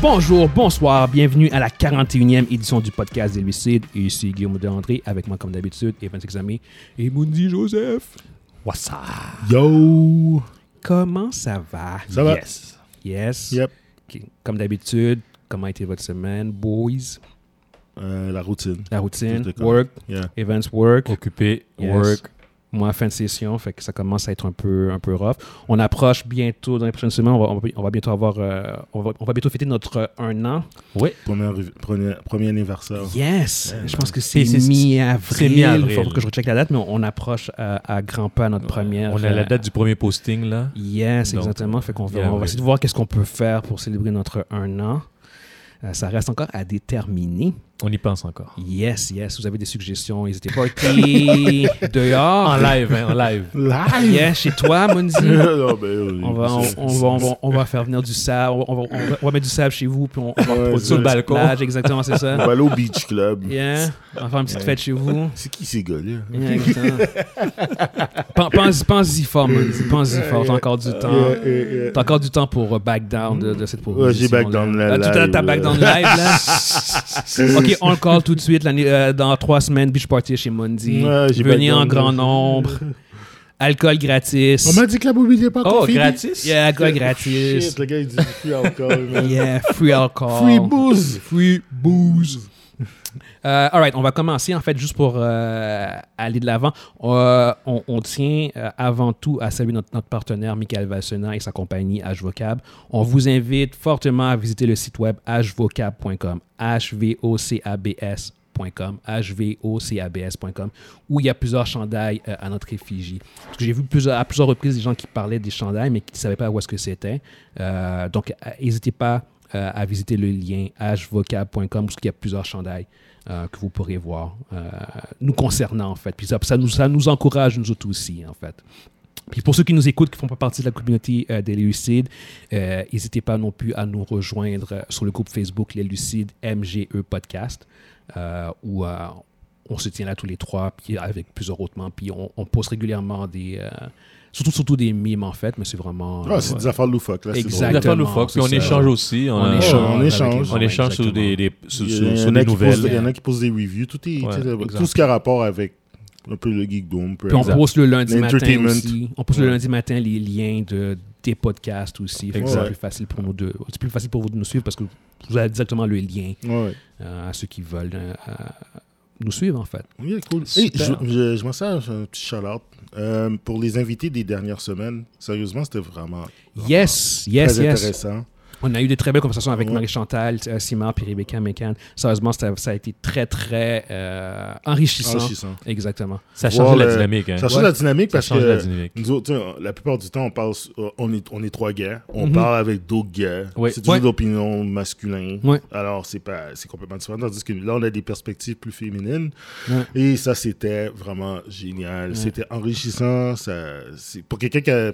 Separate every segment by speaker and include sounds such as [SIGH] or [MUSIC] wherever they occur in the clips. Speaker 1: Bonjour, bonsoir, bienvenue à la 41e édition du podcast des Lucide. Ici Guillaume de André, avec moi comme d'habitude, et 26 amis, et Mundi Joseph. What's up?
Speaker 2: Yo!
Speaker 1: Comment ça va?
Speaker 2: Ça va.
Speaker 1: Yes. Yes.
Speaker 2: Yep.
Speaker 1: Ok. Comme d'habitude, comment a été votre semaine, boys?
Speaker 2: Euh, la routine.
Speaker 1: La routine,
Speaker 2: Tout est
Speaker 1: work,
Speaker 2: Yeah.
Speaker 1: events, work.
Speaker 3: Occupé,
Speaker 1: Yes.
Speaker 3: work.
Speaker 1: Moi, fin de session, fait que ça commence à être un peu, un peu rough. On approche bientôt, dans les prochaines semaines, on va, on va- on va bientôt avoir, euh, on, va, on va bientôt fêter notre euh, un an.
Speaker 3: Oui.
Speaker 2: Premier, premier, premier anniversaire.
Speaker 1: Yes!
Speaker 2: Yeah,
Speaker 1: Je
Speaker 2: man.
Speaker 1: pense que c'est
Speaker 3: c'est- c'est- c'est
Speaker 1: mi-avril.
Speaker 3: mi-avril.
Speaker 1: Il faut que je recheck la date, mais on, on approche euh, à grands pas notre première.
Speaker 3: On a
Speaker 1: euh,
Speaker 3: la date du premier posting là.
Speaker 1: Yes,
Speaker 3: Donc,
Speaker 1: exactement. Fait qu'on va, on va
Speaker 3: mi-avril.
Speaker 1: essayer de voir qu'est-ce qu'on peut faire pour célébrer notre un an. Euh, ça reste encore à déterminer.
Speaker 3: On y pense encore.
Speaker 1: Yes, yes. Vous avez des suggestions, n'hésitez pas.
Speaker 3: [LAUGHS]
Speaker 1: Qui dehors?
Speaker 3: En live, hein,
Speaker 2: [LAUGHS]
Speaker 3: en live.
Speaker 2: Live!
Speaker 1: Yes, chez toi,
Speaker 3: [LAUGHS]
Speaker 1: Mundi.
Speaker 2: [LAUGHS] Non, ben, oui,
Speaker 1: On va, on,
Speaker 2: c'est-
Speaker 1: on va, on va, on va faire venir du sable, on va, on va, on va mettre du sable chez vous, puis on,
Speaker 3: [LAUGHS]
Speaker 1: on va
Speaker 2: Ouais,
Speaker 1: reproduire
Speaker 2: sur le
Speaker 1: une petite
Speaker 3: balcon. [LAUGHS]
Speaker 1: plage, exactement, c'est
Speaker 2: on
Speaker 1: ça.
Speaker 2: va aller au Beach Club.
Speaker 1: hein. Yeah, on va faire une petite
Speaker 2: Ouais.
Speaker 1: fête chez vous.
Speaker 2: C'est qui ces gars-là?
Speaker 1: Yeah, exactement. Pen- pense- Pense-y fort, Mondi, pense-y fort, t'as encore du temps.
Speaker 2: Euh, Yeah, yeah, yeah.
Speaker 1: T'as encore du temps pour euh, back down de, de cette proposition.
Speaker 2: Ouais, j'ai back down
Speaker 1: là.
Speaker 2: la
Speaker 1: Ah, tu t'as- t'as
Speaker 2: live,
Speaker 1: back
Speaker 2: là.
Speaker 1: down live, là? OK, on le call tout de suite l'année- euh, dans trois semaines, beach party chez Mondi.
Speaker 2: Ouais, j'ai back
Speaker 1: Venez
Speaker 2: down
Speaker 1: en
Speaker 2: live.
Speaker 1: grand nombre. Alcool gratis.
Speaker 2: On m'a dit que la mobilité n'est pas
Speaker 3: Oh,
Speaker 2: encore finie.
Speaker 3: gratis?
Speaker 1: Yeah, alcool gratis.
Speaker 2: Shit, le gars, il dit
Speaker 1: [LAUGHS]
Speaker 2: free alcool, man.
Speaker 1: Yeah, free alcohol.
Speaker 2: Free booze!
Speaker 1: Free booze. Euh, all right, on va commencer en fait juste pour euh, aller de l'avant. Euh, on, on tient euh, avant tout à saluer notre, notre partenaire Michael Vassena et sa compagnie HVocab. On vous invite fortement à visiter le site web hvocab.com, hvocabs.com, hvocabs.com, où il y a plusieurs chandails euh, à notre effigie. Parce que j'ai vu plusieurs, à plusieurs reprises des gens qui parlaient des chandails mais qui ne savaient pas où est-ce que c'était. Euh, donc, euh, n'hésitez pas euh, à visiter le lien hvocab.com parce qu'il y a plusieurs chandails euh, que vous pourrez voir euh, nous concernant en fait. Puis ça, ça nous, ça nous encourage nous autres aussi en fait. Puis pour ceux qui nous écoutent, qui font pas partie de la communauté euh, des Lucides, euh, n'hésitez pas non plus à nous rejoindre euh, sur le groupe Facebook Les Lucides MGE Podcast, euh, où euh, on se tient là tous les trois, puis avec plusieurs autres membres, puis on, on poste régulièrement des... euh, surtout, surtout des mimes en fait, mais c'est vraiment... euh,
Speaker 2: Ah, c'est
Speaker 1: ouais.
Speaker 2: des affaires loufoques, là. c'est drôle.
Speaker 1: Exactement.
Speaker 3: Des affaires loufoques, puis
Speaker 1: c'est
Speaker 3: on
Speaker 1: ça.
Speaker 3: échange aussi.
Speaker 1: On,
Speaker 3: a-
Speaker 1: échange.
Speaker 2: on
Speaker 1: avec
Speaker 2: échange.
Speaker 1: les gens,
Speaker 3: On échange sur
Speaker 1: exactement.
Speaker 3: des, des- sur,
Speaker 2: Il y,
Speaker 3: sur-
Speaker 2: en a
Speaker 3: sur
Speaker 2: qui
Speaker 3: des
Speaker 2: posent-
Speaker 3: nouvelles.
Speaker 2: il y en a qui posent des reviews. Tout, est,
Speaker 3: Ouais,
Speaker 2: tu sais,
Speaker 1: exact.
Speaker 2: tout ce qui a rapport avec un peu le Geek Dome. peu
Speaker 1: Puis on
Speaker 2: importe.
Speaker 1: poste le lundi matin
Speaker 2: L'entertainment.
Speaker 1: aussi. On poste le
Speaker 2: Ouais.
Speaker 1: lundi matin les liens de, des podcasts aussi. Fait que C'est
Speaker 2: Exact.
Speaker 1: plus facile pour nous deux. C'est plus facile pour vous de nous suivre parce que vous avez directement le lien
Speaker 2: Ouais, ouais.
Speaker 1: euh, à ceux qui veulent euh, euh, nous suivre en fait.
Speaker 2: Oui, cool. Hey, je,
Speaker 1: Super.
Speaker 2: je, je m'en sers un petit shout-out euh, pour les invités des dernières semaines. Sérieusement, c'était vraiment
Speaker 1: Yes, yes,
Speaker 2: très
Speaker 1: yes.
Speaker 2: intéressant. Ah,
Speaker 1: On a eu des très belles conversations avec
Speaker 2: Ouais.
Speaker 1: Marie-Chantal, euh, Simard, puis Rebecca Mécan. Sérieusement, ça, ça a été très, très euh, enrichissant.
Speaker 2: Enrichissant.
Speaker 1: Exactement.
Speaker 3: Ça
Speaker 2: Voir
Speaker 3: change la
Speaker 2: le-
Speaker 3: dynamique. Hein.
Speaker 2: Ça change la dynamique
Speaker 3: Ça
Speaker 2: parce
Speaker 3: change la
Speaker 2: que
Speaker 3: dynamique.
Speaker 2: nous autres, tu sais, la plupart du temps, on, parle, s- euh, on, est, on est trois gars. On
Speaker 1: Mhm.
Speaker 2: parle avec d'autres gars.
Speaker 1: Ouais.
Speaker 2: C'est toujours
Speaker 1: Ouais.
Speaker 2: d'opinion masculine.
Speaker 1: Ouais.
Speaker 2: Alors, c'est pas- c'est complètement différent. Tandis que là, on a des perspectives plus féminines.
Speaker 1: Ouais.
Speaker 2: Et ça, c'était vraiment génial. C'était enrichissant. Ça, c'est- pour quelqu'un qui a-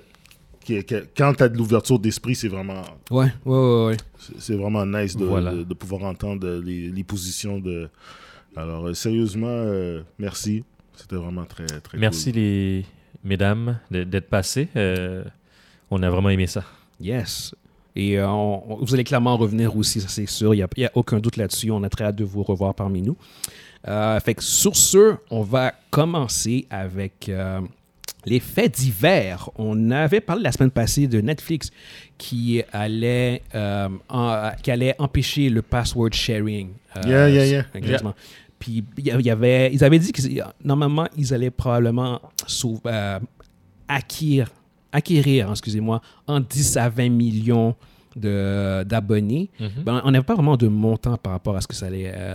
Speaker 2: qui a- qui a- quand tu as de l'ouverture d'esprit, c'est vraiment
Speaker 1: Ouais, ouais, ouais. ouais.
Speaker 2: C'est- C'est vraiment nice de,
Speaker 3: Voilà.
Speaker 2: de- de pouvoir entendre les, les positions de. Alors, euh, sérieusement, euh, merci. C'était vraiment très, très
Speaker 3: Merci les mesdames de- d'être passées. Euh, on a vraiment aimé ça.
Speaker 1: Yes. Et euh, on- on- vous allez clairement revenir aussi, ça c'est sûr. Il n'y a, aucun doute là-dessus. On a très hâte de vous revoir parmi nous. Euh, fait que sur ce, on va commencer avec euh, les faits divers. On avait parlé la semaine passée de Netflix qui allait, euh, en- qui allait empêcher le password sharing. Euh,
Speaker 2: Yeah, yeah, yeah.
Speaker 1: Exactement. Puis il y a- il y avait, ils avaient dit que normalement, ils allaient probablement sauv- euh, acquérir, acquérir hein, excusez-moi, en 10 à 20 millions de- d'abonnés. Ben, on n'avait pas vraiment de montant par rapport à ce que ça allait euh,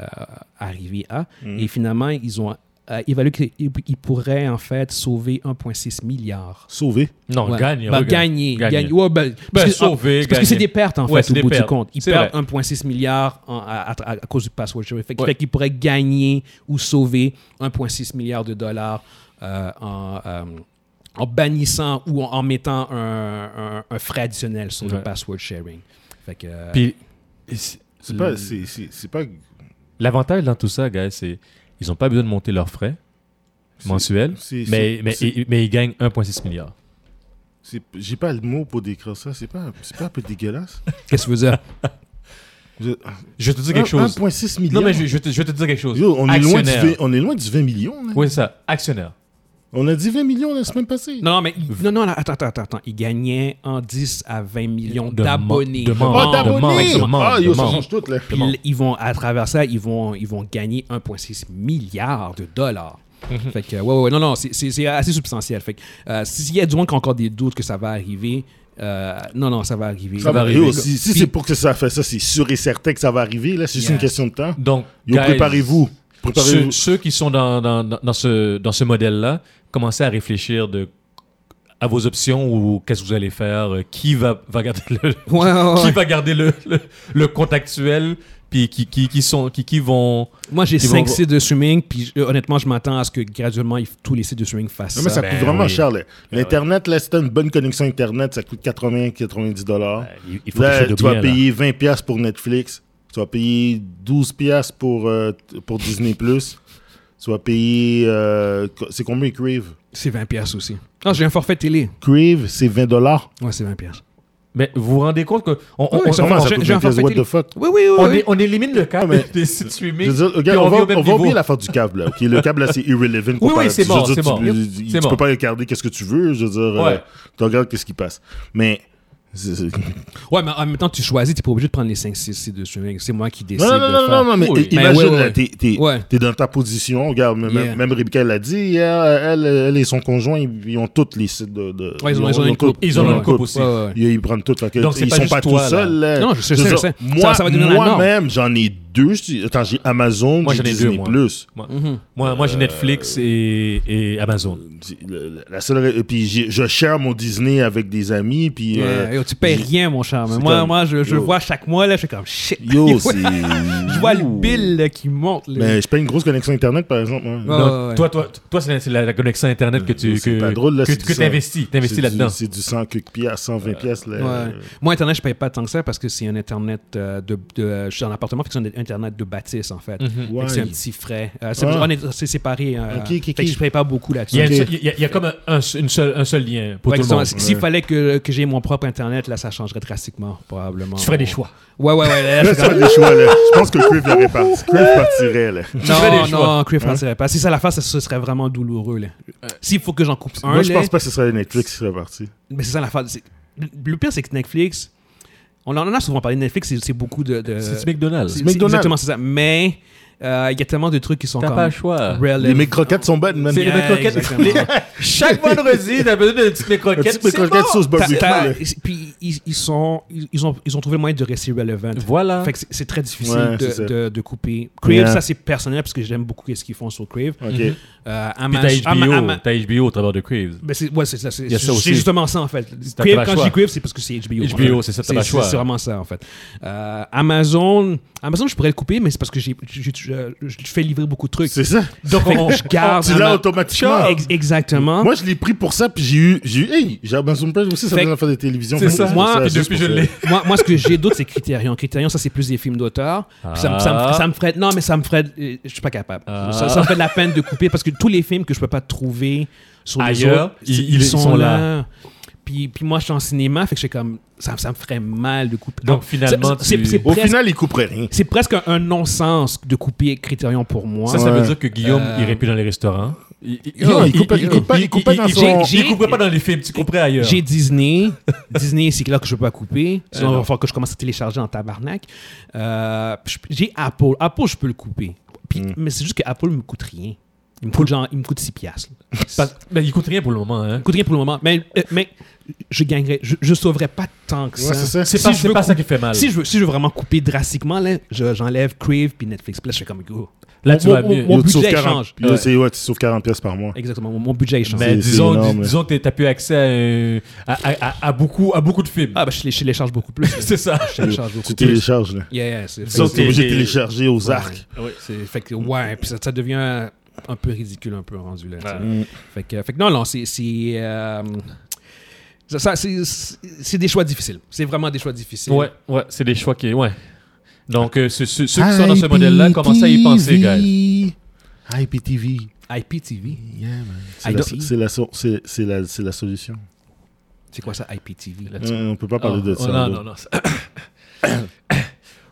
Speaker 1: arriver à. Et finalement, ils ont euh, évalué qu'ils ils pourraient en fait sauver 1,6 milliard.
Speaker 2: Sauvé.
Speaker 3: Non,
Speaker 1: Ouais.
Speaker 3: gagne.
Speaker 1: Ben,
Speaker 3: regarde.
Speaker 1: gagner.
Speaker 3: Gagner. Bah,
Speaker 1: gagner. Ouais, ben, parce que-
Speaker 3: sauver,
Speaker 1: Parce que c'est
Speaker 3: gagner.
Speaker 1: des pertes, en
Speaker 3: Ouais, c'est
Speaker 1: fait, au
Speaker 3: des
Speaker 1: bout du
Speaker 3: pertes.
Speaker 1: compte. Ils
Speaker 3: C'est
Speaker 1: perdent 1,6 milliard en- à, à- à cause du password sharing. Fait, que-
Speaker 3: Ouais.
Speaker 1: fait qu'ils pourraient gagner ou sauver 1,6 milliard de dollars euh, en, euh, en bannissant ou en, en mettant un, un- un frais additionnel sur le
Speaker 3: Ouais.
Speaker 1: password sharing. Fait que, euh,
Speaker 3: Puis c'est-
Speaker 2: C'est pas. c'est- c'est- c'est pas...
Speaker 3: l'avantage dans tout ça, guys, c'est qu'ils n'ont pas besoin de monter leurs frais
Speaker 2: c'est-
Speaker 3: mensuels,
Speaker 2: c'est-
Speaker 3: mais,
Speaker 2: c'est-
Speaker 3: mais,
Speaker 2: c'est-
Speaker 3: ils- mais ils gagnent 1,6 milliard.
Speaker 2: c'est- J'ai pas le mot pour décrire ça. C'est pas, c'est pas un peu dégueulasse.
Speaker 1: qu'est-ce que tu veux dire?
Speaker 4: Je vais te dire quelque chose.
Speaker 2: 1,6 million.
Speaker 4: Non, mais je, je vais te, je vais te dire quelque chose.
Speaker 2: Yo, on, est loin du
Speaker 4: Actionnaire.
Speaker 2: 20, on est loin du 20 millions. là.
Speaker 4: Oui, c'est ça. Actionnaire.
Speaker 2: On a dit 20 millions la semaine passée.
Speaker 1: Non, non, mais il- non, non, non, attends, attends, attends, attends. Il gagnait en 10 à 20 millions
Speaker 3: De
Speaker 1: d'abonnés. Oh,
Speaker 3: mo- de membres.
Speaker 2: Ah,
Speaker 3: Demande,
Speaker 2: d'abonnés!
Speaker 3: demande,
Speaker 2: Ah, yo, ça
Speaker 3: demande.
Speaker 2: change tout, là.
Speaker 1: Puis ils vont, à travers ça, ils vont, ils vont gagner 1,6 milliard de dollars. Fait que, ouais, ouais, ouais, non, non, c'est- c'est c'est assez substantiel. Fait que, euh, s'il y a du monde qui a encore des doutes que ça va arriver, euh, non, non, ça va arriver.
Speaker 2: Ça va arriver. Si, si
Speaker 1: Puis-
Speaker 2: c'est pour que ça fait ça, c'est sûr et certain que ça va arriver. là. C'est juste
Speaker 1: Yeah.
Speaker 2: une question de temps.
Speaker 3: Donc,
Speaker 2: Yo,
Speaker 3: guys,
Speaker 2: préparez-vous.
Speaker 3: Ceux,
Speaker 2: Préparez-vous.
Speaker 3: ceux qui sont dans, dans, dans- dans ce, dans ce modèle-là, commencez à réfléchir de, à vos options ou qu'est-ce que vous allez faire, euh, qui va, va garder le,
Speaker 1: Ouais, ouais, ouais.
Speaker 3: qui va garder le, le, le compte actuel, puis qui, qui, qui, sont, qui, qui vont...
Speaker 1: Moi, j'ai
Speaker 3: Ils
Speaker 1: 5
Speaker 3: vont-
Speaker 1: sites de streaming, puis euh, honnêtement, je m'attends à ce que graduellement, ils- tous les sites de streaming fassent
Speaker 2: Non, mais ça
Speaker 1: ça. Ben,
Speaker 2: coûte vraiment
Speaker 3: ben oui.
Speaker 2: cher. là. L'Internet, là, si t'as une bonne connexion Internet, ça coûte 80-90 dollars.
Speaker 3: Ben, Il,
Speaker 2: Là, tu vas payer 20 pièces pour Netflix. Tu vas payer 12 pièces pour, euh, t- pour Disney+. [LAUGHS] Tu vas payer... euh, co- c'est combien Crave?
Speaker 1: C'est 20 pièces aussi. Non, j'ai un forfait télé.
Speaker 2: Crave, c'est 20 dollars.
Speaker 1: Ouais, c'est 20 pièces.
Speaker 3: Mais vous vous rendez compte que on, on-
Speaker 1: Oui,
Speaker 3: on-
Speaker 1: ça va.
Speaker 2: Comment ça
Speaker 1: j'ai-
Speaker 2: coûte
Speaker 1: j'ai un
Speaker 2: 20 pièces? What
Speaker 1: forfait
Speaker 2: the fuck?
Speaker 1: Oui, oui, oui.
Speaker 3: on
Speaker 1: oui.
Speaker 3: est- on élimine le cas
Speaker 2: mais-
Speaker 3: [LAUGHS] des sites streaming.
Speaker 2: Je veux dire,
Speaker 3: puis
Speaker 2: regarde, on,
Speaker 3: vit au
Speaker 2: va,
Speaker 3: même
Speaker 2: on va
Speaker 3: niveau.
Speaker 2: oublier l'affaire du cave, là. ok? Le cave, là,
Speaker 3: [LAUGHS]
Speaker 2: c'est irrelevant.
Speaker 3: oui, c'est mort,
Speaker 2: Je veux dire,
Speaker 3: c'est
Speaker 2: tu-
Speaker 3: mort.
Speaker 2: Tu,
Speaker 3: C'est
Speaker 2: tu peux
Speaker 3: mort.
Speaker 2: pas regarder qu'est-ce que tu veux. Je veux dire, euh,
Speaker 3: Ouais.
Speaker 2: tu regardes qu'est-ce qui passe. Mais... c'est- c'est-
Speaker 1: Ouais, mais en même temps, tu choisis, t'es pas obligé de prendre les 5 6 sites de streaming. C'est moi qui décide.
Speaker 2: Non, non,
Speaker 1: de
Speaker 2: non,
Speaker 1: faire.
Speaker 2: non, non, mais
Speaker 1: Oui.
Speaker 2: imagine,
Speaker 1: ouais, ouais,
Speaker 2: là,
Speaker 1: ouais.
Speaker 2: t'es, t'es-
Speaker 1: Ouais.
Speaker 2: t'es dans ta position. Regarde, même,
Speaker 1: Yeah.
Speaker 2: même Rebecca l'a dit, hier, elle, elle et son conjoint, ils, ils ont toutes les sites de. de-
Speaker 1: Ouais, ils ont- ils ont une
Speaker 2: toutes-
Speaker 1: coupe. Ils
Speaker 3: en ont
Speaker 2: ils
Speaker 3: une coupe aussi.
Speaker 1: Ouais, ouais.
Speaker 2: Ils, ils prennent toutes. Fait que
Speaker 3: Donc, c'est
Speaker 2: ils
Speaker 3: pas
Speaker 2: sont
Speaker 3: juste
Speaker 2: pas
Speaker 3: toi,
Speaker 2: tout seuls. là.
Speaker 1: Non, je sais,
Speaker 2: veux
Speaker 1: je
Speaker 2: dire,
Speaker 1: sais.
Speaker 2: Moi,
Speaker 1: Ça- ça va devenir la norme.
Speaker 2: moi-même, j'en ai deux. si- Attends, j'ai Amazon,
Speaker 3: Moi,
Speaker 2: j'ai
Speaker 3: j'en ai deux,
Speaker 2: Disney+.
Speaker 3: moi.
Speaker 2: Plus.
Speaker 3: Moi, moi, moi, j'ai Netflix et, et Amazon.
Speaker 2: La seule, et puis j'ai- je share mon Disney avec des amis, puis
Speaker 1: Yeah,
Speaker 2: euh,
Speaker 1: yo, tu payes
Speaker 2: j'ai-
Speaker 1: rien, mon charme.
Speaker 2: c'est
Speaker 1: Moi,
Speaker 2: comme-
Speaker 1: moi je, je
Speaker 2: yo.
Speaker 1: vois chaque mois, là, je suis comme shit. [LAUGHS]
Speaker 2: Yo, c'est. Ben,
Speaker 1: je vois le bill là, qui monte. Là.
Speaker 2: Mais je paye une grosse connexion internet, par exemple. hein.
Speaker 1: Ouais,
Speaker 3: Non,
Speaker 1: ouais, ouais.
Speaker 3: Toi, toi, toi c'est la, c'est la- la connexion Internet que tu
Speaker 2: C'est
Speaker 3: que,
Speaker 2: pas drôle, là,
Speaker 3: que,
Speaker 2: c'est
Speaker 3: que
Speaker 2: du sang.
Speaker 3: t'investis. T'investis
Speaker 2: C'est du-
Speaker 3: là-dedans.
Speaker 2: C'est du 100 quelques piastres, 120 piastres. là. Euh,
Speaker 1: Ouais. Moi, Internet, je paye pas tant que ça parce que c'est un Internet euh, de, de- Je suis en appartement, fait que c'est un Internet de bâtisse, en fait. Fait que
Speaker 2: Mhm. Ouais.
Speaker 1: C'est un petit frais. Euh, c'est,
Speaker 2: Ah.
Speaker 1: on est- c'est séparé. euh,
Speaker 2: Ok, ok,
Speaker 1: fait que
Speaker 2: ok.
Speaker 1: je paye pas beaucoup là-dessus.
Speaker 3: Il y a,
Speaker 2: Ok.
Speaker 3: une seule- il y a- il y a comme un, un seul- une seule- un seul lien pour
Speaker 1: Fait
Speaker 3: tout
Speaker 1: que
Speaker 3: le monde.
Speaker 1: si- S'il
Speaker 2: Ouais.
Speaker 1: fallait que, que j'ai mon propre Internet, là, ça changerait drastiquement, probablement.
Speaker 3: Tu ferais des choix.
Speaker 1: Ouais, ouais, ouais. là, je
Speaker 2: Là,
Speaker 1: suis
Speaker 2: ça
Speaker 1: comme-
Speaker 2: a des choix, là. Je pense que Crave l'aurait pas. Crave partirait, là.
Speaker 3: ferais
Speaker 1: non,
Speaker 3: des choix.
Speaker 1: non, Crave partirait pas. Si ça la fasse, ça- ce serait vraiment douloureux. Là. S'il faut que j'en coupe un,
Speaker 2: Euh, Moi, je
Speaker 1: là,
Speaker 2: pense pas que ce serait Netflix qui serait parti.
Speaker 1: mais c'est ça l'affaire. c'est- Le pire, c'est que Netflix, on en a souvent parlé de Netflix, c'est, c'est beaucoup de. de-
Speaker 3: C'est du McDonald's.
Speaker 1: Euh, c'est-
Speaker 2: McDonald's.
Speaker 1: c'est Exactement, c'est ça. Mais euh, il y a tellement de trucs qui sont
Speaker 3: T'as
Speaker 1: comme
Speaker 3: pas le choix.
Speaker 1: relevant.
Speaker 2: Les microquettes sont bonnes, man.
Speaker 3: C'est les
Speaker 1: Yeah,
Speaker 3: McCroquettes.
Speaker 1: exactement.
Speaker 3: Les- Chaque vendredi, t'as besoin de petites
Speaker 2: Un
Speaker 3: McCroquettes.
Speaker 2: petit
Speaker 3: c'est
Speaker 2: microquette
Speaker 3: bon.
Speaker 2: sauce
Speaker 1: T'as-
Speaker 2: barbecue,
Speaker 1: t'as-
Speaker 2: là.
Speaker 1: Puis ils, ils sont, ils, ils ont, ils ont trouvé le moyen de rester relevant.
Speaker 3: Voilà.
Speaker 1: Fait que c'est- c'est très difficile
Speaker 2: Ouais,
Speaker 1: de,
Speaker 2: c'est ça.
Speaker 1: de- de couper. Crave,
Speaker 2: Yeah.
Speaker 1: ça c'est personnel parce que j'aime beaucoup ce qu'ils font sur Crave.
Speaker 2: [LAUGHS] OK.
Speaker 1: Euh,
Speaker 3: Puis
Speaker 1: Ama-
Speaker 3: t'as
Speaker 2: Ah,
Speaker 1: Ama-
Speaker 3: HBO,
Speaker 1: Ama-
Speaker 3: t'as HBO au travers de Craves.
Speaker 1: Ben, c'est ouais, c'est ça, c'est-
Speaker 3: Il y a ça
Speaker 1: c'est
Speaker 3: aussi.
Speaker 1: justement ça en fait.
Speaker 3: t'as
Speaker 1: Crave,
Speaker 3: pas le
Speaker 1: quand je
Speaker 3: choix.
Speaker 1: dis Crave, c'est parce que c'est HBO. en
Speaker 3: HBO,
Speaker 1: fait.
Speaker 3: c'est ça, t'as pas le choix.
Speaker 1: C'est vraiment ça en fait. Euh, Amazon, Amazon, je pourrais le couper, mais c'est parce que j'ai, j'ai- je, je fais livrer beaucoup de trucs.
Speaker 2: C'est ça.
Speaker 1: Donc on,
Speaker 3: [LAUGHS]
Speaker 1: je garde.
Speaker 2: Tu l'as
Speaker 1: Ama-
Speaker 2: automatiquement.
Speaker 1: Ex- exactement.
Speaker 2: Moi, je l'ai pris pour ça, puis j'ai eu. J'ai eu. Hey, j'ai Amazon Prime aussi, ça
Speaker 1: Hein? Fait que-
Speaker 2: donne affaire de télévision.
Speaker 3: C'est
Speaker 2: Fait que
Speaker 3: ça.
Speaker 2: pour
Speaker 1: Moi,
Speaker 2: ça,
Speaker 1: puis
Speaker 2: c'est
Speaker 3: depuis,
Speaker 2: pour
Speaker 3: je
Speaker 2: ça.
Speaker 3: l'ai.
Speaker 1: moi, moi, ce que j'ai d'autres, c'est Criterion. Criterion, ça, c'est plus des films d'auteur. Puis Ça, me- ça me ferait-
Speaker 3: Ah.
Speaker 1: ça me ferait. Non, mais ça me ferait. euh, Je suis pas capable.
Speaker 3: Ah.
Speaker 1: Ça, ça me ferait de la peine de couper parce que tous les films que je peux pas trouver sur les
Speaker 3: Ailleurs,
Speaker 1: autres,
Speaker 3: ils- ils sont là.
Speaker 1: Puis, puis moi, je suis en cinéma, fait que je suis comme. Ça, ça me ferait mal de couper.
Speaker 3: Donc, finalement,
Speaker 1: c'est,
Speaker 3: tu-
Speaker 1: c'est- c'est
Speaker 2: Au
Speaker 1: presque,
Speaker 2: final, ils couperaient rien.
Speaker 1: c'est presque un, un non-sens de couper Criterion pour moi.
Speaker 3: Ça, ça veut
Speaker 2: Ouais.
Speaker 3: dire que Guillaume
Speaker 1: Euh,
Speaker 3: irait plus dans les restaurants.
Speaker 2: Non, il coupe- il coupe pas- il coupe pas dans
Speaker 3: il-
Speaker 2: son-
Speaker 3: il- Il couperait pas dans les films, tu couperais ailleurs.
Speaker 1: J'ai Disney. Disney, c'est là que je peux pas couper. Sinon, il va falloir que je commence à télécharger en tabarnak. Euh, je- J'ai Apple. Apple, je peux le couper. Puis-
Speaker 2: Mm.
Speaker 1: Mais c'est juste que Apple me coûte rien. Il me coûte, genre, il me coûte 6 piastres. là.
Speaker 3: Pas- Mais il coûte rien pour le moment. hein.
Speaker 1: Il me coûte rien pour le moment. Mais, euh, mais je gagnerais. Je, je sauverais pas tant que
Speaker 2: Ouais, c'est
Speaker 1: ça.
Speaker 2: ça.
Speaker 3: C'est
Speaker 1: Si
Speaker 3: pas,
Speaker 1: je
Speaker 3: c'est
Speaker 1: veux
Speaker 3: pas ça qui fait mal.
Speaker 1: Si je, veux, si je veux vraiment couper drastiquement, là, je- j'enlève Crave puis Netflix. Puis là, je fais comme oh, go.
Speaker 3: Là, tu
Speaker 1: Mon-
Speaker 3: vas
Speaker 1: mon-
Speaker 3: mieux.
Speaker 1: mon-
Speaker 2: Yo, tu sauves
Speaker 1: budget
Speaker 2: 40
Speaker 1: change.
Speaker 2: Yo,
Speaker 1: Ouais.
Speaker 2: c'est- Ouais, tu sauves 40 pièces par mois.
Speaker 1: Exactement. Mon, mon budget, il change.
Speaker 3: Mais
Speaker 2: C'est-
Speaker 3: disons,
Speaker 2: c'est énorme,
Speaker 3: dis-
Speaker 2: là.
Speaker 3: disons que t'as pu accès à, euh, à, à- à- à beaucoup, à beaucoup de films.
Speaker 1: Ah, bah, je, les- je télécharge beaucoup
Speaker 2: [LAUGHS]
Speaker 1: plus.
Speaker 3: c'est ça.
Speaker 1: Je télécharge beaucoup
Speaker 2: Tu
Speaker 1: plus.
Speaker 2: télécharges, là.
Speaker 1: Yeah, yeah, c'est-
Speaker 2: Disons que t'es
Speaker 3: t'es-
Speaker 2: obligé de
Speaker 3: t'es-
Speaker 2: télécharger aux arcs.
Speaker 1: Ouais, c'est fait que ouais, puis ça, ça devient un peu ridicule un peu rendu là. tu sais.
Speaker 3: Ouais.
Speaker 2: Mm.
Speaker 1: Fait que fait que non non, c'est c'est euh, ça, ça, c'est- c'est c'est des choix difficiles. C'est vraiment des choix difficiles.
Speaker 3: Ouais, ouais, c'est des choix qui. Ouais. Donc, euh, ceux, ceux- ceux qui sont dans ce modèle-là, commencez à y penser, guys.
Speaker 2: guys. IPTV.
Speaker 1: IPTV,
Speaker 2: Yeah, man.
Speaker 1: I
Speaker 2: C'est la,
Speaker 1: don't-
Speaker 2: c'est la so- c'est- c'est la- c'est la solution.
Speaker 1: c'est quoi ça IPTV
Speaker 2: Euh, on peut pas parler
Speaker 3: Oh,
Speaker 2: de
Speaker 3: oh,
Speaker 2: ça.
Speaker 3: non,
Speaker 2: là.
Speaker 3: non, non.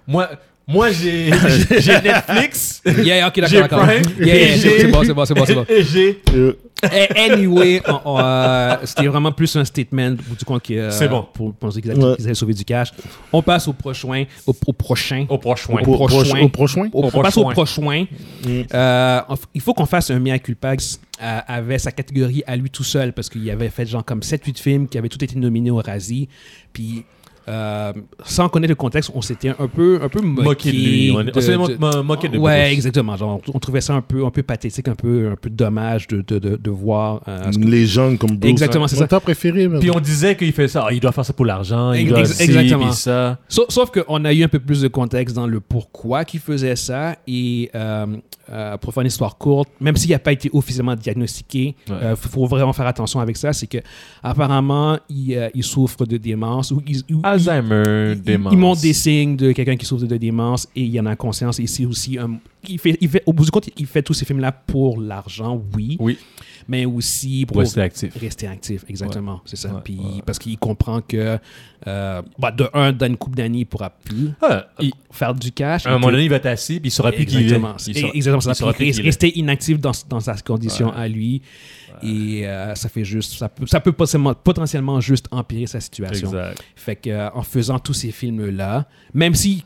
Speaker 4: Moi, moi
Speaker 1: [LAUGHS]
Speaker 4: j'ai j'ai- j'ai Netflix.
Speaker 1: [LAUGHS] Yeah, ok,
Speaker 4: J'ai
Speaker 1: d'accord, d'accord.
Speaker 4: Prime,
Speaker 1: Yeah, yeah,
Speaker 4: et
Speaker 1: c'est
Speaker 4: j'ai-
Speaker 1: bon, c'est bon, c'est
Speaker 4: [LAUGHS]
Speaker 1: bon, c'est bon.
Speaker 4: Et j'ai.
Speaker 2: Euh,
Speaker 1: Eh, Anyway, on- on, euh, c'était vraiment plus un statement au bout du compte que, euh,
Speaker 4: C'est bon.
Speaker 1: pour penser qu'ils
Speaker 2: Ouais.
Speaker 1: allaient, qu'ils allaient sauver du cash. On passe au prochain, au, au prochain.
Speaker 3: Au prochain.
Speaker 1: Au
Speaker 2: pour-
Speaker 1: prochain.
Speaker 2: proche- Au prochain?
Speaker 1: on
Speaker 3: prochain.
Speaker 1: passe au prochain.
Speaker 3: Mm.
Speaker 1: Euh, on f- il faut qu'on fasse un mea culpa euh, avec sa catégorie à lui tout seul parce qu'il avait fait genre comme 7-8 films qui avaient tous été nominés au Razzie. Puis euh, sans connaître le contexte, on s'était un peu, un peu moqué,
Speaker 3: Moqué de lui. On- on s'est mo-
Speaker 1: de-
Speaker 3: mo- moqué de
Speaker 1: Ouais,
Speaker 3: Bruce.
Speaker 1: exactement. Genre, on, on trouvait ça un peu, un peu pathétique, un peu, un peu dommage de, de, de, de voir. euh, ce que-
Speaker 2: Une légende comme Bruce. hein.
Speaker 1: Exactement, c'est
Speaker 2: Mon
Speaker 1: ça.
Speaker 2: temps préféré, man.
Speaker 3: Puis on disait qu'il fait ça. Ah, il doit faire ça pour l'argent. Il
Speaker 1: Ex-
Speaker 3: doit
Speaker 1: ex-
Speaker 3: ci,
Speaker 1: exactement.
Speaker 3: puis ça.
Speaker 1: Sauf, sauf qu'on a eu un peu plus de contexte dans le pourquoi qu'il faisait ça. Et euh, euh, pour faire une histoire courte, même s'il n'a pas été officiellement diagnostiqué, il
Speaker 3: Ouais.
Speaker 1: faut vraiment faire attention avec ça. C'est que apparemment il, euh, il souffre de démence ou il,
Speaker 3: Ah,
Speaker 1: ou
Speaker 3: Alzheimer,
Speaker 1: il-
Speaker 3: démence.
Speaker 1: il montre des signes de quelqu'un qui souffre de démence et il en a conscience. Et c'est aussi un- il fait, il fait- au bout du compte, il fait tous ces films-là pour l'argent, oui.
Speaker 3: Oui.
Speaker 1: Mais aussi pour,
Speaker 3: Pour rester actif.
Speaker 1: Rester actif, exactement, c'est ça.
Speaker 3: Ouais,
Speaker 1: Puis
Speaker 3: ouais.
Speaker 1: parce qu'il comprend que, euh, bah, de un, dans une coupe d'années, il pourra plus
Speaker 3: Ah, il-
Speaker 1: faire du cash.
Speaker 3: à un moment donné, il va être assis, puis il saura plus qui il est.
Speaker 1: Exactement.
Speaker 3: Il
Speaker 1: Et-
Speaker 3: saura-
Speaker 1: Exactement. Ça
Speaker 3: il saura
Speaker 1: va
Speaker 3: plus qui il est.
Speaker 1: rester inactif dans, dans sa condition à lui. Et euh, ça fait juste, ça peut, ça peut potentiellement, potentiellement juste empirer sa situation.
Speaker 3: Exact.
Speaker 1: Fait que euh, en faisant tous ces films là, même si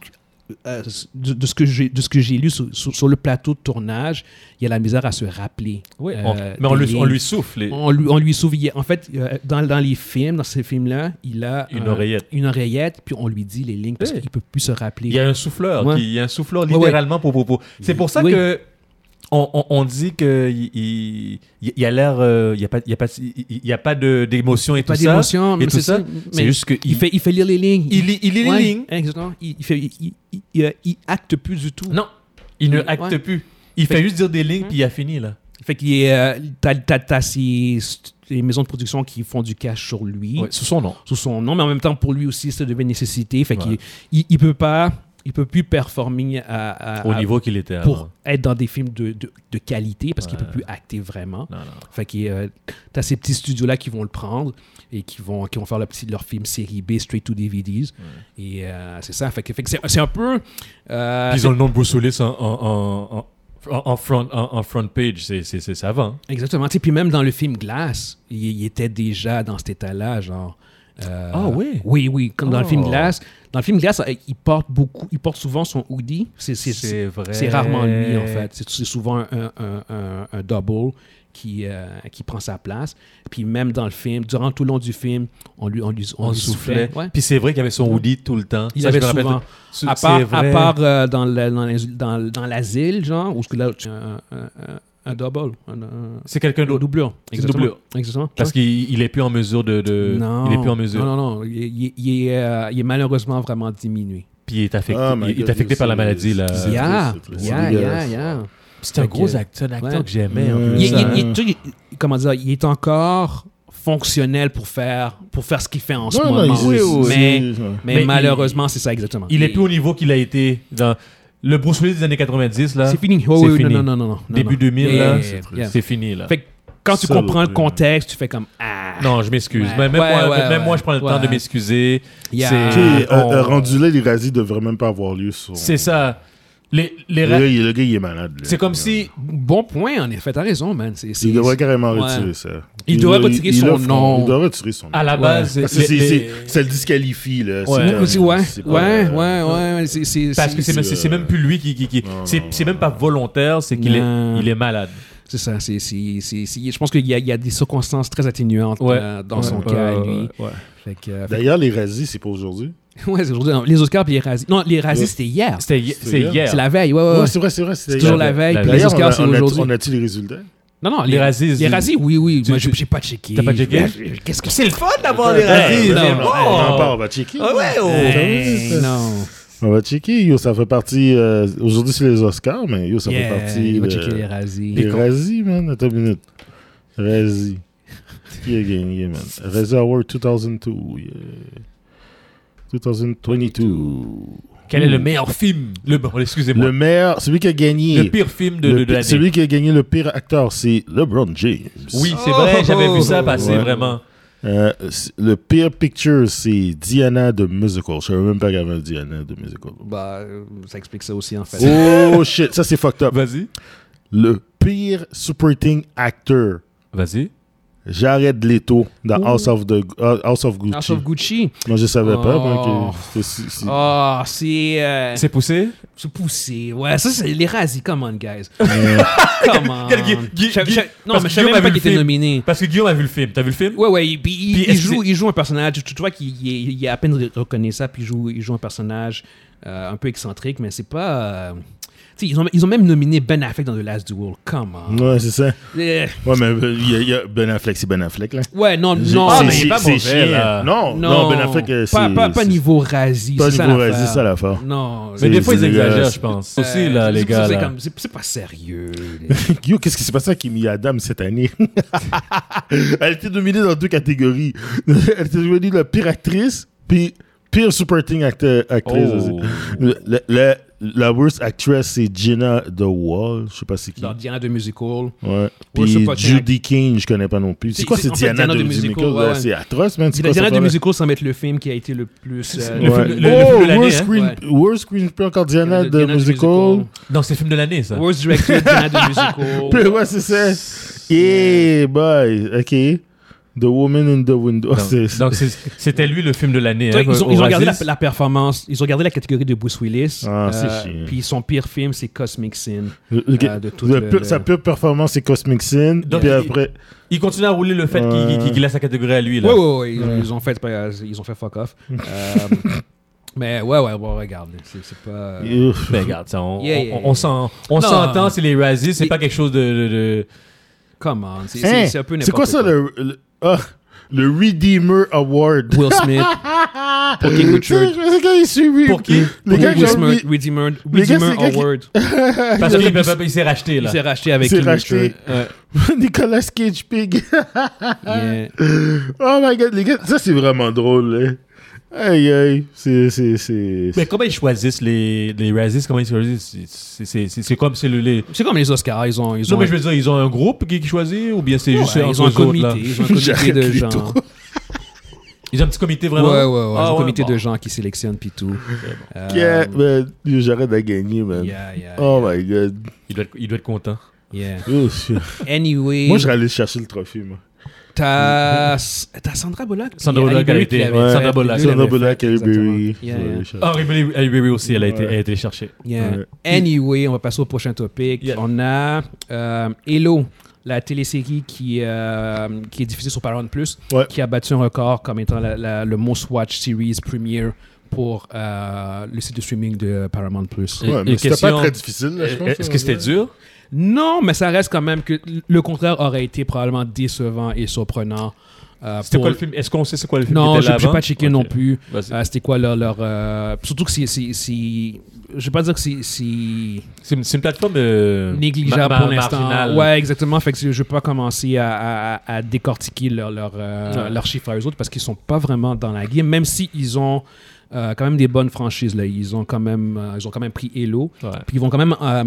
Speaker 1: euh, de, de ce que j'ai de ce que j'ai lu sur, sur- sur le plateau de tournage, il y a la misère à se rappeler.
Speaker 3: Oui,
Speaker 1: euh,
Speaker 3: on- mais on
Speaker 1: des
Speaker 3: lui, on
Speaker 1: liens.
Speaker 3: lui souffle. et-
Speaker 1: on lui on lui souviait. En fait, euh, dans, dans les films, dans ces films là, il a
Speaker 3: Une
Speaker 1: euh,
Speaker 3: oreillette.
Speaker 1: une oreillette, puis on lui dit les lignes parce
Speaker 3: Ouais.
Speaker 1: qu'il peut plus se rappeler.
Speaker 3: Il y a un souffleur.
Speaker 1: Ouais.
Speaker 3: qui- il y a un souffleur
Speaker 1: ouais.
Speaker 3: littéralement pour, pour, pour. C'est pour ça
Speaker 1: Oui.
Speaker 3: que on, on, on dit qu'il il, il, il a l'air. euh, il n'y a, pas- il y a, pas- il- il y a pas de- d'émotion et
Speaker 1: Pas
Speaker 3: tout ça.
Speaker 1: d'émotion, mais
Speaker 3: et tout
Speaker 1: c'est
Speaker 3: ça.
Speaker 1: ça.
Speaker 3: C'est
Speaker 1: Mais
Speaker 3: juste qu'il
Speaker 1: il fait il fait lire les lignes.
Speaker 3: Il lit, il lit
Speaker 1: Ouais,
Speaker 3: les lignes.
Speaker 1: Exactement. Il, il fait il, il- il- il, euh, il acte plus du tout.
Speaker 3: Non, il ne
Speaker 1: Ouais.
Speaker 3: acte plus. Il fait,
Speaker 1: Fait- Hum.
Speaker 3: juste dire des lignes, puis il a fini, là.
Speaker 1: Fait qu'il est. euh, t'as t'as- t'as ces, ces maisons de production qui font du cash sur lui,
Speaker 3: sous son nom.
Speaker 1: sous son nom, mais en même temps, pour lui aussi, ça devait une nécessité. Fait qu'il
Speaker 3: Ouais.
Speaker 1: il, il peut pas. Il peut plus performer à, à-
Speaker 3: Au
Speaker 1: à-
Speaker 3: niveau qu'il était avant.
Speaker 1: Ah, pour être dans des films de, de, de qualité parce qu'il peut
Speaker 3: Ouais.
Speaker 1: plus acter vraiment.
Speaker 3: Non, non.
Speaker 1: Fait que euh, t'as ces petits studios-là qui vont le prendre et qui vont, qui vont faire le petit, leur film série B, straight to DVDs. Et euh, c'est ça. Fait que, fait que c'est c'est un peu. euh,
Speaker 3: Puis ils ont le nom de Bruce Willis en, en, en- en- en front, en, en front page. C'est- C'est c'est savant.
Speaker 1: Exactement. Tu sais, puis même dans le film Glass, il, il était déjà dans cet état-là, genre. euh,
Speaker 3: Ah oui?
Speaker 1: Oui, oui. Comme dans le film
Speaker 3: Oh.
Speaker 1: Glass. Dans le film Glass, euh, il porte beaucoup, il porte souvent son hoodie. C'est- c'est-
Speaker 3: C'est vrai.
Speaker 1: C'est rarement lui,
Speaker 3: Euh,
Speaker 1: en fait. C'est c'est souvent un, un- un- un double qui, euh, qui prend sa place. Puis même dans le film, durant tout le long du film, on lui, on lui, on
Speaker 3: On
Speaker 1: lui
Speaker 3: soufflait.
Speaker 1: Ouais.
Speaker 3: Puis c'est vrai qu'il avait son hoodie tout le temps.
Speaker 1: Il
Speaker 3: Ça, je
Speaker 1: avait
Speaker 3: me rappelle
Speaker 1: souvent.
Speaker 3: tout- C'est-
Speaker 1: À part,
Speaker 3: c'est
Speaker 1: à
Speaker 3: vrai.
Speaker 1: part euh, dans le- dans les- dans- dans l'asile, genre, où ce que là, tu- un, un- un- un double, un- un-
Speaker 3: C'est quelqu'un
Speaker 1: une
Speaker 3: d'autre.
Speaker 1: doublure.
Speaker 3: C'est une doublure.
Speaker 1: Exactement.
Speaker 3: Parce qu'il il est plus en mesure de. de-
Speaker 1: non.
Speaker 3: Il est plus en mesure.
Speaker 1: Non, non, non. Il, il- il est, euh, il est malheureusement vraiment diminué.
Speaker 3: Puis il est affecté,
Speaker 2: Ah, my
Speaker 3: il- il est
Speaker 2: God,
Speaker 3: affecté par la
Speaker 2: c'est-
Speaker 3: maladie, là.
Speaker 2: c'est-
Speaker 1: Yeah,
Speaker 2: triste, c'est triste.
Speaker 1: yeah,
Speaker 2: C'est
Speaker 1: yeah,
Speaker 2: dégueulasse.
Speaker 1: yeah.
Speaker 3: C'est un
Speaker 1: Fait
Speaker 3: gros
Speaker 1: que-
Speaker 3: acteur, un acteur
Speaker 1: ouais.
Speaker 3: que j'aimais. en plus,
Speaker 1: Il, il-
Speaker 3: hein.
Speaker 1: il- tu sais, il- comment dire, il est encore fonctionnel pour faire, pour faire ce qu'il fait en ce
Speaker 2: Ouais, non,
Speaker 1: moment.
Speaker 2: il- Oui, oui,
Speaker 1: mais,
Speaker 2: oui.
Speaker 1: mais
Speaker 3: Mais il-
Speaker 1: malheureusement, c'est ça exactement.
Speaker 3: Il est plus au niveau qu'il a été dans le Bruce Willis des années 90 là.
Speaker 1: C'est fini. Oh,
Speaker 3: C'est
Speaker 1: oui, oui,
Speaker 3: fini.
Speaker 1: Non, non, non, non, non,
Speaker 3: Début
Speaker 1: non.
Speaker 3: 2000
Speaker 1: Yeah,
Speaker 3: là,
Speaker 1: yeah,
Speaker 3: c'est
Speaker 1: yeah.
Speaker 3: triste. c'est fini là.
Speaker 1: Fait que quand tu
Speaker 2: Ça, le
Speaker 1: comprends le
Speaker 2: truc.
Speaker 1: contexte, tu fais comme ah.
Speaker 3: Non, je m'excuse.
Speaker 1: Ouais.
Speaker 3: Mais Même,
Speaker 1: Ouais,
Speaker 3: moi,
Speaker 1: ouais,
Speaker 3: même
Speaker 1: ouais.
Speaker 3: moi, je prends le temps de
Speaker 1: Ouais.
Speaker 3: m'excuser.
Speaker 1: Yeah.
Speaker 3: C'est-
Speaker 2: Tu sais,
Speaker 3: Ah,
Speaker 2: euh, euh,
Speaker 3: on-
Speaker 2: rendu là, les razzies devraient même pas avoir lieu. sur-
Speaker 3: C'est ça. Les, les
Speaker 2: Le
Speaker 3: ra-
Speaker 2: gars, il le gars, il est malade. là.
Speaker 3: c'est comme si
Speaker 1: Bon point en effet. T'as raison, man. C'est- c'est-
Speaker 2: Il devrait carrément
Speaker 1: Ouais.
Speaker 2: retirer ça.
Speaker 1: Il devrait retirer
Speaker 2: il- il
Speaker 1: son
Speaker 2: le font.
Speaker 1: nom.
Speaker 2: Il devrait retirer son nom.
Speaker 3: à la
Speaker 1: Ouais.
Speaker 3: base
Speaker 2: Parce que
Speaker 3: les-
Speaker 2: c'est-
Speaker 3: les-
Speaker 2: c'est- ça le disqualifie, là.
Speaker 3: Ouais.
Speaker 2: comme-
Speaker 1: Ouais, ouais,
Speaker 2: c'est pas,
Speaker 1: ouais, ouais,
Speaker 2: euh,
Speaker 1: ouais. c'est- c'est-
Speaker 3: parce que
Speaker 1: c'est
Speaker 3: c'est même- c'est c'est même plus lui qui, qui, qui-
Speaker 2: Non,
Speaker 3: c'est
Speaker 2: non,
Speaker 3: c'est même pas volontaire, c'est qu'il est
Speaker 1: Non.
Speaker 3: il est malade.
Speaker 1: C'est ça, c'est, c'est, c'est, c'est- je pense qu'il y a, il y a des circonstances très atténuantes
Speaker 3: Ouais.
Speaker 1: euh, dans son
Speaker 3: Ouais,
Speaker 1: cas,
Speaker 3: ouais,
Speaker 1: lui.
Speaker 3: ouais, ouais.
Speaker 1: Fait que, euh, fait-
Speaker 2: D'ailleurs, les razzies, c'est pas aujourd'hui.
Speaker 1: ouais, c'est aujourd'hui, non, les Oscars puis les Razzies. Non, les Razzies,
Speaker 2: Ouais.
Speaker 1: c'était hier.
Speaker 3: C'était hi-
Speaker 2: C'est
Speaker 3: c'est
Speaker 2: hier.
Speaker 3: hier.
Speaker 1: C'est la veille, ouais, ouais, ouais.
Speaker 2: Ouais, c'est vrai, c'est vrai.
Speaker 1: C'est toujours la
Speaker 3: la-
Speaker 1: veille,
Speaker 3: la-
Speaker 1: puis les
Speaker 2: D'ailleurs, on
Speaker 1: Oscars,
Speaker 2: a-
Speaker 1: c'est
Speaker 2: on a-
Speaker 1: aujourd'hui.
Speaker 2: on a-tu les résultats
Speaker 1: Non, non,
Speaker 3: Les Razzies. euh,
Speaker 1: Les Razzies, oui, oui.
Speaker 3: Tu-
Speaker 1: Moi,
Speaker 3: tu-
Speaker 1: j'ai, j'ai pas checké.
Speaker 3: T'as pas checké?
Speaker 1: Je- Qu'est-ce que
Speaker 4: C'est le fun d'avoir les
Speaker 2: Hey,
Speaker 4: radis.
Speaker 2: ben,
Speaker 4: c'est
Speaker 2: ben,
Speaker 4: bon.
Speaker 2: on en parle, on va checker.
Speaker 4: Ah ouais, oh.
Speaker 3: Eh,
Speaker 1: c'est? Non.
Speaker 2: On va checker. Yo, ça fait partie. euh, Aujourd'hui, c'est les Oscars, mais yo, ça
Speaker 1: Yeah,
Speaker 2: fait partie.
Speaker 1: il va
Speaker 2: de-
Speaker 1: checker les Razzies.
Speaker 2: Les Razzies, man. Attends une minute. Razzies. Qui a gagné, man? Razzie Award 2002. yeah. 2022.
Speaker 3: Quel est le meilleur film Le bon, excusez-moi.
Speaker 2: Le
Speaker 3: Le,
Speaker 2: meilleur, celui qui a gagné.
Speaker 3: pire film de,
Speaker 2: le
Speaker 3: de, de
Speaker 2: pi-
Speaker 3: l'année.
Speaker 2: celui qui a gagné le pire acteur, c'est LeBron James.
Speaker 3: Oui, c'est vrai, j'avais vu ça passer
Speaker 2: Ouais.
Speaker 3: vraiment.
Speaker 2: Euh, c- le pire picture, c'est Diana de Musical. Je savais même pas qu'il y avait un Diana de Musical.
Speaker 1: Bah, euh, ça explique ça aussi, en fait.
Speaker 2: Oh shit, ça c'est fucked up.
Speaker 3: Vas-y.
Speaker 2: Le pire supporting actor,
Speaker 3: Vas-y.
Speaker 2: Jared Leto dans House of, the, uh, House of Gucci.
Speaker 1: House of Gucci.
Speaker 2: Moi je savais pas.
Speaker 1: Oh.
Speaker 2: moi, que c'était si- si-
Speaker 1: Oh, c'est. euh,
Speaker 3: Mm. C'est poussé?
Speaker 1: C'est poussé. Ouais, ça, c'est les Razzies. Come on, guys. [LAUGHS] Come on.
Speaker 3: Quel Guy- Guy-
Speaker 1: Je- je-
Speaker 3: Guy-
Speaker 1: non, mais
Speaker 3: parce que
Speaker 1: je savais
Speaker 3: Guillaume
Speaker 1: même
Speaker 3: a
Speaker 1: pas
Speaker 3: vu
Speaker 1: qu'il
Speaker 3: le
Speaker 1: était
Speaker 3: film.
Speaker 1: nominé.
Speaker 3: Parce que Guillaume a vu le film. T'as vu le film?
Speaker 1: Ouais, ouais, il, il-
Speaker 3: Puis
Speaker 1: il
Speaker 3: est-ce
Speaker 1: joue,
Speaker 3: que-
Speaker 1: il joue un personnage. Tu, tu vois qu'il il est, il est à peine reconnaissable, puis il joue, il joue un personnage euh, un peu excentrique, mais c'est pas. euh, tu sais, ils ont, ils ont même nominé Ben Affleck dans The Last Duel. Come on.
Speaker 2: Ouais, c'est ça.
Speaker 1: Euh,
Speaker 2: Ouais, mais euh, il y a- il y a Ben Affleck, c'est Ben Affleck là.
Speaker 1: ouais, non,
Speaker 2: J'ai-
Speaker 1: non.
Speaker 3: Ah,
Speaker 2: c'est-
Speaker 3: mais il est
Speaker 2: c'est-
Speaker 3: pas
Speaker 2: c'est
Speaker 3: mauvais,
Speaker 2: chiant.
Speaker 3: là.
Speaker 2: Non, non,
Speaker 1: non,
Speaker 2: Ben Affleck, euh, c'est.
Speaker 1: pas, pas, pas
Speaker 2: c'est-
Speaker 1: niveau Razzie.
Speaker 2: Pas
Speaker 1: c'est ça
Speaker 2: niveau
Speaker 1: l'affaire.
Speaker 2: Razzie, c'est ça l'affaire.
Speaker 1: Non.
Speaker 3: Mais
Speaker 2: C'est-
Speaker 3: des fois, ils
Speaker 2: c'est dégueulasse.
Speaker 3: exagèrent, je pense. Aussi, là,
Speaker 1: Euh,
Speaker 3: les
Speaker 1: c'est-
Speaker 3: gars.
Speaker 1: c'est
Speaker 3: là.
Speaker 1: comme- C'est c'est pas
Speaker 2: [LAUGHS]
Speaker 1: sérieux.
Speaker 2: Yo, qu'est-ce qui s'est passé à Kimi Adam cette année? [LAUGHS] Elle était dominée dans deux catégories. [LAUGHS] Elle était devenue la pire actrice, puis pire supporting acteur, actrice.
Speaker 3: Oh.
Speaker 2: Le- le- le- la worst actress, c'est Gina The Wall. Je sais pas c'est qui.
Speaker 1: Dans Diana de Musical.
Speaker 2: Ouais.
Speaker 1: Worst
Speaker 2: Puis
Speaker 1: supporting
Speaker 2: Judy King, je connais pas non plus. C'est
Speaker 1: C'est-
Speaker 2: quoi
Speaker 1: c'est-
Speaker 2: c'est
Speaker 1: en fait,
Speaker 2: Diana, de, Musical?
Speaker 1: ouais,
Speaker 2: là?
Speaker 1: ouais.
Speaker 2: C'est atroce, man. C'est quoi
Speaker 1: Diana
Speaker 2: cette
Speaker 1: de
Speaker 2: affaire-là?
Speaker 1: Musical, sans mettre le film qui a été le plus. euh,
Speaker 3: Le film-
Speaker 2: Ouais.
Speaker 3: le- le film de
Speaker 2: oh,
Speaker 3: l'année,
Speaker 2: worst,
Speaker 3: hein.
Speaker 2: screen,
Speaker 1: Ouais.
Speaker 2: worst screenplay encore Diana, de,
Speaker 1: Diana
Speaker 2: musical.
Speaker 3: Non, c'est le film de l'année, ça.
Speaker 1: Worst Director, Diana de Musical.
Speaker 2: Puis, ouais, c'est ça. Yeah, boy. OK. The Woman in the Window. [LAUGHS] C'est-
Speaker 3: Donc,
Speaker 2: c'est-
Speaker 3: donc, c'est- c'était lui le film de l'année.
Speaker 1: Tu vois,
Speaker 3: hein,
Speaker 1: Ils ont,
Speaker 3: au
Speaker 1: ils ont regardé la,
Speaker 3: Razzies.
Speaker 1: la performance, ils ont regardé la catégorie de Bruce Willis. Euh,
Speaker 2: Ah, c'est chiant.
Speaker 1: Puis son pire film, c'est Cosmic Sin.
Speaker 2: OK.
Speaker 1: euh, de tout
Speaker 2: Le
Speaker 1: le-
Speaker 2: pur-
Speaker 1: le-
Speaker 2: Sa pure performance, c'est Cosmic Sin.
Speaker 3: Donc,
Speaker 2: puis
Speaker 3: il-
Speaker 2: après,
Speaker 3: Il continue à rouler le fait qu'il-
Speaker 2: Ouais.
Speaker 3: qu'il qu'il a sa catégorie à lui.
Speaker 1: Ouais,
Speaker 3: Là.
Speaker 1: ouais, ouais, ils, ils ont fait, euh, ils ont fait fuck
Speaker 2: [LAUGHS]
Speaker 1: off. Euh, mais ouais, ouais, bon, regarde. C'est c'est pas.
Speaker 2: Ouf.
Speaker 3: Ben, regarde, ça, on,
Speaker 1: Yeah, yeah,
Speaker 3: on-
Speaker 1: yeah.
Speaker 3: on s'en- on
Speaker 1: Non.
Speaker 3: s'entend, c'est les Razzies, c'est
Speaker 1: Et-
Speaker 3: pas quelque chose de. de- de-
Speaker 1: Comment C'est
Speaker 2: Hein?
Speaker 1: c'est- c'est un peu n'importe
Speaker 2: C'est quoi ça, le, le, ah, le Redeemer Award?
Speaker 1: Will
Speaker 2: [LAUGHS]
Speaker 1: Smith. pour King Richard.
Speaker 2: Tu sais, Les gars, ils suivent.
Speaker 3: Pour qui
Speaker 2: Les gars,
Speaker 1: Will
Speaker 2: j'ai
Speaker 1: Smith,
Speaker 2: oublié.
Speaker 1: Redeemer,
Speaker 2: Les gars,
Speaker 1: Redeemer
Speaker 2: c'est les gars qui- [LAUGHS]
Speaker 1: Award.
Speaker 3: Parce qu'il il s'est racheté,
Speaker 1: Il
Speaker 3: là.
Speaker 1: s'est racheté avec
Speaker 2: Il s'est
Speaker 1: King
Speaker 2: racheté.
Speaker 1: Richard. Ouais.
Speaker 2: [LAUGHS] Nicolas Cage Pig. [LAUGHS]
Speaker 1: Yeah.
Speaker 2: Oh my god, les gars, ça c'est vraiment drôle. hein. Aïe aïe, c'est. c'est- c'est-
Speaker 3: Mais comment ils choisissent les, les Razzies Comment ils choisissent C'est- c'est- C'est c'est- c'est comme. c'est le- les...
Speaker 1: C'est comme les Oscars, ils ont. Ils
Speaker 3: Non,
Speaker 1: ont
Speaker 3: mais je veux dire, ils ont un groupe qui, qui choisit ou bien c'est
Speaker 1: Ouais,
Speaker 3: juste
Speaker 1: ils
Speaker 3: entre
Speaker 1: ont un
Speaker 3: eux autres,
Speaker 1: comité,
Speaker 3: là?
Speaker 1: ils ont un comité
Speaker 2: Jacques
Speaker 1: de
Speaker 2: Lito.
Speaker 1: gens.
Speaker 3: Ils ont un petit comité
Speaker 1: Ouais,
Speaker 3: vraiment.
Speaker 1: ouais, ouais, ils ont
Speaker 3: Ah,
Speaker 1: un comité
Speaker 3: bon.
Speaker 1: de gens qui sélectionnent puis tout. Euh,
Speaker 2: Yeah, man, Ben, yo, J'arrête à gagner, man.
Speaker 1: yeah, yeah,
Speaker 2: Oh my god.
Speaker 3: Il doit, être, il doit être content.
Speaker 1: yeah.
Speaker 2: Ouf.
Speaker 1: Anyway,
Speaker 2: Moi, je aller chercher le trophée, moi.
Speaker 1: t'as t'as Sandra Bullock. puis
Speaker 3: Sandra Bullock,
Speaker 1: Halle Berry
Speaker 3: elle était-
Speaker 1: qui l'avait
Speaker 2: ouais,
Speaker 1: fait,
Speaker 3: Sandra Bullock.
Speaker 1: les deux
Speaker 2: Sandra
Speaker 1: l'avaient
Speaker 2: Bullock,
Speaker 1: fait,
Speaker 2: Halle Berry.
Speaker 1: exactement. Yeah,
Speaker 2: Je vais
Speaker 1: yeah.
Speaker 2: aller chercher.
Speaker 3: Ah, Ribéry Ribéry aussi, elle a été,
Speaker 2: Ouais.
Speaker 3: elle a été cherchée.
Speaker 1: Yeah.
Speaker 2: Ouais.
Speaker 1: Anyway, on va passer au prochain topic.
Speaker 3: Yeah.
Speaker 1: On a euh, Hello, la télésérie qui, euh, qui est diffusée sur Paramount Plus,
Speaker 2: Ouais.
Speaker 1: qui a battu un record comme étant la- la- le most watch series premiere pour euh, le site de streaming de Paramount Plus.
Speaker 3: Et-
Speaker 2: Ouais, mais
Speaker 3: et
Speaker 2: c'était
Speaker 3: question- Eh,
Speaker 2: pas très difficile, là, je pense.
Speaker 3: Est-ce que c'était dur
Speaker 1: Non, mais ça reste quand même que le contraire aurait été probablement décevant et surprenant. euh,
Speaker 3: C'était
Speaker 1: pour-
Speaker 3: quoi le film Est-ce qu'on sait c'est quoi le film
Speaker 1: Non,
Speaker 3: qui était
Speaker 1: je
Speaker 3: là
Speaker 1: n'ai
Speaker 3: avant
Speaker 1: pas checké
Speaker 3: Ok.
Speaker 1: non plus.
Speaker 3: Vas-y.
Speaker 1: Euh, C'était quoi leur. leur, euh, Surtout que c'est. c'est- c'est- Je ne vais pas dire que c'est- c'est.
Speaker 3: C'est une, c'est une plateforme euh,
Speaker 1: négligeable
Speaker 3: ma- ma-
Speaker 1: pour l'instant.
Speaker 3: marginale.
Speaker 1: Ouais, exactement. Fait que je ne vais pas commencer à, à- à- à décortiquer leurs leur, euh,
Speaker 3: Ouais.
Speaker 1: leurs chiffres à eux autres parce qu'ils ne sont pas vraiment dans la game, même s'ils ont euh, quand même des bonnes franchises. Là. Ils, ont quand même, euh, ils ont quand même pris Hello.
Speaker 3: Ouais.
Speaker 1: Puis ils vont quand même. euh,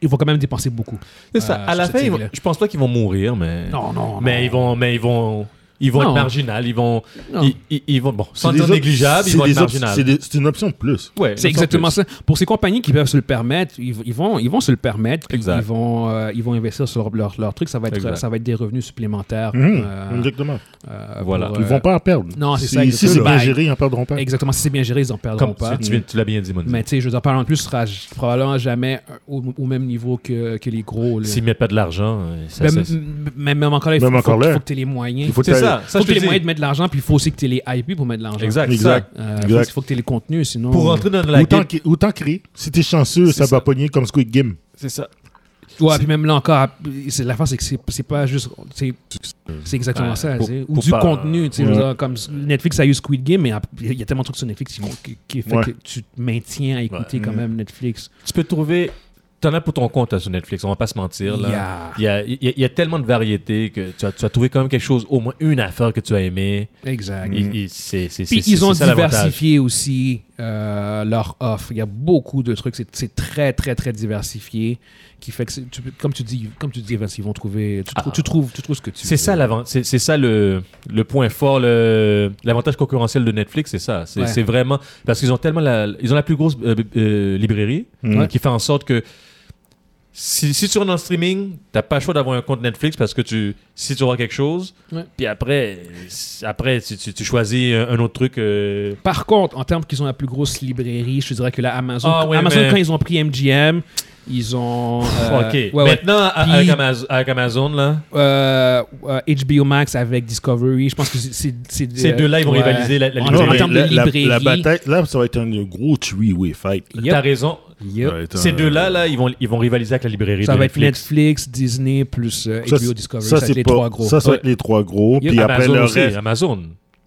Speaker 1: ils vont quand même dépenser beaucoup.
Speaker 3: C'est ça.
Speaker 1: Euh,
Speaker 3: à la
Speaker 1: sur
Speaker 3: fin,
Speaker 1: cette
Speaker 3: ils vont-
Speaker 1: série-là.
Speaker 3: je pense pas qu'ils vont mourir, mais
Speaker 1: Non, non,
Speaker 3: mais
Speaker 1: non.
Speaker 3: ils vont, mais ils vont, ils vont
Speaker 1: Non.
Speaker 3: être marginal. Ils vont,
Speaker 1: Non.
Speaker 3: ils, ils- ils vont bon,
Speaker 2: C'est
Speaker 3: sans
Speaker 2: des
Speaker 3: dire
Speaker 2: op-
Speaker 3: négligeable,
Speaker 2: c'est
Speaker 3: ils vont
Speaker 2: des
Speaker 3: être
Speaker 2: op- c'est
Speaker 3: marginal.
Speaker 2: des- C'est une option de plus.
Speaker 3: Ouais,
Speaker 1: C'est
Speaker 3: sans
Speaker 1: exactement
Speaker 3: plus.
Speaker 1: ça. Pour ces compagnies qui peuvent se le permettre, ils, ils vont, ils vont se le permettre. puis
Speaker 3: Exact.
Speaker 1: Ils vont, euh, ils vont investir sur leur, leur truc. Ça va être,
Speaker 3: Exact.
Speaker 1: ça va être des revenus supplémentaires.
Speaker 2: Mhm,
Speaker 1: euh,
Speaker 2: Exactement.
Speaker 1: euh,
Speaker 3: Voilà.
Speaker 1: pour,
Speaker 2: Ils
Speaker 1: euh,
Speaker 2: vont pas en perdre.
Speaker 1: non, c'est
Speaker 2: Si-
Speaker 1: ça,
Speaker 2: Si c'est
Speaker 1: exactement.
Speaker 2: bien
Speaker 1: Bah,
Speaker 2: géré, ils en perdront pas.
Speaker 1: Exactement. Si c'est bien géré, ils en
Speaker 3: Comme
Speaker 1: perdront pas.
Speaker 3: tu, tu viens- tu l'as bien dit, mon
Speaker 1: Mais tu sais, je veux dire, Paramount Plus sera j- probablement jamais euh, au, au même niveau que, que les gros. là.
Speaker 3: S'ils mettent pas de l'argent, euh, ça,
Speaker 1: Ben,
Speaker 3: ça-
Speaker 1: m- m- mais même encore là, il faut,
Speaker 2: Même encore
Speaker 1: faut-
Speaker 2: là.
Speaker 1: faut que tu aies les moyens.
Speaker 2: Il faut que
Speaker 3: c'est
Speaker 2: t'ailles-
Speaker 3: ça.
Speaker 1: Faut
Speaker 3: Ça,
Speaker 1: que t'aies
Speaker 3: je te
Speaker 1: les
Speaker 3: dis.
Speaker 1: moyens de mettre de l'argent, puis il faut aussi que tu aies les IP pour mettre de l'argent.
Speaker 3: Exact.
Speaker 2: Exact.
Speaker 3: exact.
Speaker 1: Euh,
Speaker 2: Exact.
Speaker 1: faut que tu aies les contenus, sinon.
Speaker 3: Pour rentrer dans la
Speaker 2: Autant,
Speaker 3: game,
Speaker 2: qui- autant créer. Si t'es chanceux,
Speaker 3: C'est
Speaker 2: ça,
Speaker 3: ça.
Speaker 2: va pogner comme Squid Game.
Speaker 3: c'est ça.
Speaker 1: Ouais, puis même là encore, c'est, la fin, c'est que c'est, c'est pas juste. C'est, c'est exactement
Speaker 3: Ouais,
Speaker 1: ça.
Speaker 3: pour-
Speaker 1: c'est- ou
Speaker 3: pour
Speaker 1: du
Speaker 3: pas-
Speaker 1: contenu. tu sais, je veux
Speaker 2: Ouais.
Speaker 1: dire, comme Netflix a eu Squid Game, mais il y a tellement de trucs sur Netflix qui, vont- qui, qui fait
Speaker 2: Ouais.
Speaker 1: que tu te maintiens à écouter
Speaker 3: Mm.
Speaker 1: quand même Netflix.
Speaker 3: Tu peux trouver. T'en as pour ton compte là, sur Netflix, on va pas se mentir. Là.
Speaker 1: Yeah.
Speaker 3: Il y a, il y a- il y a tellement de variétés que tu as, tu as trouvé quand même quelque chose, au moins une affaire que tu as aimée.
Speaker 1: Exact.
Speaker 3: Et- et c'est- c'est-
Speaker 1: Mm. Puis
Speaker 3: c'est-
Speaker 1: ils
Speaker 3: c'est
Speaker 1: ont
Speaker 3: ça l'avantage.
Speaker 1: diversifié aussi euh, leur offre. Il y a beaucoup de trucs. C'est- C'est très, très, très diversifié. Qui fait que, c'est- tu peux- comme tu dis, comme tu dis, Vince, ils vont trouver. Tu, trou-
Speaker 3: Ah.
Speaker 1: tu trouves, tu trouves ce que tu
Speaker 3: C'est ça l'avant- c'est, c'est ça le, le point fort, le, l'avantage concurrentiel de Netflix, c'est ça. C'est,
Speaker 1: Ouais.
Speaker 3: c'est vraiment parce qu'ils ont tellement la, ils ont la plus grosse euh, euh, librairie
Speaker 2: Mhm.
Speaker 1: Ouais.
Speaker 3: qui fait en sorte que si, si tu rentres en streaming, t'as pas le choix d'avoir un compte Netflix parce que tu si tu auras quelque chose,
Speaker 1: Ouais.
Speaker 3: puis après euh, après tu, tu- tu choisis un, un autre truc. euh,
Speaker 1: Par contre, en termes qu'ils ont la plus grosse librairie, je te dirais que là, Amazon,
Speaker 3: Ah ouais,
Speaker 1: Amazon
Speaker 3: mais-
Speaker 1: quand ils ont pris MGM, ils ont. euh,
Speaker 3: ok.
Speaker 1: ouais, ouais.
Speaker 3: Maintenant à-
Speaker 1: Puis-
Speaker 3: avec, Amaz- avec Amazon là,
Speaker 1: Euh, euh, HBO Max avec Discovery, je pense que c'est. c'est- c'est-
Speaker 3: Ces deux-là, ils vont
Speaker 1: ouais.
Speaker 3: rivaliser la- la
Speaker 1: En-
Speaker 3: librairie.
Speaker 1: En, termes de
Speaker 2: la, la-
Speaker 1: librairie.
Speaker 2: la bataille, là, ça va être un gros three-way fight.
Speaker 1: Yep.
Speaker 3: t'as raison.
Speaker 1: Yep.
Speaker 2: Ça va être
Speaker 3: Ces
Speaker 2: un-
Speaker 3: deux-là là, ils vont ils vont rivaliser avec la librairie.
Speaker 1: Ça
Speaker 3: de
Speaker 1: va être Netflix, Disney, plus euh,
Speaker 2: Ça,
Speaker 1: HBO
Speaker 2: c'est-
Speaker 1: Discovery.
Speaker 2: ça,
Speaker 1: Ça, c'est les
Speaker 2: pas-
Speaker 1: trois gros.
Speaker 2: Ça, ça va
Speaker 1: Ouais.
Speaker 2: être les trois gros.
Speaker 1: Yep.
Speaker 2: Puis après,
Speaker 3: Amazon
Speaker 2: le
Speaker 3: Ah, ben, aussi. hein.
Speaker 2: reste.
Speaker 3: Amazon.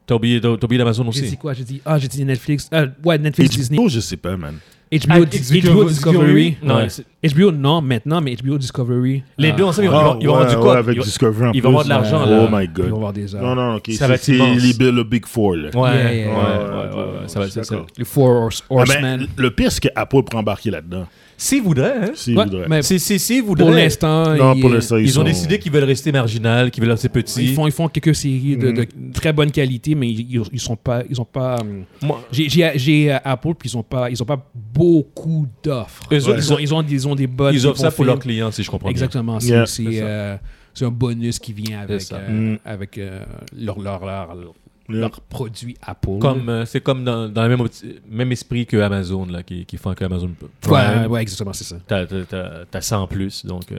Speaker 3: T'as oublié, t'as- t'as oublié d'Amazon
Speaker 1: J'ai dit
Speaker 3: aussi.
Speaker 1: quoi J'ai dit, ah, j'ai dit Netflix. euh, ouais, Netflix, Disney.
Speaker 2: HBO, je sais pas, man.
Speaker 1: HBO,
Speaker 3: Ah,
Speaker 1: Dis- HBO Discovery.
Speaker 3: Non,
Speaker 2: Ouais.
Speaker 3: c'est-
Speaker 1: HBO, non, maintenant, mais HBO Discovery.
Speaker 3: Les
Speaker 1: ah,
Speaker 3: deux ensemble, ils vont-
Speaker 2: Ah,
Speaker 3: ils vont avoir du
Speaker 2: ouais,
Speaker 3: quoi
Speaker 2: ouais, avec
Speaker 3: Ils vont-
Speaker 2: Discovery en
Speaker 3: ils vont avoir de
Speaker 2: plus,
Speaker 3: l'argent,
Speaker 2: ouais.
Speaker 3: là.
Speaker 2: Oh my
Speaker 1: Ils vont
Speaker 2: god.
Speaker 1: avoir des heures.
Speaker 2: Non, non, ok.
Speaker 3: Ça va
Speaker 2: C'est
Speaker 3: être
Speaker 2: c'est
Speaker 3: immense.
Speaker 2: les bi- le Big Four, là.
Speaker 3: Ouais,
Speaker 1: Yeah,
Speaker 3: ouais,
Speaker 1: yeah,
Speaker 3: ouais,
Speaker 2: yeah.
Speaker 3: ouais, ouais, ouais, ça va être
Speaker 2: Je suis
Speaker 3: ça.
Speaker 2: d'accord.
Speaker 1: Les Four Horse-
Speaker 2: Ah, ben,
Speaker 1: Horsemen.
Speaker 2: le pire, c'est qu'Apple pourrait embarquer là-dedans.
Speaker 3: S'ils voudraient, hein.
Speaker 2: S'il
Speaker 1: Ouais,
Speaker 2: voudrait.
Speaker 1: mais
Speaker 3: Si, si, si, ils
Speaker 1: pour
Speaker 3: voudraient.
Speaker 1: l'instant,
Speaker 2: Non,
Speaker 1: il
Speaker 2: pour
Speaker 1: est-
Speaker 2: l'instant,
Speaker 3: Ils ont
Speaker 2: sont-
Speaker 3: décidé qu'ils veulent rester marginal, qu'ils veulent rester petits.
Speaker 1: Ils font, ils font quelques séries de, de très bonne qualité, mais ils, ils sont pas, ils ont pas. hum,
Speaker 3: Moi-
Speaker 1: J'ai- J'ai j'ai, euh, Apple, puis ils ont pas, ils ont pas beaucoup d'offres.
Speaker 3: Eux autres,
Speaker 1: Ils ont, ils ont, des- ils ont des bonnes.
Speaker 3: Ils
Speaker 1: des
Speaker 3: offrent ça
Speaker 1: bons
Speaker 3: pour
Speaker 1: films.
Speaker 3: leurs clients, si je comprends bien.
Speaker 1: Exactement. C'est
Speaker 2: Yeah,
Speaker 1: c'est,
Speaker 3: c'est ça.
Speaker 1: euh, c'est un bonus qui vient avec,
Speaker 3: C'est ça.
Speaker 1: euh,
Speaker 2: Mm.
Speaker 1: avec euh, leur, leur, leur, leur-
Speaker 2: Yeah.
Speaker 1: leur produit Apple.
Speaker 3: Comme, euh, c'est comme dans, dans le même, opti- même esprit que Amazon, là, qui, qui font que Amazon Prime.
Speaker 1: Ouais, ouais, exactement, c'est ça.
Speaker 3: T'as, t'as- t'as- t'as ça en plus, donc euh,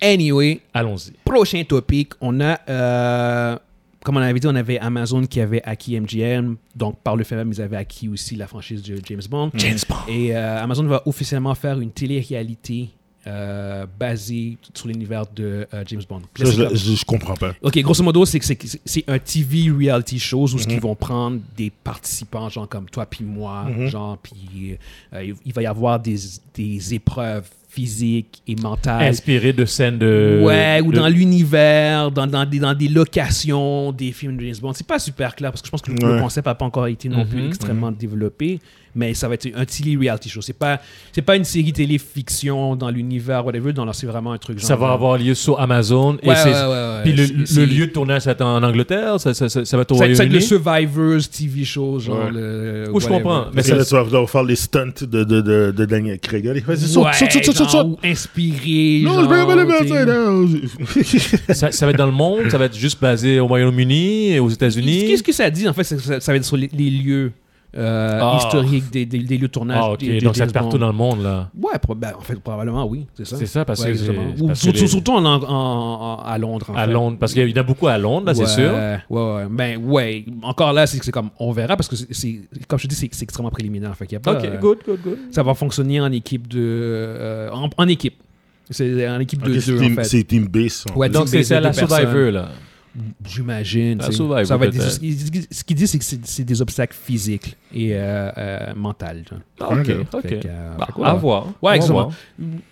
Speaker 1: Anyway,
Speaker 3: allons-y.
Speaker 1: prochain topic, on a, euh, comme on avait dit, on avait Amazon qui avait acquis MGM, donc par le fait même, ils avaient acquis aussi la franchise de James Bond.
Speaker 3: James Bond.
Speaker 1: Et euh, Amazon va officiellement faire une télé-réalité euh, basée sur l'univers de euh, James Bond. Puis
Speaker 2: Ça,
Speaker 1: là, c'est
Speaker 2: je,
Speaker 1: comme-
Speaker 2: je, je comprends pas.
Speaker 1: Ok, grosso modo, c'est que c'est- c'est c'est un TV reality show où ce qu'ils vont prendre des participants, genre comme toi puis moi, genre, puis euh, il- il va y avoir des, des épreuves physiques Ah, et mentales.
Speaker 3: Inspiré de scènes de.
Speaker 1: ouais, ou
Speaker 3: de-
Speaker 1: dans l'univers, dans, dans, des, dans des locations des films de James Bond. C'est pas super clair parce que je pense que le, le
Speaker 2: Ouais.
Speaker 1: concept n'a pas encore été non plus
Speaker 3: Mhm.
Speaker 1: extrêmement développé, mais ça va être un télé-reality show. C'est pas, c'est pas une série télé-fiction dans l'univers, whatever, non, non, c'est vraiment un truc genre.
Speaker 3: Ça va avoir lieu sur Amazon.
Speaker 1: Ouais,
Speaker 3: et c'est,
Speaker 1: ouais, ouais, ouais.
Speaker 3: Puis le,
Speaker 1: C'est-
Speaker 3: le
Speaker 1: c'est-
Speaker 3: lieu de tournage, ça va être en Angleterre, ça, ça, ça, ça va être au
Speaker 1: Ça, va être- ça va être
Speaker 3: Royaume-Uni.
Speaker 1: le Survivors TV show, genre.
Speaker 2: Ouais.
Speaker 1: le-
Speaker 3: Ou je
Speaker 1: whatever.
Speaker 3: comprends, mais
Speaker 2: Parce que
Speaker 3: ça-
Speaker 2: là, tu vas vouloir faire les stunts de, de, de, de Daniel Craig. Allez, vas-y, saute,
Speaker 1: Ouais,
Speaker 2: saute, saute, saute, saute,
Speaker 1: genre,
Speaker 2: saute.
Speaker 1: ou inspiré.
Speaker 2: Non,
Speaker 1: genre,
Speaker 2: je vais pas le
Speaker 1: tu sais.
Speaker 2: mettre.
Speaker 3: [LAUGHS]
Speaker 2: non.
Speaker 3: ça, ça va être dans le monde, ça va être juste basé au Royaume-Uni, et aux États-Unis.
Speaker 1: Qu'est-ce que ça dit en fait c'est que Ça, ça va être sur les, les lieux euh,
Speaker 3: Ah.
Speaker 1: historiques des, des- des lieux de tournage.
Speaker 3: Ah, ok,
Speaker 1: des- des
Speaker 3: donc ça
Speaker 1: James
Speaker 3: se partout
Speaker 1: Bond.
Speaker 3: dans le monde, là.
Speaker 1: Ouais, prob- ben, en fait, probablement, oui, c'est ça.
Speaker 3: C'est ça, parce
Speaker 1: Ouais,
Speaker 3: que. c'est-
Speaker 1: exactement.
Speaker 3: c'est
Speaker 1: Ou
Speaker 3: parce que
Speaker 1: surtout,
Speaker 3: les-
Speaker 1: surtout en, Ang- en- en- à Londres. en
Speaker 3: À
Speaker 1: fait.
Speaker 3: Londres, parce qu'il y en a beaucoup à Londres, là,
Speaker 1: Ouais,
Speaker 3: c'est sûr.
Speaker 1: Ouais, ouais. Ben, ouais. Encore là, c'est c'est comme, on verra, parce que c'est- c'est, comme je te dis, c'est c'est extrêmement préliminaire. Fait qu'il y a pas, euh,
Speaker 3: Ok, good, good, good.
Speaker 1: Ça va fonctionner en équipe de. euh, en, en équipe. C'est en équipe de
Speaker 2: Ok, c'est
Speaker 1: deux, en
Speaker 2: team-
Speaker 1: fait.
Speaker 2: C'est Team Base. ça.
Speaker 1: Ouais,
Speaker 3: Donc
Speaker 1: team
Speaker 3: c'est
Speaker 1: based
Speaker 3: c'est à
Speaker 1: de
Speaker 3: la
Speaker 1: deux personnes.
Speaker 3: Survivor, là.
Speaker 1: J'imagine.
Speaker 3: La
Speaker 1: tu sais.
Speaker 3: Survivor,
Speaker 1: Ça va être des-
Speaker 3: peut-être.
Speaker 1: ils- ils- ce qu'ils disent, c'est que c'est c'est des obstacles physiques et euh, euh, mentales. genre.
Speaker 3: Ah, Ok,
Speaker 2: Ok.
Speaker 3: ok.
Speaker 1: Fait que, euh,
Speaker 3: Bah,
Speaker 1: fait que,
Speaker 3: à voir.
Speaker 1: Ouais,
Speaker 3: On va
Speaker 1: exactement.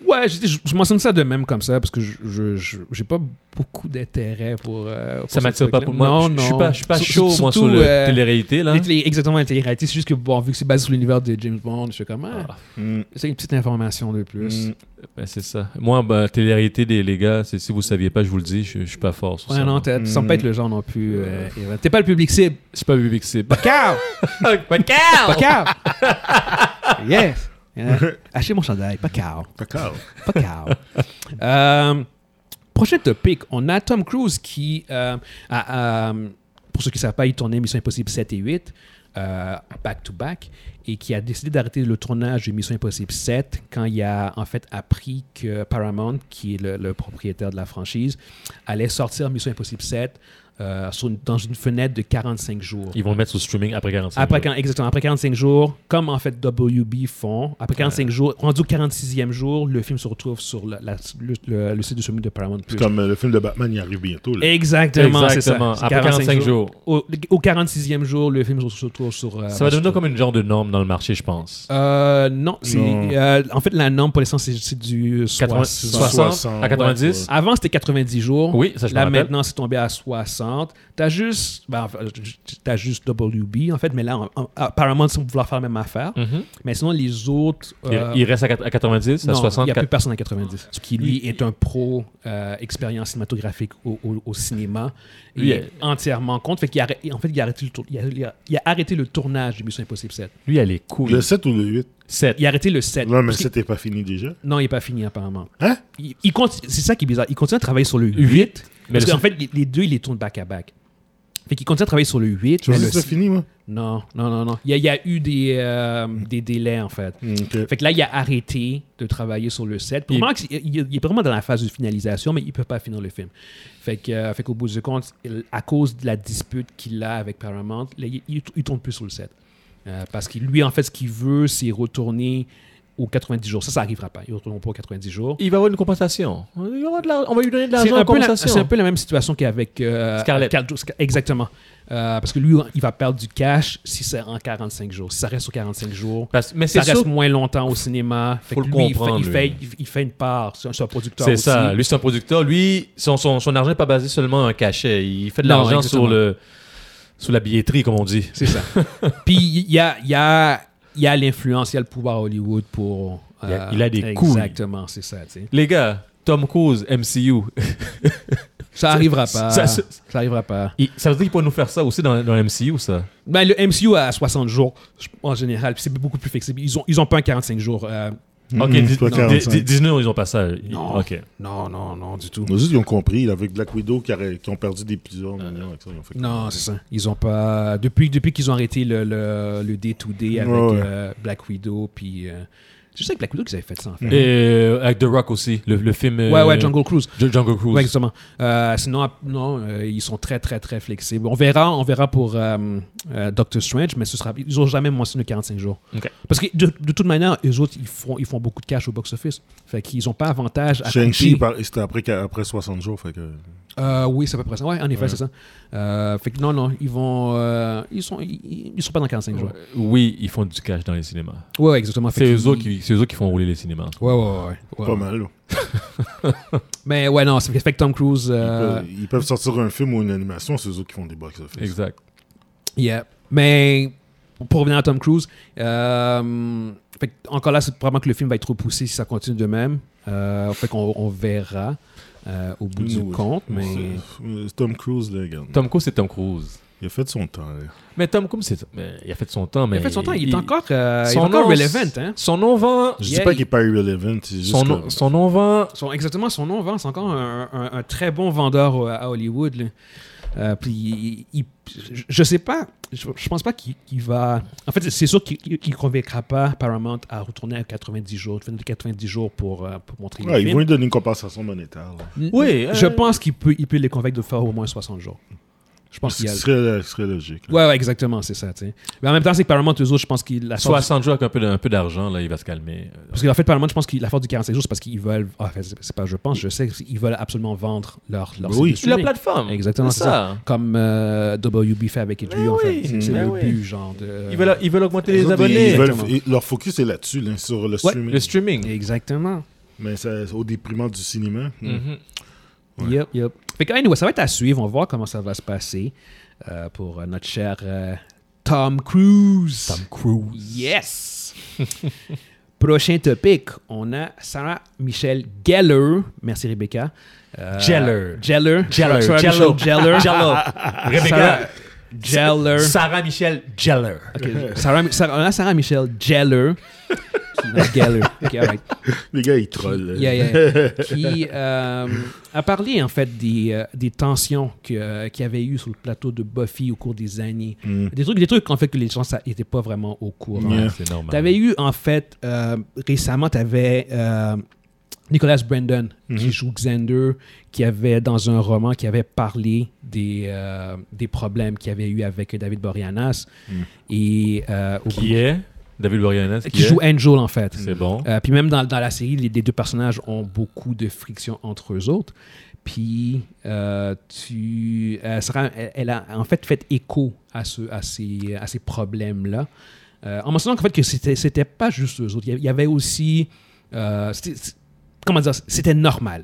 Speaker 3: voir.
Speaker 1: Ouais, je, je- je mentionne ça de même comme ça parce que je je- je- j'ai pas beaucoup d'intérêt pour. euh, pour
Speaker 3: Ça
Speaker 1: ce
Speaker 3: m'attire pas
Speaker 1: truc-là.
Speaker 3: pour moi.
Speaker 1: Non,
Speaker 3: je,
Speaker 1: non.
Speaker 3: je suis pas, je suis pas
Speaker 1: Sur-
Speaker 3: chaud, moi,
Speaker 1: surtout,
Speaker 3: sur le
Speaker 1: euh,
Speaker 3: télé-réalité, là.
Speaker 1: les télé- exactement, la télé-réalité. C'est juste que, bon, vu que c'est basé sur l'univers de James Bond, je suis comme, ah,
Speaker 3: Ah,
Speaker 2: Mm,
Speaker 1: c'est une petite information de plus.
Speaker 2: mm.
Speaker 3: ben, c'est ça. Moi, ben, télé-réalité, des- les gars, c'est- si vous saviez pas, je vous le dis, je, je suis pas fort sur
Speaker 1: Ouais,
Speaker 3: ça. Mm.
Speaker 1: non,
Speaker 3: moi.
Speaker 1: t'as- tu sembles pas être le genre non plus. euh, Evan. T'es pas le public cible.
Speaker 3: Je suis pas public cible.
Speaker 1: Cow!
Speaker 3: Pas de
Speaker 1: Pas cow! yes! Yeah. Achetez mon chandail, pas cow.
Speaker 2: Cacao.
Speaker 1: Pas grave. Euh, prochain topic, on a Tom Cruise qui, euh, a- a, pour ceux qui ne savent pas, il tournait Mission Impossible 7 et 8 euh, back to back et qui a décidé d'arrêter le tournage de Mission Impossible 7 quand il a en fait appris que Paramount, qui est le, le propriétaire de la franchise, allait sortir Mission Impossible 7 euh, sur une- dans une fenêtre de 45 jours.
Speaker 3: Ils vont le mettre sur streaming après 45
Speaker 1: Après,
Speaker 3: jours.
Speaker 1: quand- exactement, après 45 jours, comme en fait WB font, après 45 jours, rendu au 46e jour, le film se retrouve sur la- la- le, le- le site de streaming de Paramount+.
Speaker 2: [LAUGHS] C'est comme euh, le film de Batman, il arrive bientôt. là.
Speaker 1: Exactement, c'est ça.
Speaker 3: Exactement.
Speaker 1: C'est
Speaker 3: Après 45 jours.
Speaker 1: Au, au 46e jour, le film se retrouve Scrolls sur. euh,
Speaker 3: Ça va devenir comme une genre de norme dans le marché, je pense.
Speaker 1: Euh, non, c'est
Speaker 2: Non.
Speaker 1: euh, en fait la norme pour l'instant c'est- c'est du
Speaker 3: 80
Speaker 1: 60.
Speaker 3: 60 à 90.
Speaker 1: Avant c'était 90 jours.
Speaker 3: Oui, ça, je me
Speaker 1: Là
Speaker 3: rappelle.
Speaker 1: maintenant c'est tombé à 60. T'as juste, ben, enfin, t'as juste WB en fait, mais là en- en- apparemment ils vont vouloir faire la même affaire.
Speaker 3: Mhm.
Speaker 1: Mais sinon les autres,
Speaker 3: Il-
Speaker 1: euh,
Speaker 3: Il reste à quat- à 90, à
Speaker 1: non, il
Speaker 3: 60.
Speaker 1: n'y a plus personne à 90. Ce qui lui est un pro euh, expérience cinématographique au, au- au cinéma. Il
Speaker 3: Lui, euh,
Speaker 1: est entièrement contre. Fait qu'il a, arrêt- en fait il a arrêté le tour- il a- il a- il a arrêté le tournage de Mission Impossible 7.
Speaker 3: Lui, elle est
Speaker 2: Le
Speaker 3: cool.
Speaker 2: 7 ou le 8
Speaker 3: 7.
Speaker 1: Il a arrêté le 7.
Speaker 2: Non, mais
Speaker 1: Parce que-
Speaker 2: c'était pas fini déjà.
Speaker 1: non, il n'est pas fini apparemment.
Speaker 2: Hein
Speaker 1: Il, il conti- c'est ça qui est bizarre. Il continue à travailler sur le 8.
Speaker 3: 8. Mais
Speaker 1: parce
Speaker 3: le
Speaker 1: qu'en fait, les, les deux, il les tourne back-à-back. Fait qu'il continue à travailler sur le 8.
Speaker 2: Tu
Speaker 1: mais
Speaker 2: vois,
Speaker 1: le
Speaker 2: c'est
Speaker 1: six-
Speaker 2: fini, moi.
Speaker 1: Non, non, non, non. Il y a, il y a eu des, euh, des délais, en fait.
Speaker 2: Hmm, Ok.
Speaker 1: Fait que là, il a arrêté de travailler sur le 7. Pour
Speaker 3: Il-
Speaker 1: moi, il... il- il est vraiment dans la phase de finalisation, mais il ne peut pas finir le film. Fait que, euh, fait qu'au bout du compte, il- à cause de la dispute qu'il a avec Paramount, là, il, il, il tourne plus sur le 7. Euh, parce que lui, en fait, ce qu'il veut, c'est retourner aux 90 jours. Ça, ça n'arrivera pas. Ils ne retourneront pas aux 90 jours.
Speaker 3: Il va avoir une compensation. Il va avoir de la- On va lui donner de
Speaker 1: C'est
Speaker 3: l'argent
Speaker 1: un,
Speaker 3: en
Speaker 1: peu la-
Speaker 3: compensation.
Speaker 1: c'est un peu la même situation qu'avec euh,
Speaker 3: Scarlett.
Speaker 1: Carl Jo- Sca- exactement. Euh, parce que lui, il va perdre du cash si c'est en 45 jours. Si ça reste aux 45 jours,
Speaker 3: Parce- Mais
Speaker 1: ça
Speaker 3: c'est
Speaker 1: reste
Speaker 3: sûr.
Speaker 1: moins longtemps au cinéma. Fait
Speaker 3: Faut
Speaker 1: que
Speaker 3: le
Speaker 1: lui, il fait-
Speaker 3: comprendre,
Speaker 1: Il fait,
Speaker 3: lui.
Speaker 1: il, il fait une part. C'est un, c'est un producteur
Speaker 3: C'est
Speaker 1: aussi.
Speaker 3: ça. Lui, c'est un producteur. Lui, son, son, son argent n'est pas basé seulement sur un cachet. Il fait de
Speaker 1: Non,
Speaker 3: l'argent
Speaker 1: exactement.
Speaker 3: sur, le, sur la billetterie, comme on dit.
Speaker 1: C'est
Speaker 3: [LAUGHS]
Speaker 1: ça. Puis il y a, il y a, il y a l'influence, il y a le pouvoir à Hollywood pour. euh,
Speaker 3: Il a- il a des couilles.
Speaker 1: Exactement, c'est ça. tu sais.
Speaker 3: Les gars, Tom Cruise, MCU.
Speaker 1: Ça arrivera pas.
Speaker 3: ça-
Speaker 1: Ça,
Speaker 3: ça-
Speaker 1: arrivera pas.
Speaker 3: Il- ça veut dire qu'il pourrait nous faire ça aussi dans, dans le MCU, ça.
Speaker 1: Ben, le MCU a 60 jours je- en général. puis C'est beaucoup plus flexible. Ils ont, ils ont pas un 45 jours. euh,
Speaker 3: Ok,
Speaker 2: Mhm,
Speaker 3: dis-
Speaker 2: toi,
Speaker 3: non,
Speaker 2: 45.
Speaker 3: dis- dis- dis-nous, ils ont pas ça. Ils-
Speaker 1: Non.
Speaker 3: Ok.
Speaker 1: Non, non, non, du tout.
Speaker 2: Nous autres, ils ont compris, là, avec Black Widow, qui, arrêt- qui ont perdu des plusieurs millions avec ça. Ils ont fait euh,
Speaker 1: Non, c'est ça. Ils ont pas. Depuis, depuis qu'ils ont arrêté le, le, le day-to-day avec
Speaker 2: Ouais, ouais.
Speaker 1: euh, Black Widow, puis. euh, je sais que Black Widow, qu'ils avaient fait ça, en fait.
Speaker 3: Et euh, avec The Rock aussi, le, le film.
Speaker 1: Mhm. Ouais,
Speaker 3: euh,
Speaker 1: ouais, Jungle Cruise.
Speaker 3: Ju- Jungle Cruise.
Speaker 1: Ouais, exactement. Euh, sinon, ap- non, euh, ils sont très, très, très flexibles. On verra, on verra pour euh, euh, Doctor Strange, mais ce sera, ils n'ont jamais mentionné 45 jours.
Speaker 3: Ok.
Speaker 1: Parce que de, de toute manière, eux autres, ils font, ils font beaucoup de cash au box-office. Fait qu'ils n'ont pas avantage à.
Speaker 2: Shang-Chi,
Speaker 1: couper.
Speaker 2: par- c'était après, qu'à- après 60 jours. Fait que...
Speaker 1: Euh, oui, c'est à peu près ça. Ouais, en effet,
Speaker 2: Ouais.
Speaker 1: c'est ça. Euh, fait que non, non, ils vont. euh, ils sont, ils, ils sont pas dans 45 jours.
Speaker 3: Oui, ils font du cash dans les cinémas.
Speaker 1: Ouais, ouais, exactement. Fait
Speaker 3: C'est
Speaker 1: qu'ils-
Speaker 3: eux, autres qui, c'est eux autres qui font rouler les cinémas.
Speaker 1: Ouais, ouais, ouais, ouais.
Speaker 2: Pas
Speaker 1: Ouais.
Speaker 2: mal, là.
Speaker 1: Mais ouais, non, ça fait que Tom Cruise.
Speaker 2: Ils,
Speaker 1: euh,
Speaker 2: peuvent, ils peuvent sortir un film ou une animation, c'est eux autres qui font des box-office.
Speaker 3: Exact.
Speaker 1: yeah. Mais pour revenir à Tom Cruise, euh, fait que encore là, c'est probablement que le film va être repoussé si ça continue de même. Euh, fait qu'on on verra euh, au bout du
Speaker 2: Nous,
Speaker 1: compte.
Speaker 2: c'est-
Speaker 1: Mais
Speaker 2: c'est Tom Cruise, là, regarde.
Speaker 3: Tom Cruise, c'est Tom Cruise.
Speaker 2: Il a fait son temps, là.
Speaker 3: Mais Tom Cruise, c'est- mais il a fait son temps. Mais
Speaker 1: en fait, son temps, il est encore, euh, il est
Speaker 3: son
Speaker 1: encore
Speaker 3: nom,
Speaker 1: relevant. Hein?
Speaker 3: Son nom vend.
Speaker 2: Je
Speaker 1: Yeah,
Speaker 2: dis pas
Speaker 1: il-
Speaker 2: qu'il est pas irrelevant, c'est juste
Speaker 3: Son,
Speaker 2: que-
Speaker 3: nom- son nom vend.
Speaker 1: Son- exactement, son nom vend. C'est encore un, un- un très bon vendeur au- à Hollywood. là. Euh, puis, il- il- je- je sais pas, je, je pense pas qu'il qu'il va. En fait, c'est sûr qu'il ne convaincra pas Paramount à retourner à 90 jours, de 90 jours pour, euh, pour montrer
Speaker 2: Ouais,
Speaker 1: le
Speaker 2: ils
Speaker 1: film.
Speaker 2: vont lui donner une compensation monétaire. là.
Speaker 1: N-
Speaker 3: Oui,
Speaker 1: Je
Speaker 3: euh,
Speaker 1: pense qu'il peut, il peut les convaincre de faire au moins 60 jours. Je pense
Speaker 2: Ce
Speaker 1: qu'il
Speaker 2: qui
Speaker 1: y a.
Speaker 2: serait, ce serait logique. là.
Speaker 1: Ouais, ouais, exactement, c'est ça. tu sais. Mais en même temps, c'est que Paramount, eux autres, je pense qu'il la sorte-
Speaker 3: 60 euh, jours avec un peu, de- un peu d'argent, là, il va se calmer.
Speaker 1: Parce qu'en fait, Parlement, je pense qu'il la force du 45 jours, c'est parce qu'ils veulent. ah, enfin, c'est c'est pas, je pense, je sais, ils veulent absolument vendre leur. leur
Speaker 2: Ben
Speaker 1: service
Speaker 2: oui.
Speaker 1: de
Speaker 3: La
Speaker 1: streaming.
Speaker 3: plateforme.
Speaker 1: Exactement,
Speaker 3: c'est
Speaker 1: c'est
Speaker 3: ça.
Speaker 1: Comme euh, WB fait avec HBO,
Speaker 3: Ben
Speaker 1: en fait.
Speaker 3: oui,
Speaker 1: C'est- C'est
Speaker 3: ben
Speaker 1: le
Speaker 3: oui.
Speaker 1: but, genre. De...
Speaker 3: Ils veulent, ils veulent augmenter
Speaker 2: Les
Speaker 3: les,
Speaker 2: autres,
Speaker 3: abonnés.
Speaker 2: ils veulent-
Speaker 1: Exactement.
Speaker 2: et leur focus est là-dessus, là, sur le streaming.
Speaker 3: Le streaming.
Speaker 1: Exactement.
Speaker 2: Mais c'est au déprimant du cinéma.
Speaker 3: Mhm.
Speaker 2: Ouais.
Speaker 1: Yep, yep. Fait que, anyway, ça va être à suivre. On va voir comment ça va se passer euh, pour euh, notre cher euh, Tom Cruise.
Speaker 3: Tom Cruise.
Speaker 1: Yes! [LAUGHS] Prochain topic, on a Sarah Michelle Geller. Merci, Rebecca. Euh,
Speaker 3: Geller.
Speaker 1: Geller.
Speaker 3: Geller.
Speaker 1: Sarah
Speaker 3: Jello.
Speaker 1: Michelle Geller. [LAUGHS]
Speaker 3: Jello.
Speaker 1: Sarah
Speaker 3: [LAUGHS] Rebecca.
Speaker 1: Geller.
Speaker 3: Sarah Michelle Geller.
Speaker 1: Ok, Sarah, Sarah, on a Sarah Michelle
Speaker 3: [LAUGHS]
Speaker 1: Geller. Non, Geller. Ok, all right.
Speaker 2: Les gars, ils trollent. là.
Speaker 1: Yeah, yeah, yeah. Qui euh, a parlé en fait des, euh, des tensions que, euh, qu'il y avait eu sur le plateau de Buffy au cours des années.
Speaker 2: Mm.
Speaker 1: Des trucs, des trucs en fait que les gens n'étaient pas vraiment au courant.
Speaker 2: Yeah.
Speaker 3: C'est normal.
Speaker 1: T'avais eu, en fait, euh, récemment, t'avais euh, Nicholas Brandon, qui joue Xander, qui avait, dans un roman, qui avait parlé des, euh, des problèmes qu'il avait eu avec David Boreanaz. Et, euh, au-
Speaker 3: Qui Mm. est David Boreanaz.
Speaker 1: qui joue Angel, en fait.
Speaker 3: C'est bon.
Speaker 1: Euh, puis même dans, dans la série, les, les deux personnages ont beaucoup de friction entre eux autres. Puis, euh, tu, elle, se rend- elle- elle a en fait fait écho à, ce- à ces, à ces problèmes-là. Euh, en mentionnant qu'en fait que c'était c'était pas juste eux autres. Il y a- il y avait aussi. euh, c'était- c'est- comment dire C'était normal.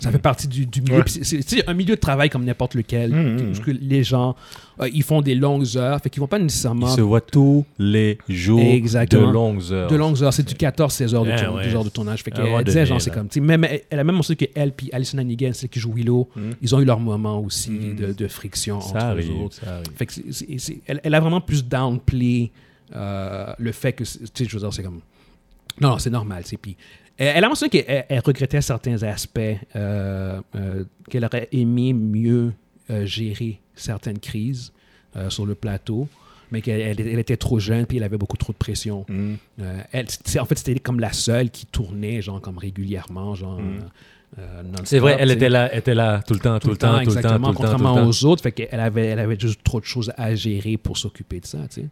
Speaker 1: Ça fait partie du, du milieu.
Speaker 2: Ouais.
Speaker 1: Puis c'est- C'est c'est un milieu de travail comme n'importe lequel.
Speaker 2: Mhm, mhm.
Speaker 1: Parce que les gens, euh, ils font des longues heures. Fait qu'ils vont pas
Speaker 3: Ils
Speaker 1: nécessairement
Speaker 3: se voient tous les jours
Speaker 1: Exactement.
Speaker 3: de longues heures.
Speaker 1: de longues heures, c'est du 14-16 heures de,
Speaker 3: Ah
Speaker 1: tour-
Speaker 3: ouais.
Speaker 1: des heures de tournage. Fait
Speaker 3: À
Speaker 1: que
Speaker 3: un moment
Speaker 1: elle disait,
Speaker 3: donné,
Speaker 1: genre, c'est
Speaker 3: là.
Speaker 1: comme. tu sais, Même, elle- elle a même montré que elle puis Alison Hannigan, celle qui joue Willow, ils ont eu leur moment aussi de, de friction entre
Speaker 3: Mm. Ça arrive,
Speaker 1: eux autres.
Speaker 3: ça arrive.
Speaker 1: Fait que c'est- c'est- c'est- elle, elle a vraiment plus downplay euh, le fait que. c'est- Tu sais, je veux dire, c'est comme. Non, non, c'est normal. c'est Puis, elle, elle a mentionné qu'elle elle- elle regrettait certains aspects, euh, euh, qu'elle aurait aimé mieux euh, gérer certaines crises euh, sur le plateau, mais qu'elle elle- elle était trop jeune, puis elle avait beaucoup trop de pression. Euh, elle, c'est- en fait, c'était comme la seule qui tournait, genre, comme régulièrement, genre. euh, euh, non-stop,
Speaker 3: C'est vrai,
Speaker 1: tu
Speaker 3: elle
Speaker 1: sais
Speaker 3: était là, elle était là tout le temps, tout le temps, tout le temps,
Speaker 1: exactement,
Speaker 3: tout le temps, tout
Speaker 1: contrairement
Speaker 3: le temps.
Speaker 1: aux autres. Fait qu'elle avait, elle avait juste trop de choses à gérer pour s'occuper de ça, tu sais.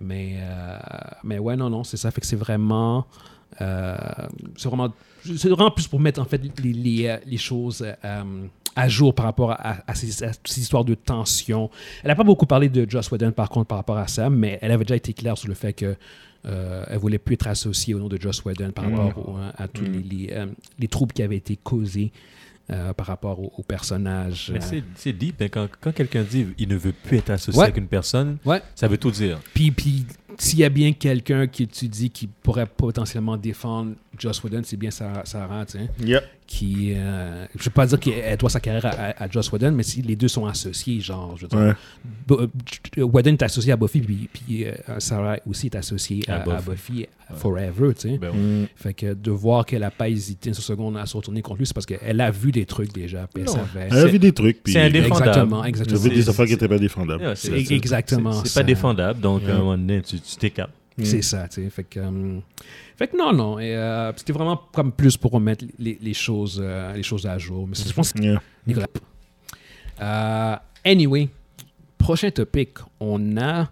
Speaker 1: Mais, euh, mais ouais, non, non, c'est ça. Fait que c'est vraiment... euh, c'est vraiment... C'est vraiment plus pour mettre, en fait, les, les, euh, les choses euh, à jour par rapport à, à ces, à ces histoires de tension. Elle n'a pas beaucoup parlé de Joss Whedon, par contre, par rapport à ça, mais elle avait déjà été claire sur le fait que euh, elle voulait plus être associée au nom de Joss Whedon
Speaker 3: Mm.
Speaker 1: par rapport au- à tous les, les, euh, les troubles qui avaient été causés euh, par rapport au, au personnage.
Speaker 3: Mais
Speaker 1: euh.
Speaker 3: c'est- c'est deep. hein, Quand, quand quelqu'un dit il ne veut plus être associé
Speaker 1: Ouais.
Speaker 3: avec une personne,
Speaker 1: Ouais.
Speaker 3: ça veut tout dire.
Speaker 1: Puis, puis s'il y a bien quelqu'un qui tu dis qui pourrait potentiellement défendre Joss Whedon, c'est bien Sarah, Sarah tu sais,
Speaker 2: Yep.
Speaker 1: qui euh, je veux pas dire qu'elle doit sa carrière à, à- à Joss Whedon, mais si les deux sont associés, genre, je veux dire,
Speaker 2: Ouais.
Speaker 1: Bo- euh, J- Whedon est associé à Buffy, puis, puis, euh, Sarah aussi est associée à,
Speaker 3: À
Speaker 1: à Buffy, forever, tu sais.
Speaker 3: Ben oui.
Speaker 2: Mm.
Speaker 1: Fait que de voir qu'elle a pas hésité une seconde à se retourner contre lui, c'est parce qu'elle a vu des trucs déjà, puis elle
Speaker 3: Non.
Speaker 1: savait.
Speaker 2: Elle a
Speaker 3: C'est-
Speaker 2: vu des trucs, puis
Speaker 3: c'est
Speaker 2: elle
Speaker 3: indéfendable.
Speaker 1: Exactement,
Speaker 2: a vu
Speaker 1: exactement.
Speaker 2: des
Speaker 3: C'est-
Speaker 2: affaires qui
Speaker 3: c'est-
Speaker 2: n'étaient pas défendables.
Speaker 3: Ouais, c'est-
Speaker 1: c'est-
Speaker 3: c'est-
Speaker 1: exactement
Speaker 3: c'est- C'est
Speaker 1: ça.
Speaker 3: pas défendable, donc
Speaker 1: Ouais.
Speaker 3: à un moment donné, tu tu t'écartes.
Speaker 1: C'est ça, tu sais. Fait que, euh, fait que non, non. Et, euh, c'était vraiment comme plus pour remettre les, les choses, euh, les choses à jour. Mais c'est- je pense que
Speaker 2: Yeah.
Speaker 3: Mm.
Speaker 1: Nicolas. Euh, anyway, prochain topic, on a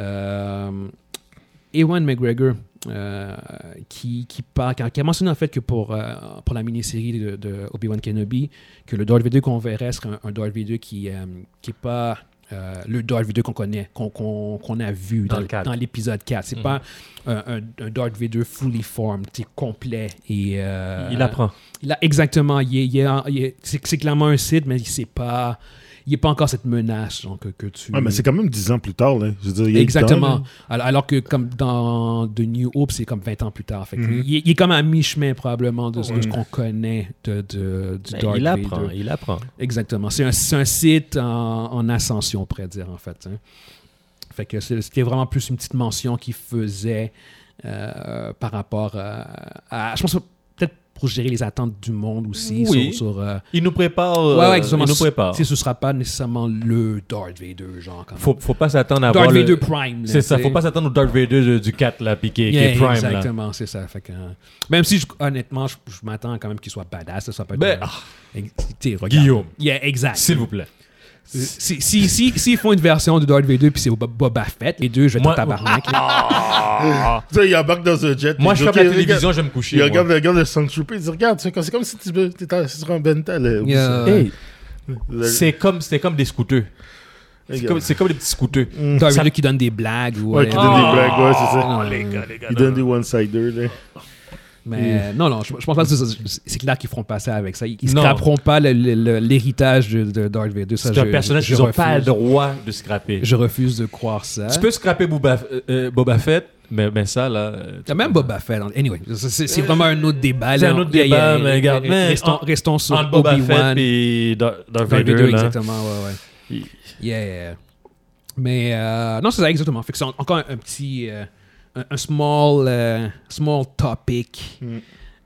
Speaker 1: euh, Ewan McGregor euh, qui, qui, parle, qui, a, qui a mentionné en fait que pour, euh, pour la mini-série de, de Obi-Wan Kenobi, que le Darth Vader qu'on verrait serait un, un Darth Vader qui n'est qui est pas euh, le Darth Vader qu'on connaît, qu'on qu'on- qu'on a vu
Speaker 3: Dans
Speaker 1: dans,
Speaker 3: le Mm. cadre.
Speaker 1: dans l'épisode 4. C'est pas un, un- un Darth Vader fully formed, c'est complet. Et, euh,
Speaker 3: Il apprend.
Speaker 1: il a- exactement. Il est- il est en- il est- c'est, c'est clairement un site, mais il sait pas. Il n'est pas encore cette menace genre, que, que tu.
Speaker 2: Ouais, mais c'est quand même 10 ans plus tard, là. Je veux dire, il y a eu le temps,
Speaker 1: Exactement.
Speaker 2: là.
Speaker 1: Alors, alors que comme dans The New Hope, c'est comme 20 ans plus tard. Fait que
Speaker 2: Mm-hmm.
Speaker 1: il, est- il est comme à mi-chemin probablement de, ce- de ce qu'on connaît de, de- du
Speaker 3: Ben,
Speaker 1: Dark
Speaker 3: il apprend, il apprend.
Speaker 1: Exactement. C'est un, c'est un site en, en ascension, on pourrait dire, en fait. hein. Fait que c'est- c'était vraiment plus une petite mention qu'il faisait euh, par rapport euh, à. Je pense que peut-être pour gérer les attentes du monde aussi
Speaker 3: Oui.
Speaker 1: sur. sur, euh,
Speaker 3: Il nous prépare.
Speaker 1: ouais,
Speaker 3: euh,
Speaker 1: ouais, exactement.
Speaker 3: Il nous
Speaker 1: C'est-
Speaker 3: prépare.
Speaker 1: tu sais, Ce sera pas nécessairement le Darth Vader, genre. Comme
Speaker 3: Faut, faut pas s'attendre à
Speaker 1: Darth
Speaker 3: voir le-
Speaker 1: Vader Prime. là,
Speaker 3: C'est ça,
Speaker 1: tu sais.
Speaker 3: faut pas s'attendre au Darth Vader de- du 4 là, puis qui est, qui est
Speaker 1: Yeah,
Speaker 3: Prime là.
Speaker 1: Exactement, c'est ça. Fait que, euh, même si, je- honnêtement, je, je m'attends quand même qu'il soit badass. Ça, ça peut être.
Speaker 3: Ben,
Speaker 1: euh, ex- tu sais, regarde.
Speaker 3: Guillaume.
Speaker 1: Yeah, exact. Euh,
Speaker 3: S'il vous plaît.
Speaker 1: Si, si, si, s'ils font une version de Darth Vader puis c'est Bob- Boba Fett, les deux, je vais être
Speaker 3: Moi-
Speaker 1: en tabarnak. là.
Speaker 2: [LAUGHS] Tu sais, il embarque dans un jet.
Speaker 3: Moi,
Speaker 2: il dit,
Speaker 3: je ferme
Speaker 2: OK,
Speaker 3: la
Speaker 2: regarde-
Speaker 3: télévision, je vais me coucher.
Speaker 2: Il
Speaker 3: moi.
Speaker 2: regarde, il regarde le Stormtrooper, il dit Regarde, c'est comme, c'est comme si tu étais sur un Bentel. là.
Speaker 1: Yeah.
Speaker 3: Hey,
Speaker 2: Le-
Speaker 3: c'est comme, c'est comme des scooters. C'est
Speaker 2: Regarde.
Speaker 3: comme, c'est comme des petits scooters. Ah.
Speaker 1: Darth
Speaker 3: Ça-
Speaker 1: Vader qui donne des blagues. ou euh,
Speaker 2: Ouais, qui
Speaker 1: whatever.
Speaker 2: donne des blagues, ouais, c'est ça.
Speaker 1: Non, les gars,
Speaker 2: Il donne des one-siders, là.
Speaker 1: Mais euh, non, non, je, je pense pas que c'est ça. c'est clair qu'ils feront pas ça avec ça. Ils ne
Speaker 3: Non.
Speaker 1: scraperont pas le- le- le- l'héritage de, de Darth Vader. Ça,
Speaker 3: C'est un
Speaker 1: je-
Speaker 3: personnage
Speaker 1: je
Speaker 3: qu'ils n'ont
Speaker 1: refuse.
Speaker 3: pas le droit de scraper.
Speaker 1: Je refuse de croire ça.
Speaker 3: Tu peux scraper Boba, euh, euh, Boba Fett, mais, mais ça, là. euh,
Speaker 1: T'as même Boba Fett. en- Anyway, c'est- c'est c'est vraiment un autre débat.
Speaker 3: C'est
Speaker 1: là.
Speaker 3: un autre
Speaker 1: Yeah,
Speaker 3: débat,
Speaker 1: yeah,
Speaker 3: mais
Speaker 1: yeah,
Speaker 3: regarde,
Speaker 1: yeah,
Speaker 3: mais
Speaker 1: Restons,
Speaker 3: en-
Speaker 1: restons sur
Speaker 3: entre Boba Fett
Speaker 1: Obi-Wan.
Speaker 3: et Dar- Darth
Speaker 1: Darth
Speaker 3: Vader,
Speaker 1: Vader,
Speaker 3: là.
Speaker 1: exactement, ouais, ouais. Yeah, yeah, yeah. Mais euh, non, c'est ça, exactement. Fait que c'est en- encore un, un petit. euh, un, un small, euh, small topic.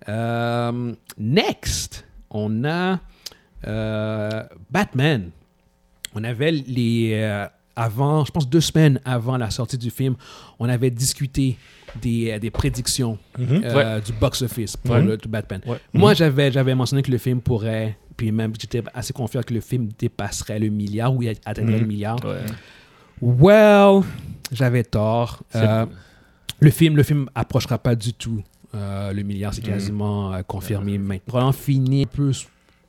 Speaker 1: Euh, next, on a euh, Batman. On avait les. euh, avant, je pense deux semaines avant la sortie du film, on avait discuté des, euh, des prédictions euh, du box-office pour le de Batman.
Speaker 3: Ouais.
Speaker 1: Moi, j'avais j'avais mentionné que le film pourrait, puis même j'étais assez confiant que le film dépasserait le milliard ou il atteindrait
Speaker 3: Mhm.
Speaker 1: le milliard.
Speaker 3: Ah.
Speaker 1: Well, j'avais tort. Euh, le film, le film approchera
Speaker 3: Mhm. Euh.
Speaker 1: pas du tout euh, le milliard. C'est quasiment euh, confirmé maintenant. Probablement fini un peu s-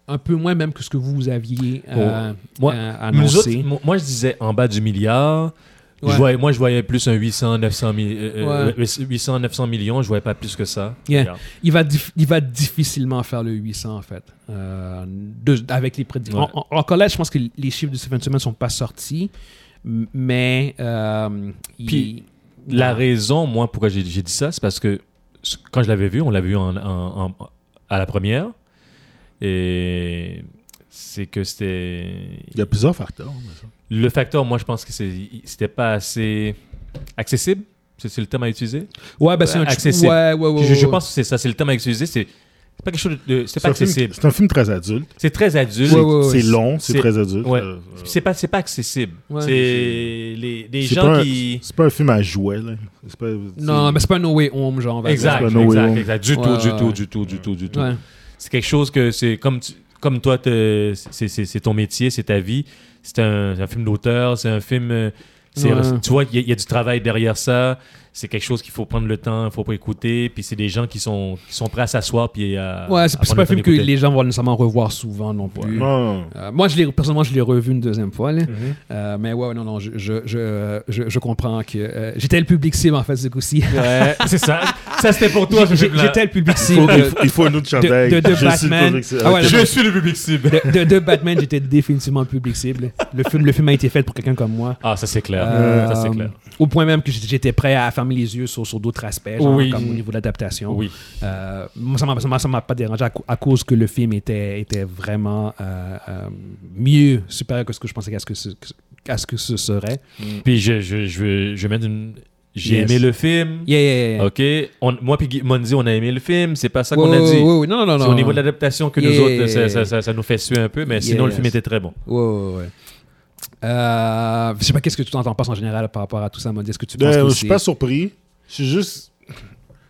Speaker 1: un peu moins même que ce que vous aviez euh,
Speaker 3: Oh. Moi-
Speaker 1: euh,
Speaker 3: Mais nous autres,
Speaker 1: annoncé.
Speaker 3: mo- moi, je disais en bas du milliard. Je
Speaker 1: Ouais.
Speaker 3: voyais- moi, je voyais plus un 800, 900, mi- euh,
Speaker 1: Ouais.
Speaker 3: euh, 800, 900 millions. Je voyais pas plus que ça.
Speaker 1: Yeah.
Speaker 3: Regarde.
Speaker 1: il va, dif- il va difficilement faire le 800, en fait. Euh, de- avec les prédictions.
Speaker 3: Ouais.
Speaker 1: En- en- Encore là, je pense que les chiffres de cette fin de semaine ne sont pas sortis, m- mais. euh, il- Ah.
Speaker 3: Puis,
Speaker 1: Ouais.
Speaker 3: La raison, moi, pourquoi j'ai j'ai dit ça, c'est parce que s- quand je l'avais vu, on l'a vu en- en- en- à la première. Et c'est que c'était.
Speaker 2: Il y a plusieurs facteurs. mais ça.
Speaker 3: Le facteur, moi, je pense que c'est- il- c'était pas assez accessible. C'est c'est le terme à utiliser.
Speaker 1: Ouais, ben, c'est un
Speaker 3: accessible.
Speaker 1: Ouais, ouais, ouais,
Speaker 3: Je, je
Speaker 1: ouais.
Speaker 3: pense que c'est ça, c'est le terme à utiliser. C'est c'est pas quelque chose de. C'est
Speaker 2: C'est
Speaker 3: pas
Speaker 2: un film-
Speaker 3: accessible.
Speaker 2: c'est un film très adulte.
Speaker 3: C'est très adulte.
Speaker 1: Ouais, ouais, ouais.
Speaker 2: c'est long, c'est
Speaker 3: c'est-
Speaker 2: très adulte.
Speaker 3: ouais.
Speaker 2: Euh, euh,
Speaker 3: C'est pas, c'est pas accessible.
Speaker 1: Ouais.
Speaker 3: C'est les, les
Speaker 2: c'est
Speaker 3: gens
Speaker 2: pas un-
Speaker 3: qui.
Speaker 2: C'est pas un film à jouer. Là. C'est pas-
Speaker 1: Non,
Speaker 2: c'est-
Speaker 1: mais c'est pas un No Way Home, genre. on va
Speaker 3: Exact,
Speaker 2: c'est pas Noé
Speaker 3: exact,
Speaker 2: Wong.
Speaker 3: exact. Du
Speaker 1: Ouais,
Speaker 3: tout,
Speaker 1: ouais,
Speaker 3: du tout,
Speaker 1: ouais.
Speaker 3: du tout, du tout, du tout.
Speaker 1: dire. Ouais.
Speaker 3: C'est quelque chose que c'est comme, tu- comme toi, t'es- c'est c'est- c'est ton métier, c'est ta vie. C'est un, c'est un film d'auteur, c'est un film. euh, c'est-
Speaker 1: Ouais.
Speaker 3: Tu vois, il y, a- il y a du travail derrière ça. C'est quelque chose qu'il faut prendre le temps, il faut pas écouter. Puis c'est des gens qui sont, qui sont prêts à s'asseoir. Puis à,
Speaker 1: Ouais, c'est
Speaker 3: à
Speaker 1: c'est
Speaker 3: prendre
Speaker 1: pas
Speaker 3: le
Speaker 1: un film
Speaker 3: temps
Speaker 1: que
Speaker 3: d'écouter.
Speaker 1: les gens vont nécessairement revoir souvent non plus.
Speaker 2: Non.
Speaker 1: Euh, moi, je l'ai- personnellement, je l'ai revu une deuxième fois.
Speaker 3: Mm.
Speaker 1: là.
Speaker 2: Mhm.
Speaker 1: Euh, mais ouais, ouais, non, non, je, je, je, je- je comprends que euh, j'étais le public cible en fait ce coup-ci.
Speaker 3: Ouais, [LAUGHS] c'est ça. Ça, c'était pour toi, ce
Speaker 1: [LAUGHS] J'ai-
Speaker 3: film-là.
Speaker 1: j'étais le public
Speaker 2: Il faut,
Speaker 1: cible.
Speaker 2: il
Speaker 1: de-
Speaker 2: faut- il faut un autre chandail.
Speaker 1: de- de
Speaker 2: Je suis
Speaker 1: Batman.
Speaker 2: convaincu que c'est-
Speaker 1: Ah ouais,
Speaker 2: Ok.
Speaker 1: je-
Speaker 3: suis le public cible.
Speaker 1: De, de- de Batman, j'étais définitivement le public cible. Le film, le film a été fait pour quelqu'un comme moi.
Speaker 3: Ah, ça, c'est clair.
Speaker 1: Euh,
Speaker 3: ça, c'est clair.
Speaker 1: Au point même que j'étais- j'étais prêt à fermer les yeux sur, sur d'autres aspects, genre,
Speaker 3: Oui.
Speaker 1: comme au niveau de l'adaptation.
Speaker 3: Oui.
Speaker 1: Euh, moi, ça m'a- ça m'a- ça m'a pas dérangé à, cau- à cause que le film était, était vraiment euh, euh, mieux, supérieur que ce que je pensais qu'à ce que ce, qu'à ce, que ce serait.
Speaker 3: Puis je, je, je, vais- je vais mettre une. J'ai
Speaker 1: Yes.
Speaker 3: aimé le film.
Speaker 1: Yeah, yeah, yeah.
Speaker 3: OK. On- moi, puis Guy- Mondi, on a aimé le film. C'est pas ça qu'on
Speaker 1: Ouais,
Speaker 3: a
Speaker 1: ouais,
Speaker 3: dit.
Speaker 1: ouais, ouais. Non, non, non.
Speaker 3: C'est
Speaker 1: non.
Speaker 3: au niveau de l'adaptation que
Speaker 1: Yeah.
Speaker 3: nous autres, ça, ça- ça- ça nous fait suer un peu, mais sinon, le
Speaker 1: Yes.
Speaker 3: film était très bon.
Speaker 1: Ouais, ouais, ouais. Euh, je sais pas qu'est-ce que tu t'entends pas en général par rapport à tout ça, Maudit. Est-ce que tu penses
Speaker 2: Ben,
Speaker 1: que
Speaker 2: je
Speaker 1: c'est-
Speaker 2: suis pas surpris. Je suis juste.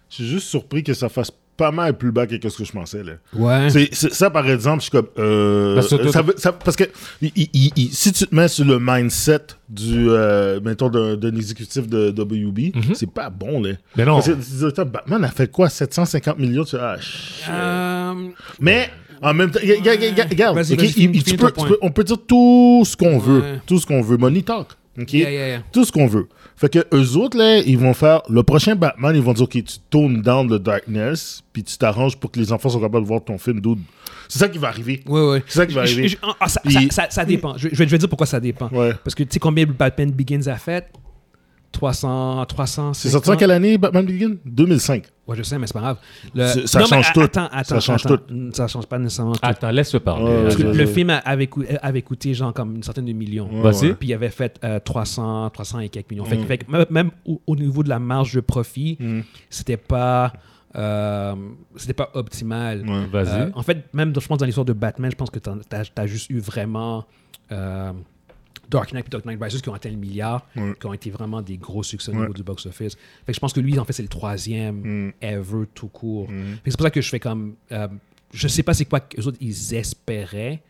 Speaker 2: Je suis juste surpris que ça fasse pas mal plus bas que ce que je pensais. Là.
Speaker 1: Ouais.
Speaker 2: C'est- c'est- ça, par exemple, je suis comme. euh,
Speaker 3: Hein? Parce que-
Speaker 2: ça veut- ça- parce que il- il- il- si tu te mets sur le mindset du, euh, mettons, d'un d'un exécutif de WB, c'est pas bon, là.
Speaker 3: Mais Mhm. Ben non.
Speaker 2: Parce que tu te dis, attends, Batman a fait quoi 750 millions tu... ah, shit.
Speaker 1: Euh,
Speaker 2: Mais en même temps, regarde, regarde, regarde, regarde,
Speaker 1: Vas-y,
Speaker 2: ok,
Speaker 1: vas-y,
Speaker 2: il-
Speaker 1: finis-
Speaker 2: il- tu
Speaker 1: finis
Speaker 2: peux-
Speaker 1: ton
Speaker 2: tu peux- on peut dire tout ce qu'on veut. Tout ce qu'on veut. Money talk. ok?
Speaker 1: yeah, yeah, yeah.
Speaker 2: tout ce qu'on veut. Fait que eux autres, là, ils vont faire le prochain Batman, ils vont dire, OK, tu tournes down the darkness, puis tu t'arranges pour que les enfants soient capables de voir ton film, dude. C'est ça qui va arriver.
Speaker 1: Ouais, ouais.
Speaker 2: C'est ça qui va
Speaker 1: Je-
Speaker 2: arriver.
Speaker 1: je- ah, ah, ça,
Speaker 2: Puis-
Speaker 1: ça- ça- ça dépend. Je, je vais je vais dire pourquoi ça dépend.
Speaker 2: Ouais.
Speaker 1: Parce que tu sais combien Batman Begins a fait 300, 300.
Speaker 2: C'est sorti en quelle année, Batman Begin 2005.
Speaker 1: Ouais, je sais, mais c'est pas grave. Le-
Speaker 2: C'est- ça
Speaker 1: Non, mais
Speaker 2: change
Speaker 1: a-
Speaker 2: tout.
Speaker 1: Attends, attends,
Speaker 2: Ça change
Speaker 1: attends.
Speaker 2: tout. Ah,
Speaker 1: Mm, Ça change pas nécessairement tout.
Speaker 3: Attends, laisse-le
Speaker 2: Ouais,
Speaker 3: parler.
Speaker 1: Parce que
Speaker 2: ouais,
Speaker 1: le
Speaker 2: ouais.
Speaker 1: film a- avait, cou- euh, avait coûté genre comme une centaine de millions.
Speaker 2: Ouais,
Speaker 3: Vas-y.
Speaker 2: ouais.
Speaker 1: Puis il avait fait euh, 300, 300 et quelques millions. Fait, que- fait que même- même au, au niveau de la marge de profit,
Speaker 2: Mm.
Speaker 1: c'était pas euh, c'était pas optimal.
Speaker 2: Ouais.
Speaker 3: Vas-y.
Speaker 1: Euh, en fait, même dans- je pense dans l'histoire de Batman, je pense que t'en- t'as as juste eu vraiment euh, Dark Knight et Dark Knight Rises qui ont atteint le milliard,
Speaker 2: Ouais.
Speaker 1: qui ont été vraiment des gros succès au
Speaker 2: Ouais.
Speaker 1: niveau du box-office. Fait que je pense que lui, en fait, c'est le troisième
Speaker 2: Mm.
Speaker 1: ever tout court.
Speaker 2: Mm.
Speaker 1: Fait que C'est pour ça que je fais comme. euh, je sais pas c'est quoi qu'eux autres ils espéraient.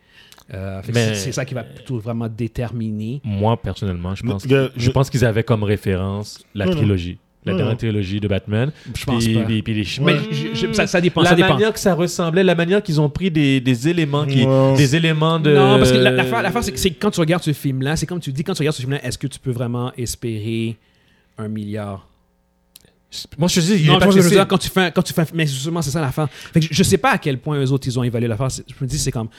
Speaker 1: Euh, fait que
Speaker 3: Mais-
Speaker 1: c'est- C'est ça qui va plutôt vraiment déterminer.
Speaker 3: Moi, personnellement, je pense,
Speaker 2: Le-
Speaker 3: je pense qu'ils avaient comme référence la
Speaker 2: Non, non.
Speaker 3: trilogie. La
Speaker 2: Non,
Speaker 3: dernière
Speaker 2: non.
Speaker 3: trilogie de Batman.
Speaker 1: Je pense
Speaker 3: Puis-
Speaker 1: pas.
Speaker 3: puis- puis les ch-
Speaker 1: Mais je- je- ça, ça dépend.
Speaker 3: La
Speaker 1: ça dépend.
Speaker 3: manière que ça ressemblait, la manière qu'ils ont pris des, des éléments qui,
Speaker 2: Ouais.
Speaker 3: des éléments de.
Speaker 1: Non, parce que la- l'affaire, l'affaire, c'est que c'est que quand tu regardes ce film-là, c'est comme tu dis, quand tu regardes ce film-là, est-ce que tu peux vraiment espérer un milliard
Speaker 3: Moi, je te dis, il
Speaker 1: Non,
Speaker 3: est
Speaker 1: je pense
Speaker 3: pas
Speaker 1: que je veux
Speaker 3: accessible.
Speaker 1: dire, quand tu fais, un- quand tu fais, un- mais justement, c'est ça l'affaire. Fait que je, je sais pas à quel point eux autres ils ont évalué l'affaire. C'est- Je me dis, c'est comme,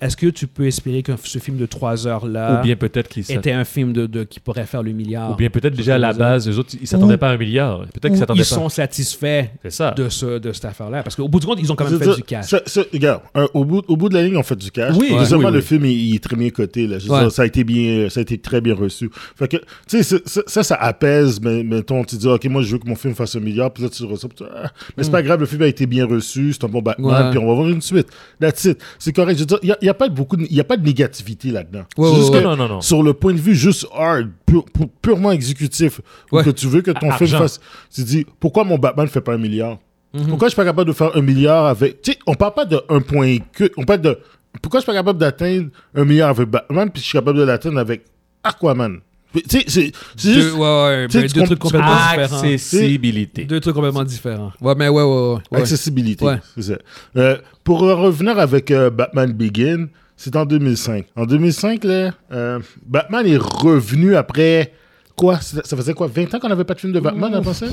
Speaker 1: est-ce que tu peux espérer que ce film de 3 heures là
Speaker 3: Ou bien peut-être qu'ils s'att-
Speaker 1: était un film de, de- qui pourrait faire le milliard
Speaker 3: Ou bien peut-être déjà à la
Speaker 1: Quelque chose
Speaker 3: base, les autres, ils s'attendaient
Speaker 1: Ou-
Speaker 3: pas à un milliard. Peut-être
Speaker 1: Ou
Speaker 3: qu'ils
Speaker 1: ils
Speaker 3: s'attendaient pas.
Speaker 1: sont satisfaits
Speaker 3: C'est ça.
Speaker 1: de ce de cette affaire-là parce qu'au bout du compte, ils ont quand même fait
Speaker 2: Ça-
Speaker 1: du cash.
Speaker 2: ça- ça- regarde, un- au, bout, au bout de la ligne, on fait du cash.
Speaker 3: Oui,
Speaker 2: Deuxièmement,
Speaker 3: oui, oui.
Speaker 2: le film, il, il est très bien coté. Là. Je veux
Speaker 1: Ouais.
Speaker 2: dire, ça, a été bien, ça a été très bien reçu. Fait que, tu sais, ça- ça, ça, ça apaise. Mais, mettons, tu dis, OK, moi, je veux que mon film fasse un milliard. Puis là, tu reçois. puis tu- ah. Mais c'est pas grave, le film a été bien reçu. C'est un bon Batman.
Speaker 1: Mm. Ouais.
Speaker 2: Puis on va voir une suite. That's it. C'est correct. Je veux dire, il n'y a, il y a pas beaucoup de- il y a pas de négativité là-dedans.
Speaker 1: Ouais,
Speaker 2: C'est
Speaker 1: ouais,
Speaker 2: juste
Speaker 1: ouais.
Speaker 2: que
Speaker 3: Non, non, non.
Speaker 2: Sur le point de vue juste hard, pur- pur- purement exécutif, ou
Speaker 1: Ouais.
Speaker 2: que tu veux que ton
Speaker 3: Ar-
Speaker 2: film
Speaker 3: argent.
Speaker 2: fasse. Tu dis, pourquoi mon Batman ne fait pas un milliard
Speaker 1: Mhm.
Speaker 2: pourquoi je suis pas capable de faire un milliard avec. Tu sais, on parle pas de 1 point que. On parle de. Pourquoi je suis pas capable d'atteindre un milliard avec Batman, puis je suis capable de l'atteindre avec Aquaman Mais, Tu sais, c'est c'est
Speaker 1: Deux,
Speaker 2: juste.
Speaker 1: ouais, ouais,
Speaker 2: tu sais,
Speaker 1: ben,
Speaker 2: tu
Speaker 1: deux
Speaker 2: comp- Ah,
Speaker 1: trucs complètement différents.
Speaker 3: Accessibilité.
Speaker 1: Deux trucs complètement différents. Ouais, mais ouais, ouais, ouais. ouais.
Speaker 2: Accessibilité.
Speaker 1: Ouais.
Speaker 2: C'est ça. Euh, pour euh, revenir avec euh, Batman Begin, c'est en 2005. En 2005, là, euh, Batman est revenu après. Quoi Ça ça faisait quoi 20 ans qu'on n'avait pas de film de Batman avant ça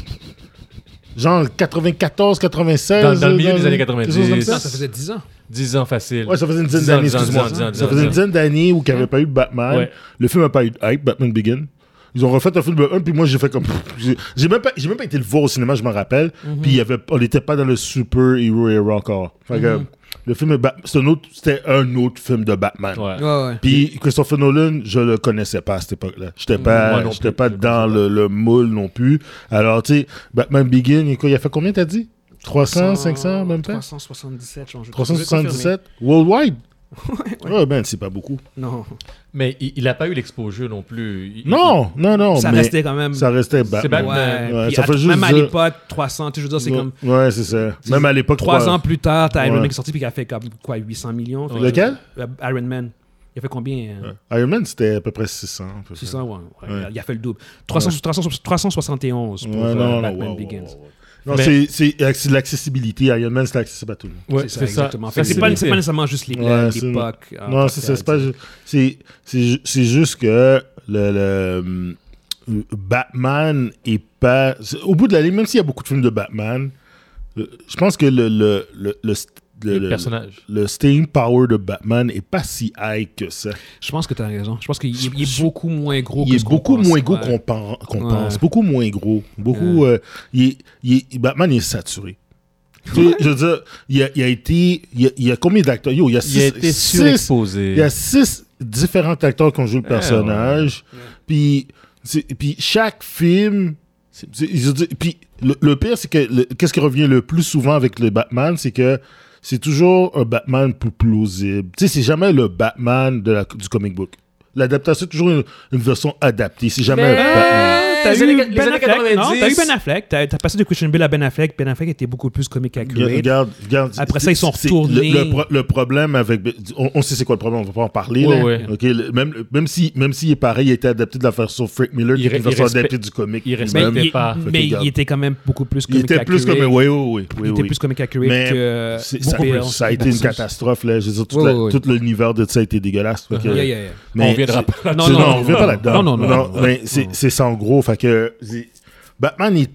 Speaker 2: Genre 94, 96.
Speaker 3: Dans- dans le milieu
Speaker 2: euh,
Speaker 3: des années
Speaker 2: quelque chose comme ça.
Speaker 1: Ça, ça faisait 10 ans.
Speaker 3: 10 ans facile.
Speaker 2: Ouais, ça faisait une dizaine
Speaker 3: Dix ans,
Speaker 2: d'années,
Speaker 3: dix ans,
Speaker 2: excuse-moi.
Speaker 3: dix ans, dix
Speaker 2: Ça
Speaker 3: ans,
Speaker 2: faisait une
Speaker 3: dix ans.
Speaker 2: dizaine d'années où il n'y avait pas eu de Batman.
Speaker 3: Ouais.
Speaker 2: Le film n'a pas eu de hype, Batman Begin. Ils ont refait un film de Batman, puis moi j'ai fait comme. j'ai- J'ai même, pas- j'ai même pas été le voir au cinéma, je m'en rappelle.
Speaker 3: Mm-hmm.
Speaker 2: Puis il y avait, on n'était pas dans le super hero era encore. Fait que le film de Bat- c'est un autre- c'était un autre film de Batman.
Speaker 3: Mm-hmm. Ouais.
Speaker 1: Ouais, ouais.
Speaker 2: Puis Christopher Nolan, je le connaissais pas à cette époque-là. J'étais
Speaker 3: Mm-hmm. Moi
Speaker 2: pas,
Speaker 3: non
Speaker 2: j'étais
Speaker 3: plus,
Speaker 2: pas
Speaker 3: je le
Speaker 2: dans le, le moule non plus. Alors, tu sais, Batman Begin, il quoi, il a fait combien, t'as dit 300, 500, même pas
Speaker 1: 377, je pense.
Speaker 2: 377 worldwide. [LAUGHS] ouais, ben, c'est pas beaucoup.
Speaker 1: Non.
Speaker 3: Mais il n'a pas eu l'exposure non plus. Il-
Speaker 2: Non, non, non.
Speaker 1: Ça
Speaker 2: Oh, mais
Speaker 1: restait quand même.
Speaker 2: Ça restait bas.
Speaker 3: C'est Batman.
Speaker 1: Ouais,
Speaker 2: Ouais,
Speaker 1: puis
Speaker 2: ça
Speaker 1: à-
Speaker 2: fait juste
Speaker 1: même à
Speaker 2: dire-
Speaker 1: l'époque, 300, tu sais, je veux dire, c'est comme
Speaker 2: Ouais, c'est ça. Même à l'époque.
Speaker 1: trois
Speaker 2: quoi.
Speaker 1: ans plus tard, t'as Iron
Speaker 2: Ouais.
Speaker 1: Man qui est sorti puis qui a fait comme quoi 800 millions. Fait que-
Speaker 2: Lequel
Speaker 1: Euh, Iron Man. Il a fait combien hein?
Speaker 2: Iron Man, c'était à peu près 600. à peu près.
Speaker 1: 600, ouais. ouais,
Speaker 2: Ouais.
Speaker 1: Il a fait le double. 300, 300, 371 pour
Speaker 2: Ouais,
Speaker 1: euh,
Speaker 2: non, non,
Speaker 1: Batman
Speaker 2: wow, wow,
Speaker 1: Begins.
Speaker 2: wow, wow. Non, c'est-
Speaker 3: Mais-
Speaker 2: c'est c'est de l'accessibilité. Iron Man, c'est accessible à tout le monde.
Speaker 3: Ouais,
Speaker 1: c'est ça, exactement. Fait que C'est
Speaker 3: c'est
Speaker 1: pas,
Speaker 3: limité.
Speaker 1: c'est pas nécessairement juste les
Speaker 2: Ouais,
Speaker 1: blagues,
Speaker 2: c'est-
Speaker 1: l'époque. euh, en tant
Speaker 2: non, c'est
Speaker 1: que
Speaker 2: ça. C'est
Speaker 1: tel,
Speaker 2: pas ju- c'est- c'est ju- c'est juste que le. le, euh, Batman est pas. c'est- Au bout de la ligne, même s'il y a beaucoup de films de Batman, euh, je pense que le. le, le, le, le-
Speaker 3: Le
Speaker 2: le-
Speaker 3: personnage.
Speaker 2: le staying power de Batman est pas si high que ça.
Speaker 1: Je pense que tu as raison. Je pense qu'il est- il est beaucoup moins gros
Speaker 2: Il
Speaker 1: que
Speaker 2: est
Speaker 1: ce qu'on
Speaker 2: beaucoup
Speaker 1: pense.
Speaker 2: moins gros
Speaker 1: Ouais.
Speaker 2: qu'on pen- qu'on
Speaker 1: Ouais.
Speaker 2: pense. Beaucoup moins gros. Beaucoup, euh, il est- il est- Batman il est saturé. Tu sais, je veux dire, il a, il a été. Il y a, il y a combien d'acteurs Yo, il y a six.
Speaker 3: Il a été
Speaker 2: six-
Speaker 3: surexposé.
Speaker 2: il y a six différents acteurs qui ont joué le
Speaker 3: Ah, ouais.
Speaker 2: personnage. Puis, c'est- puis chaque film. c'est- c'est- je veux dire, Puis le, le pire, c'est que le- qu'est-ce qui revient le plus souvent avec le Batman, c'est que c'est toujours un Batman plus plausible. Tu sais, c'est jamais le Batman de la- du comic book. L'adaptation, c'est toujours une, une version adaptée. C'est jamais un Batman.
Speaker 1: Euh, T'as
Speaker 4: Les
Speaker 1: eu
Speaker 4: années- les années
Speaker 1: Ben Affleck, non?
Speaker 4: 90.
Speaker 1: T'as eu Ben Affleck. T'as t'as passé de Christian Bale à Ben Affleck. Ben Affleck était beaucoup plus comique
Speaker 2: Regarde,
Speaker 1: accurate.
Speaker 2: regarde, regarde,
Speaker 1: Après
Speaker 2: c'est-
Speaker 1: ça, ils sont
Speaker 2: c'est-
Speaker 1: retournés.
Speaker 2: Le, le pro- le problème avec. On, on sait c'est quoi le problème, on va pas en parler.
Speaker 3: Ouais,
Speaker 2: là.
Speaker 3: ouais.
Speaker 2: Ok, le- même même s'il même s'il est pareil, il a été adapté de la version Frank Miller, qui
Speaker 3: Il
Speaker 2: est une
Speaker 3: re- il
Speaker 2: version
Speaker 3: respecte-
Speaker 2: adaptée du comic.
Speaker 3: il
Speaker 1: Mais,
Speaker 3: respecte-
Speaker 2: lui-même.
Speaker 3: Même
Speaker 1: il,
Speaker 3: pas.
Speaker 1: mais
Speaker 2: Fait que,
Speaker 1: il était quand même beaucoup plus
Speaker 2: Il
Speaker 1: comique
Speaker 2: était plus comme.
Speaker 1: accurate.
Speaker 2: Oui, oui, oui. oui,
Speaker 1: Il était
Speaker 2: oui.
Speaker 1: plus comic accurate
Speaker 2: Mais
Speaker 1: que.
Speaker 2: C'est-
Speaker 1: beaucoup
Speaker 2: ça,
Speaker 1: plus.
Speaker 2: ça a été une
Speaker 1: Beaucoup plus.
Speaker 2: catastrophe. Là. Je veux dire, toute
Speaker 1: Ouais,
Speaker 2: la-
Speaker 1: ouais, ouais.
Speaker 2: tout l'univers de ça a été dégueulasse. Fait que-
Speaker 1: Yeah, yeah, yeah.
Speaker 2: mais
Speaker 3: on viendra pas là-dessus.
Speaker 2: Non, non, on revient pas là-dedans.
Speaker 1: Non, non, non.
Speaker 2: mais c'est- c'est ça en gros. Fait que c'est- Batman il-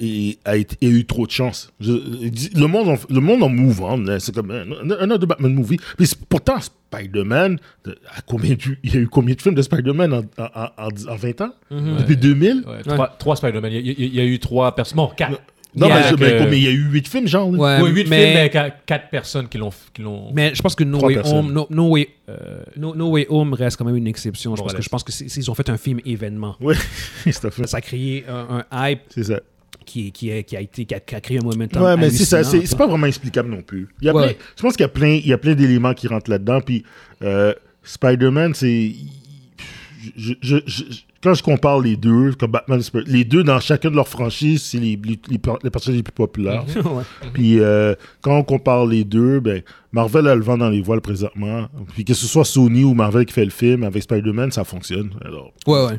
Speaker 2: il a, été- il a eu trop de chance. Je- il dit- le monde, en- le monde en mouvement, c'est comme un, un, autre Batman movie. Puis c'est- pourtant, Spider-Man, de- à combien du- il y a eu combien de films de Spider-Man en, en, en- en dix- en 20 ans
Speaker 1: Mhm.
Speaker 2: Depuis 2000
Speaker 3: Ouais, trois, trois Spider-Man. Il y, a- il y a- il y a eu trois personnes. Bon, quatre.
Speaker 2: Non,
Speaker 1: Il y a
Speaker 2: mais, je-
Speaker 3: que-
Speaker 2: mais combien- il y a eu 8 films, genre. là.
Speaker 1: Ouais,
Speaker 3: oui, huit
Speaker 1: mais-
Speaker 3: films, mais qua- quatre personnes qui l'ont. qui l'ont-
Speaker 1: Mais je pense que No
Speaker 2: Trois
Speaker 1: Way,
Speaker 2: personnes.
Speaker 1: Home, no, No Way,
Speaker 3: euh,
Speaker 1: no, No Way Home reste quand même une exception. Je pense que,
Speaker 3: reste.
Speaker 1: je pense que c'est- s'ils ont fait un film événement,
Speaker 2: Ouais, [LAUGHS] c'est un film.
Speaker 1: ça a créé un, un hype
Speaker 2: C'est ça.
Speaker 1: qui, qui, est- qui a été qui a, qui a créé un momentum.
Speaker 2: Ouais, mais c'est ça.
Speaker 1: hallucinant,
Speaker 2: C'est c'est pas vraiment explicable non plus. Il y a
Speaker 1: Ouais.
Speaker 2: plein- je pense qu'il y a plein, il y a plein d'éléments qui rentrent là-dedans. Puis euh, Spider-Man, c'est. je- je- je- quand je compare les deux, comme Batman, Spider- les deux dans chacun de leurs franchises, c'est les, les, les per- les personnages les plus populaires.
Speaker 1: [LAUGHS] Ouais.
Speaker 2: Puis euh, quand on compare les deux, ben, Marvel a le vent dans les voiles présentement. Puis que ce soit Sony ou Marvel qui fait le film, avec Spider-Man, ça fonctionne. Alors,
Speaker 1: Ouais, ouais.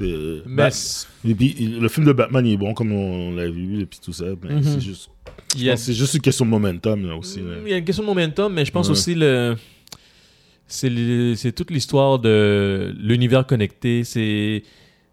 Speaker 2: euh,
Speaker 3: mais
Speaker 2: Bat- et puis, il- le film de Batman il est bon, comme on, l'a vu, et puis tout ça.
Speaker 1: Mm-hmm.
Speaker 2: Mais c'est juste.
Speaker 3: il
Speaker 2: Je
Speaker 3: y a
Speaker 2: pense que C'est juste une question de momentum là aussi. là.
Speaker 3: Mm, Il y a une question de momentum, mais je pense
Speaker 2: Ouais.
Speaker 3: aussi le. C'est le- c'est toute l'histoire de l'univers connecté. C'est.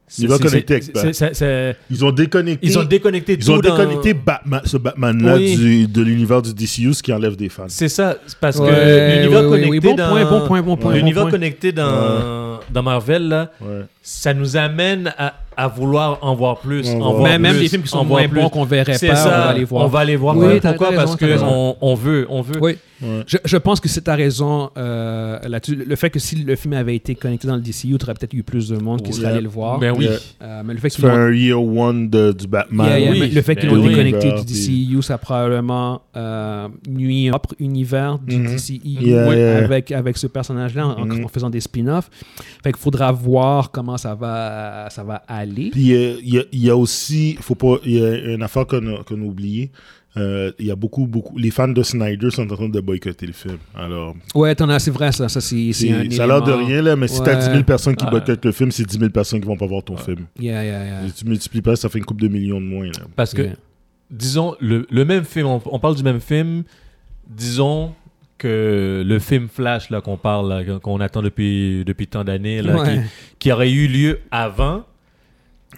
Speaker 3: c'est-
Speaker 2: L'univers
Speaker 3: c'est-
Speaker 2: connecté avec
Speaker 3: c'est-
Speaker 2: Batman.
Speaker 3: c'est- c'est-
Speaker 2: Ils ont déconnecté.
Speaker 3: Ils ont déconnecté
Speaker 2: ils ont
Speaker 3: tout dans-
Speaker 2: déconnecté Batman, ce Batman-là
Speaker 3: Oui.
Speaker 2: du- de l'univers du DCU, ce qui enlève des fans.
Speaker 3: C'est ça, c'est parce que
Speaker 1: Ouais,
Speaker 3: l'univers
Speaker 1: oui, oui,
Speaker 3: connecté
Speaker 1: oui. Bon
Speaker 3: dans
Speaker 1: point, bon point, bon point,
Speaker 3: l'univers
Speaker 1: bon point.
Speaker 3: connecté dans dans Marvel là,
Speaker 2: Ouais.
Speaker 3: ça nous amène à, à vouloir en voir plus,
Speaker 2: En
Speaker 3: en
Speaker 2: voir
Speaker 3: voir
Speaker 2: Mais
Speaker 3: plus,
Speaker 1: même les films qui sont
Speaker 3: en voir
Speaker 1: moins
Speaker 3: plus.
Speaker 1: bons qu'on verrait
Speaker 3: C'est
Speaker 1: pas,
Speaker 3: ça,
Speaker 1: on va les voir.
Speaker 3: On va aller voir.
Speaker 1: Oui, t'as
Speaker 3: Pourquoi
Speaker 1: raison,
Speaker 3: Parce
Speaker 1: t'as raison.
Speaker 3: qu'on on veut, on veut.
Speaker 1: Oui.
Speaker 2: Ouais.
Speaker 1: Je, je pense que c'est ta raison euh, là-dessus. Le fait que si le film avait été connecté dans le DCU, tu aurais peut-être eu plus de monde qui
Speaker 2: Ouais.
Speaker 1: serait allé le voir.
Speaker 3: Ben oui.
Speaker 2: Yeah.
Speaker 1: Euh, mais le fait
Speaker 2: Tu
Speaker 1: qu'ils
Speaker 2: fais
Speaker 1: l'ont
Speaker 2: un year one de- du Batman.
Speaker 1: Yeah, yeah,
Speaker 3: Oui.
Speaker 1: mais le fait qu'ils
Speaker 3: Ben
Speaker 1: l'ont
Speaker 3: oui.
Speaker 1: déconnecté
Speaker 2: Univers,
Speaker 1: du DCU, ça a probablement euh, nuit à propre univers du
Speaker 3: Mm-hmm.
Speaker 2: Mhm.
Speaker 1: DCU
Speaker 2: Yeah,
Speaker 1: oui,
Speaker 2: yeah.
Speaker 1: avec, avec ce personnage-là en, en-
Speaker 2: Mhm.
Speaker 1: en faisant des spin-offs. Fait qu'il faudra voir comment ça va, ça va aller.
Speaker 2: Puis euh, il y, a- il y a aussi, faut pas, il y a une affaire qu'on a, qu'on a oubliée. euh, il y a beaucoup, beaucoup. Les fans de Snyder sont en train de boycotter le film. Alors,
Speaker 1: Ouais, t'en as, c'est vrai, ça. Ça, c'est, c'est un
Speaker 2: c'est- ça a l'air de
Speaker 1: élément.
Speaker 2: rien, là, mais si t'as
Speaker 1: Ouais.
Speaker 2: 10 000 personnes qui
Speaker 3: Ouais.
Speaker 2: boycottent le film, c'est 10 000 personnes qui vont pas voir ton film.
Speaker 1: Yeah, yeah, yeah.
Speaker 2: Et tu multiplies pas, ça fait une coupe de millions de moins. là.
Speaker 3: Parce que,
Speaker 1: Yeah.
Speaker 3: disons, le, le même film, on, on parle du même film, disons que le film Flash là qu'on parle, là, qu'on attend depuis, depuis tant d'années, là,
Speaker 1: Ouais.
Speaker 3: qui, qui aurait eu lieu avant,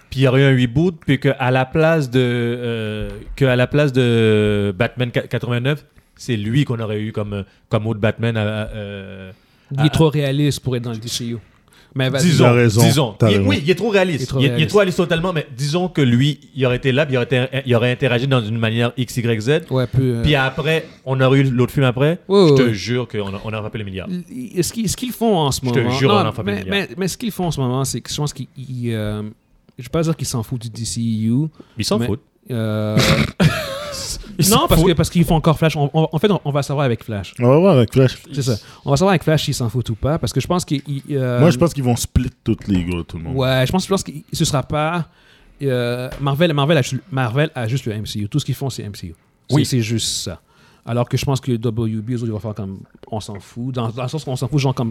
Speaker 3: puis il y aurait eu un reboot, puis qu'à la place de euh, que à la place de Batman 89, c'est lui qu'on aurait eu comme comme autre Batman. euh, euh,
Speaker 1: Il est trop réaliste pour être dans le DCU. Mais vas-y.
Speaker 3: disons,
Speaker 2: T'as raison,
Speaker 3: disons.
Speaker 2: t'as
Speaker 3: Il-
Speaker 2: raison.
Speaker 3: oui, il est trop réaliste. Il est trop réaliste. Il est trop réaliste totalement, mais disons que lui, il aurait été là, puis il aurait, été- il aurait interagi dans une manière X, Y, Z.
Speaker 1: Ouais, peu, euh,
Speaker 3: Puis après, on aurait eu l'autre film après.
Speaker 1: Ouais,
Speaker 3: je te
Speaker 1: ouais.
Speaker 3: jure qu'on a, on a rappelé les milliards.
Speaker 1: L- ce qu'ils ce qu'ils font en ce
Speaker 3: Je
Speaker 1: moment.
Speaker 3: te jure,
Speaker 1: Non,
Speaker 3: on en fait
Speaker 1: mais,
Speaker 3: milliard.
Speaker 1: mais, mais ce qu'ils font en ce moment, c'est que je pense qu'ils. ils, euh, je ne pas dire qu'ils s'en foutent du DCU.
Speaker 3: Ils s'en
Speaker 1: Mais-
Speaker 3: foutent.
Speaker 1: euh,
Speaker 3: [LAUGHS] Ils s'en
Speaker 1: non, parce
Speaker 3: foutent.
Speaker 1: que parce qu'ils font encore Flash. On- on- en fait, on, on va savoir avec Flash.
Speaker 2: On va voir avec Flash.
Speaker 1: C'est ça. On va savoir avec Flash s'ils s'en foutent ou pas. Parce que je pense qu'ils. ils, euh,
Speaker 2: Moi, je pense qu'ils vont split toutes les gars, tout le monde.
Speaker 1: Ouais, je pense, je pense que ce sera pas. euh, Marvel, Marvel, a, ju- Marvel a juste le MCU. Tout ce qu'ils font, c'est MCU. C'est-
Speaker 3: Oui.
Speaker 1: C'est juste ça. Alors que je pense que WB, eux autres, ils vont faire comme. On s'en fout. Dans, dans le sens qu'on s'en fout, genre comme.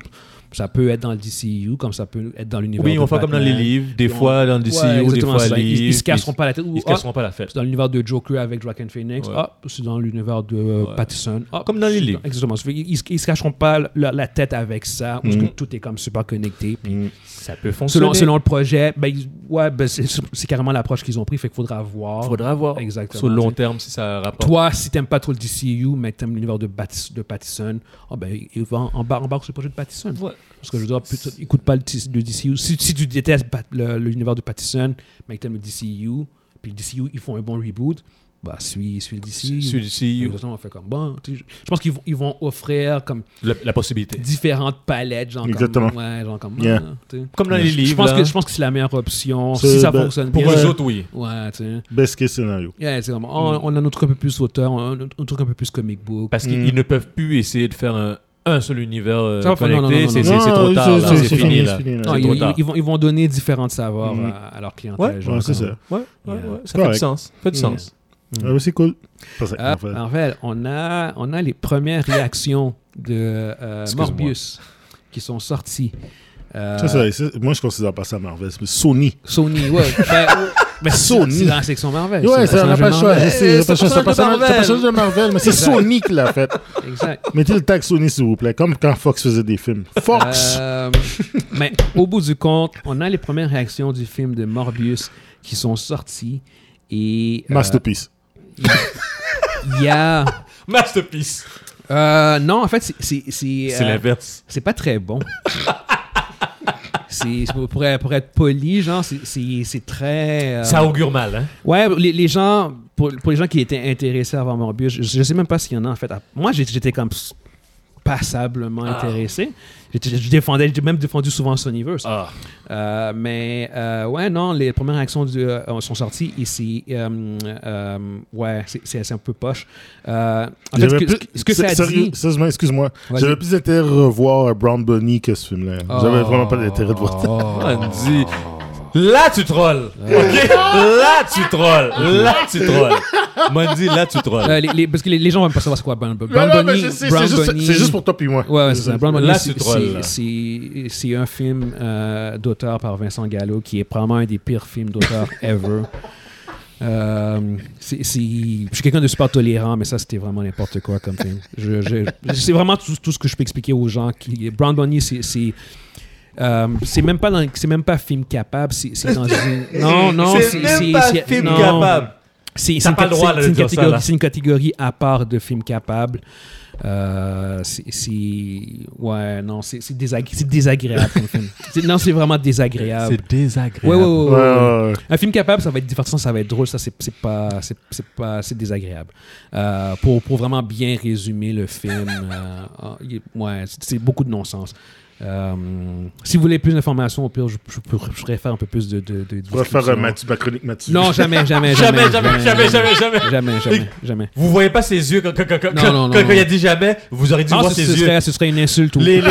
Speaker 1: Ça peut être dans le DCU, comme ça peut être dans l'univers.
Speaker 3: Oui,
Speaker 1: de
Speaker 3: on fait comme dans
Speaker 1: Batman.
Speaker 3: les livres, des
Speaker 1: Ils ont-
Speaker 3: fois dans le
Speaker 1: Ouais,
Speaker 3: DCU, des
Speaker 1: exactement
Speaker 3: fois
Speaker 1: ça.
Speaker 3: les
Speaker 1: Ils- ils,
Speaker 3: livres.
Speaker 1: se casseront pas la tête. Ou,
Speaker 3: Ils se
Speaker 1: ah,
Speaker 3: casseront pas la fête.
Speaker 1: c'est dans l'univers de Joker avec Draken Phoenix.
Speaker 3: Ouais.
Speaker 1: Ah, c'est dans l'univers de euh,
Speaker 3: Ouais.
Speaker 1: Pattinson. Ah,
Speaker 3: Comme dans les
Speaker 1: c'est
Speaker 3: livres.
Speaker 1: Exactement. Ça fait- Ils, ils se cacheront pas la, la tête avec ça. Parce que
Speaker 2: Mhm.
Speaker 1: tout est comme super connecté. Puis
Speaker 2: Mm.
Speaker 3: Ça peut fonctionner.
Speaker 1: selon, selon le projet, ben, ils- ouais, ben, c'est c'est carrément l'approche qu'ils ont pris. Fait qu'il faudra voir.
Speaker 3: Faudra voir.
Speaker 1: Exactement.
Speaker 3: Sur le long terme, si ça rapporte.
Speaker 1: Toi, si t'aimes pas trop le DCU, mais que t'aimes l'univers de, Batti- de Pattison, ah ben, il va en, en bas, en bas sur le projet de Pattison.
Speaker 3: Ouais.
Speaker 1: Parce que je veux dire, plutôt, écoute pas le, T- le DCU. Si, si tu détestes Bat- le- l'univers de Pattison, mais que t'aimes le DCU, puis le DCU, ils font un bon reboot, bah, suis, suis le DCU.
Speaker 3: Celui-ci,
Speaker 1: Exactement, on fait comme bon. tu sais, Je je pense qu'ils vont, ils vont offrir comme
Speaker 3: la, la possibilité.
Speaker 1: différentes palettes, genre
Speaker 2: Exactement.
Speaker 1: comme ouais, genre comme
Speaker 2: Yeah.
Speaker 1: ah, tu sais.
Speaker 3: Comme dans
Speaker 2: Je
Speaker 3: les
Speaker 2: pense
Speaker 3: livres.
Speaker 1: Je pense,
Speaker 3: là.
Speaker 1: que, je pense que c'est la meilleure option.
Speaker 2: C'est-
Speaker 1: Si ça
Speaker 2: ben,
Speaker 1: fonctionne
Speaker 3: Pour euh,
Speaker 1: bien.
Speaker 3: eux autres, oui.
Speaker 1: Ouais, tu sais.
Speaker 2: Best case scénario.
Speaker 1: Yeah, c'est comme, on, on a un truc un peu plus auteur, on a un truc un peu plus comic book.
Speaker 3: Parce qu'ils
Speaker 2: Mm.
Speaker 3: ils ne peuvent plus essayer de faire un, un seul univers euh,
Speaker 1: Ça va faire- non, non,
Speaker 3: connecté.
Speaker 1: non,
Speaker 3: C'est
Speaker 1: non,
Speaker 3: c'est- c'est trop
Speaker 2: Non,
Speaker 3: tard. là. C'est fini.
Speaker 2: c'est
Speaker 3: là.
Speaker 2: là.
Speaker 1: Non,
Speaker 3: c'est
Speaker 1: ils,
Speaker 3: trop
Speaker 1: ils-
Speaker 3: tard.
Speaker 1: ils vont, ils vont donner différents savoirs
Speaker 2: Mhm.
Speaker 1: à, à leur clientèle.
Speaker 3: Ouais,
Speaker 1: genre,
Speaker 2: ouais, c'est
Speaker 1: comme-
Speaker 2: ça.
Speaker 3: Ouais, ouais, ouais. Ça fait
Speaker 2: Correct.
Speaker 3: du sens. fait du
Speaker 1: Mm.
Speaker 3: sens.
Speaker 2: Ah, mais c'est cool. Parfait,
Speaker 1: Ah,
Speaker 2: parfait.
Speaker 1: Marvel, on a, on a les premières réactions de euh,
Speaker 3: Excuse-moi.
Speaker 1: Morbius qui sont sorties. Euh,
Speaker 2: Ça, ça, ça, moi, je considère pas ça Marvel, mais Sony.
Speaker 1: Sony, ouais. Ben, ouais, ben,
Speaker 2: Sony.
Speaker 1: C'est dans la section Marvel.
Speaker 2: Ouais,
Speaker 1: c'est
Speaker 2: ça
Speaker 1: un
Speaker 2: n'a pas le
Speaker 1: personnage
Speaker 2: choix.
Speaker 1: Marvel.
Speaker 2: je sais,
Speaker 3: Eh,
Speaker 2: C'est pas le choix,
Speaker 3: c'est
Speaker 2: c'est
Speaker 3: un
Speaker 2: pas ça,
Speaker 3: personnage de
Speaker 2: c'est un personnage de Marvel, mais c'est
Speaker 1: Exact.
Speaker 2: Sony qui l'a fait.
Speaker 1: Exact.
Speaker 2: [LAUGHS] Mettez le tag Sony, s'il vous plaît, comme quand Fox faisait des films. Fox!
Speaker 1: Euh, mais au bout du compte, on a les premières réactions du film de Morbius qui sont sorties. Et euh,
Speaker 2: Masterpiece.
Speaker 1: il y a.
Speaker 3: Masterpiece.
Speaker 1: Euh, non, en fait, c'est- c'est. C'est
Speaker 3: C'est
Speaker 1: euh,
Speaker 3: l'inverse.
Speaker 1: c'est pas très bon. c'est c'est pour, pour être- pour être poli, genre, c'est- c'est c'est très. euh,
Speaker 3: Ça augure mal. Hein.
Speaker 1: Ouais, les, les gens, pour, pour les gens qui étaient intéressés avant Morbius, je, je sais même pas s'il y en a en fait. À- Moi, j'ai- j'étais comme s- passablement intéressé. J'étais- Je défendais, j'ai même défendu souvent Sonyverse.
Speaker 3: Ah.
Speaker 1: Euh, mais euh, ouais, non, les premières actions du- euh, sont sorties et c'est euh, euh, ouais, c'est- c'est c'est un peu poche. Euh, en fait, ce
Speaker 2: J'avais
Speaker 1: que,
Speaker 2: plus-
Speaker 1: ce que ça
Speaker 2: sé-
Speaker 1: a
Speaker 2: sérieux-
Speaker 1: dit,
Speaker 2: Sérieusement, excuse-moi.
Speaker 1: Vas-y.
Speaker 2: J'avais plus intérêt à revoir Brown Bunny que ce film-là. J'avais vraiment pas l'intérêt de voir ça.
Speaker 1: Oh.
Speaker 2: [LAUGHS]
Speaker 3: Oh. Andy. Là, tu trolles. OK? Là, tu trolles. Là, tu trolles. Mandy, là, tu trolles.
Speaker 1: Euh, les- les- parce que les, les gens vont pas savoir c'est quoi Brown Bunny.
Speaker 2: Non,
Speaker 1: Brown
Speaker 2: non, mais
Speaker 1: Bunny,
Speaker 2: je sais,
Speaker 1: Brown
Speaker 2: C'est juste-
Speaker 1: Bunny-
Speaker 2: c'est juste pour toi et moi.
Speaker 1: Ouais, ouais, c'est ça. Brown Bunny,
Speaker 3: Là,
Speaker 1: c'est-
Speaker 3: tu trolles, là.
Speaker 1: c'est- c'est- c'est un film euh, d'auteur par Vincent Gallo qui est probablement un des pires films [LAUGHS] d'auteur ever. Euh, c'est- c'est- je suis quelqu'un de super tolérant, mais ça c'était vraiment n'importe quoi comme film. Je- je- je- c'est vraiment tout, tout ce que je peux expliquer aux gens. Qui, Brown Bunny, c'est c'est euh, c'est même pas dans- c'est même pas film capable. C'est c'est
Speaker 3: [LAUGHS]
Speaker 1: dans une non non
Speaker 3: C'est même pas
Speaker 1: c'est-
Speaker 3: film
Speaker 1: non.
Speaker 3: capable.
Speaker 1: C'est
Speaker 3: T'as
Speaker 1: c'est une,
Speaker 3: pas le droit,
Speaker 1: cat-
Speaker 3: là,
Speaker 1: c'est
Speaker 3: de
Speaker 1: une
Speaker 3: dire ça,
Speaker 1: catégorie,
Speaker 3: là.
Speaker 1: c'est une catégorie à part de films capables. Euh, c'est- c'est ouais non c'est c'est désag- c'est désagréable comme
Speaker 3: [LAUGHS]
Speaker 1: film. C'est- Non c'est vraiment désagréable. Ouais,
Speaker 3: désagréable.
Speaker 1: ouais, ouais,
Speaker 2: Ouais,
Speaker 1: ouais, ouais.
Speaker 2: ouais, ouais.
Speaker 1: Un film capable ça va être divertissant ça va être drôle ça c'est c'est pas c'est c'est pas c'est désagréable. Euh, pour pour vraiment bien résumer le film euh, ah, il est- ouais c'est- c'est beaucoup de non sens. Euh, si vous voulez plus d'informations, au pire, je, je, peux- je pourrais faire un peu plus de. de, de
Speaker 2: On va faire euh,
Speaker 1: description.
Speaker 2: Mathieu- ma chronique Mathieu. [LAUGHS]
Speaker 1: Non, jamais, jamais, jamais.
Speaker 3: [LAUGHS] Jamais, jamais, jamais, jamais, jamais.
Speaker 1: Jamais, jamais, jamais.
Speaker 3: Vous voyez pas ses yeux quand, quand, quand,
Speaker 1: Non,
Speaker 3: quand-
Speaker 1: non, non,
Speaker 3: quand il a
Speaker 1: non.
Speaker 3: dit jamais, vous auriez dû
Speaker 1: Non,
Speaker 3: voir
Speaker 1: Ah, ce,
Speaker 3: ses
Speaker 1: ce
Speaker 3: yeux.
Speaker 1: serait, ce serait une insulte. au-
Speaker 3: Les- les-
Speaker 2: Oh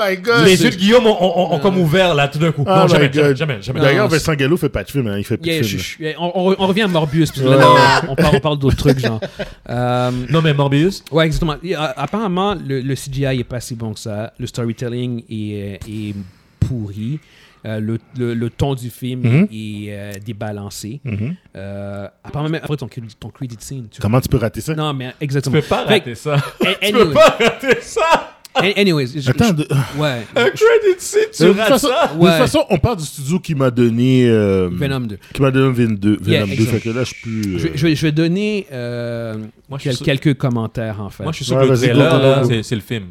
Speaker 2: my god!
Speaker 3: Les yeux de Guillaume ont, ont- ont- ont comme ouvert là tout d'un coup.
Speaker 2: Oh
Speaker 3: non,
Speaker 2: my
Speaker 3: jamais,
Speaker 2: God.
Speaker 3: jamais, jamais, jamais.
Speaker 2: D'ailleurs,
Speaker 1: Non, c'est-
Speaker 2: Vincent Gallo fait pas de film, hein, il fait plus
Speaker 1: Yeah,
Speaker 2: de
Speaker 1: je-
Speaker 2: film.
Speaker 1: je- yeah, on, on- on revient à Morbius, parce que là,
Speaker 2: Ouais.
Speaker 1: là, on parle, on parle d'autres trucs, genre. Euh,
Speaker 3: Non, mais Morbius,
Speaker 1: ouais, exactement. Et, euh, apparemment, le, le CGI est pas si bon que ça. Le storytelling est, est pourri. Euh, le, le- le ton du film
Speaker 3: Mm-hmm.
Speaker 2: Mhm.
Speaker 1: est euh, débalancé.
Speaker 2: Mhm.
Speaker 1: Euh, apparemment, même après ton, cr- ton credit scene. tu-
Speaker 2: Comment tu peux rater ça?
Speaker 1: Non, mais
Speaker 3: tu
Speaker 1: exactement.
Speaker 3: peux pas
Speaker 1: Fait-
Speaker 3: rater ça.
Speaker 1: An-
Speaker 3: Tu peux
Speaker 1: anyway-
Speaker 3: pas rater ça.
Speaker 1: an- Anyways, je- je-
Speaker 2: Attends, de...
Speaker 1: ouais.
Speaker 3: Un credit scene, tu
Speaker 2: de toute
Speaker 3: rates
Speaker 2: façon,
Speaker 3: ça.
Speaker 2: de toute
Speaker 1: Ouais.
Speaker 2: façon, on parle du studio qui m'a donné. euh,
Speaker 1: Venom 2.
Speaker 2: Qui m'a donné Venom 2. Venom
Speaker 1: Yeah,
Speaker 2: 2
Speaker 1: exact.
Speaker 2: fait que là, je suis plus. euh,
Speaker 1: Je, je vais- je vais donner euh,
Speaker 3: Moi, je suis
Speaker 1: quel-
Speaker 3: sûr-
Speaker 1: quelques commentaires en fait.
Speaker 3: Moi, je suis sûr
Speaker 2: Ouais,
Speaker 3: que le
Speaker 2: vas-y, go,
Speaker 3: trailer,
Speaker 2: go, go,
Speaker 3: là,
Speaker 2: go.
Speaker 3: c'est c'est le film.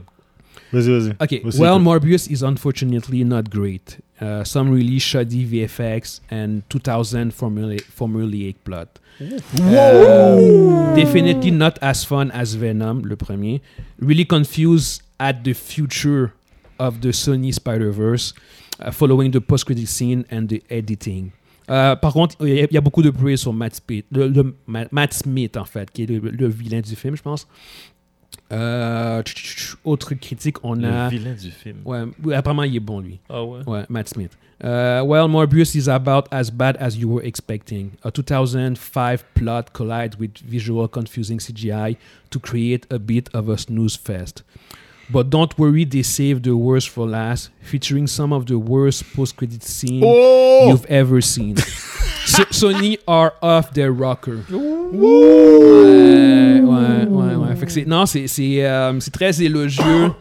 Speaker 2: Vas-y, vas-y.
Speaker 1: Okay,
Speaker 2: Vas-y,
Speaker 1: well,
Speaker 2: écoute.
Speaker 1: Morbius is unfortunately not great. Uh, some really shoddy VFX and 2000 formula- formulaic plot. Uh, definitely not as fun as Venom, le premier. Really confused at the future of the Sony Spider-Verse uh, following the post-credit scene and the editing. Euh, par contre, il y, a- il y a beaucoup de bruit sur Matt Smith, le, le- Ma- Matt Smith, en fait, qui est le, le vilain du film, je pense. Euh, tch, tch, tch, autre critique, on a...
Speaker 3: Le vilain du film.
Speaker 1: Ouais, oui, apparemment, il est bon, lui.
Speaker 3: Ah ouais.
Speaker 1: Ouais, Matt Smith. Euh, well, Morbius is about as bad as you were expecting. A 2005 plot collide with visual confusing CGI to create a bit of a snooze fest. But don't worry, they saved the worst for last, featuring some of the worst post-credit scenes
Speaker 2: Oh!
Speaker 1: you've ever seen. So- Sony are off their rocker.
Speaker 2: Oh!
Speaker 1: Ouais, Euh, ouais, ouais, ouais. Fait que c'est- non, c'est, c'est, euh, c'est très élogieux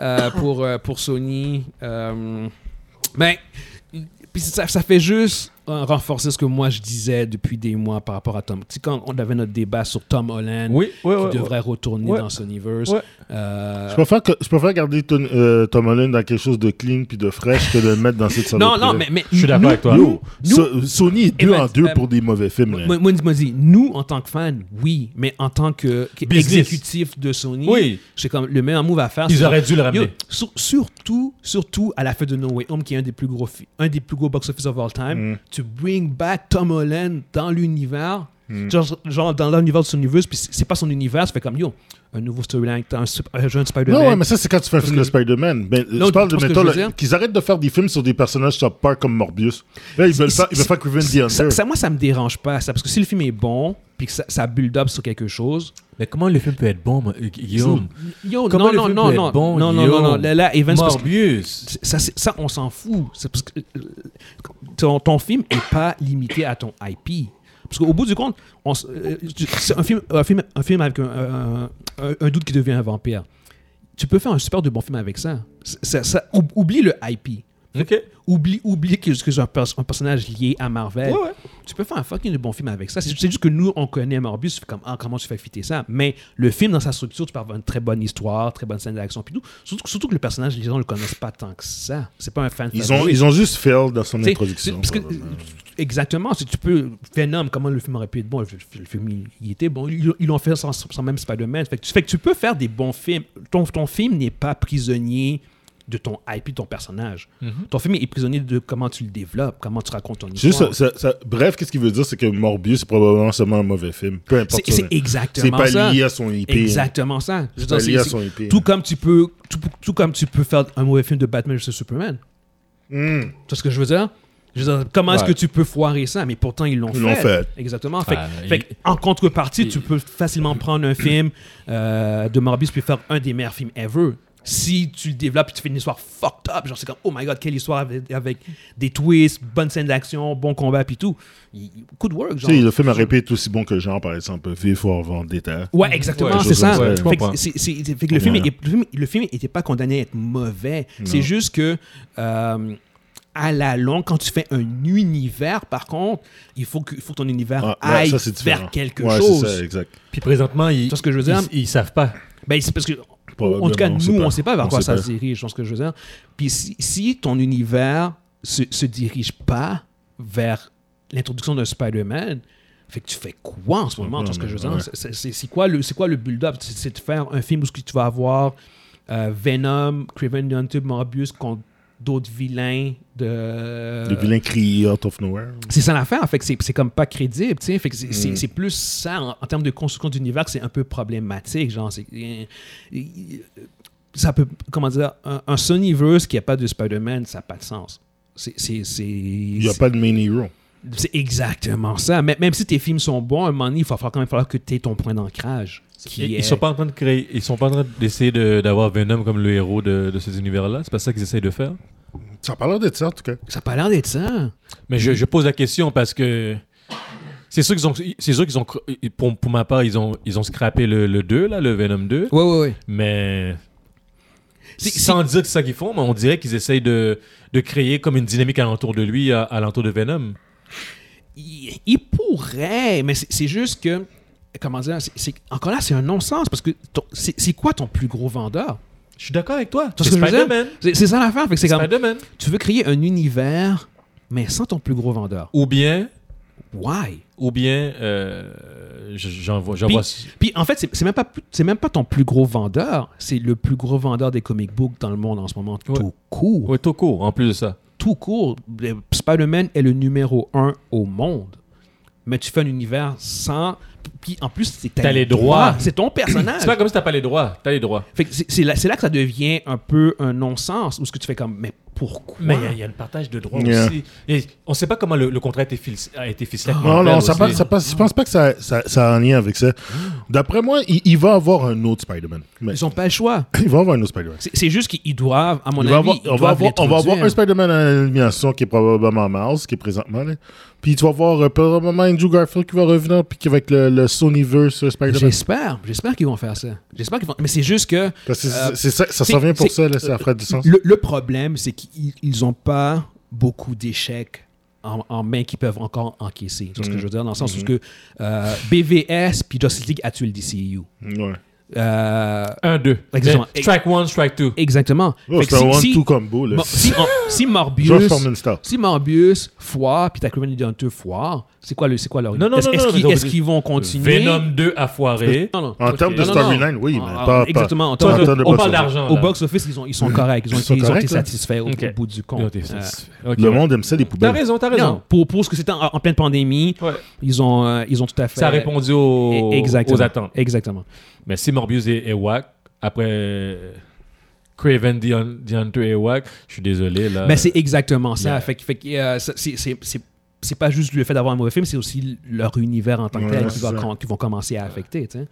Speaker 1: euh, pour, euh, pour Sony. Euh, ben, puis ça, ça fait juste euh, renforcer ce que moi je disais depuis des mois par rapport à Tom. Tu sais, quand on avait notre débat sur Tom Holland
Speaker 3: Oui, oui, oui.
Speaker 1: qui devrait retourner
Speaker 3: Ouais.
Speaker 1: dans Sonyverse.
Speaker 3: Ouais.
Speaker 1: euh,
Speaker 2: Je préfère, que, je préfère garder ton, euh, Tom Holland dans quelque chose de clean puis de fraîche que de le mettre dans cette
Speaker 1: non,
Speaker 2: saloperie.
Speaker 1: non, mais, mais
Speaker 3: Je suis d'accord avec toi. Oh,
Speaker 1: Nous-
Speaker 2: Yo, So- Sony est deux
Speaker 1: ben,
Speaker 2: en deux
Speaker 1: euh,
Speaker 2: pour des mauvais films. là.
Speaker 1: Moi, moi, dis- moi, dis, nous, en tant que fans, oui, mais en tant que, que
Speaker 3: Business.
Speaker 1: exécutif de Sony,
Speaker 3: Oui.
Speaker 1: c'est comme le meilleur move à faire.
Speaker 3: Ils
Speaker 1: c'est-
Speaker 3: auraient dû le
Speaker 1: Yo,
Speaker 3: ramener.
Speaker 1: sur- surtout, surtout à la fête de No Way Home, qui est un des plus gros, fi- un des plus gros box-office of all time,
Speaker 3: Mm.
Speaker 1: tu bring back Tom Holland dans l'univers,
Speaker 3: Mm.
Speaker 1: genre, genre dans l'univers de son univers, puis c'est c'est pas son univers, ça fait comme yo, un nouveau storyline, t'as un, sup- un jeune Spider-Man.
Speaker 2: Non, ouais, mais ça, c'est quand tu fais un film de Spider-Man. Ben,
Speaker 1: Non,
Speaker 2: je parle de,
Speaker 1: parce que
Speaker 2: mettons,
Speaker 1: je veux
Speaker 2: là,
Speaker 1: dire-
Speaker 2: qu'ils arrêtent de faire des films sur des personnages top par comme Morbius. Là, ils veulent
Speaker 1: C'est-
Speaker 2: faire, ils veulent faire Craven the
Speaker 1: ça,
Speaker 2: Hunter.
Speaker 1: ça- moi, ça me dérange pas, ça, parce que si le film est bon, puis que ça, ça build up sur quelque chose,
Speaker 3: Mais comment le film peut être bon, moi, euh, Guillaume
Speaker 1: Yo,
Speaker 3: Comment
Speaker 1: non,
Speaker 3: le
Speaker 1: non,
Speaker 3: film
Speaker 1: non,
Speaker 3: peut
Speaker 1: non,
Speaker 3: être bon,
Speaker 1: non, non, non, non,
Speaker 3: Guillaume?
Speaker 1: là, là, Evans, parce que
Speaker 3: Morbius.
Speaker 1: ça, c'est- ça, on s'en fout. C'est parce que euh, ton, ton film est pas limité à ton IP. Parce qu'au bout du compte, on s- euh, c'est un film, un, film, un film avec un, un- un- un doute qui devient un vampire. Tu peux faire un super de bon film avec ça. C'est- ça, ça- ou- oublie le IP.
Speaker 3: Ok.
Speaker 1: Oublie, oublie que, que c'est un, pers- un personnage lié à Marvel.
Speaker 3: Ouais, ouais.
Speaker 1: Tu peux faire un fucking bon film avec ça. C'est c'est juste que nous, on connaît Morbius, c'est comme, ah, comment tu fais fitter ça. Mais le film, dans sa structure, tu peux avoir une très bonne histoire, très bonne scène d'action, puis tout. Surtout, surtout que le personnage, les gens ne le connaissent pas tant que ça. C'est pas un fan
Speaker 2: Ils ont, ils ont juste failed dans son
Speaker 1: T'sais,
Speaker 2: introduction.
Speaker 1: c'est- parce que-
Speaker 2: probablement.
Speaker 1: Exactement. Si tu peux. Venom, comment le film aurait pu être bon Le, le film, il- il était bon. Ils, ils l'ont fait sans, sans même Spider-Man. Fait que, tu, fait que tu peux faire des bons films. Ton, ton film n'est pas prisonnier de ton IP, de ton personnage. Ton film est prisonnier de comment tu le développes, comment tu racontes ton
Speaker 2: Juste,
Speaker 1: histoire.
Speaker 2: ça- ça- ça- bref, qu'est-ce qu'il veut dire, c'est que Morbius, c'est probablement seulement un mauvais film. Peu importe.
Speaker 1: C'est-
Speaker 2: ça,
Speaker 1: C'est
Speaker 2: là. C'est
Speaker 1: exactement
Speaker 2: pas
Speaker 1: ça.
Speaker 2: lié à son IP.
Speaker 1: Exactement ça. Je veux dire,
Speaker 2: pas
Speaker 1: c'est-
Speaker 2: lié à
Speaker 1: c'est-
Speaker 2: son IP,
Speaker 1: Tout
Speaker 2: hein.
Speaker 1: comme tu peux, tout, tout comme tu peux faire un mauvais film de Batman vs Superman.
Speaker 2: Hmm.
Speaker 1: Tu vois ce que je veux dire? Je veux dire, comment est-ce
Speaker 3: Ouais.
Speaker 1: que tu peux foirer ça? Mais pourtant, ils l'ont fait.
Speaker 2: Ils l'ont fait.
Speaker 1: Exactement. Fait, que-
Speaker 3: Ah,
Speaker 1: fait
Speaker 3: il-
Speaker 1: que, en contrepartie,
Speaker 3: il-
Speaker 1: tu peux facilement prendre un film euh, de Morbius puis faire un des meilleurs films ever. Si tu le développes et tu fais une histoire fucked up, genre c'est comme oh my god, quelle histoire avec, avec des twists, bonne scène d'action, bon combat puis tout. Il- Good work. Genre.
Speaker 2: Tu sais, le film à répéter est aussi bon que le genre, par exemple, Vif ou avant des terres.
Speaker 1: Ouais, exactement,
Speaker 3: Ouais,
Speaker 1: c'est ça.
Speaker 2: je- ouais, je
Speaker 1: Fait que
Speaker 3: comprends.
Speaker 1: c'est- c'est- c'est- fait que le, film,
Speaker 2: Ouais.
Speaker 1: est- le film- le film était pas condamné à être mauvais. C'est juste que euh, à la longue, quand tu fais un univers, par contre, il faut que, il faut que ton univers
Speaker 2: Ah, ouais,
Speaker 1: aille
Speaker 2: ça, c'est différent.
Speaker 1: vers quelque
Speaker 2: ouais,
Speaker 1: chose.
Speaker 2: C'est ça, exact.
Speaker 3: Puis présentement, ils,
Speaker 1: Tu vois ce que je veux dire?
Speaker 3: ils, ils savent pas.
Speaker 1: Ben, c'est parce que,
Speaker 2: Probablement,
Speaker 1: en tout cas,
Speaker 2: on
Speaker 1: nous,
Speaker 2: sait pas.
Speaker 1: on ne sait pas vers
Speaker 2: On
Speaker 1: quoi
Speaker 2: sait
Speaker 1: ça
Speaker 2: pas.
Speaker 1: se dirige, je pense que je veux dire. Puis si, si ton univers se, se dirige pas vers l'introduction d'un Spider-Man, fait que tu fais quoi en ce moment, tu vois ce que je veux dire?
Speaker 2: Ouais.
Speaker 1: C'est- C'est c'est quoi le, c'est quoi le build-up? C'est c'est de faire un film où ce que tu vas avoir euh, Venom, Craven the Hunter, Morbius contre d'autres vilains de.
Speaker 2: Le vilain crie out of nowhere.
Speaker 1: C'est ça l'affaire, fait que c'est c'est comme pas crédible, tu sais. Fait que c'est- c'est c'est plus ça, en, en termes de construction d'univers, que c'est un peu problématique. Genre, c'est. euh, il- Ça peut. Comment dire Un, un Sonyverse qui n'a pas de Spider-Man, ça n'a pas de sens. C'est. c'est- c'est-
Speaker 2: Il n'y a pas de main hero.
Speaker 1: C'est exactement ça. Même, même si tes films sont bons, à un moment donné, il va falloir quand même falloir que tu aies ton point d'ancrage. qui
Speaker 3: Ils,
Speaker 1: est-
Speaker 3: ils sont pas en train de créer, ils sont pas en train d'essayer de- d'avoir Venom comme le héros de, de ces univers-là. C'est pas ça qu'ils essayent de faire.
Speaker 2: Ça a pas l'air d'être ça, en tout cas.
Speaker 1: Ça n'a pas l'air d'être ça.
Speaker 3: Mais je, je pose la question parce que c'est sûr qu'ils ont, c'est sûr qu'ils ont, cr- pour, pour ma part, ils ont, ils ont scrappé le, le 2 là, le Venom 2.
Speaker 1: Ouais, ouais, ouais.
Speaker 3: Mais
Speaker 1: C'est-
Speaker 3: sans dire que c'est ça qu'ils font, mais on dirait qu'ils essayent de, de créer comme une dynamique alentour de lui, à- alentour de Venom.
Speaker 1: il, il pourrait, mais c'est- c'est juste que, comment dire, c'est- c'est- encore là, c'est un non-sens parce que ton- c'est c'est quoi ton plus gros vendeur?
Speaker 3: Je suis d'accord avec toi.
Speaker 1: Tu vois
Speaker 3: C'est
Speaker 1: ce que je veux dire?
Speaker 3: Spider-Man.
Speaker 1: C'est c'est ça l'affaire. Fait que c'est comme,
Speaker 3: Spider-Man.
Speaker 1: tu veux créer un univers, mais sans ton plus gros vendeur.
Speaker 3: Ou bien,
Speaker 1: Why?
Speaker 3: ou bien, euh, je- j'en vois, j'en
Speaker 1: Puis,
Speaker 3: vois-
Speaker 1: puis en fait, c'est- c'est même pas plus- c'est même pas ton plus gros vendeur, c'est le plus gros vendeur des comic books dans le monde en ce moment,
Speaker 3: Ouais.
Speaker 1: tout court.
Speaker 3: Ouais, Toko, en plus de ça.
Speaker 1: tout court, le- Spider-Man est le numéro un au monde. Mais tu fais un univers sans. Puis en plus, c'est
Speaker 3: T'as les droits.
Speaker 1: C'est ton personnage.
Speaker 3: Ah, C'est pas comme si t'as pas les droits. T'as les droits.
Speaker 1: Fait que c'est c'est là, c'est là que ça devient un peu un non-sens, où ce que tu fais comme, mais pourquoi
Speaker 3: Mais il y a- il y, a un partage de droits
Speaker 2: Yeah.
Speaker 3: aussi. Et on sait pas comment le, le contrat a été, fil- a été ficelé. avec
Speaker 2: Non,
Speaker 3: Marvel
Speaker 2: non, ça
Speaker 3: aussi.
Speaker 2: passe, ça passe- je pense pas que ça, ça, ça a un lien avec ça. D'après moi, il, il va avoir un autre Spider-Man. Mais-
Speaker 1: Ils ont pas le choix.
Speaker 2: [LAUGHS] Il va avoir un autre Spider-Man.
Speaker 1: C'est c'est juste qu'ils doivent, à mon
Speaker 2: Il
Speaker 1: avis,
Speaker 2: va avoir-
Speaker 1: ils
Speaker 2: on, va
Speaker 1: doivent
Speaker 2: avoir, on va avoir
Speaker 1: l'introduire.
Speaker 2: un Spider-Man à l'animation qui est probablement Miles, qui est présentement. là. Puis tu vas voir euh, probablement Andrew Garfield qui va revenir, puis qui va être le, le Sonyverse euh, Spider-Man.
Speaker 1: J'espère, j'espère qu'ils vont faire ça. J'espère qu'ils vont. Mais c'est juste que
Speaker 2: Parce que c'est-
Speaker 1: Euh,
Speaker 2: c'est ça, ça
Speaker 1: c'est-
Speaker 2: s'en vient pour
Speaker 1: c'est-
Speaker 2: ça, là, ça ferait du sens.
Speaker 1: le, le problème, c'est qu'ils ils ont pas beaucoup d'échecs en, en main qu'ils peuvent encore encaisser. Tu vois ce que je veux dire? Dans le sens où
Speaker 2: Mm-hmm.
Speaker 1: que, euh, BVS puis Justice League a tué le DCU.
Speaker 2: Ouais.
Speaker 1: Euh,
Speaker 3: Un, deux.
Speaker 1: Exactement.
Speaker 3: Mais Strike one, strike two.
Speaker 1: exactement.
Speaker 2: Oh,
Speaker 1: Fait que
Speaker 2: c'est un
Speaker 1: si- si-
Speaker 2: one-two combo. Là.
Speaker 1: Bon, si, on- si
Speaker 2: George
Speaker 1: Morbius.
Speaker 2: Foreman style.
Speaker 1: Si Morbius foire, puis t'as Craven the Hunter foire, c'est quoi, le, c'est quoi leur
Speaker 3: Non, non,
Speaker 1: est-ce,
Speaker 3: non,
Speaker 1: est-ce
Speaker 3: non,
Speaker 1: qu'ils,
Speaker 3: non,
Speaker 1: est-ce
Speaker 3: non.
Speaker 1: qu'ils vont continuer
Speaker 3: Venom 2 a foiré.
Speaker 1: Non, non.
Speaker 2: En termes de
Speaker 1: Non, non, non.
Speaker 2: storyline, oui, mais
Speaker 1: En-
Speaker 2: pas-
Speaker 1: en-
Speaker 2: pas-
Speaker 1: Exactement. En
Speaker 2: pas-
Speaker 1: termes de-
Speaker 2: pas de
Speaker 3: on
Speaker 2: box
Speaker 3: parle d'argent.
Speaker 1: au
Speaker 3: là.
Speaker 1: box-office, ils, sont- ils sont corrects. Ils ont,
Speaker 2: Ils sont
Speaker 1: été- ils ont été
Speaker 2: corrects, hein. là.
Speaker 1: satisfaits au,
Speaker 3: Ok.
Speaker 1: au bout du compte.
Speaker 3: Non, t'es-
Speaker 1: Euh,
Speaker 3: Ok.
Speaker 2: Le monde aime ça, les
Speaker 3: T'as
Speaker 2: poubelles.
Speaker 3: raison, t'as
Speaker 1: non,
Speaker 3: raison.
Speaker 1: pour, pour ce que c'était en, en pleine pandémie,
Speaker 3: Ouais.
Speaker 1: ils, ont, euh, ils ont tout à fait.
Speaker 3: Ça a répondu aux,
Speaker 1: Eh, exactement.
Speaker 3: aux attentes.
Speaker 1: Exactement.
Speaker 3: Mais si Morbius est, est whack, après euh, Craven the, Hun- the Hunter est whack, je suis désolé. Là.
Speaker 2: Euh,
Speaker 1: Ben, c'est exactement ça.
Speaker 3: Yeah.
Speaker 1: Fait, que- fait que, euh, ça- c'est- c'est- c'est- c'est pas juste le fait d'avoir un mauvais film, c'est aussi leur univers en tant que
Speaker 2: Ouais,
Speaker 1: tel
Speaker 2: c'est
Speaker 1: qui, va
Speaker 2: ça.
Speaker 1: com- qui vont commencer à affecter. tu sais.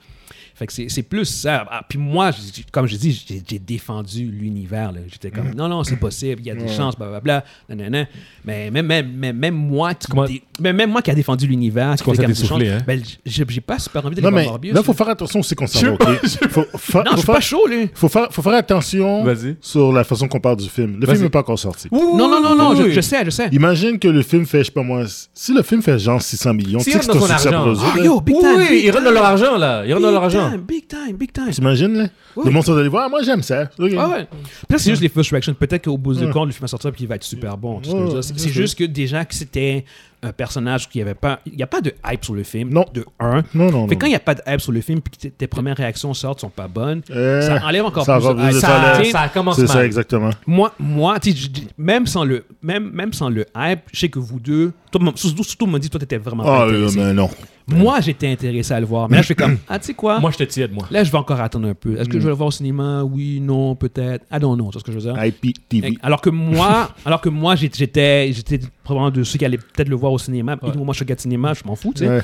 Speaker 1: Fait que c'est c'est plus ça. Ah, puis moi, j- comme je dis, j'ai- j'ai défendu l'univers. là. J'étais
Speaker 2: Mm.
Speaker 1: comme, non, non, c'est possible, il y a des chances, blablabla, nanana. Mais même, même, même, même moi, qui
Speaker 3: Comment-
Speaker 1: dé- mais même moi qui a défendu l'univers, qui
Speaker 3: commences
Speaker 1: fait
Speaker 3: à
Speaker 1: comme des
Speaker 3: t'essouffler,
Speaker 1: chances,
Speaker 3: hein?
Speaker 1: ben, j'ai j'ai pas super envie d'aller
Speaker 2: Non,
Speaker 1: voir
Speaker 2: mais
Speaker 1: Morbius.
Speaker 2: là, il faut faire attention, c'est qu'on s'en va. ok? Faut, fa-
Speaker 1: Non, [LAUGHS] je
Speaker 2: faut
Speaker 1: suis
Speaker 2: faire-
Speaker 1: pas chaud, là.
Speaker 2: faut faire, faut faire attention
Speaker 3: Vas-y.
Speaker 2: sur la façon qu'on parle du film. Le
Speaker 3: Vas-y.
Speaker 2: film n'est pas encore sorti.
Speaker 1: Non, non, non, non,
Speaker 3: Oui,
Speaker 1: je,
Speaker 3: oui.
Speaker 1: je sais, je sais.
Speaker 2: Imagine que le film fait, je sais pas moi, si le film fait genre 600 millions, tu
Speaker 3: Si
Speaker 2: sais
Speaker 3: on
Speaker 2: que
Speaker 3: a
Speaker 2: c'est un
Speaker 3: son
Speaker 2: succès
Speaker 3: argent.
Speaker 2: pour eux autres,
Speaker 1: Ah,
Speaker 2: là.
Speaker 1: yo, big
Speaker 3: Oui,
Speaker 1: time.
Speaker 3: oui,
Speaker 1: big
Speaker 3: ils rendent
Speaker 1: time.
Speaker 3: leur argent, là. Ils rendent leur argent.
Speaker 1: Big time, big time, big time.
Speaker 2: T'imagines, là? Le monde sont allés voir, ah, moi j'aime ça. Ok.
Speaker 1: Ah ouais. Puis là,
Speaker 2: Hmm.
Speaker 1: c'est juste les first reactions. Peut-être qu'au bout du compte, le film va sortir et il va être super bon. tout ce que je veux dire. C'est- C'est juste que déjà que c'était un personnage qui avait pas. Il n'y a pas de hype sur le film.
Speaker 2: Non.
Speaker 1: De un.
Speaker 2: Non, non, non.
Speaker 1: Fait que quand il n'y a pas de hype sur le film puis que t- tes premières réactions sortent sont pas bonnes,
Speaker 2: Euh,
Speaker 1: ça enlève encore
Speaker 2: ça
Speaker 1: plus
Speaker 2: va plus
Speaker 1: de hype.
Speaker 2: de
Speaker 1: Ça-
Speaker 3: Ça,
Speaker 2: Allez.
Speaker 3: ça commence
Speaker 2: C'est
Speaker 3: mal.
Speaker 2: ça, exactement.
Speaker 1: moi, moi tu sais, je- je- même, sans le, même, même sans le hype, je sais que vous deux, toi, mon- surtout, surtout me dit, toi, t'étais vraiment pas
Speaker 2: Ah, euh,
Speaker 1: intéressé.
Speaker 2: mais non.
Speaker 1: Moi, j'étais intéressé à le voir. Mais là, je fais
Speaker 2: [COUGHS]
Speaker 1: comme, ah, tu sais quoi?
Speaker 3: Moi, je te tiède, moi.
Speaker 1: Là, je vais encore attendre un peu.
Speaker 2: Hmm.
Speaker 1: Est-ce que je vais le voir au cinéma? Oui, non, peut-être. Ah non, non, c'est ce que je veux dire.
Speaker 2: IPTV.
Speaker 1: Alors que moi, [LAUGHS] alors que moi j'ai- j'étais, j'étais probablement de ceux qui allaient peut-être le voir au cinéma. Puis Moi, je suis au gars de cinéma, je m'en fous. tu sais.
Speaker 2: Ouais.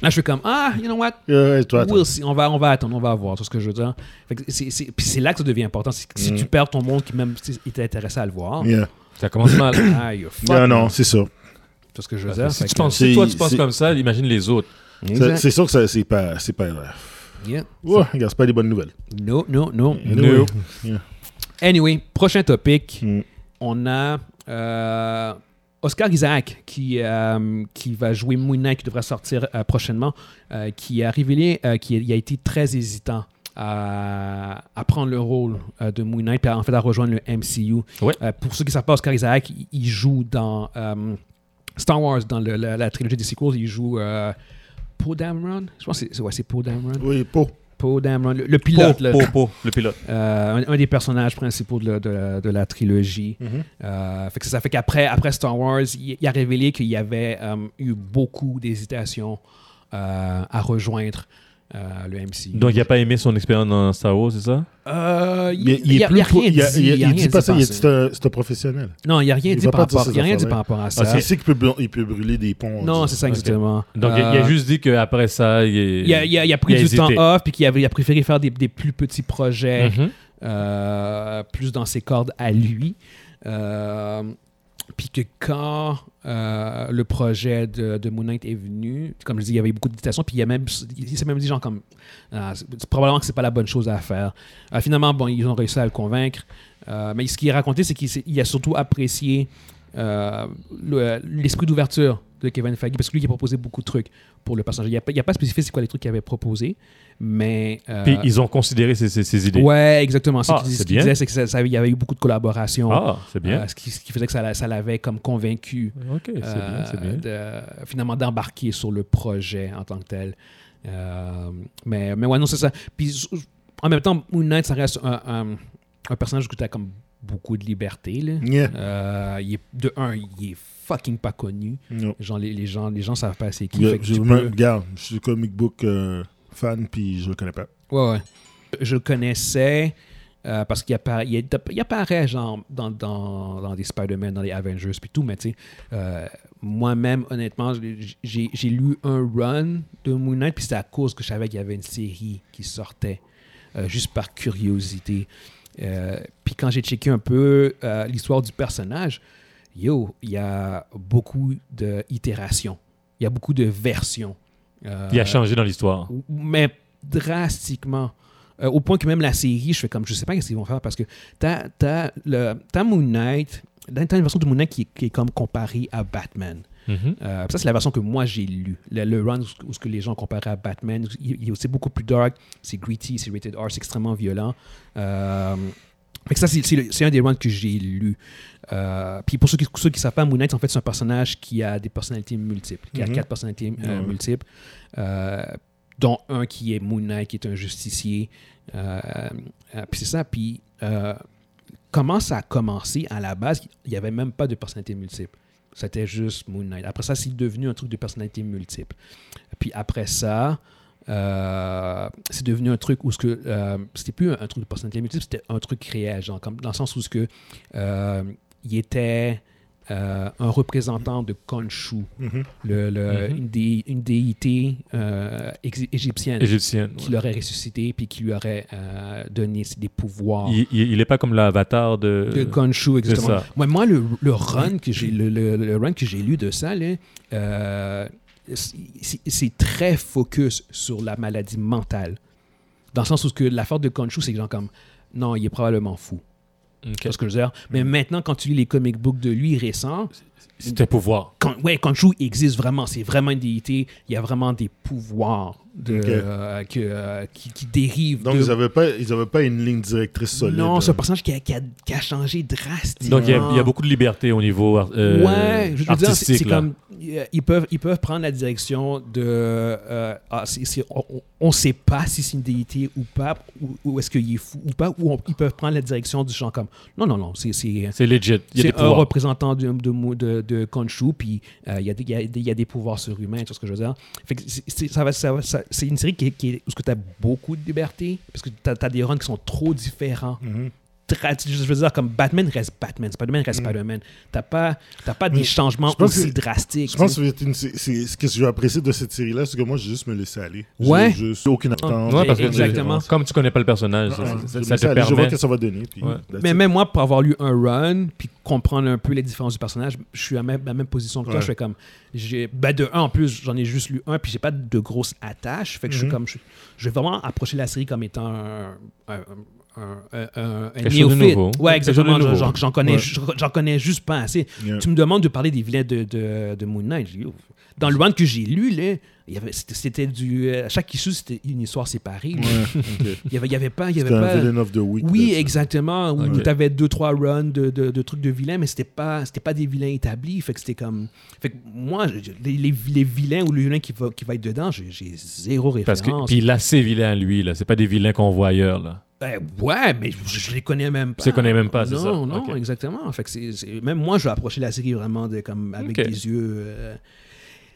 Speaker 1: Là, je suis comme ah, you know what?
Speaker 2: Euh, toi, attends.
Speaker 1: We'll see. On va, on va attendre, on va voir. C'est ce que je veux dire. Fait que c'est- c'est- Puis c'est là que ça devient important. C'est que
Speaker 2: Mm.
Speaker 1: Si tu perds ton monde qui même si- était intéressé à le voir,
Speaker 2: Yeah.
Speaker 3: Ça commence
Speaker 5: [COUGHS]
Speaker 3: mal.
Speaker 1: ah, you're fucked.
Speaker 2: Mm. Non, non, c'est ça.
Speaker 1: C'est ce que je veux dire.
Speaker 3: Si
Speaker 1: Fait
Speaker 3: tu
Speaker 1: que-
Speaker 3: penses, si
Speaker 2: c'est-
Speaker 3: toi tu penses
Speaker 2: c'est-
Speaker 3: comme ça, imagine les autres.
Speaker 2: Ça-
Speaker 1: Exact.
Speaker 2: C'est sûr que ça, c'est pas. C'est pas euh,
Speaker 1: Yeah.
Speaker 2: ouais, regarde, c'est pas des bonnes nouvelles.
Speaker 1: Non, non, non.
Speaker 2: Anyway. Yeah.
Speaker 1: Anyway, prochain topic.
Speaker 2: Mm.
Speaker 1: On a euh, Oscar Isaac qui, euh, qui va jouer Moon Knight, qui devra sortir euh, prochainement, euh, qui a révélé euh, qu'il a été très hésitant à, à prendre le rôle euh, de Moon Knight, puis à- en fait à rejoindre le MCU.
Speaker 3: Ouais.
Speaker 1: Euh, pour ceux qui ne savent pas, Oscar Isaac, il- il joue dans euh, Star Wars, dans le- la, la trilogie des sequels, il joue euh, Poe Dameron. Je pense que c'est ouais, c'est Poe Dameron.
Speaker 2: Oui, pour.
Speaker 1: Poe Dameron, le, le
Speaker 5: Po,
Speaker 1: pilote, là,
Speaker 5: po, po, le pilote.
Speaker 1: euh, un, un des personnages principaux de la, de la- de la trilogie.
Speaker 2: Mm-hmm.
Speaker 1: Euh, fait que ça fait qu'après après Star Wars, il, il a révélé qu'il y avait euh, eu beaucoup d'hésitations euh, à rejoindre euh, le MCU.
Speaker 5: Donc, il n'a pas aimé son expérience dans Star Wars, c'est ça
Speaker 1: Euh,
Speaker 2: Il, il est
Speaker 1: il a-
Speaker 2: plus
Speaker 1: il a
Speaker 2: pro-
Speaker 1: rien dit.
Speaker 2: il a- il a-
Speaker 1: il a
Speaker 2: il
Speaker 1: rien
Speaker 2: dit pas
Speaker 1: dit
Speaker 2: ça,
Speaker 1: par
Speaker 2: il a dit
Speaker 1: ça.
Speaker 2: c'est un, c'est un professionnel.
Speaker 1: Non, il n'y a rien
Speaker 2: il
Speaker 1: dit
Speaker 2: va
Speaker 1: par
Speaker 2: pas dire
Speaker 1: rapport-
Speaker 2: ces
Speaker 1: il a rien dit
Speaker 2: affaires-là.
Speaker 1: par rapport à ça.
Speaker 2: Ah, c'est ici qu'il peut, bl- il peut brûler des ponts.
Speaker 1: non,
Speaker 2: on
Speaker 1: c'est
Speaker 2: dit.
Speaker 1: ça exactement.
Speaker 5: Donc, il, il a
Speaker 1: Euh,
Speaker 5: juste dit qu'après ça, il, est-
Speaker 1: il a, il a- il a pris
Speaker 5: il a
Speaker 1: du
Speaker 5: hésité.
Speaker 1: temps off puis qu'il avait- il a préféré faire des, des plus petits projets
Speaker 5: Mhm.
Speaker 1: euh, plus dans ses cordes à lui. Euh, puis que quand euh, le projet de, de Moon Knight est venu, comme je dis, il y avait beaucoup d'hésitations, puis il, y a même- il s'est même dit, genre, comme, Ah, c'est- c'est probablement que c'est pas la bonne chose à faire. Euh, finalement, bon, ils ont réussi à le convaincre, Euh, mais ce qu'il racontait, c'est qu'il s'est- il a surtout apprécié euh, le- l'esprit d'ouverture de Kevin Feige, parce que lui, il a proposé beaucoup de trucs pour le personnage. Il n'a pas, il a pas spécifié c'est quoi les trucs qu'il avait proposés, mais... euh,
Speaker 5: Puis, ils ont considéré ses, ses- ses idées.
Speaker 1: Ouais, exactement. Ce
Speaker 5: Ah,
Speaker 1: qu'il
Speaker 5: c'est
Speaker 1: ce qu'il
Speaker 5: bien.
Speaker 1: disait, c'est que ça- ça- il y avait eu beaucoup de collaborations,
Speaker 5: Ah, c'est bien.
Speaker 1: euh, ce, qui, ce qui faisait que ça, l'a- ça l'avait comme convaincu
Speaker 5: ok, c'est
Speaker 1: euh,
Speaker 5: bien, c'est bien.
Speaker 1: de- finalement d'embarquer sur le projet en tant que tel. Euh, mais, mais ouais, non, c'est ça. Puis s- en même temps, Moon Knight, ça reste un, un- un personnage qui a comme beaucoup de liberté. là.
Speaker 2: Yeah.
Speaker 1: Euh, il est, de un, il est fucking pas connu.
Speaker 2: Non.
Speaker 1: Genre, les, les gens, les gens savent pas c'est qui.
Speaker 2: Je-
Speaker 1: Fait que
Speaker 2: je-
Speaker 1: tu
Speaker 2: me-
Speaker 1: peux-
Speaker 2: Regarde, je suis comic book euh, fan, puis je le connais pas.
Speaker 1: Ouais, ouais. Je le connaissais euh, parce qu'il appara- il est- il apparaît genre, dans, dans, dans des Spider-Man, dans les Avengers, puis tout, mais tu sais, euh, moi-même, honnêtement, j'ai- j'ai j'ai lu un run de Moon Knight, puis c'est à cause que je savais qu'il y avait une série qui sortait, euh, juste par curiosité. Euh, puis quand j'ai checké un peu euh, l'histoire du personnage, yo, il y a beaucoup d'itérations, il y a beaucoup de versions. Euh,
Speaker 5: Il a changé dans l'histoire.
Speaker 1: mais drastiquement. Euh, au point que même la série, je fais comme, je sais pas qu'est-ce qu'ils vont faire parce que t'as, t'as, le, t'as Moon Knight, t'as une version de Moon Knight qui, qui est comme comparée à Batman.
Speaker 5: Mhm.
Speaker 1: Euh, ça, c'est la version que moi j'ai lue. Le, le run où, ce- où ce que les gens comparaient à Batman, il, il est aussi beaucoup plus dark, c'est gritty, c'est rated R, c'est extrêmement violent. Euh, fait que ça, c'est, c'est le- c'est un des runs que j'ai lu. Euh, puis pour ceux qui ceux qui savent pas, Moon Knight, en fait, c'est un personnage qui a des personnalités multiples, qui
Speaker 2: Mhm.
Speaker 1: a quatre personnalités euh,
Speaker 2: Ouais.
Speaker 1: multiples, euh, dont un qui est Moon Knight, qui est un justicier. Euh, euh, puis c'est ça. Puis euh, comment ça a commencé à la base, il n'y avait même pas de personnalité multiple. C'était juste Moon Knight. Après ça, c'est devenu un truc de personnalité multiple. Puis après ça, euh, c'est devenu un truc où ce que euh, c'était plus un, un truc de personnalité multiple, c'était un truc réel, genre comme dans le sens où ce que euh, il était euh, un représentant de Khonshu,
Speaker 2: Mhm.
Speaker 1: le, le-
Speaker 5: Mhm.
Speaker 1: une, dé- une déité euh, ex- égyptienne
Speaker 5: Égyptienne.
Speaker 1: qui
Speaker 5: ouais.
Speaker 1: l'aurait ressuscité puis qui lui aurait euh, donné des pouvoirs.
Speaker 5: Il, il, il est pas comme l'avatar de.
Speaker 1: De Khonshu, exactement.
Speaker 5: euh, ça.
Speaker 1: Moi, moi, le, le run que j'ai le, le- le run que j'ai lu de ça, là, euh, c'est c'est très focus sur la maladie mentale. Dans le sens où ce que l'affaire de Khonshu, c'est genre comme non, il est probablement fou.
Speaker 5: Ok.
Speaker 1: Tu vois ce que je veux dire?
Speaker 5: Mm.
Speaker 1: Mais maintenant, quand tu lis les comic books de lui récents,
Speaker 5: C'est un pouvoir.
Speaker 1: quand, ouais, Khonshu existe vraiment. C'est vraiment une déité. Il y a vraiment des pouvoirs de,
Speaker 2: Ok.
Speaker 1: euh, que, euh, qui, qui dérivent
Speaker 2: Donc,
Speaker 1: de-
Speaker 2: ils n'avaient pas, ils avaient pas une ligne directrice solide.
Speaker 1: non, c'est
Speaker 2: ça
Speaker 1: un personnage qui a, qui a- qui a changé drastiquement.
Speaker 5: Donc, il y, a, il y a beaucoup de liberté au niveau ar- euh,
Speaker 1: ouais, je veux dire, c'est-
Speaker 5: artistique.
Speaker 1: c'est
Speaker 5: là.
Speaker 1: comme euh, ils peuvent ils peuvent prendre la direction de euh, ah, c'est- c'est- on- on- on ne sait pas si c'est une déité ou pas ou, ou est-ce qu'il est fou ou pas ou on- ils peuvent prendre la direction du genre comme non non non c'est c'est
Speaker 5: C'est legit. Il y a des
Speaker 1: c'est un
Speaker 5: pouvoirs.
Speaker 1: représentant de, de, Mo- de, de Khonshu, puis euh, il y, a des- il y a des- il y a des pouvoirs surhumains, tu vois ce que je veux dire. Fait que c'est- c'est- ça va- ça va- ça- c'est une série qui, est- qui est- où tu as beaucoup de liberté, parce que tu as, des runs qui sont trop différents.
Speaker 2: Mhm.
Speaker 1: Tra- tu- Je veux dire, comme Batman reste Batman, Spider-Man reste Spider-Man. T'as pas, t'as pas des
Speaker 2: Mais
Speaker 1: changements
Speaker 2: je pense
Speaker 1: aussi
Speaker 2: que-
Speaker 1: drastiques.
Speaker 2: Je pense
Speaker 1: tu sais.
Speaker 2: que c'est une- c'est- c'est- ce que j'ai apprécié de cette série-là, c'est que moi, j'ai juste me laissé aller. J'ai
Speaker 1: Ouais. Ah,
Speaker 2: juste aucune attente.
Speaker 5: Ouais, parce que-
Speaker 1: Exactement.
Speaker 5: Comme tu connais pas le personnage, ça,
Speaker 2: Ah,
Speaker 5: ça-
Speaker 2: je
Speaker 5: ça
Speaker 2: me laisse
Speaker 5: te
Speaker 2: aller, Je vois
Speaker 5: permet.
Speaker 2: que ça va donner. puis
Speaker 5: Ouais.
Speaker 2: that's
Speaker 1: Mais
Speaker 2: it.
Speaker 1: même moi, pour avoir lu un run, puis comprendre un peu les différences du personnage, je suis à même- la même position que toi.
Speaker 2: Ouais.
Speaker 1: Je fais comme. j'ai- Ben de un, en plus, j'en ai juste lu un, puis j'ai pas de grosse attache. Fait que je suis
Speaker 2: Mhm.
Speaker 1: comme. Je, je vais vraiment approcher la série comme étant un. un- un- un- un- un
Speaker 5: Quelque chose de
Speaker 1: néophyte.
Speaker 5: nouveau.
Speaker 1: Ouais,
Speaker 5: Quelque chose de
Speaker 1: exactement. J'en-
Speaker 5: nouveau.
Speaker 1: J'en j'en connais,
Speaker 2: Ouais.
Speaker 1: ju- j'en connais juste pas assez.
Speaker 2: Yeah.
Speaker 1: Tu me demandes de parler des vilains de, de, de Moon Knight. Je dis, Ouf. Dans le one que j'ai lu, là, il y avait- c'était- c'était du. euh, à chaque issue, c'était une histoire séparée. là. [LAUGHS] Il y avait, il y avait pas. Il y avait
Speaker 2: C'était un
Speaker 1: pas
Speaker 2: villain of the week.
Speaker 1: oui,
Speaker 2: là, ça.
Speaker 1: exactement. Où
Speaker 5: Ok.
Speaker 1: tu avais deux, trois runs de, de- de trucs de vilains, mais c'était pas, c'était pas des vilains établis. Fait que c'était comme. Fait que moi, je- je- les, les- les vilains ou le vilain qui va, qui va être dedans, j'ai, j'ai zéro référence.
Speaker 5: Parce que, puis là, c'est vilain, lui, là. C'est pas des vilains qu'on voit ailleurs, là.
Speaker 1: Ben, ouais, mais je, je les connais même pas.
Speaker 5: Tu les connais même pas, c'est
Speaker 1: non,
Speaker 5: ça?
Speaker 1: Non,
Speaker 5: Ok.
Speaker 1: exactement. Fait que c'est- c'est- même moi, je vais approcher la série vraiment de, comme, avec
Speaker 5: Ok.
Speaker 1: des yeux. euh,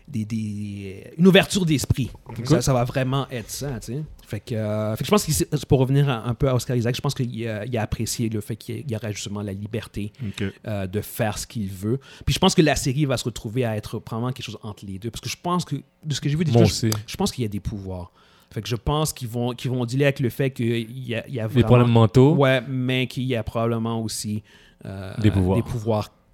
Speaker 1: des, des- euh, une ouverture d'esprit. Ça, ça va vraiment être ça, tu sais. Fait que, euh, fait que je pense que c'est- pour revenir à- un peu à Oscar Isaac, je pense qu'il a, il a apprécié le fait qu'il y aura justement la liberté
Speaker 2: Ok.
Speaker 1: euh, de faire ce qu'il veut. Puis je pense que la série va se retrouver à être probablement quelque chose entre les deux. Parce que je pense que, de ce que j'ai vu, des
Speaker 5: Moi
Speaker 1: choses,
Speaker 5: aussi.
Speaker 1: je, je pense qu'il y a des pouvoirs. Fait que je pense qu'ils vont, qu'ils vont dealer avec le fait qu'il y a, il y a
Speaker 5: Des
Speaker 1: vraiment-
Speaker 5: problèmes mentaux.
Speaker 1: Ouais, mais qu'il y a probablement aussi euh,
Speaker 5: Des pouvoirs.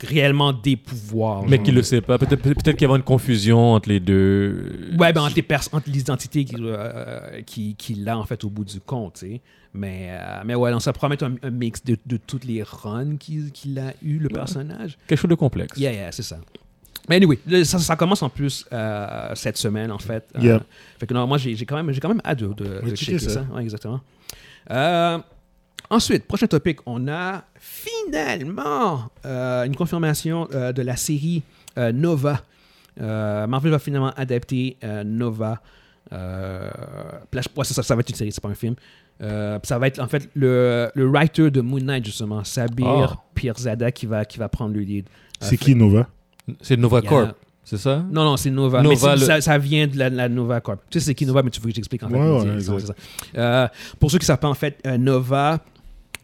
Speaker 1: Réellement des pouvoirs.
Speaker 5: Mais
Speaker 1: genre.
Speaker 5: qui le sait pas. Peut-être peut-être qu'il y avait une confusion entre les deux.
Speaker 1: Ouais, ben, entre, les pers- entre les identités qu'il euh, qui, qui l'a en fait au bout du compte, tu sais. Mais, euh, mais ouais, non, ça promet un, un mix de, de toutes les runs qu'il qu'il a eu, le personnage.
Speaker 5: Quelque chose de complexe.
Speaker 1: Yeah, yeah, c'est ça. Mais anyway, le- ça, ça commence en plus euh, cette semaine, en fait. Euh,
Speaker 2: Yeah.
Speaker 1: fait que non, moi, j'ai j'ai quand, même- j'ai quand même hâte de, de,
Speaker 2: Ouais,
Speaker 1: de checker
Speaker 2: checker
Speaker 1: ça.
Speaker 2: ça.
Speaker 1: Ouais, exactement. Euh, ensuite, prochain topic, on a finalement euh, une confirmation euh, de la série euh, Nova. Euh, Marvel va finalement adapter euh, Nova. Euh, puis là, je- ouais, ça, ça- ça va être une série, c'est pas un film. Euh, puis ça va être en fait le, le writer de Moon Knight, justement, Sabir Pirzada, qui va, qui va prendre le lead. Euh,
Speaker 2: C'est qui Nova
Speaker 5: C'est Nova
Speaker 1: Il y a-
Speaker 5: Corp, c'est ça?
Speaker 1: non, non, c'est Nova.
Speaker 5: Nova,
Speaker 1: mais c'est-
Speaker 5: le-
Speaker 1: ça, ça vient de la, la Nova Corp. Tu sais, c'est qui Nova, mais tu veux que j'explique en fait.
Speaker 2: Ouais,
Speaker 1: mais
Speaker 2: ouais,
Speaker 1: c'est-
Speaker 2: exact.
Speaker 1: c'est ça. Euh, pour ceux qui ne savent pas, en fait, euh, Nova,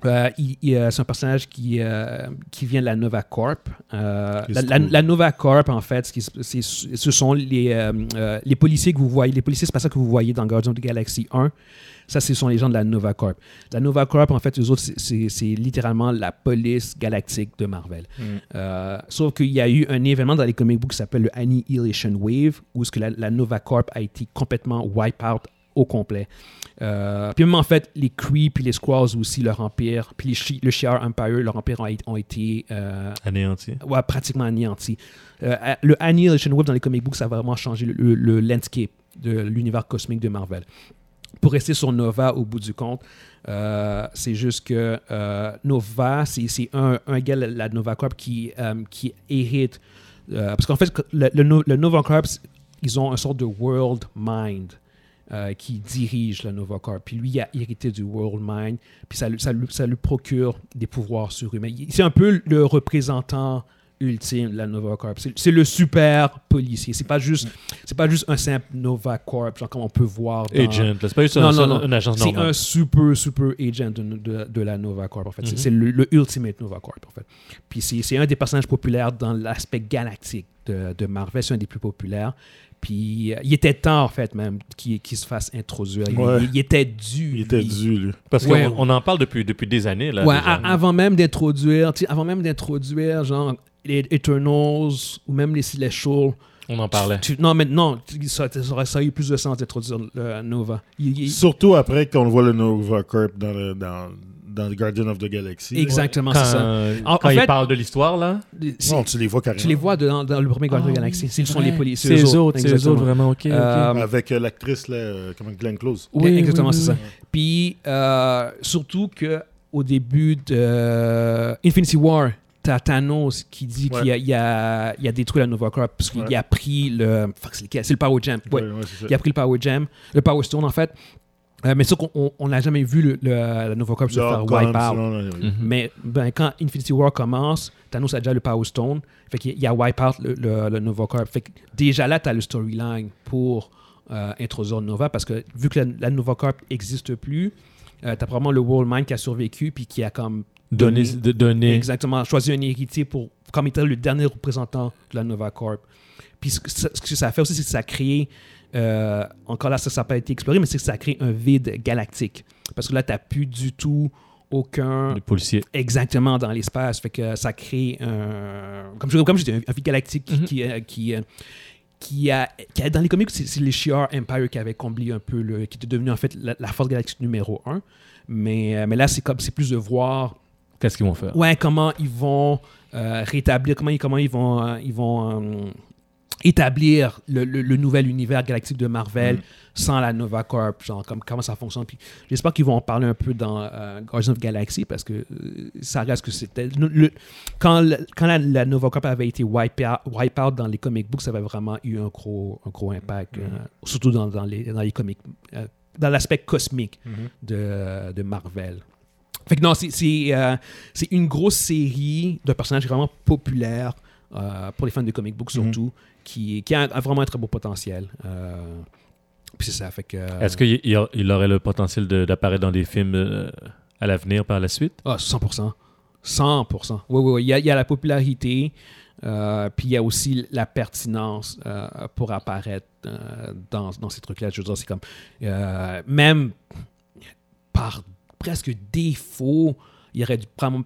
Speaker 1: euh, il- il, euh, c'est un personnage qui, euh, qui vient de la Nova Corp. Euh,
Speaker 2: Qu'est-ce
Speaker 1: la, la-
Speaker 2: que-
Speaker 1: la Nova Corp, en fait, ce, qui se- c'est- ce sont les, euh, euh, les policiers que vous voyez, les policiers spatiaux que vous voyez dans Guardians of the Galaxy 1. Ça, ce sont les gens de la Nova Corp. La Nova Corp, en fait, eux autres, c'est- c'est c'est littéralement la police galactique de Marvel.
Speaker 2: Mm.
Speaker 1: Euh, sauf qu'il y a eu un événement dans les comic books qui s'appelle le Annihilation Wave, où ce que la, la Nova Corp a été complètement wipe out au complet. Euh, puis même en fait, les Kree, puis les Squaws aussi, leur empire, puis les Shi- le Shi'ar Empire, leur empire ont, ont été euh,
Speaker 5: Anéanti.
Speaker 1: ouais, pratiquement anéanti. Euh, à- le Annihilation Wave dans les comic books, ça a vraiment changé le, le- le landscape de l'univers cosmique de Marvel. Pour rester sur Nova au bout du compte, euh, c'est juste que euh, Nova, c'est c'est un, un gars, la, la Nova Corp, qui, euh, qui hérite. euh, parce qu'en fait, le, le No- le Nova Corp, ils ont une sorte de world mind euh, qui dirige la Nova Corp. Puis lui, il a hérité du World Mind, puis ça, lui- ça, lui- ça lui procure des pouvoirs surhumains. Il- C'est un peu le représentant ultime de la Nova Corp. C'est c'est le super policier. C'est pas juste, c'est pas juste un simple Nova Corp, genre comme on peut voir dans...
Speaker 5: Agent, là. C'est pas juste
Speaker 1: Non,
Speaker 5: un,
Speaker 1: non,
Speaker 5: un-
Speaker 1: non.
Speaker 5: une agence
Speaker 1: C'est
Speaker 5: normale.
Speaker 1: un super, super agent de, de- de la Nova Corp, en fait. C'est- C'est le, le ultimate Nova Corp, en fait. Puis c'est c'est un des personnages populaires dans l'aspect galactique de, de Marvel. C'est un des plus populaires. Puis euh, il était temps, en fait, même, qu'il qu'il se fasse introduire. Il,
Speaker 2: Ouais.
Speaker 1: il- il était dû.
Speaker 2: Il était
Speaker 1: lui.
Speaker 2: dû, lui.
Speaker 5: Parce
Speaker 1: Ouais.
Speaker 5: qu'on on en parle depuis, depuis des années, là.
Speaker 1: Ouais,
Speaker 5: déjà.
Speaker 1: a- avant même d'introduire, tu sais, avant même d'introduire, genre, les Eternals ou même les Celestials.
Speaker 5: On en parlait.
Speaker 1: tu- non, mais non, tu- ça, ça aurait ça aurait eu plus de sens d'introduire euh, Nova. Il- il-
Speaker 2: Surtout après qu'on le voit le Nova Corp dans, le, dans, dans le Guardian of the Galaxy.
Speaker 1: exactement,
Speaker 5: Quand,
Speaker 1: c'est ça. En- en
Speaker 5: quand il
Speaker 1: fait-
Speaker 5: parle de l'histoire, là.
Speaker 1: C'est-
Speaker 2: Non, tu les vois carrément.
Speaker 1: Tu les vois dans, dans le premier
Speaker 2: Ah
Speaker 5: Ah
Speaker 1: Guardians of the Galaxy. Ce sont les policiers. eux exactement.
Speaker 5: vraiment. Ok,
Speaker 1: Euh,
Speaker 2: Avec euh, l'actrice, là, euh, comment Glenn Close.
Speaker 1: Oui, E- exactement,
Speaker 5: oui,
Speaker 1: c'est
Speaker 5: oui.
Speaker 1: ça. Puis, euh, surtout que au début de euh, Infinity War, t'as Thanos qui dit
Speaker 2: Ouais.
Speaker 1: qu'il a, il a, il a détruit la Nova Corp parce qu'il
Speaker 2: Ouais.
Speaker 1: a pris le... fuck, c'est lequel? C'est le Power Gem. Ouais.
Speaker 2: c'est ça.
Speaker 1: Il a pris le Power Gem, le Power Stone, en fait. Euh, mais ça, qu'on- on on n'a jamais vu le- le- la Nova Corp se
Speaker 2: Genre,
Speaker 1: faire
Speaker 2: Gone,
Speaker 1: wipe out.
Speaker 2: sinon, là,
Speaker 5: Mhm.
Speaker 2: oui.
Speaker 3: Mhm.
Speaker 1: Mais ben, quand Infinity War commence, Thanos a déjà le Power Stone. Fait qu'il il y a Wipeout, le, le, le Nova Corp. Fait que déjà là, tu as le storyline pour euh, introduire Nova parce que vu que la, la Nova Corp n'existe plus, euh, tu as probablement le World Mind qui a survécu puis qui a comme
Speaker 5: Donner, de- donner
Speaker 1: Exactement. Choisir un héritier pour, comme étant le dernier représentant de la Nova Corp. Puis ce que ça, ce que ça a fait aussi, c'est que ça a créé, euh, encore là, ça n'a pas été exploré, mais c'est que ça a créé un vide galactique. Parce que là, tu n'as plus du tout aucun
Speaker 5: le policier.
Speaker 1: exactement dans l'espace. Fait que ça crée un. Comme je, comme je dis, un, un vide galactique qui- qui, euh, qui, euh, qui a, qui a- dans les comics, c'est c'est les Shi'ar Empire qui avait comblé un peu, le, qui était devenu en fait la, la force galactique numéro un. Mais, euh, mais là, c'est comme c'est plus de voir
Speaker 5: Qu'est-ce qu'ils vont faire?
Speaker 1: Ouais, comment ils vont euh, rétablir, comment ils, comment ils vont, euh, ils vont euh, établir le, le- le nouvel univers galactique de Marvel sans la Nova Corp, genre comme, comment ça fonctionne. Puis j'espère qu'ils vont en parler un peu dans euh, Guardians of the Galaxy parce que euh, ça reste que c'était. le- le- quand le- quand la, la Nova Corp avait été wipe out, wipe out dans les comic books, ça avait vraiment eu un gros, un gros impact, euh, surtout dans, dans les, dans les comics, euh, dans l'aspect cosmique de, de Marvel. Fait que non, c'est- c'est euh, c'est une grosse série de personnages vraiment populaires euh, pour les fans de comic books surtout, qui, qui a, a vraiment un très beau potentiel. Euh, puis c'est ça, fait que...
Speaker 5: Est-ce qu'il il- il aurait le potentiel de- d'apparaître dans des films euh, à l'avenir par la suite?
Speaker 1: Ah, 100%. 100%. Oui, oui, oui. Il y a, il y a la popularité, euh, puis il y a aussi la pertinence euh, pour apparaître euh, dans, dans ces trucs-là. Je veux dire, c'est comme... euh, même par presque défaut, il aurait dû, probablement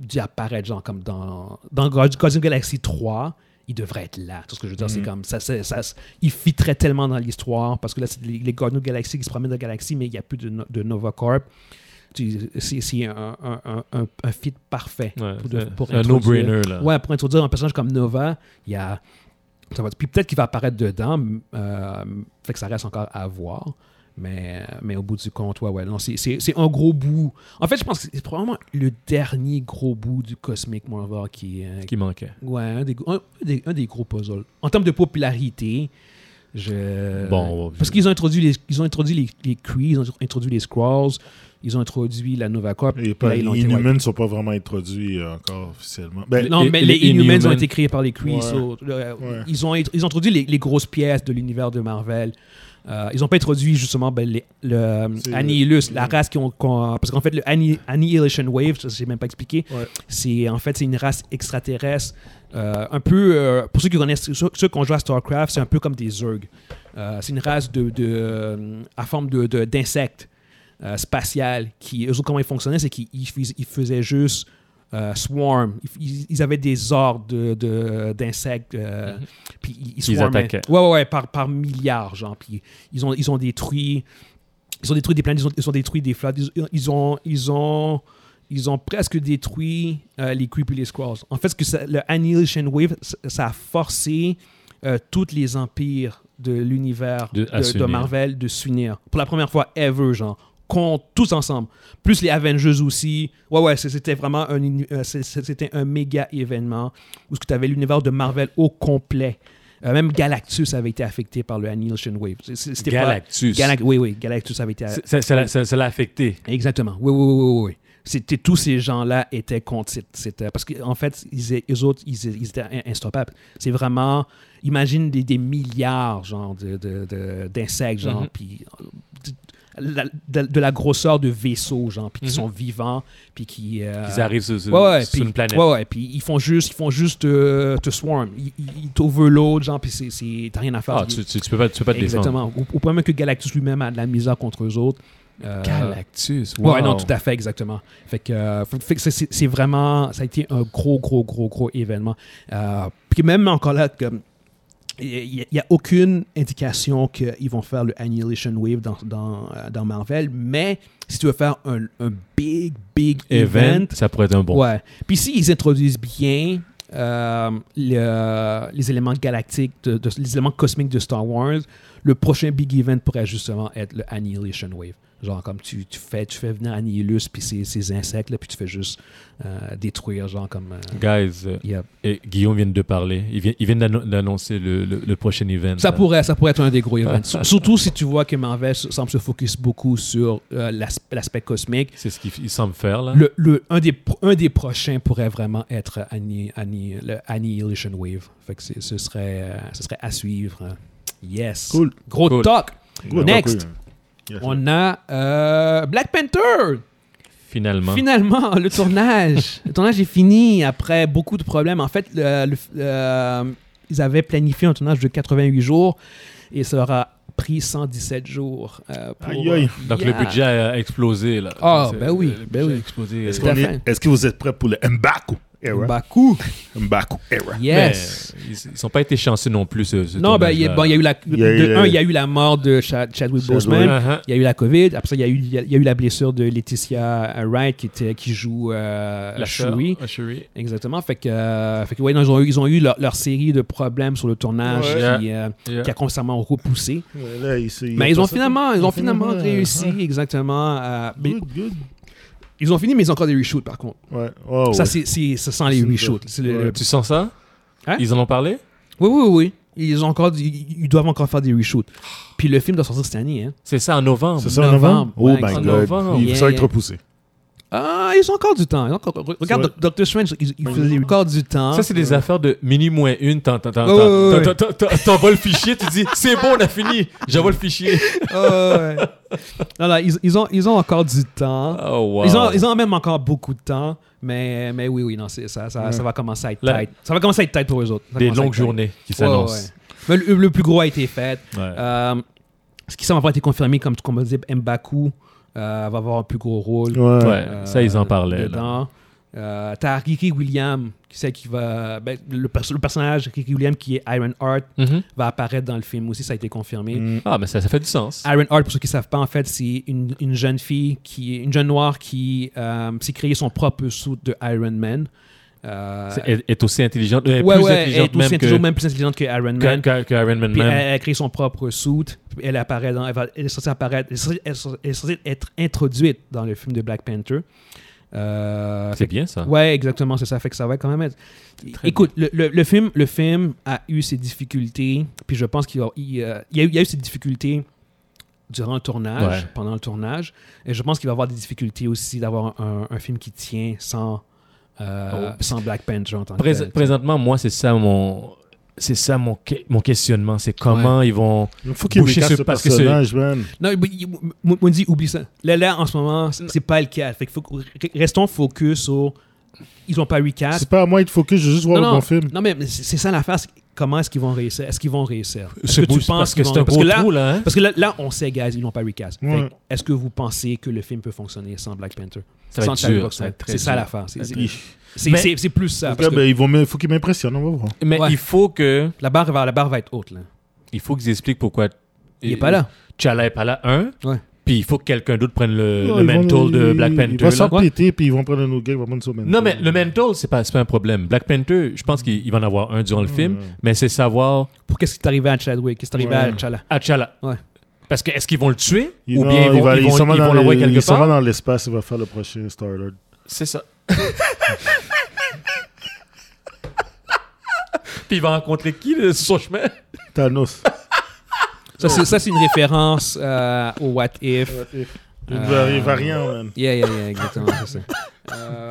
Speaker 1: dû apparaître, genre, comme dans, dans Guardi- Guardians of the Galaxy 3, il devrait être là. Tout ce que je veux dire, c'est comme... Ça, ça, ça, il fitterait tellement dans l'histoire, parce que là, c'est les, les Guardians of the Galaxy qui se promènent dans la galaxie, mais il n'y a plus de, no- de Nova Corp. Tu- c'est c'est un, un, un- un- un fit parfait
Speaker 5: Ouais,
Speaker 1: pour,
Speaker 5: c'est-
Speaker 1: pour
Speaker 5: c'est un
Speaker 1: introduire-
Speaker 5: no-brainer, là.
Speaker 1: Ouais, pour introduire un personnage comme Nova, il y a. ça va- Puis peut-être qu'il va apparaître dedans, m- euh, fait que ça reste encore à voir. Mais, mais au bout du compte, ouais, ouais, non, c'est- c'est c'est un gros bout. En fait, je pense que c'est probablement le dernier gros bout du Cosmic Marvel qui, euh,
Speaker 5: Qui manquait.
Speaker 1: ouais, un des, un- un des- un des gros puzzles. En termes de popularité, je.
Speaker 5: Bon,
Speaker 1: Euh, Parce qu'ils ont introduit les, ils ont introduit les, les Kree, ils ont introduit les Skrulls, ils ont introduit la Nova Corp.
Speaker 2: Et
Speaker 1: puis
Speaker 2: pas-
Speaker 1: là, ils l'ont
Speaker 2: les
Speaker 1: été
Speaker 2: Inhumans ne sont pas vraiment introduits euh, encore officiellement. Ben,
Speaker 1: wiped. Non,
Speaker 5: les-
Speaker 1: mais les,
Speaker 5: les
Speaker 1: Inhumans, ont
Speaker 5: Inhumans.
Speaker 1: été créés par les Kree.
Speaker 2: Ouais.
Speaker 1: so, euh,
Speaker 2: Ouais.
Speaker 1: Ils ont int- ils ont introduit les, les grosses pièces de l'univers de Marvel. Euh, ils n'ont pas introduit justement ben, les- le
Speaker 2: C'est-
Speaker 1: Annihilus, la race qui ont. qu'on- parce qu'en fait, le Anni- Annihilation Wave, ça, j'ai même pas expliqué.
Speaker 2: Ouais.
Speaker 1: C'est en fait c'est une race extraterrestre. euh, un peu euh, pour ceux qui connaissent ceux, ceux qui ont joué à Starcraft, c'est un peu comme des Zerg. Euh, c'est une race de, de, euh, à forme de de- d'insectes euh, spatiales qui eux autres comment ils fonctionnaient c'est qu'ils ils fais- ils faisaient juste euh, swarm. Ils, ils avaient des ordres de- de- d'insectes. euh, Puis ils,
Speaker 5: Ils
Speaker 1: swarmaient.
Speaker 5: attaquaient.
Speaker 1: Ouais, ouais, ouais, par, par milliards, genre. Puis ils ont, ils ont détruit. Ils ont détruit des planètes, ils ont, ils ont détruit des flottes. Ils, ils ont. Ils ont ils ont presque détruit euh, les Creepy les Squirrels. En fait, ce que ça- le Annihilation Wave, ça- ça a forcé euh, tous les empires de l'univers de,
Speaker 5: De- à
Speaker 1: de
Speaker 5: s'unir.
Speaker 1: Marvel de s'unir. Pour la première fois ever, genre. Contre, tous ensemble. Plus les Avengers aussi. Ouais, ouais, c'est- c'était vraiment un, uni- euh, c'est- c'est- c'était un méga événement où tu avais l'univers de Marvel au complet. Euh, même Galactus avait été affecté par le Annihilation Wave. C'est- c'est- c'était pas-
Speaker 5: Galactus.
Speaker 1: Galac- oui, oui, Galactus avait été
Speaker 5: C'est- c'est- Ça l'a- ça- ça l'a affecté.
Speaker 1: Exactement. Oui, oui, oui, oui, oui. C'était tous ces gens-là étaient contre. cette- cette- euh, parce qu'en fait, ils, é- eux autres, ils, é- ils étaient in- instoppables. C'est vraiment, imagine des, des milliards genre de- de- de- d'insectes,
Speaker 5: Mm-hmm.
Speaker 1: genre, puis euh, de, la- de- de la grosseur de vaisseaux, genre, puis qui sont vivants, puis qui. euh,
Speaker 5: Ils Mm-hmm. arrivent sur, sur-
Speaker 1: Ouais, ouais,
Speaker 5: sur
Speaker 1: puis-
Speaker 5: une planète.
Speaker 1: Ouais, ouais, puis ils font juste, ils font juste euh, te swarm. Ils, ils- ils t'overload, genre, puis c'est- c'est- t'as rien à faire.
Speaker 5: Ah, tu, tu, tu peux pas, tu peux pas te défendre.
Speaker 1: Exactement. Au, au point même que Galactus lui-même a de la misère contre eux autres. Euh,
Speaker 5: Galactus.
Speaker 1: Ouais, non, tout à fait, exactement. Fait que, euh, fait- fait que c'est- c'est c'est vraiment, ça a été un gros, gros, gros, gros événement. Euh, puis même encore là, comme, il n'y a, aucune indication qu'ils vont faire le Annihilation Wave dans, dans, euh, dans Marvel, mais si tu veux faire un, un big, big
Speaker 5: Event,
Speaker 1: event,
Speaker 5: ça pourrait être un bon.
Speaker 1: Ouais. Puis s'ils introduisent bien euh, le- les éléments galactiques, de, de- les éléments cosmiques de Star Wars, le prochain big event pourrait justement être le Annihilation Wave. Genre comme tu, tu fais tu fais venir Annihilus puis ces, ces insectes là puis tu fais juste euh, détruire genre comme euh,
Speaker 5: Guys, euh,
Speaker 1: yep.
Speaker 5: et Guillaume vient de parler. Il vient, il vient d'annon- d'annoncer le, le, le prochain event.
Speaker 1: ça
Speaker 5: là.
Speaker 1: pourrait ça pourrait être un des gros events Sur- surtout si tu vois que Marvel s- semble se focus beaucoup sur euh, l'as- l'aspect cosmique
Speaker 5: C'est ce qu'il il semble faire, là.
Speaker 1: le, le- un, des, pro- un des prochains pourrait vraiment être Annie, Annie, le Annihilation Wave. Fait que c'est- ce, serait, euh, ce serait à suivre. hein. Yes.
Speaker 2: Cool.
Speaker 1: Gros
Speaker 5: Cool.
Speaker 1: talk.
Speaker 2: good,
Speaker 1: Next.
Speaker 2: good. hein. Yes.
Speaker 1: On a euh, Black Panther.
Speaker 5: Finalement.
Speaker 1: Finalement, [LAUGHS] le tournage. le tournage est fini après beaucoup de problèmes. En fait, le- le- euh, ils avaient planifié un tournage de 88 jours et ça leur a pris 117 jours. euh, pour-
Speaker 2: Aïe, aïe.
Speaker 5: Donc
Speaker 1: Yeah.
Speaker 5: le budget a explosé, là.
Speaker 1: Ah,
Speaker 5: C'est-
Speaker 1: ben oui,
Speaker 5: le
Speaker 1: ben
Speaker 5: budget a
Speaker 1: oui.
Speaker 5: explosé.
Speaker 2: Est-ce
Speaker 3: euh,
Speaker 1: Tout à
Speaker 2: qu'on est-
Speaker 1: fait.
Speaker 2: est-ce que vous êtes prêts pour le Mbaku? era.
Speaker 1: Baku.
Speaker 2: M'Baku era.
Speaker 1: Yes.
Speaker 3: Mais ils, ils ont pas été chanceux non plus. Ce, ce
Speaker 1: non, ben, il y a,
Speaker 3: tournage-là.
Speaker 1: bon, il y a eu la.
Speaker 2: Il y a eu
Speaker 1: de
Speaker 2: le-
Speaker 1: un, il y a eu la mort de Chad- Chadwick
Speaker 2: Chadwick.
Speaker 1: Boseman.
Speaker 3: Uh-huh.
Speaker 1: Il y a eu la COVID. Après ça, il y a eu, il y a- il y a eu la blessure de Laetitia euh, Wright qui, était, qui joue euh,
Speaker 3: La sœur,
Speaker 1: Chewie.
Speaker 3: euh, Chewie.
Speaker 1: Exactement. Fait que, euh, fait que, ouais, non, ils ont eu, ils ont eu leur, leur série de problèmes sur le tournage
Speaker 3: Ouais.
Speaker 1: qui, euh,
Speaker 3: Yeah.
Speaker 1: qui a constamment repoussé.
Speaker 2: Ouais, là, il s'est- il a
Speaker 1: Mais ils ont
Speaker 2: passé-
Speaker 1: finalement, ils ont finalement
Speaker 2: Ouais.
Speaker 1: réussi, exactement. à- mais
Speaker 2: Good, good.
Speaker 1: ils ont fini, mais ils ont encore des reshoots, par contre.
Speaker 2: Ouais. Oh,
Speaker 1: Ça,
Speaker 2: ouais.
Speaker 1: c'est, c'est- ça sent les
Speaker 2: C'est-
Speaker 1: reshoots. C'est le-
Speaker 2: ouais.
Speaker 1: le-
Speaker 3: Euh, Tu sens ça
Speaker 1: Hein?
Speaker 3: Ils en ont parlé
Speaker 1: Oui, oui, oui. Ils, ont encore, du- ils, ils doivent encore faire des reshoots. Puis le film doit sortir cette année. Hein.
Speaker 3: C'est ça en novembre.
Speaker 2: C'est ça en
Speaker 1: novembre,
Speaker 2: novembre? Oh
Speaker 1: ouais,
Speaker 2: my
Speaker 3: en
Speaker 2: god.
Speaker 3: novembre.
Speaker 2: Il
Speaker 1: Yeah,
Speaker 2: ça va être
Speaker 1: yeah.
Speaker 2: repoussé.
Speaker 1: Ah, ils ont encore du temps. Ils ont encore- re- regarde,
Speaker 2: vrai.
Speaker 1: Doc- Doctor Strange, ils, ils faisaient encore du temps.
Speaker 3: Ça, c'est des affaires de mini moins une. T'en- t'en- t'en-
Speaker 1: Ouais, ouais, ouais.
Speaker 3: t'en- t'en- t'en- T'envoies le fichier, tu dis c'est bon, on a fini. J'envoie le fichier.
Speaker 1: [LAUGHS] Ah, ouais. non, non, ils, ils ont, ils ont encore du temps.
Speaker 3: Oh, wow.
Speaker 1: Ils, ont, ils ont même encore beaucoup de temps, mais, mais oui, oui, non, c'est- ça, ça, ça va commencer à être
Speaker 3: Là-
Speaker 1: tight. Ça va commencer à être tight pour eux autres. Ça
Speaker 3: Des
Speaker 1: commence à
Speaker 3: longues
Speaker 1: être tight.
Speaker 3: journées qui
Speaker 1: Ouais,
Speaker 3: s'annoncent.
Speaker 1: ouais. Mais le, le plus gros a été fait.
Speaker 3: Ouais.
Speaker 1: Euh, ce qui semble avoir été confirmé, comme comme on disait, Mbaku euh, va avoir un plus gros rôle.
Speaker 2: Ouais.
Speaker 3: Ouais, ça, ils en parlaient. là.
Speaker 1: Euh, Dedans. Euh, T'as Riki William, qui c'est qui va. ben, le, perso- le personnage Riki William, qui est Iron Heart,
Speaker 3: Mhm.
Speaker 1: va apparaître dans le film aussi, ça a été confirmé.
Speaker 2: Mm.
Speaker 3: Ah, mais ça, ça fait du sens.
Speaker 1: Iron Heart, pour ceux qui ne savent pas, en fait, c'est une, une jeune fille, qui, une jeune noire qui euh, s'est créée son propre suit de Iron Man. Euh,
Speaker 3: C'est- Elle est aussi intelligente, elle est
Speaker 1: ouais,
Speaker 3: plus
Speaker 1: ouais, elle est
Speaker 3: intelligente
Speaker 1: aussi
Speaker 3: même euh,
Speaker 1: toujours
Speaker 3: que,
Speaker 1: même plus intelligente que Iron
Speaker 3: que,
Speaker 1: Man.
Speaker 3: que- que Iron Man
Speaker 1: Puis elle,
Speaker 3: même.
Speaker 1: elle crée son propre suit. puis Elle apparaît dans, elle, va- elle est censée apparaître, elle est censée- elle est censée- elle est censée être introduite dans le film de Black Panther. Euh,
Speaker 3: Ah, C'est bien ça.
Speaker 1: Ouais, exactement, c'est ça. Fait que ça va quand même être.
Speaker 3: très
Speaker 1: Écoute, le, le- le film, le film a eu ses difficultés, puis je pense qu'il va- il, euh, il y, a eu- il y a eu ses difficultés durant le tournage,
Speaker 3: Ouais.
Speaker 1: pendant le tournage, et je pense qu'il va avoir des difficultés aussi d'avoir un, un film qui tient sans, euh, sans Black Panther en tant que
Speaker 3: Oh. Prés-
Speaker 1: tel.
Speaker 3: présentement, moi, c'est ça mon, c'est ça mon, que- mon questionnement. C'est comment ils vont.
Speaker 2: Il faut qu'il
Speaker 3: Boucher
Speaker 2: recasse
Speaker 3: ce-
Speaker 2: ce
Speaker 3: parce que c'est-
Speaker 2: personnage, man.
Speaker 1: Non, mais il- M- M- Mondi, oublie ça. Là, là, en ce moment, c'est c'est pas le cas. Fait que faut- restons focus sur. Ils ont pas recast.
Speaker 3: Ah.
Speaker 2: C'est pas à moi de focus, je veux juste voir le
Speaker 1: non,
Speaker 2: bon film.
Speaker 1: non, mais mais c'est c'est ça l'affaire. c'est Comment est-ce qu'ils vont réussir? Est-ce qu'ils vont réussir? Est-ce
Speaker 3: se
Speaker 1: que tu
Speaker 3: booster,
Speaker 1: penses
Speaker 3: parce
Speaker 1: qu'ils
Speaker 3: que
Speaker 1: vont
Speaker 3: c'est un
Speaker 1: parce
Speaker 3: gros
Speaker 1: que là-
Speaker 3: trou là. hein?
Speaker 1: Parce que là, là, on sait, guys, ils n'ont pas recast. Fait que
Speaker 2: Ouais.
Speaker 1: Est-ce que vous pensez que le film peut fonctionner sans Black Panther?
Speaker 3: Ça va
Speaker 1: sans
Speaker 3: être
Speaker 1: Chadwick
Speaker 3: dur.
Speaker 1: Boseman?
Speaker 3: ça va être très
Speaker 1: C'est ça
Speaker 3: dur.
Speaker 1: l'affaire. C'est- c'est-
Speaker 2: Il
Speaker 1: C'est
Speaker 3: Mais-
Speaker 1: c'est- c'est plus ça. Parce que
Speaker 2: ben, ils vont me- faut qu'il m'impressionne, on va voir.
Speaker 3: Mais
Speaker 1: Ouais.
Speaker 3: il faut que,
Speaker 1: la, barre va, la barre va être haute. Là.
Speaker 3: il faut qu'ils expliquent pourquoi.
Speaker 1: Il n'est pas là.
Speaker 3: T'Challa est pas là. Un.
Speaker 1: Ouais.
Speaker 3: Puis il faut que quelqu'un d'autre prenne le,
Speaker 2: Ouais,
Speaker 3: le
Speaker 2: ils vont-
Speaker 3: mental de
Speaker 2: ils-
Speaker 3: Black Panther.
Speaker 2: Ils vont
Speaker 3: là.
Speaker 2: s'en péter, puis ils vont prendre un autre gars, ils vont prendre son mental.
Speaker 3: Non, mais le mental, c'est pas, c'est pas un problème. Black Panther, je pense qu'il il va en avoir un durant
Speaker 2: Mm.
Speaker 3: le film, mais c'est savoir
Speaker 1: Pour qu'est-ce qui est arrivé à Chadwick? Qu'est-ce qui est arrivé
Speaker 2: Ouais.
Speaker 1: à T'Challa?
Speaker 3: T'Challa.
Speaker 1: Ouais.
Speaker 3: Parce que est-ce qu'ils vont le tuer
Speaker 2: Il-
Speaker 3: ou
Speaker 2: non,
Speaker 3: bien ils
Speaker 2: il
Speaker 3: vont,
Speaker 2: va-
Speaker 3: ils
Speaker 2: il
Speaker 3: vont,
Speaker 2: s'en va
Speaker 3: ils vont
Speaker 2: dans
Speaker 3: l'envoyer
Speaker 2: les-
Speaker 3: quelque
Speaker 2: Il s'en va
Speaker 3: part
Speaker 2: dans l'espace, il va faire le prochain Star-Lord.
Speaker 3: C'est ça. [LAUGHS] Puis il va rencontrer qui euh, sur son chemin
Speaker 2: Thanos.
Speaker 3: Ah.
Speaker 1: Ça, c'est- ça, c'est une référence euh, au What If.
Speaker 2: Il va- il va rien, man.
Speaker 1: Yeah, yeah, yeah, exactement, c'est ça. Euh,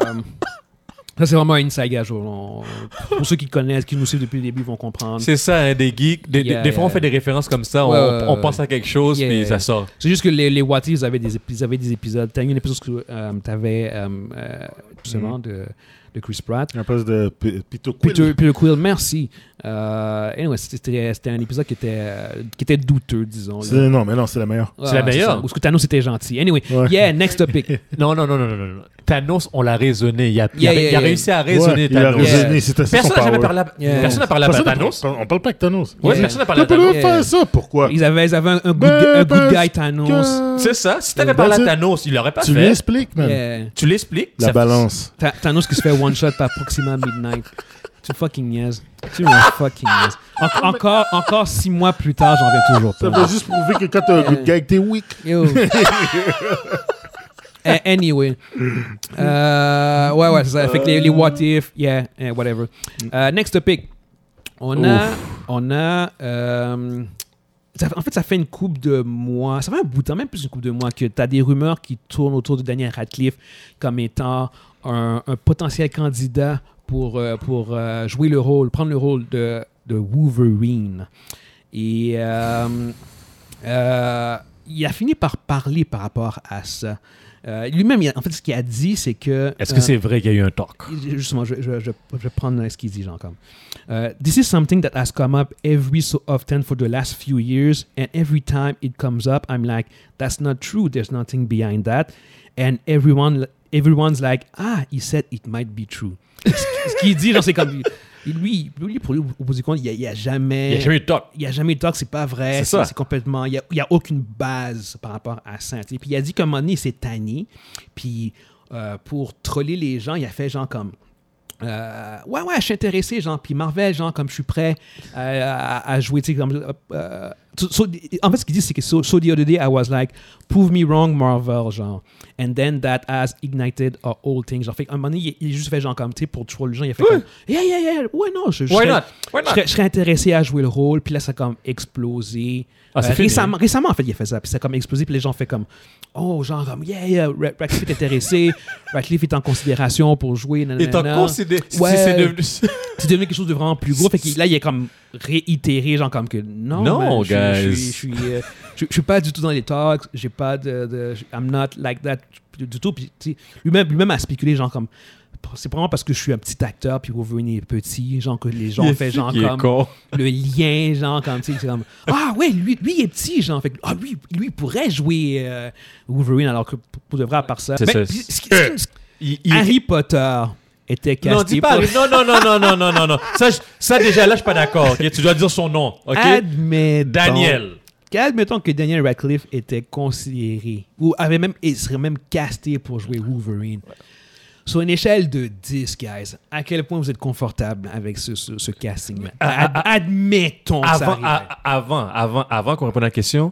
Speaker 1: ça, c'est vraiment une saga. je- on- pour ceux qui connaissent, qui nous suivent depuis le début, vont comprendre.
Speaker 3: C'est ça, hein, des geeks. Des, des-
Speaker 1: Yeah,
Speaker 3: des fois, on
Speaker 1: yeah.
Speaker 3: fait des références comme ça, on,
Speaker 1: Ouais, ouais,
Speaker 3: on
Speaker 1: ouais.
Speaker 3: pense à quelque chose,
Speaker 1: Yeah,
Speaker 3: puis
Speaker 1: yeah.
Speaker 3: ça sort.
Speaker 1: C'est juste que les, les What Ifs avaient des, épis- ils avaient des épisodes. T'as eu un épisode que euh, t'avais euh, euh,
Speaker 2: Mm-hmm.
Speaker 1: justement de, de Chris Pratt.
Speaker 2: À la place de P- Pito Quill.
Speaker 1: Peter, Peter Quill, merci. Euh, anyway, c'était c'était un épisode qui était, euh, qui était douteux, disons. là.
Speaker 2: C'est- Non, mais non, c'est la meilleure.
Speaker 1: Ouais,
Speaker 3: c'est la meilleure.
Speaker 1: ça. Parce que Thanos était gentil. Anyway,
Speaker 2: [LAUGHS] Ouais.
Speaker 1: yeah, next topic.
Speaker 3: Non, non, non, non, non, non, non. Thanos, on l'a raisonné. Il a, il
Speaker 1: Yeah,
Speaker 3: a-
Speaker 1: yeah,
Speaker 3: il a
Speaker 1: yeah.
Speaker 3: réussi à raisonner
Speaker 2: Ouais, il a
Speaker 3: Thanos.
Speaker 1: raisonné.
Speaker 2: raisonné, c'était ça son
Speaker 3: Personne n'a jamais
Speaker 2: power.
Speaker 3: parlé. à-
Speaker 1: Yeah.
Speaker 3: Personne n'a parlé à
Speaker 2: Personne n'a-
Speaker 3: Thanos.
Speaker 2: On on parle pas de Thanos.
Speaker 3: Ouais,
Speaker 1: Yeah.
Speaker 3: personne n'a parlé
Speaker 2: On
Speaker 3: à
Speaker 2: peut
Speaker 3: Thanos.
Speaker 2: pas faire ça, pourquoi
Speaker 1: Ils avaient, ils avaient un, un good,
Speaker 2: Ben,
Speaker 1: un good
Speaker 2: parce
Speaker 1: guy Thanos.
Speaker 2: que-
Speaker 3: C'est ça. Si t'avais parlé à
Speaker 2: That's it.
Speaker 3: Thanos, il l'aurait pas
Speaker 2: Tu
Speaker 3: fait.
Speaker 2: l'expliques, man.
Speaker 1: Yeah.
Speaker 3: Tu l'expliques.
Speaker 2: La
Speaker 3: ça-
Speaker 2: balance.
Speaker 1: Tha- Thanos qui se fait one shot par Proxima Midnight. Tu fucking niaises. Tu me fucking niaises.
Speaker 2: [LAUGHS]
Speaker 1: En- encore, encore six mois plus tard, j'en viens toujours.
Speaker 2: Ça
Speaker 1: pas.
Speaker 2: veut juste prouver que quand t'as un good guy, t'es weak.
Speaker 1: Yo. Eh, anyway. Euh, ouais, ouais, c'est ça. Fait que les, les what if, yeah, eh, whatever. Euh, next topic. On a. On a euh, ça fait- en fait, ça fait une coupe de mois. Ça fait un bout de temps, même plus une coupe de mois, que tu as des rumeurs qui tournent autour de Daniel Radcliffe comme étant un, un potentiel candidat pour, euh, pour euh, jouer le rôle, prendre le rôle de, de Wolverine. Et. euh, euh, il a fini par parler par rapport à ça. Euh, Lui-même, il a- en fait, ce qu'il a dit, c'est que.
Speaker 3: Est-ce que
Speaker 1: euh,
Speaker 3: c'est vrai qu'il y a eu un talk
Speaker 1: Justement, je, je, je, je vais prendre ce qu'il dit, genre comme. Euh, This is something that has come up every so often for the last few years, and every time it comes up, I'm like, that's not true. There's nothing behind that, and everyone everyone's like, ah, he said it might be true. Ce qu'il dit, genre, c'est comme. Lui, lui, pour lui, au bout du compte, il n'y a, il y a jamais.
Speaker 3: Il y a jamais eu de talk.
Speaker 1: Il n'y a jamais eu de talk, c'est pas vrai.
Speaker 3: C'est
Speaker 1: C'est
Speaker 3: ça.
Speaker 1: c'est complètement. Il n'y a, il y a aucune base par rapport à ça. tu sais. Puis il a dit qu'à un moment donné, il s'est tanné. Puis euh, pour troller les gens, il a fait genre comme. euh, ouais, ouais, je suis intéressé, genre. Puis Marvel, genre, comme je suis prêt euh, à, à jouer, tu sais, comme. euh, euh, so- so- en fait, ce qu'il dit, c'est que so, so the other day, I was like, prove me wrong, Marvel, genre. And then that has ignited our whole thing. Genre, fait qu'à un moment donné, il, il a juste fait, genre, comme, tu sais, pour troll les gens, il a fait comme, yeah, yeah, yeah, ouais, non, je, je
Speaker 3: Why
Speaker 1: serais-
Speaker 3: not? Why
Speaker 1: je
Speaker 3: not?
Speaker 1: serais- je serais intéressé à jouer le rôle. Puis là, ça a comme explosé.
Speaker 5: Ah, c'est
Speaker 1: Euh,
Speaker 5: fini.
Speaker 1: récemment, récemment, en fait, il a fait ça. Puis ça a comme explosé. Puis les gens fait comme Oh, genre, comme, yeah, yeah, Ra- Ratcliffe est intéressé. [LAUGHS] Ratcliffe est en considération pour jouer. nanana.
Speaker 5: Et en cours, c'est des- c'est-
Speaker 1: Ouais.
Speaker 5: c'est devenu.
Speaker 1: C'est devenu quelque chose de vraiment plus gros. Fait que là, il est comme réitéré, genre, comme que non.
Speaker 5: Non,
Speaker 1: man, je- je-
Speaker 5: guys.
Speaker 1: Je suis, euh, je- je suis pas du tout dans les talks. J'ai pas de, de- I'm not like that du tout. Puis, tu sais, lui-même, lui-même a spéculé, genre, comme. C'est probablement parce que je suis un petit acteur, puis Wolverine est petit, genre que les gens font genre
Speaker 5: Il est
Speaker 1: comme
Speaker 5: con.
Speaker 1: le lien, genre, comme, tu sais, c'est comme, ah ouais, lui, lui il est petit, genre, fait que, ah, lui, lui il pourrait jouer euh, Wolverine, alors que pour- pour de vrai, à part ça.
Speaker 5: C'est
Speaker 1: Mais,
Speaker 5: ça.
Speaker 1: puis, ce qui- ce qui-
Speaker 3: Il- il-
Speaker 1: Harry Potter était casté
Speaker 3: Non, dis pas.
Speaker 1: pour-
Speaker 3: Harry. Non, non, non, non, non, non, non, non. Ça, je- ça déjà, là, je suis pas d'accord. ok? Tu dois dire son nom, ok?
Speaker 1: Ah, Admettons-
Speaker 3: Daniel.
Speaker 1: Admettons que Daniel Radcliffe était considéré, ou avait même, il serait même casté pour jouer Wolverine. Sur une échelle de 10, guys, à quel point vous êtes confortable avec ce, ce, ce casting-là? Ad- Admettons que ça
Speaker 3: Ah, Avant, ah.
Speaker 1: arrive.
Speaker 3: à- avant, avant, avant qu'on réponde à la question,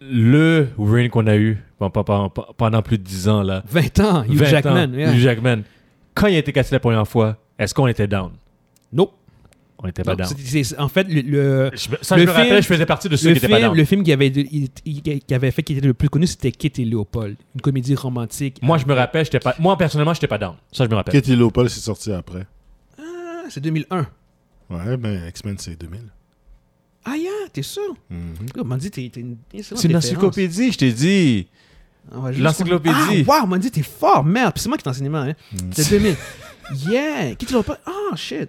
Speaker 3: le Wolverine qu'on a eu pen- pen- pen- pen- pendant plus de 10 ans, là,
Speaker 1: 20 ans, Hugh
Speaker 3: 20
Speaker 1: Jackman.
Speaker 3: ans,
Speaker 1: yeah.
Speaker 3: Hugh Jackman, quand il a été cassé la première fois, est-ce qu'on était down?
Speaker 1: Nope.
Speaker 3: On était pas
Speaker 1: Non,
Speaker 3: down.
Speaker 1: c'est- c'est- en fait, le, le,
Speaker 3: Je me- ça,
Speaker 1: le
Speaker 3: je me rappelle,
Speaker 1: film-
Speaker 3: je faisais partie de ceux
Speaker 1: le
Speaker 3: qui étaient pas
Speaker 1: film,
Speaker 3: down.
Speaker 1: le film qui avait, de- il- il- qui avait fait qui était le plus connu, c'était Kit et Léopold, une comédie romantique.
Speaker 3: Moi, je me rappelle, j'étais pas... Moi, personnellement, j'étais pas down. Ça, je me rappelle.
Speaker 2: Katie Leopold, c'est sorti après.
Speaker 1: Ah, c'est 2001.
Speaker 2: Ouais, mais X-Men, c'est 2000.
Speaker 1: Ah, yeah, t'es sûr?
Speaker 2: Mhm.
Speaker 1: Oh, Mandy, t'es t'es une excellente
Speaker 5: C'est une
Speaker 1: référence. Ah,
Speaker 5: encyclopédie, je t'ai dit.
Speaker 1: On va juste-
Speaker 5: l'encyclopédie.
Speaker 1: Ah, wow, Mandy, t'es fort, merde. Puis c'est moi qui t'enseignais, hein.
Speaker 2: Mhm.
Speaker 1: C'est 2000. [LAUGHS] Yeah! Kit et Léopold. Ah, shit.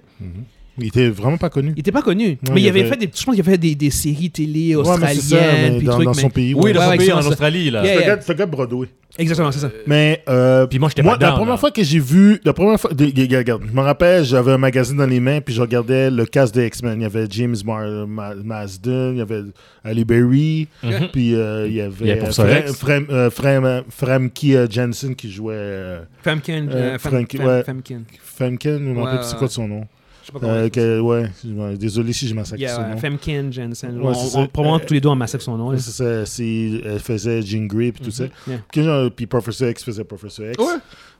Speaker 2: Il était vraiment pas connu.
Speaker 1: Il était pas connu.
Speaker 2: Non,
Speaker 1: mais
Speaker 2: il
Speaker 1: il avait
Speaker 2: avait-
Speaker 1: fait des, je pense qu'il avait fait des, des séries télé
Speaker 2: Ouais, mais
Speaker 1: australiennes.
Speaker 2: c'est ça, mais
Speaker 1: puis
Speaker 2: dans,
Speaker 1: trucs,
Speaker 2: dans son
Speaker 1: mais-
Speaker 2: pays.
Speaker 3: Oui,
Speaker 2: ouais.
Speaker 3: dans son
Speaker 1: ouais,
Speaker 3: pays,
Speaker 1: c'est
Speaker 3: en
Speaker 1: ça.
Speaker 3: Australie, là.
Speaker 1: Yeah.
Speaker 2: C'est un gars- c'est un gars de Broadway.
Speaker 1: Exactement, c'est ça.
Speaker 2: Mais. euh,
Speaker 3: Puis moi, j'étais
Speaker 2: moi,
Speaker 3: pas
Speaker 2: la
Speaker 3: down,
Speaker 2: première
Speaker 3: là.
Speaker 2: fois que j'ai vu. La première fois. de- regarde, regarde, je me rappelle, j'avais un magazine dans les mains, puis je regardais le cast des X-Men. Il y avait James Mar- Ma- Marsden, il y avait Ali Berry,
Speaker 3: Mhm.
Speaker 2: puis euh, il y
Speaker 3: Il y
Speaker 2: avait.
Speaker 3: avait Professor
Speaker 2: Fram-
Speaker 3: X.
Speaker 2: Fram- euh, Fram- Framke euh, Jensen qui jouait. euh,
Speaker 1: Famkin.
Speaker 2: Euh,
Speaker 1: euh, Fam-
Speaker 2: Frankie,
Speaker 1: Fam-
Speaker 2: ouais.
Speaker 1: Famkin.
Speaker 2: Famken, je me
Speaker 1: Ouais,
Speaker 2: rappelle
Speaker 1: ouais,
Speaker 2: plus c'est
Speaker 1: ouais.
Speaker 2: quoi son nom.
Speaker 1: Je sais pas comment
Speaker 2: Euh,
Speaker 1: il dit.
Speaker 2: que- ouais, excuse-moi, désolé si je massacre
Speaker 1: Yeah,
Speaker 2: son
Speaker 1: ouais,
Speaker 2: nom.
Speaker 1: Femken euh, Jensen.
Speaker 2: Ouais,
Speaker 1: on,
Speaker 2: c'est
Speaker 1: on-
Speaker 2: ça.
Speaker 1: probablement
Speaker 2: Euh,
Speaker 1: tous les deux, on massacre son nom. là.
Speaker 2: C'est ça, c'est- elle faisait Jean Grey puis tout ça.
Speaker 1: Yeah.
Speaker 2: Que genre, Puis Professor X faisait Professor X.
Speaker 1: Mm-hmm. Ouais.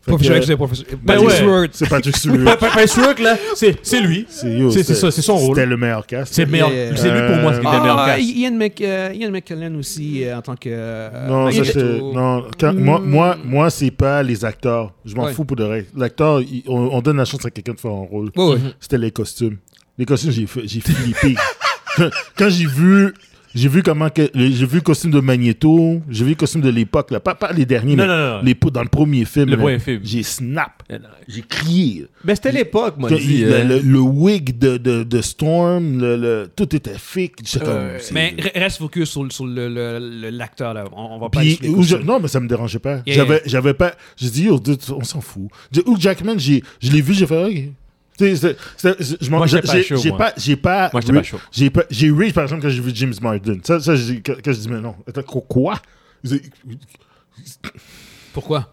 Speaker 2: Fait
Speaker 1: Professeur
Speaker 2: que,
Speaker 1: X, c'est professeur.
Speaker 3: Ben
Speaker 1: Patrick
Speaker 3: ouais.
Speaker 1: Stewart.
Speaker 2: C'est Patrick
Speaker 3: Pas- [LAUGHS]
Speaker 2: Stewart.
Speaker 3: pas- pas sûr que là, c'est c'est lui.
Speaker 2: C'est yo,
Speaker 3: C'est- c'est
Speaker 2: c'était-
Speaker 3: ça, c'est son rôle.
Speaker 2: C'était le meilleur cast.
Speaker 3: C'est le meilleur.
Speaker 1: Yeah.
Speaker 3: C'est lui pour moi, ce qui était le meilleur
Speaker 1: Ah,
Speaker 3: cast.
Speaker 1: Ian, Mc, euh, Ian McKellen aussi euh, en tant que. euh,
Speaker 2: Non, ça,
Speaker 1: Magneto.
Speaker 2: j'étais- non quand- moi, moi, moi c'est pas les acteurs. Je m'en
Speaker 1: Mm. Ouais.
Speaker 2: fous pour de vrai. L'acteur, il- on, on donne la chance à quelqu'un de faire un rôle.
Speaker 1: Ouais, ouais.
Speaker 2: C'était les costumes. Les costumes, j'ai fait- j'ai flippé. [LAUGHS] Quand- Quand j'ai vu. J'ai vu comment que le- j'ai vu le costume de Magneto, j'ai vu le costume de l'époque là, pas, pas les derniers
Speaker 3: Non,
Speaker 2: mais
Speaker 3: non, non, non.
Speaker 2: les pots dans le premier film.
Speaker 5: Le
Speaker 2: là.
Speaker 5: premier film.
Speaker 2: J'ai snap, j'ai crié.
Speaker 5: Mais c'était l'époque, moi.
Speaker 2: Que-
Speaker 1: euh,
Speaker 2: le, le- le wig de, de, de Storm, le, le- tout était fake. J'étais comme, c'est-
Speaker 1: euh, Mais re- reste focus sur, le- sur le- le- le- l'acteur, là. On, on va pas
Speaker 2: Puis,
Speaker 1: aller sur les
Speaker 2: où
Speaker 1: costumes.
Speaker 2: je- non, mais ça me dérangeait pas.
Speaker 1: Yeah,
Speaker 2: j'avais,
Speaker 1: yeah.
Speaker 2: j'avais pas. J'ai dit, yo, dude, on s'en fout. J'ai- Hugh Jackman, j'ai, je l'ai vu, j'ai fait, ok. Tu sais, c'est- c'est- je m'en-
Speaker 5: Moi,
Speaker 2: j'ai
Speaker 5: j'étais pas
Speaker 2: j'ai-
Speaker 5: chaud,
Speaker 2: j'ai
Speaker 5: moi.
Speaker 2: pas j'ai pas
Speaker 5: Moi, j'étais
Speaker 2: re-
Speaker 5: pas chaud.
Speaker 2: j'ai pas j'ai rage par exemple quand j'ai vu James Marsden ça ça j'ai- que, que je dis mais non attends quoi, quoi C'est-
Speaker 1: Pourquoi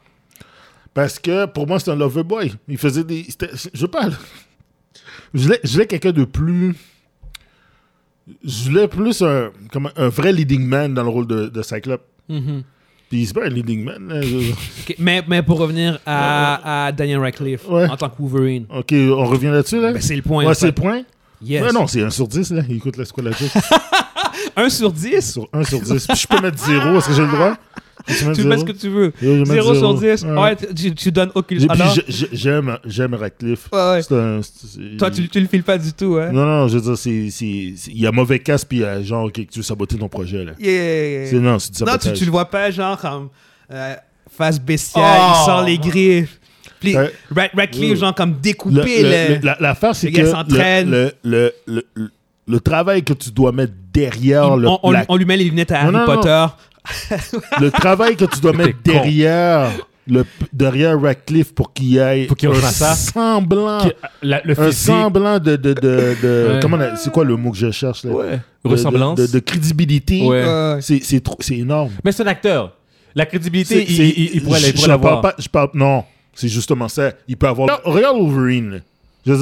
Speaker 2: parce que pour moi c'est un lover boy il faisait des c'était- je parle je voulais je voulais quelqu'un de plus je voulais plus un comme un vrai leading man dans le rôle de, de Cyclope
Speaker 1: Mhm.
Speaker 2: puis c'est pas un leading man là, je-
Speaker 1: Ok, mais, mais pour revenir à, à Daniel Radcliffe
Speaker 2: Ouais.
Speaker 1: en tant que Wolverine,
Speaker 2: ok on revient là-dessus là
Speaker 1: ben, c'est le point. en
Speaker 2: Ouais, c'est le
Speaker 1: fait.
Speaker 2: point.
Speaker 1: Yes.
Speaker 2: Ouais, non, c'est 1 sur 10, là. Écoute, laisse quoi
Speaker 1: [LAUGHS]
Speaker 2: la joke.
Speaker 1: 1 sur 10
Speaker 2: sur 1 sur 10. Puis je peux mettre 0, est-ce que j'ai le droit? Tu
Speaker 1: Tu mets ce que tu veux. 0 sur 10. Ouais, tu, tu donnes aucune. Alors,
Speaker 2: J'aime j'aime Radcliffe.
Speaker 1: Ouais, ouais.
Speaker 2: C'est un- c'est-
Speaker 1: toi, tu, tu le files pas du tout, hein
Speaker 2: Non, non, je veux dire, c'est- c'est- c'est- il y a mauvais casse, puis il y a genre, ok, que tu veux saboter ton projet, là.
Speaker 1: Yeah, yeah, yeah.
Speaker 2: C'est Non, c'est du
Speaker 1: Non, tu,
Speaker 2: sabotage.
Speaker 1: tu le vois pas, genre, comme euh, face bestiale, il sort les griffes. Puis
Speaker 2: Ouais.
Speaker 1: Ra- Radcliffe,
Speaker 2: Ouais.
Speaker 1: genre, comme
Speaker 2: le,
Speaker 1: découpé. le-
Speaker 2: le- le- la- L'affaire, c'est
Speaker 1: le
Speaker 2: que
Speaker 1: gars s'entraîne.
Speaker 2: le, le, le, le, le travail que tu dois mettre derrière le,
Speaker 1: on, on-
Speaker 2: la-
Speaker 1: on lui met les lunettes à
Speaker 2: Non,
Speaker 1: Harry
Speaker 2: non, non.
Speaker 1: Potter.
Speaker 2: le travail que
Speaker 3: [LAUGHS]
Speaker 2: tu dois mettre
Speaker 3: T'es con.
Speaker 2: derrière le derrière Radcliffe pour qu'il y ait
Speaker 3: Pour qu'il
Speaker 2: un
Speaker 3: refasse ça.
Speaker 2: semblant
Speaker 3: Qui- la- le
Speaker 2: un
Speaker 3: physique,
Speaker 2: semblant de de, de, de-
Speaker 3: Ouais.
Speaker 2: comment on a- c'est quoi le mot que je cherche là?
Speaker 3: ouais,
Speaker 2: De-
Speaker 3: ressemblance.
Speaker 2: de, de- de crédibilité
Speaker 3: Ouais.
Speaker 2: c'est c'est trop- c'est énorme
Speaker 3: Mais c'est un acteur. La crédibilité, il,
Speaker 2: C'est-
Speaker 3: il- il pourrait,
Speaker 2: je-
Speaker 3: il pourrait
Speaker 2: je parle
Speaker 3: l'avoir.
Speaker 2: pas- je parle- non, c'est justement ça. Il peut avoir. Regarde- Regarde Wolverine. là. Je veux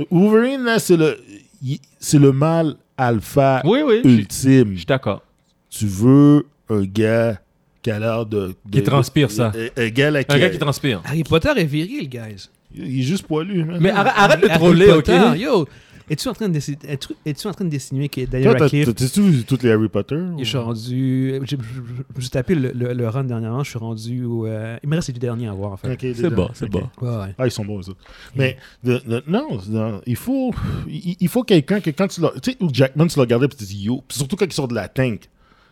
Speaker 2: dire, Wolverine, là, c'est le, il- c'est le mal alpha
Speaker 3: Oui, oui. je-
Speaker 2: ultime.
Speaker 3: Je suis d'accord.
Speaker 2: Tu veux un gars qui a l'air de, de-
Speaker 3: Qui transpire,
Speaker 2: de-
Speaker 3: ça.
Speaker 2: Un, un gars là qui,
Speaker 3: Un gars qui transpire.
Speaker 1: Harry Potter est viril, guys.
Speaker 2: il est juste poilu. man.
Speaker 3: Mais arrête, arrête de
Speaker 1: Harry
Speaker 3: troller, OK?
Speaker 1: Potter, Yo, es-tu en train de dessiner- es-tu es-tu en train de dessiner que Daniel
Speaker 2: Toi, t'as-
Speaker 1: Radcliffe
Speaker 2: t'as- t'as-tu vu toutes les Harry Potter
Speaker 1: Et je suis rendu. j'ai- Je me suis tapé le, le- le run dernièrement. Je suis rendu. au, euh, il me reste les deux derniers à voir, en fait.
Speaker 2: Ok, les
Speaker 3: C'est
Speaker 2: deux.
Speaker 3: bon, c'est
Speaker 2: Ok.
Speaker 3: bon. Mm.
Speaker 1: Ouais, ouais.
Speaker 2: Ah, ils sont bons, ça. Mais de- de- non, c'est dans- il faut, il, il faut quelqu'un que quand tu l'as. Tu sais, Hugh Jackman, tu l'as regardé puis tu te dis yo. Puis surtout quand il sort de la tank.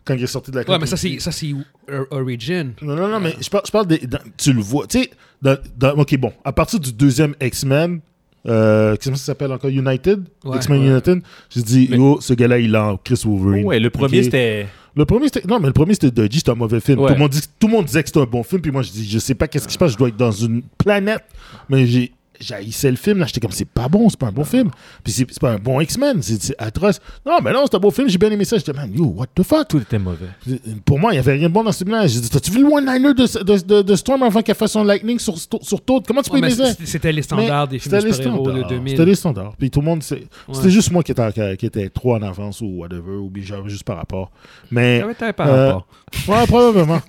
Speaker 2: Quand il est sorti de la tank.
Speaker 1: Ouais, mais ça,
Speaker 2: tu-
Speaker 1: c'est, ça, c'est o- Origin.
Speaker 2: Non, non, non, mais je parle, je parle des. dans- tu le vois. Tu sais, dans- dans- ok, bon, à partir du deuxième X-Men, euh, comment ça s'appelle encore United
Speaker 1: Ouais.
Speaker 2: X-Men
Speaker 1: Ouais.
Speaker 2: United, j'ai dit,
Speaker 3: Mais-
Speaker 2: yo, ce gars-là, il est en Chris Wolverine.
Speaker 3: Ouais, le premier,
Speaker 2: Ok.
Speaker 3: c'était.
Speaker 2: Le premier, c'était. Non, mais le premier, c'était Dodgy, c'était un mauvais film.
Speaker 3: Ouais.
Speaker 2: Tout, le monde dit, tout le monde disait que c'était un bon film, puis moi, je dis, je sais pas qu'est-ce qui se passe, je dois être dans une planète. Mais j'ai. J'haïssais le film, là, j'étais comme c'est pas bon, c'est pas un bon film. Puis c'est c'est pas un bon X-Men, c'est c'est atroce. Non, mais non, c'est un beau film, j'ai bien aimé ça. J'étais, man, yo, what the fuck?
Speaker 3: Tout était mauvais.
Speaker 2: Pour moi, il n'y avait rien de bon dans ce film-là. J'ai dit, t'as-tu vu le one-liner de, de, de, de Storm avant qu'elle fasse son lightning sur, sur Toad? Comment tu peux
Speaker 1: Ouais, mais
Speaker 2: aimer ça?
Speaker 1: c- c'était les standards des films
Speaker 2: C'était
Speaker 1: de
Speaker 2: les
Speaker 1: super-héros de
Speaker 2: standards.
Speaker 1: 2000.
Speaker 2: C'était les standards. Puis tout le monde, c'est- c'était
Speaker 1: Ouais.
Speaker 2: juste moi qui était, qui- qui était trop en avance ou whatever, ou bien j'avais juste par rapport. Mais,
Speaker 1: Ah ouais, t'avais pas
Speaker 2: Euh,
Speaker 1: rapport.
Speaker 2: ouais, probablement.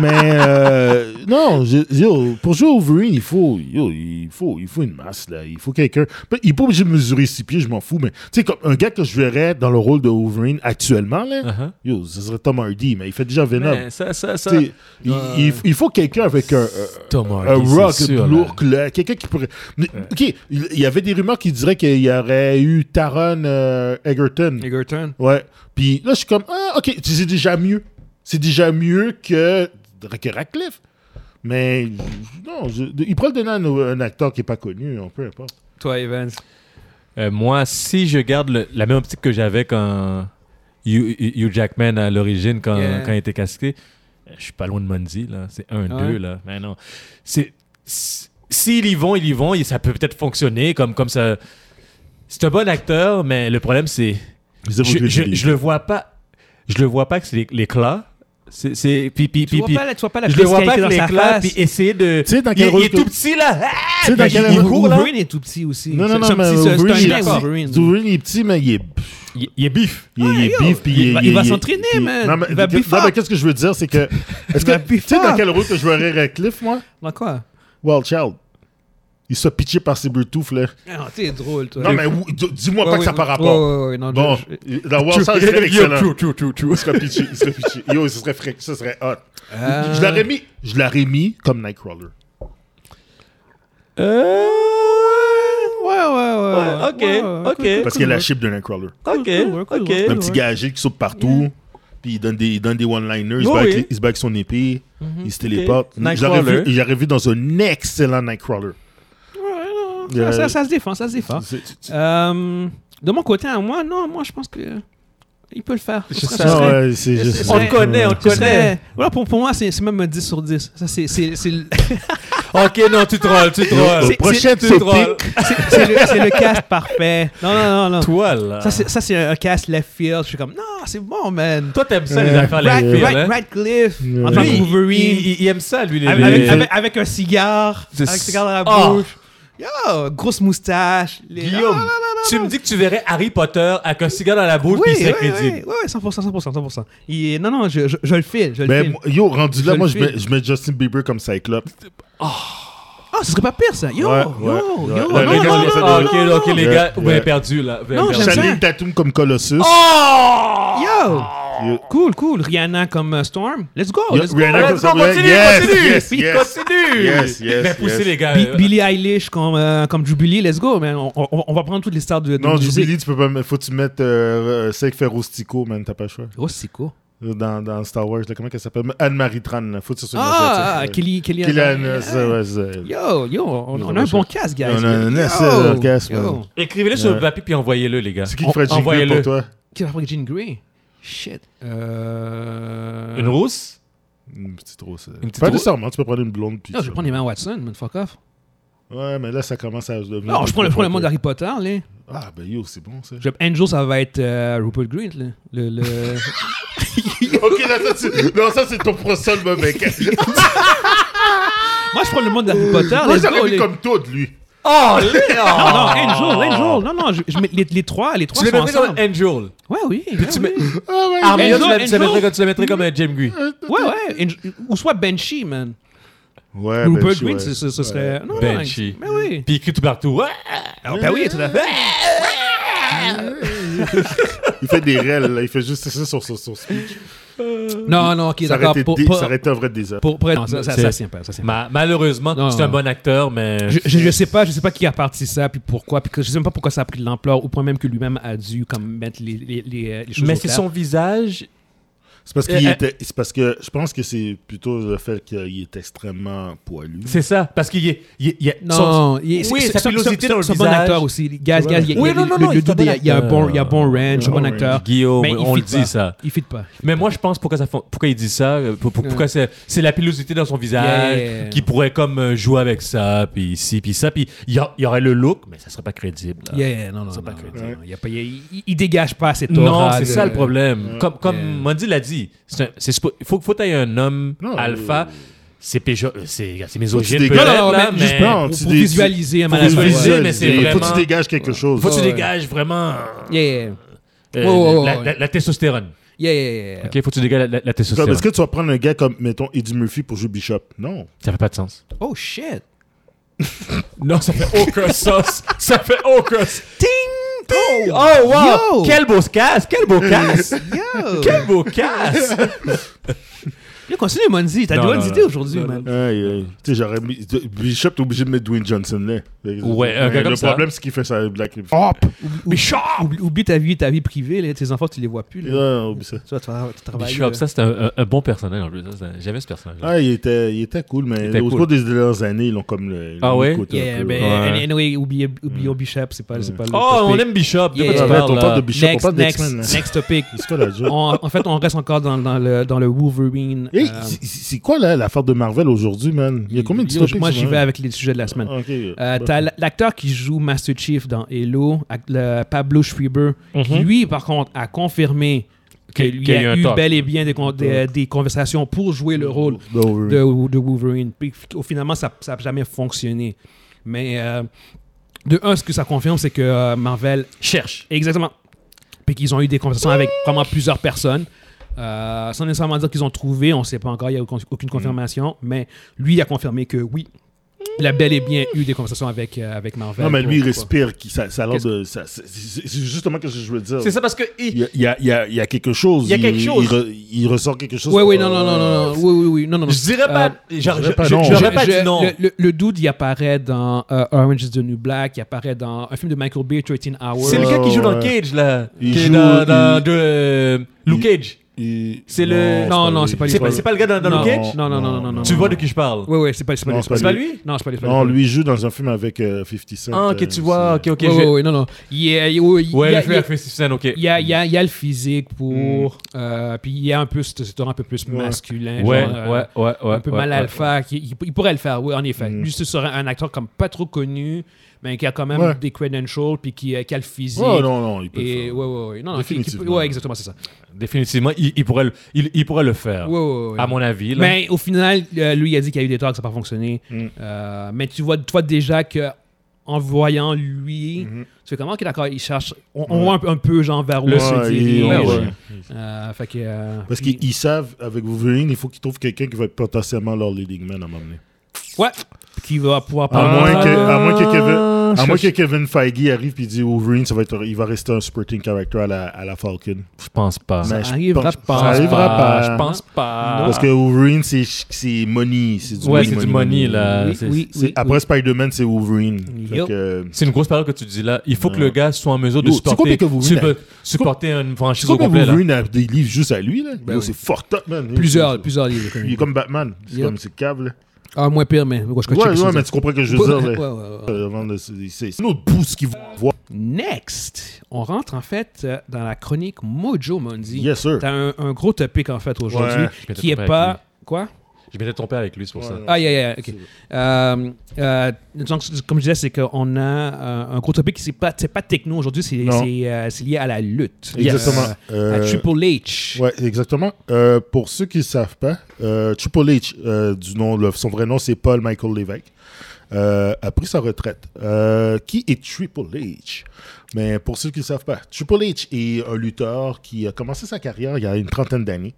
Speaker 2: Mais, euh, non, je- yo, pour jouer au Wolverine, il faut, yo, il faut, il faut une masse, là. Il faut quelqu'un. Puis Il n'est pas obligé de mesurer six pieds, je m'en fous, mais, tu sais, comme un gars que je verrais dans le rôle de Wolverine actuellement, là,
Speaker 3: Uh-huh.
Speaker 2: yo, ce serait Tom Hardy, mais il fait déjà Venom.
Speaker 3: Mais ça, ça, ça.
Speaker 2: T'sais, il, il- il faut quelqu'un avec un,
Speaker 3: Tom
Speaker 2: un-
Speaker 3: Hardy,
Speaker 2: un
Speaker 3: c'est
Speaker 2: rock
Speaker 3: sûr,
Speaker 2: lourd, là, quelqu'un qui pourrait. Mais, Ok, il il y avait des rumeurs qui diraient qu'il y aurait eu Taron euh, Egerton.
Speaker 1: Egerton.
Speaker 2: Ouais. Puis là, je suis comme, ah, ok, c'est déjà mieux. C'est déjà mieux que, que Radcliffe. Mais non, je- il pourrait le donner à un, un acteur qui n'est pas connu, on peu importe.
Speaker 1: Toi, Evans.
Speaker 3: Euh, moi, si je garde le- la même optique que j'avais quand Hugh, Hugh Jackman à l'origine, quand,
Speaker 1: Yeah.
Speaker 3: quand il était casqué, euh, je suis pas loin de Mundy, là. C'est 1-2,
Speaker 1: Ah ouais?
Speaker 3: là. Mais non. C'est- s- S'ils y vont, ils y vont, et ça peut peut-être fonctionner comme, comme ça. C'est un bon acteur, mais le problème, c'est.
Speaker 2: Ils avaient
Speaker 3: Je,
Speaker 2: oublié de
Speaker 3: je,
Speaker 2: le
Speaker 3: je le vois pas. Je le vois pas que c'est les- l'éclat. C'est. c'est- Puis, puis,
Speaker 1: Tu
Speaker 3: puis,
Speaker 1: vois,
Speaker 3: puis-
Speaker 1: pas la, tu vois pas la
Speaker 3: je le vois pas
Speaker 1: physicalité
Speaker 3: que
Speaker 1: dans sa
Speaker 3: l'éclat,
Speaker 1: face.
Speaker 3: puis essayer de.
Speaker 2: Tu sais dans
Speaker 3: il,
Speaker 2: quel
Speaker 3: il
Speaker 2: rôle
Speaker 3: est
Speaker 2: que-
Speaker 3: tout petit, là. Ah!
Speaker 2: Tu sais dans
Speaker 3: Mais
Speaker 2: quel
Speaker 3: il- il
Speaker 2: rôle-
Speaker 3: court, là.
Speaker 1: Wolverine est tout petit aussi.
Speaker 2: Non, non,
Speaker 1: C'est-
Speaker 2: non,
Speaker 1: c'est un
Speaker 2: mais
Speaker 1: petit- c'est un
Speaker 2: Wolverine, il
Speaker 1: mec,
Speaker 2: est-
Speaker 1: Wolverine.
Speaker 2: Wolverine, il est petit, mais il est
Speaker 3: Il, il est bif.
Speaker 2: Il, il est
Speaker 1: yo,
Speaker 2: bif, puis
Speaker 1: il va- il va
Speaker 2: est-
Speaker 1: s'entraîner,
Speaker 2: il-
Speaker 1: man.
Speaker 2: Non, mais,
Speaker 1: Il va
Speaker 2: non,
Speaker 1: plus fort.
Speaker 2: mais qu'est-ce que je veux dire,
Speaker 1: [LAUGHS]
Speaker 2: c'est que. Est-ce que
Speaker 1: va plus
Speaker 2: tu sais dans
Speaker 1: fort.
Speaker 2: quel rôle que je verrais Radcliffe, moi
Speaker 1: Dans quoi
Speaker 2: Wild Child. Il se pitché par ses Bluetooth, là.
Speaker 1: Non, t'es drôle, toi.
Speaker 2: Non, mais oui, d- dis-moi
Speaker 1: Ouais,
Speaker 2: pas
Speaker 1: ouais,
Speaker 2: que ça par
Speaker 1: ouais,
Speaker 2: rapport.
Speaker 1: ouais, ouais, ouais, non,
Speaker 2: Bon,
Speaker 1: je- je-
Speaker 2: dans Wild Child, il serait excellent.
Speaker 3: True, true, true, true.
Speaker 2: Il serait pitché, il serait pitché. Yo, ce serait, frais, ce serait hot.
Speaker 1: Euh.
Speaker 2: Je l'aurais mis, je l'aurais mis comme Nightcrawler.
Speaker 3: Euh...
Speaker 1: Ouais, ouais, ouais.
Speaker 3: Ouais, ok, ok.
Speaker 2: Parce qu'il y a la chip de Nightcrawler.
Speaker 3: Ok,
Speaker 1: cool, cool,
Speaker 3: ok.
Speaker 1: cool.
Speaker 2: Un petit gars agile qui saute partout. Puis il donne des, il donne des one-liners, il, se
Speaker 3: Oui,
Speaker 2: bat avec
Speaker 3: Oh oui.
Speaker 2: les- il se bat avec son épée, il se téléporte.
Speaker 3: Nightcrawler.
Speaker 2: J'aurais vu, je l'aurais vu dans un excellent Nightcrawler.
Speaker 1: Ouais, non,
Speaker 2: Euh,
Speaker 1: ça, ça, ça se défend, ça se défend.
Speaker 2: C'est- c'est-
Speaker 1: Euh, de mon côté, à moi, non, moi, je pense que il peut le faire. Ce serait- ce
Speaker 2: Non,
Speaker 1: serait-
Speaker 2: ouais, c'est juste-
Speaker 1: On le
Speaker 3: connaît, on le
Speaker 1: ce
Speaker 3: connaît.
Speaker 1: serait- Voilà, pour, pour moi, c'est c'est même un 10 sur 10. Ça, c'est c'est- c'est le-
Speaker 3: Ok, non, tu trolles, tu
Speaker 2: Le,
Speaker 3: trolles.
Speaker 2: le
Speaker 1: C'est-
Speaker 2: prochain
Speaker 3: c'est-
Speaker 2: topic,
Speaker 1: c'est- c'est le, c'est le cast parfait. Non, non, non, non.
Speaker 3: Toi, là.
Speaker 1: Ça, c'est- Ça, c'est un cast left field. Je suis comme, non, c'est bon, man.
Speaker 3: Toi, t'aimes ça,
Speaker 2: Euh,
Speaker 3: les affaires
Speaker 1: Rad-
Speaker 3: les filles,
Speaker 1: Rad-
Speaker 3: hein?
Speaker 1: Radcliffe, en
Speaker 2: Ouais.
Speaker 1: tant
Speaker 3: Lui,
Speaker 1: que
Speaker 3: il-
Speaker 1: Wolverine.
Speaker 3: Il, il- il aime ça, lui, les...
Speaker 1: avec, avec-
Speaker 3: les-
Speaker 1: avec- avec un cigare,
Speaker 3: C'est-
Speaker 1: avec un cigare dans la
Speaker 3: Oh.
Speaker 1: bouche. Yo, grosse moustache. les-
Speaker 3: Guillaume,
Speaker 1: Ah, non, non, non,
Speaker 3: tu me dis que tu verrais Harry Potter avec un cigare dans la bouche, puis
Speaker 1: Oui,
Speaker 3: il
Speaker 1: oui,
Speaker 3: serait
Speaker 1: oui,
Speaker 3: crédible.
Speaker 1: oui, 100%, 100%, 100%. Il est- Non, non, je, je, je le file, je le
Speaker 2: Ben,
Speaker 1: file.
Speaker 2: moi- yo, rendu
Speaker 1: Je
Speaker 2: là,
Speaker 1: le
Speaker 2: moi, je
Speaker 1: file.
Speaker 2: mets, je mets Justin Bieber comme Cyclope.
Speaker 1: Ah, ce serait pas pire, ça. Yo,
Speaker 2: Ouais,
Speaker 1: yo,
Speaker 2: ouais,
Speaker 1: yo. Non,
Speaker 2: ouais. Le
Speaker 1: non,
Speaker 2: regard,
Speaker 1: non,
Speaker 2: il essaie
Speaker 1: non,
Speaker 2: de-
Speaker 1: non,
Speaker 3: Ah, ok,
Speaker 1: non,
Speaker 3: ok, les
Speaker 2: non.
Speaker 3: gars, vous avez
Speaker 2: Ouais.
Speaker 3: perdu, là. Vous avez
Speaker 1: Non,
Speaker 3: perdu.
Speaker 1: j'aime ça.
Speaker 2: Channing Tatum comme Colossus.
Speaker 3: Oh!
Speaker 1: Yo,
Speaker 2: Yo.
Speaker 1: cool, cool. Rihanna comme euh, Storm. Let's go,
Speaker 2: Ah. Yo,
Speaker 1: let's go.
Speaker 2: Rihanna
Speaker 3: Let's go,
Speaker 2: comme-
Speaker 3: continue,
Speaker 2: Yes,
Speaker 3: continue!
Speaker 2: yes, yes.
Speaker 3: Continue!
Speaker 2: Yes, yes,
Speaker 3: Mais poussez,
Speaker 2: yes.
Speaker 3: les gars.
Speaker 1: Bi- Billie Eilish comme, euh, comme Jubilee, let's go, man. On, on- on va prendre toutes les stars de, de
Speaker 2: Non,
Speaker 1: musique.
Speaker 2: Jubilee, tu peux pas. mettre- Faut que tu mettes euh, euh, Sec Ferrostico, man, t'as pas le choix.
Speaker 1: Oh, c'est cool.
Speaker 2: dans, dans Star Wars. là, comment elle s'appelle Anne-Marie Tran. là, Faut que ce soit une
Speaker 1: Ah,
Speaker 2: asiatique,
Speaker 1: Kelly, Kelly,
Speaker 2: là. Killian, euh, ça, ouais, c'est-
Speaker 1: Yo, yo, on, on a un
Speaker 2: Ouais,
Speaker 1: bon
Speaker 2: ça-
Speaker 1: casse, guys.
Speaker 2: On a un
Speaker 1: Yo,
Speaker 2: excellent casse,
Speaker 1: yo.
Speaker 2: man.
Speaker 3: Écrivez-le
Speaker 2: Ouais.
Speaker 3: sur papier puis envoyez-le, les gars.
Speaker 2: C'est qui qui ferait Jingle
Speaker 3: envoyez-le.
Speaker 2: pour toi
Speaker 1: Qui va fabriquer Jean Grey? Shit. Euh...
Speaker 3: Une rousse
Speaker 2: Une petite rose.
Speaker 3: Une petite
Speaker 2: Pas
Speaker 3: rose.
Speaker 2: nécessairement, tu peux prendre une blonde. Puis
Speaker 1: Non, je
Speaker 2: tu-
Speaker 1: vais prendre les mains Watson, man, fuck off.
Speaker 2: Ouais, mais là, ça commence à se devenir.
Speaker 1: Non, je prends le, je prends le monde d'Harry Potter, là.
Speaker 2: Ah, ben yo, c'est bon ça.
Speaker 1: Je- Angel, ça va être euh, Rupert Grint, là. Le, le... [LAUGHS]
Speaker 2: [LAUGHS] ok, là, ça, c'est... Non, ça, c'est ton pro- seul mauvais
Speaker 1: [LAUGHS]
Speaker 2: cas.
Speaker 1: Moi, je prends le monde d'Harry Potter,
Speaker 2: Moi,
Speaker 1: let's go,
Speaker 2: j'aurais mis
Speaker 1: Ah, les-
Speaker 2: comme Todd, lui. Ah,
Speaker 3: Oh,
Speaker 1: Non, non, Angel, Angel. Non, non, je, je mets les, les trois, les trois
Speaker 3: Tu le
Speaker 1: sont
Speaker 3: mettrais comme
Speaker 1: ensemble.
Speaker 3: Angel.
Speaker 1: Ouais, oui. ouais,
Speaker 3: tu
Speaker 1: oui.
Speaker 2: Ah, ouais.
Speaker 3: Armia, tu
Speaker 1: Angel,
Speaker 3: le- tu le
Speaker 1: Angel.
Speaker 3: mettrais comme- tu le mettrais comme un Jim Gui.
Speaker 1: Ouais, ouais. Angel- Ou soit Banshee, man.
Speaker 2: Ouais,
Speaker 1: Rupert
Speaker 2: ben, je-
Speaker 1: Grint,
Speaker 2: Ah, ouais.
Speaker 1: ce ce- ce serait... Non, non,
Speaker 3: Banshee.
Speaker 1: Mais oui.
Speaker 3: Puis il crie tout partout. Ouais.
Speaker 1: Ah, ben oui, tout à fait.
Speaker 2: Il fait des rêles, là. Il fait juste ça sur son speech.
Speaker 1: Non, non, ok,
Speaker 2: Ça aurait
Speaker 1: d'accord.
Speaker 2: été
Speaker 1: Pour,
Speaker 2: dé-
Speaker 1: pour,
Speaker 2: ça aurait été un vrai désastre.
Speaker 1: pour, pour- non, ça, ça,
Speaker 3: C'est-
Speaker 1: ça tient pas, ça tient pas.
Speaker 3: Ma- Malheureusement,
Speaker 1: Non,
Speaker 3: c'est un
Speaker 1: non.
Speaker 3: bon acteur, mais.
Speaker 1: Je, je, je sais pas, je sais pas qui a parti ça, puis pourquoi, puis que je sais même pas pourquoi ça a pris de l'ampleur, au point même que lui-même a dû comme mettre les, les, les, euh, les choses
Speaker 3: Mais
Speaker 1: au
Speaker 3: c'est
Speaker 1: clair.
Speaker 3: son visage.
Speaker 2: C'est parce qu'il
Speaker 3: Euh,
Speaker 2: était. C'est parce que je pense que c'est plutôt le fait qu'il est extrêmement poilu.
Speaker 3: C'est ça. Parce qu'il est. il est- il est- son-
Speaker 1: Non, il,
Speaker 3: Oui,
Speaker 1: c'est-
Speaker 3: sa
Speaker 1: c'est-
Speaker 3: pilosité
Speaker 1: c'est-
Speaker 3: dans le
Speaker 1: C'est un bon
Speaker 3: visage.
Speaker 1: acteur aussi. Gaz,
Speaker 2: Ouais.
Speaker 1: gaz, il y a-
Speaker 3: Oui,
Speaker 1: il y a-
Speaker 3: non,
Speaker 1: le-
Speaker 3: non,
Speaker 1: le
Speaker 3: non, il est
Speaker 1: dude,
Speaker 3: un bon
Speaker 1: il y a- il y a un bon,
Speaker 3: acteur.
Speaker 1: il y a un bon range, un
Speaker 2: Un
Speaker 1: bon
Speaker 2: bon
Speaker 1: acteur.
Speaker 3: Guillaume,
Speaker 1: Mais il
Speaker 3: on
Speaker 1: fit
Speaker 3: le dit,
Speaker 1: pas.
Speaker 3: ça.
Speaker 1: Il fit pas.
Speaker 3: Mais moi, je pense pourquoi, ça fon- pourquoi il dit ça. euh, pour- pour- pourquoi c'est c'est la pilosité dans son visage
Speaker 1: Yeah.
Speaker 3: qui pourrait comme euh, jouer avec ça, puis ici, puis ça. Puis il y, a- il y aurait le look, mais ça serait pas crédible. là.
Speaker 1: Yeah, yeah, non, non,
Speaker 3: C'est pas
Speaker 1: non,
Speaker 3: que-
Speaker 1: non, non, il y a pas- il y a- il- il dégage pas cette
Speaker 3: Non,
Speaker 1: aura
Speaker 3: c'est
Speaker 1: de-
Speaker 3: ça le Mm. problème. Comme, comme
Speaker 1: Yeah.
Speaker 3: Mandy l'a dit, c'est un- c'est suppo- il faut, faut que tu un homme
Speaker 2: Non,
Speaker 3: alpha.
Speaker 2: euh,
Speaker 3: C'est péjo- c'est c'est
Speaker 2: Faut que
Speaker 3: misogyne
Speaker 2: tu
Speaker 3: peut-être,
Speaker 1: Non,
Speaker 2: dégages.
Speaker 1: non, non,
Speaker 3: là,
Speaker 1: mais juste
Speaker 3: mais
Speaker 2: Non,
Speaker 1: pour,
Speaker 2: tu
Speaker 1: pour
Speaker 2: dé-
Speaker 1: visualiser un
Speaker 2: Faut
Speaker 3: la
Speaker 2: que tu
Speaker 1: manager.
Speaker 3: visualiser,
Speaker 1: ouais.
Speaker 2: visualises,
Speaker 3: mais c'est
Speaker 2: il Faut que
Speaker 3: vraiment-
Speaker 2: tu dégages quelque chose.
Speaker 3: faut que tu
Speaker 1: Ouais.
Speaker 3: dégages vraiment euh,
Speaker 1: Yeah, yeah, Ouais,
Speaker 3: euh,
Speaker 1: ouais, ouais,
Speaker 3: la,
Speaker 1: ouais.
Speaker 3: la- la testostérone.
Speaker 1: yeah, yeah, yeah.
Speaker 3: OK, faut que tu dégages la, la- la
Speaker 2: Comme,
Speaker 3: testostérone.
Speaker 2: Est-ce que tu vas prendre un gars comme, mettons, Eddie Murphy pour jouer Bishop Non.
Speaker 3: Ça fait pas de sens.
Speaker 1: Oh shit.
Speaker 3: Non, ça fait aucun [LAUGHS] sens. Ça fait aucun sens.
Speaker 1: Ting!
Speaker 3: Oh, wow!
Speaker 1: Yo!
Speaker 3: Quel beau casse! Quel
Speaker 2: [LAUGHS]
Speaker 3: beau
Speaker 1: [LAUGHS]
Speaker 3: casse!
Speaker 1: Yo!
Speaker 3: quel beau casse!
Speaker 1: Yo, continue, Monzi. T'as
Speaker 3: Non,
Speaker 1: de bonnes
Speaker 3: non,
Speaker 1: idées
Speaker 3: non.
Speaker 1: aujourd'hui, man.
Speaker 2: Aïe, aïe. Hein, euh, Tu sais, j'aurais mis. Bishop, t'es obligé de mettre Dwayne Johnson là.
Speaker 3: Ouais, un
Speaker 2: Le
Speaker 3: gars comme ça.
Speaker 2: problème, c'est qu'il fait sa black.
Speaker 1: Hop! Oublie, oublie ta vie, ta vie privée, là, tes enfants, tu les vois plus. Là.
Speaker 2: Ouais, oublie ça.
Speaker 1: Tu vois, tu tra- tu travailles.
Speaker 3: Bishop,
Speaker 1: là.
Speaker 3: ça c'est un, un- un bon personnage en plus. Ça, c'est- J'aimais ce personnage.
Speaker 2: Ah, il était, il était cool, mais
Speaker 3: était
Speaker 2: au
Speaker 3: cool.
Speaker 2: cours des dernières années, ils l'ont comme le.
Speaker 3: Ah
Speaker 2: le
Speaker 3: ouais? euh,
Speaker 2: côté un
Speaker 1: Yeah,
Speaker 2: peu.
Speaker 1: ben,
Speaker 3: Ouais.
Speaker 1: anyway, oubliez,
Speaker 2: Mm.
Speaker 1: oublions Bishop, c'est pas, c'est pas le.
Speaker 3: Oh, on
Speaker 1: topic.
Speaker 3: aime Bishop. De quoi
Speaker 1: Yeah.
Speaker 3: tu
Speaker 2: Arrête,
Speaker 3: parles,
Speaker 2: on
Speaker 3: là?
Speaker 2: parle de Bishop, on
Speaker 1: Next,
Speaker 2: parle
Speaker 1: next,
Speaker 2: d'X-Men. là.
Speaker 1: next topic.
Speaker 2: C'est quoi la joke?
Speaker 1: On- en fait, on reste encore dans, dans le, dans le Wolverine.
Speaker 2: Hey,
Speaker 1: euh,
Speaker 2: c'est- c'est quoi là, l'affaire de Marvel aujourd'hui, man? Il y a combien de
Speaker 1: yo,
Speaker 2: topics
Speaker 1: Moi, j'y
Speaker 2: sur
Speaker 1: vais
Speaker 2: Marvel?
Speaker 1: avec les sujets de la semaine.
Speaker 2: Ah, ok.
Speaker 1: Euh,
Speaker 2: Bon.
Speaker 1: T'as l- l'acteur qui joue Master Chief dans Halo, ac- le Pablo Schreiber, qui
Speaker 3: Mm-hmm.
Speaker 1: lui, par contre, a confirmé
Speaker 3: Mhm. Qu'il-
Speaker 1: qu'il
Speaker 3: qu'il y a
Speaker 1: a,
Speaker 3: eu un
Speaker 1: eu
Speaker 3: talk.
Speaker 1: bel et bien des, con- des- des conversations pour jouer le rôle
Speaker 2: The Wolverine.
Speaker 1: de, de Wolverine. Puis au- finalement, ça n'a jamais fonctionné. Mais euh, de un, ce que ça confirme, c'est que euh, Marvel.
Speaker 3: Cherche.
Speaker 1: Exactement. Puis qu'ils ont eu des conversations avec vraiment plusieurs personnes. Euh, sans nécessairement dire qu'ils ont trouvé, on ne sait pas encore, il n'y a aucun- aucune
Speaker 3: Mm.
Speaker 1: confirmation. Mais lui a confirmé que oui, il a bel et bien eu des conversations avec, euh, avec Marvel.
Speaker 2: Non, mais lui, il
Speaker 1: Pourquoi?
Speaker 2: respire. Qui, ça, ça a l'air de. ça- c'est c'est- c'est justement ce que je veux dire.
Speaker 3: C'est ça parce que. il-
Speaker 2: Il y a, il y, a, il y, a, il y a quelque chose.
Speaker 3: Il y a quelque chose.
Speaker 2: Il, re- il ressort quelque chose.
Speaker 1: Oui, oui, non, non, non, non, non,
Speaker 2: euh,
Speaker 1: oui, oui, oui, non, non, non.
Speaker 3: Je dirais
Speaker 1: Euh,
Speaker 3: pas. J'aurais
Speaker 2: Ah, dirais pas
Speaker 3: je-
Speaker 2: non.
Speaker 3: j'aurais
Speaker 1: Je-
Speaker 3: pas
Speaker 1: je-
Speaker 3: dit non.
Speaker 1: Le, le- le dude, il apparaît dans euh, Orange is the New Black, il apparaît dans un film de Michael Bay, 13 Hours.
Speaker 3: C'est le
Speaker 2: Ouais,
Speaker 3: gars qui joue dans
Speaker 2: ouais.
Speaker 3: Cage, là.
Speaker 2: Il
Speaker 3: qui est
Speaker 2: joue-
Speaker 3: dans, dans
Speaker 2: il-
Speaker 3: de, euh, Luke
Speaker 2: il-
Speaker 3: Cage.
Speaker 2: Il-
Speaker 3: C'est le-
Speaker 1: Non, non, c'est pas lui.
Speaker 3: C'est pas, c'est pas le gars dans, dans
Speaker 1: non,
Speaker 3: Luke Cage
Speaker 1: non, non, non, non, non, non.
Speaker 3: Tu vois de qui je parle
Speaker 1: Oui, oui, c'est pas, c'est pas
Speaker 2: Non,
Speaker 1: lui.
Speaker 2: c'est pas
Speaker 3: C'est pas lui
Speaker 1: Non, c'est pas lui. c'est pas
Speaker 2: Non, lui, il joue dans un film avec euh, 50 Cent.
Speaker 3: Ah, ok,
Speaker 2: euh,
Speaker 3: tu vois. Ok,
Speaker 2: c'est-
Speaker 3: ok.
Speaker 1: Oui,
Speaker 3: je-
Speaker 1: oui, oui, non, non. Il est- il- oui, il
Speaker 3: Ouais,
Speaker 1: y a-
Speaker 3: je fais
Speaker 1: il-
Speaker 3: la Christine, ok.
Speaker 1: il y a, il y, a, il y a le physique pour. euh, puis il y a un peu ce ce tour un peu plus
Speaker 2: Mm. Ouais.
Speaker 1: masculin.
Speaker 3: Ouais,
Speaker 1: genre, euh,
Speaker 3: ouais, ouais, ouais.
Speaker 1: un peu
Speaker 3: ouais,
Speaker 1: mal
Speaker 3: ouais.
Speaker 1: alpha. Qui, il, il pourrait le faire, oui, en effet.
Speaker 2: Mm.
Speaker 1: Lui, ce serait un acteur comme pas trop connu, mais qui a quand même
Speaker 2: Ouais.
Speaker 1: des credentials, puis qui, euh, qui a le physique.
Speaker 2: Oh, non, non, il peut le
Speaker 1: Et,
Speaker 2: faire.
Speaker 1: ouais, ouais, ouais. Non, non, qui- qui-
Speaker 2: Définitivement.
Speaker 1: ouais, exactement, c'est ça.
Speaker 3: Définitivement, il, il pourrait, le, il, il pourrait le faire.
Speaker 1: Ouais, ouais, ouais.
Speaker 3: Ah. À mon avis. Là.
Speaker 1: Mais au final, euh, lui, il a dit qu'il y a eu des talks, ça n'a pas fonctionné.
Speaker 2: Mm.
Speaker 1: Euh, mais tu vois, toi, déjà que en voyant lui, tu fais comment qu'il d'accord, il cherche. On, on
Speaker 2: Mm-hmm. Ouais.
Speaker 1: voit un, peu- un peu genre vers où on
Speaker 3: Le
Speaker 2: Ouais,
Speaker 1: se
Speaker 2: il-
Speaker 1: dirige.
Speaker 2: ouais,
Speaker 3: ouais.
Speaker 1: Euh, fait que, euh,
Speaker 2: Parce
Speaker 1: puis-
Speaker 2: qu'ils ils savent, avec Wolverine, il faut qu'ils trouvent quelqu'un qui va être potentiellement leur leading man à m'amener.
Speaker 1: Ouais. Qui va pouvoir
Speaker 2: À
Speaker 1: parler.
Speaker 2: moins que, à moins
Speaker 3: Ah,
Speaker 2: que Kevin,
Speaker 1: je-
Speaker 2: à moins que Kevin Feige arrive et dit Wolverine, ça va être, il va rester un supporting character à la, à la Falcon.
Speaker 5: Je pense pas.
Speaker 2: Mais
Speaker 1: Ça
Speaker 2: je
Speaker 1: arrivera
Speaker 2: pense-
Speaker 1: pas.
Speaker 2: Ça arrivera pas.
Speaker 1: Je pense pas.
Speaker 2: Parce que Wolverine, c'est c'est money. C'est du
Speaker 5: Ouais,
Speaker 2: money,
Speaker 5: c'est du
Speaker 2: money,
Speaker 5: money,
Speaker 2: money.
Speaker 5: là.
Speaker 1: oui,
Speaker 5: C'est-
Speaker 1: oui,
Speaker 2: C'est-
Speaker 1: oui,
Speaker 2: Après Spider-Man, c'est Wolverine. Fait
Speaker 1: Yep.
Speaker 2: que- euh,
Speaker 5: C'est une grosse parole que tu dis là. Il faut que
Speaker 2: Ouais.
Speaker 5: le gars soit en mesure de
Speaker 2: Yo, c'est combien
Speaker 5: supporter,
Speaker 2: que vous voulez,
Speaker 5: suppo-
Speaker 2: là?
Speaker 5: supporter une
Speaker 2: Tu
Speaker 5: franchise
Speaker 2: sais
Speaker 5: au
Speaker 2: combien
Speaker 5: complet. Là.
Speaker 2: Wolverine a des livres juste à lui, là Yo,
Speaker 1: Ben oui.
Speaker 2: C'est fucked up, man.
Speaker 1: Plusieurs,
Speaker 2: C'est-
Speaker 1: plusieurs livres.
Speaker 2: Il est comme Batman. C'est
Speaker 1: Yep.
Speaker 2: comme, c'est cave, là.
Speaker 1: Ah, moins pire, mais moi, je
Speaker 2: Ouais,
Speaker 1: checker
Speaker 2: ouais,
Speaker 1: ça.
Speaker 2: mais tu comprends ce que je veux dire,
Speaker 1: Ouais,
Speaker 2: là.
Speaker 1: ouais, ouais, ouais.
Speaker 2: Euh, avant de- C'est c'est une autre boost qu'ils vont voir.
Speaker 1: Next, on rentre en fait euh, dans la chronique Mojo Mundi.
Speaker 2: Yes, sir.
Speaker 1: T'as un, un gros topic en fait aujourd'hui
Speaker 2: Ouais.
Speaker 5: Je m'étais
Speaker 1: qui est
Speaker 5: trompé avec
Speaker 1: pas. Quoi
Speaker 5: Je m'étais trompé avec lui c'est pour ça.
Speaker 1: Ah, yeah, yeah, ok. Euh, euh, donc, comme je disais, c'est qu'on a euh, un gros topic qui c'est pas, c'est pas techno aujourd'hui, c'est,
Speaker 2: Non.
Speaker 1: c'est, euh, c'est lié à la lutte.
Speaker 2: Exactement.
Speaker 1: Euh, à
Speaker 2: Euh,
Speaker 1: Triple H.
Speaker 2: Ouais, exactement. Euh, pour ceux qui ne savent pas, euh, Triple H, euh, du nom, le- son vrai nom c'est Paul Michael Lévesque, euh, a pris sa retraite. Euh, qui est Triple H Mais pour ceux qui ne savent pas, Triple H est un lutteur qui a commencé sa carrière il y a une trentaine d'années.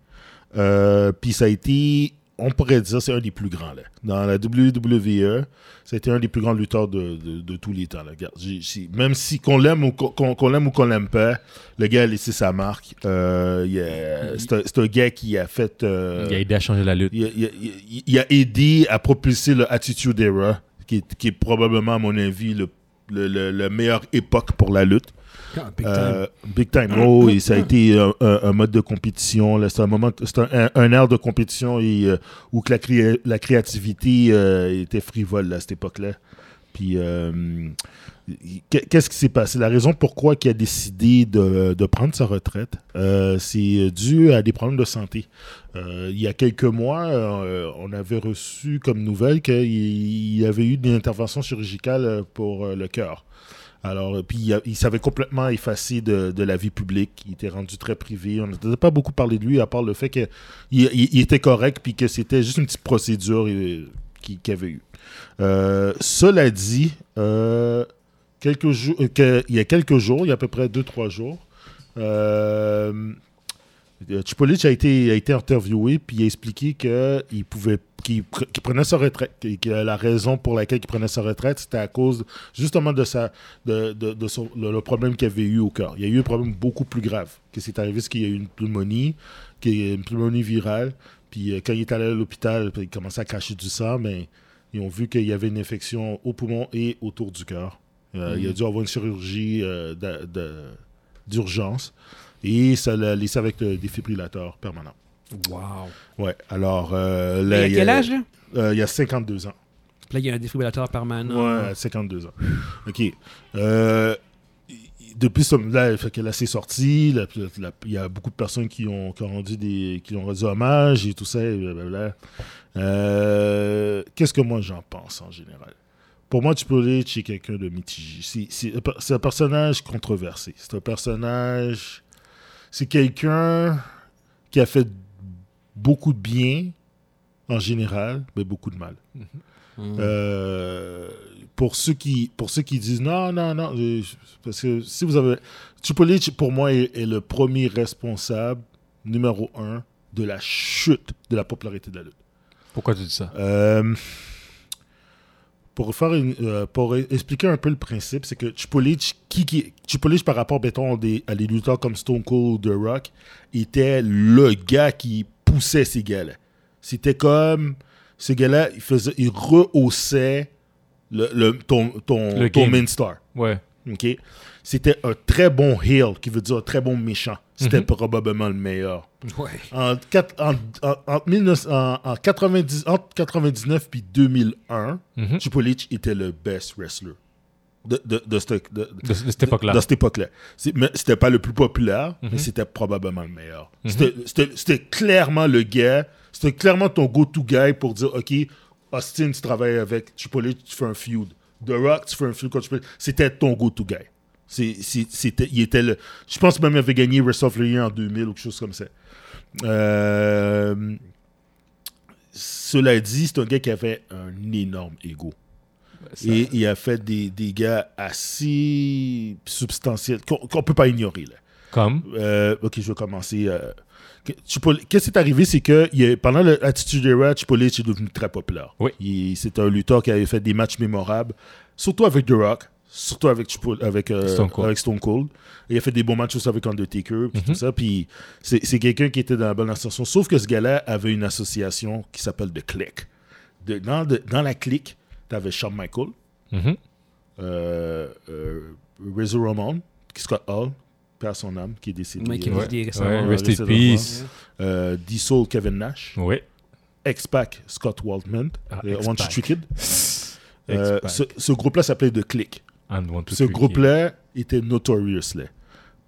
Speaker 2: Euh, Puis ça a été, on pourrait dire, c'est un des plus grands. Là. Dans la E, WWE, c'était un des plus grands lutteurs de, de- de tous les temps. Là. Regarde, j'ai- j'ai- même si qu'on l'aime ou qu'on qu'on- qu'on l'aime ou qu'on l'aime pas, le gars a laissé sa marque. Euh, il a- c'est un- c'est un gars qui a fait. euh,
Speaker 5: Il a aidé à changer la lutte.
Speaker 2: il a, il a- il a- il a aidé à propulser le Attitude Era, qui est, qui est probablement, à mon avis, le, le, le- la meilleure époque pour la lutte.
Speaker 1: Ah, big time. Ah.
Speaker 2: Euh, Big time. Oh, et ça a été un, un- un mode de compétition. là. C'est un moment, c'est un, un- un air de compétition et, euh, où que la, cré- la créativité euh, était frivole là, à cette époque-là. Puis, euh, il- qu'est- qu'est-ce qui s'est passé? La raison pourquoi il a décidé de, de prendre sa retraite, euh, c'est dû à des problèmes de santé. Euh, il y a quelques mois, euh, on avait reçu comme nouvelle qu'il il avait eu une intervention chirurgicale euh, pour euh, le cœur. Alors, euh, puis il, a- il s'avait complètement effacé de, de la vie publique. Il était rendu très privé. On n'entendait pas beaucoup parler de lui, à part le fait qu'il il, il était correct, puis que c'était juste une petite procédure euh, qu'il qu'il avait eue. Euh, cela dit, euh, quelques jours, euh, que- il y a quelques jours, il y a à peu près 2-3 jours, euh, euh, Chipolich a été, a été interviewé, puis il a expliqué qu'il pouvait qu'il pre- qu'il prenait sa retraite, et que la raison pour laquelle il prenait sa retraite, c'était à cause justement de, sa, de, de- de son- le, le problème qu'il avait eu au cœur. Il y a eu un problème beaucoup plus grave que c'est arrivé, c'est qu'il y a eu une pneumonie, qu'il y a eu une pneumonie virale, puis euh, quand il est allé à l'hôpital, puis il commençait à cracher du sang, mais ils ont vu qu'il y avait une infection au poumon et autour du cœur. Euh,
Speaker 1: Mhm.
Speaker 2: Il a dû avoir une chirurgie euh, d'a- de- d'urgence. Et ça l'a laissé avec le défibrillateur permanent.
Speaker 1: Wow.
Speaker 2: Ouais, alors. euh,
Speaker 1: Il y
Speaker 2: là,
Speaker 1: a quel âge, là?
Speaker 2: euh, Il y a 52 ans.
Speaker 1: Là, il y a un défibrillateur permanent.
Speaker 2: Ouais, 52 ans. OK. Euh, y- y- depuis ce là, fait que là, c'est sorti. là, puis là, là, Il y a beaucoup de personnes qui ont, qui ont rendu des, qui ont rendu hommage et tout ça. et blablabla. Euh, Qu'est-ce que moi j'en pense en général? Pour moi, Triple H est quelqu'un de mitigé. C'est- c'est un per- C'est un personnage controversé. C'est un personnage. C'est quelqu'un qui a fait beaucoup de bien en général, mais beaucoup de mal.
Speaker 1: Mm.
Speaker 2: Euh, pour ceux qui pour ceux qui disent non non non euh, parce que si vous avez Tupolic pour moi est, est le premier responsable numéro un de la chute de la popularité de la lutte.
Speaker 5: Pourquoi tu dis ça
Speaker 2: Euh, pour, faire une- euh, pour e- expliquer un peu le principe, c'est que Chipolich, qui, qui, Chipolich par rapport mettons, des- à des lutteurs comme Stone Cold ou The Rock, était le gars qui poussait ces gars-là. C'était comme. Ces gars-là, ils, faisaient- ils rehaussaient le, le- ton, ton,
Speaker 5: Le
Speaker 2: ton
Speaker 5: game.
Speaker 2: main star.
Speaker 5: Ouais.
Speaker 2: OK? C'était un très bon heel, qui veut dire un très bon méchant.
Speaker 5: Mm-hmm.
Speaker 2: C'était probablement le meilleur.
Speaker 1: Ouais.
Speaker 2: En, quatre- en, en, en 19 en- en 90, entre 99 puis 2001,
Speaker 5: Mhm.
Speaker 2: Triple H était le best wrestler de, de, de cette- de-
Speaker 5: De, de cette époque-là. Mhm.
Speaker 2: dans cette époque-là. C'est- mais C'était pas le plus populaire, mais c'était probablement le meilleur. C'était- c'était- C'était clairement le gars, c'était clairement ton go-to guy pour dire OK, Austin, tu travailles avec Chipotle, tu fais un feud. The Rock, tu fais un feud contre Chipotle. C'était ton go-to guy. C'est- c'est- c'était- il était le- je pense même qu'il avait gagné WrestleMania en 2000 ou quelque chose comme ça. Euh, cela dit, c'est un gars qui avait un énorme ego. Et il a fait des, des gars assez substantiels qu'on qu'on peut pas ignorer. Là.
Speaker 3: Comme
Speaker 2: Euh, ok, je vais commencer. euh, que- Chipotle- Qu'est-ce qui est arrivé, c'est que il y a- pendant l'Attitude Era, Chipotle est devenu très populaire.
Speaker 3: Oui.
Speaker 2: Il- C'est un lutteur qui avait fait des matchs mémorables, surtout avec The Rock, surtout avec, Chipotle- avec, euh,
Speaker 3: Stone Cold. Mhm.
Speaker 2: avec Stone Cold. Et il a fait des bons matchs aussi avec Undertaker, puis tout ça. Puis c'est c'est quelqu'un qui était dans la bonne ascension. Sauf que ce gars-là avait une association qui s'appelle The Click. De- dans, de- dans la clique, t'avais Shawn Michael,
Speaker 3: Mhm.
Speaker 2: euh, euh, Razor Ramon, Scott Hall, père son âme, qui est décédé.
Speaker 1: Mais qui est
Speaker 2: euh,
Speaker 1: décédé
Speaker 3: ouais,
Speaker 1: récemment.
Speaker 3: Rest
Speaker 2: reste
Speaker 3: in
Speaker 2: dans le
Speaker 3: Peace.
Speaker 2: euh, D-Soul Kevin Nash,
Speaker 3: Oui.
Speaker 2: X-Pac Scott Waldman,
Speaker 3: Ah,
Speaker 2: euh, One Two
Speaker 3: X-Pac.
Speaker 2: Three Kid. Euh,
Speaker 3: X-Pac.
Speaker 2: ce ce groupe-là s'appelait The Click.
Speaker 3: And one, two,
Speaker 2: Ce
Speaker 3: three,
Speaker 2: groupe-là était notoriously.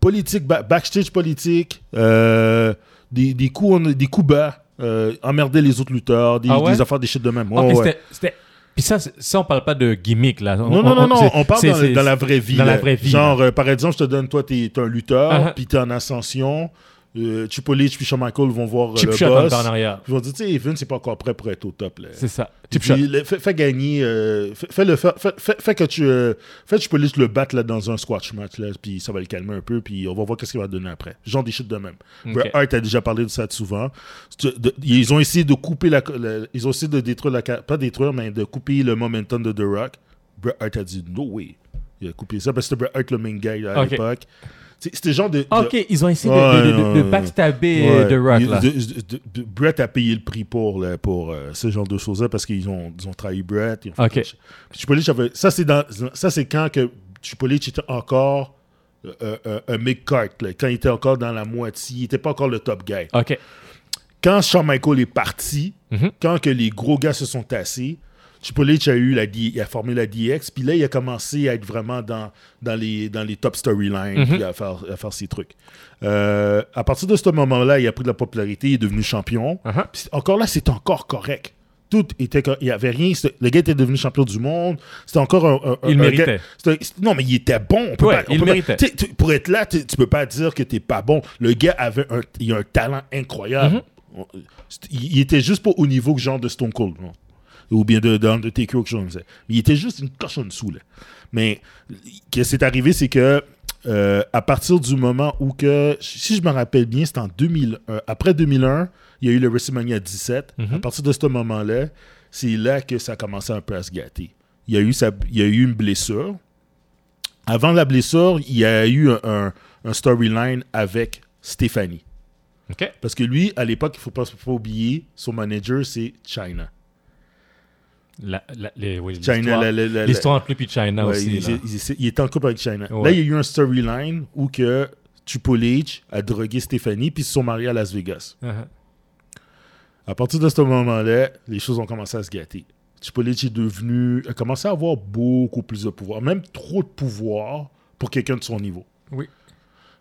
Speaker 2: Politique, ba- backstage politique, euh, des, des, coups, en- des coups bas, euh, emmerder les autres lutteurs, des,
Speaker 3: Ah ouais?
Speaker 2: des affaires, des shit de même.
Speaker 3: Ok,
Speaker 2: Ouais, ouais.
Speaker 3: c'était- c'était- Puis ça, c'est- ça, on parle pas de gimmick, là.
Speaker 2: Non, non, non, non,
Speaker 3: c'est-
Speaker 2: on parle
Speaker 3: c'est-
Speaker 2: dans,
Speaker 3: c'est-
Speaker 2: dans la vraie vie.
Speaker 3: dans la
Speaker 2: là.
Speaker 3: vraie vie,
Speaker 2: Genre, euh, par exemple, je te donne, toi, t'es t'es un lutteur,
Speaker 3: Ah, ah.
Speaker 2: puis t'es en ascension, euh, Chipotle puis Shawn Michael vont voir euh,
Speaker 3: Chip
Speaker 2: le
Speaker 3: shot
Speaker 2: boss.
Speaker 3: en arrière.
Speaker 2: Puis ils vont dire, tu sais, Vince, c'est pas encore prêt pour être au top. Là.
Speaker 3: C'est ça.
Speaker 2: Puis
Speaker 3: Chip shot.
Speaker 2: le- fais, fais gagner, euh, fais, fais le, fais, fais- fais- fais que tu, euh, fais que tu peux juste le battre là, dans un squash match, là, puis ça va le calmer un peu, puis on va voir qu'est-ce qu'il va donner après. Genre des chutes de même. Bret Hart a déjà parlé de ça souvent. C'est- de- ils ont essayé de couper la, la- ils ont essayé de détruire la, ca- pas détruire, mais de couper le momentum de The Rock. Bret Hart a dit no way. Il a coupé ça parce que c'était Bret Hart le main guy là, à
Speaker 3: Ok.
Speaker 2: l'époque. C'est- C'était genre de, de-
Speaker 3: Ok, ils ont essayé de-
Speaker 2: Ouais,
Speaker 3: de, de-
Speaker 2: non,
Speaker 3: de- de
Speaker 2: non.
Speaker 3: backstabber
Speaker 2: Ouais.
Speaker 3: euh, The Rock,
Speaker 2: Il-
Speaker 3: là.
Speaker 2: de- de- de- Brett a payé le prix pour, là, pour euh, ce genre de choses-là parce qu'ils ont, ils ont trahi Brett. Ils ont fait
Speaker 3: Ok.
Speaker 2: plein de choses. Puis Chipotle, j'avais- ça, c'est dans- ça, c'est quand que Chipotle était encore euh, euh, un mid-cart, là, quand il était encore dans la moitié. Il n'était pas encore le top guy.
Speaker 3: Ok.
Speaker 2: Quand Shawn Michael est parti,
Speaker 3: Mhm.
Speaker 2: quand que les gros gars se sont tassés, Chipotle a, eu la, D- il a formé la DX, puis là, il a commencé à être vraiment dans, dans, les, dans les top storylines,
Speaker 3: Mhm.
Speaker 2: puis à faire, à faire ses trucs. Euh, à partir de ce moment-là, il a pris de la popularité, il est devenu champion.
Speaker 3: Uh-huh.
Speaker 2: Puis c'est- encore là, c'est encore correct. Tout était co- il n'y avait rien. c'était- Le gars était devenu champion du monde. C'était encore un. un- un-
Speaker 3: Il
Speaker 2: un
Speaker 3: méritait.
Speaker 2: gars- c'était- c'était- non, mais il était bon. On peut
Speaker 3: Ouais,
Speaker 2: pas- on
Speaker 3: il
Speaker 2: peut pas-
Speaker 3: méritait.
Speaker 2: tu sais, tu- pour être là, tu tu peux pas dire que t'es pas bon. Le gars avait un, il a un talent incroyable.
Speaker 3: Mhm.
Speaker 2: On- c'est- Il, il était juste pas au niveau que genre de Stone Cold. non. Ou bien de, de, de Taker, quelque chose comme ça. Mais il était juste une cochonne dessous. Là. Mais ce qui s'est arrivé, c'est que euh, à partir du moment où que, si je me rappelle bien, c'est en 2001. Après 2001, il y a eu le WrestleMania 17.
Speaker 3: Mhm.
Speaker 2: À partir de ce moment-là, c'est là que ça a commencé un peu à se gâter. Il y a eu, sa- il y a eu une blessure. Avant la blessure, il y a eu un, un- un storyline avec Stéphanie.
Speaker 3: Ok.
Speaker 2: Parce que lui, à l'époque, il ne faut pas, faut pas oublier, son manager, c'est China.
Speaker 3: La- la- les- oui,
Speaker 2: China,
Speaker 3: l'histoire-
Speaker 2: la- la- la-
Speaker 3: L'histoire entre lui puis China
Speaker 2: Ouais,
Speaker 3: Ah aussi.
Speaker 2: il,
Speaker 3: là.
Speaker 2: il- il- il était en couple avec China.
Speaker 3: Ouais.
Speaker 2: Là, il y a eu un storyline où que Triple H a drogué Stéphanie puis ils se sont mariés à Las Vegas.
Speaker 3: Uh-huh.
Speaker 2: À partir de ce moment-là, les choses ont commencé à se gâter. Triple H est devenu, a commencé à avoir beaucoup plus de pouvoir, même trop de pouvoir pour quelqu'un de son niveau.
Speaker 3: Oui.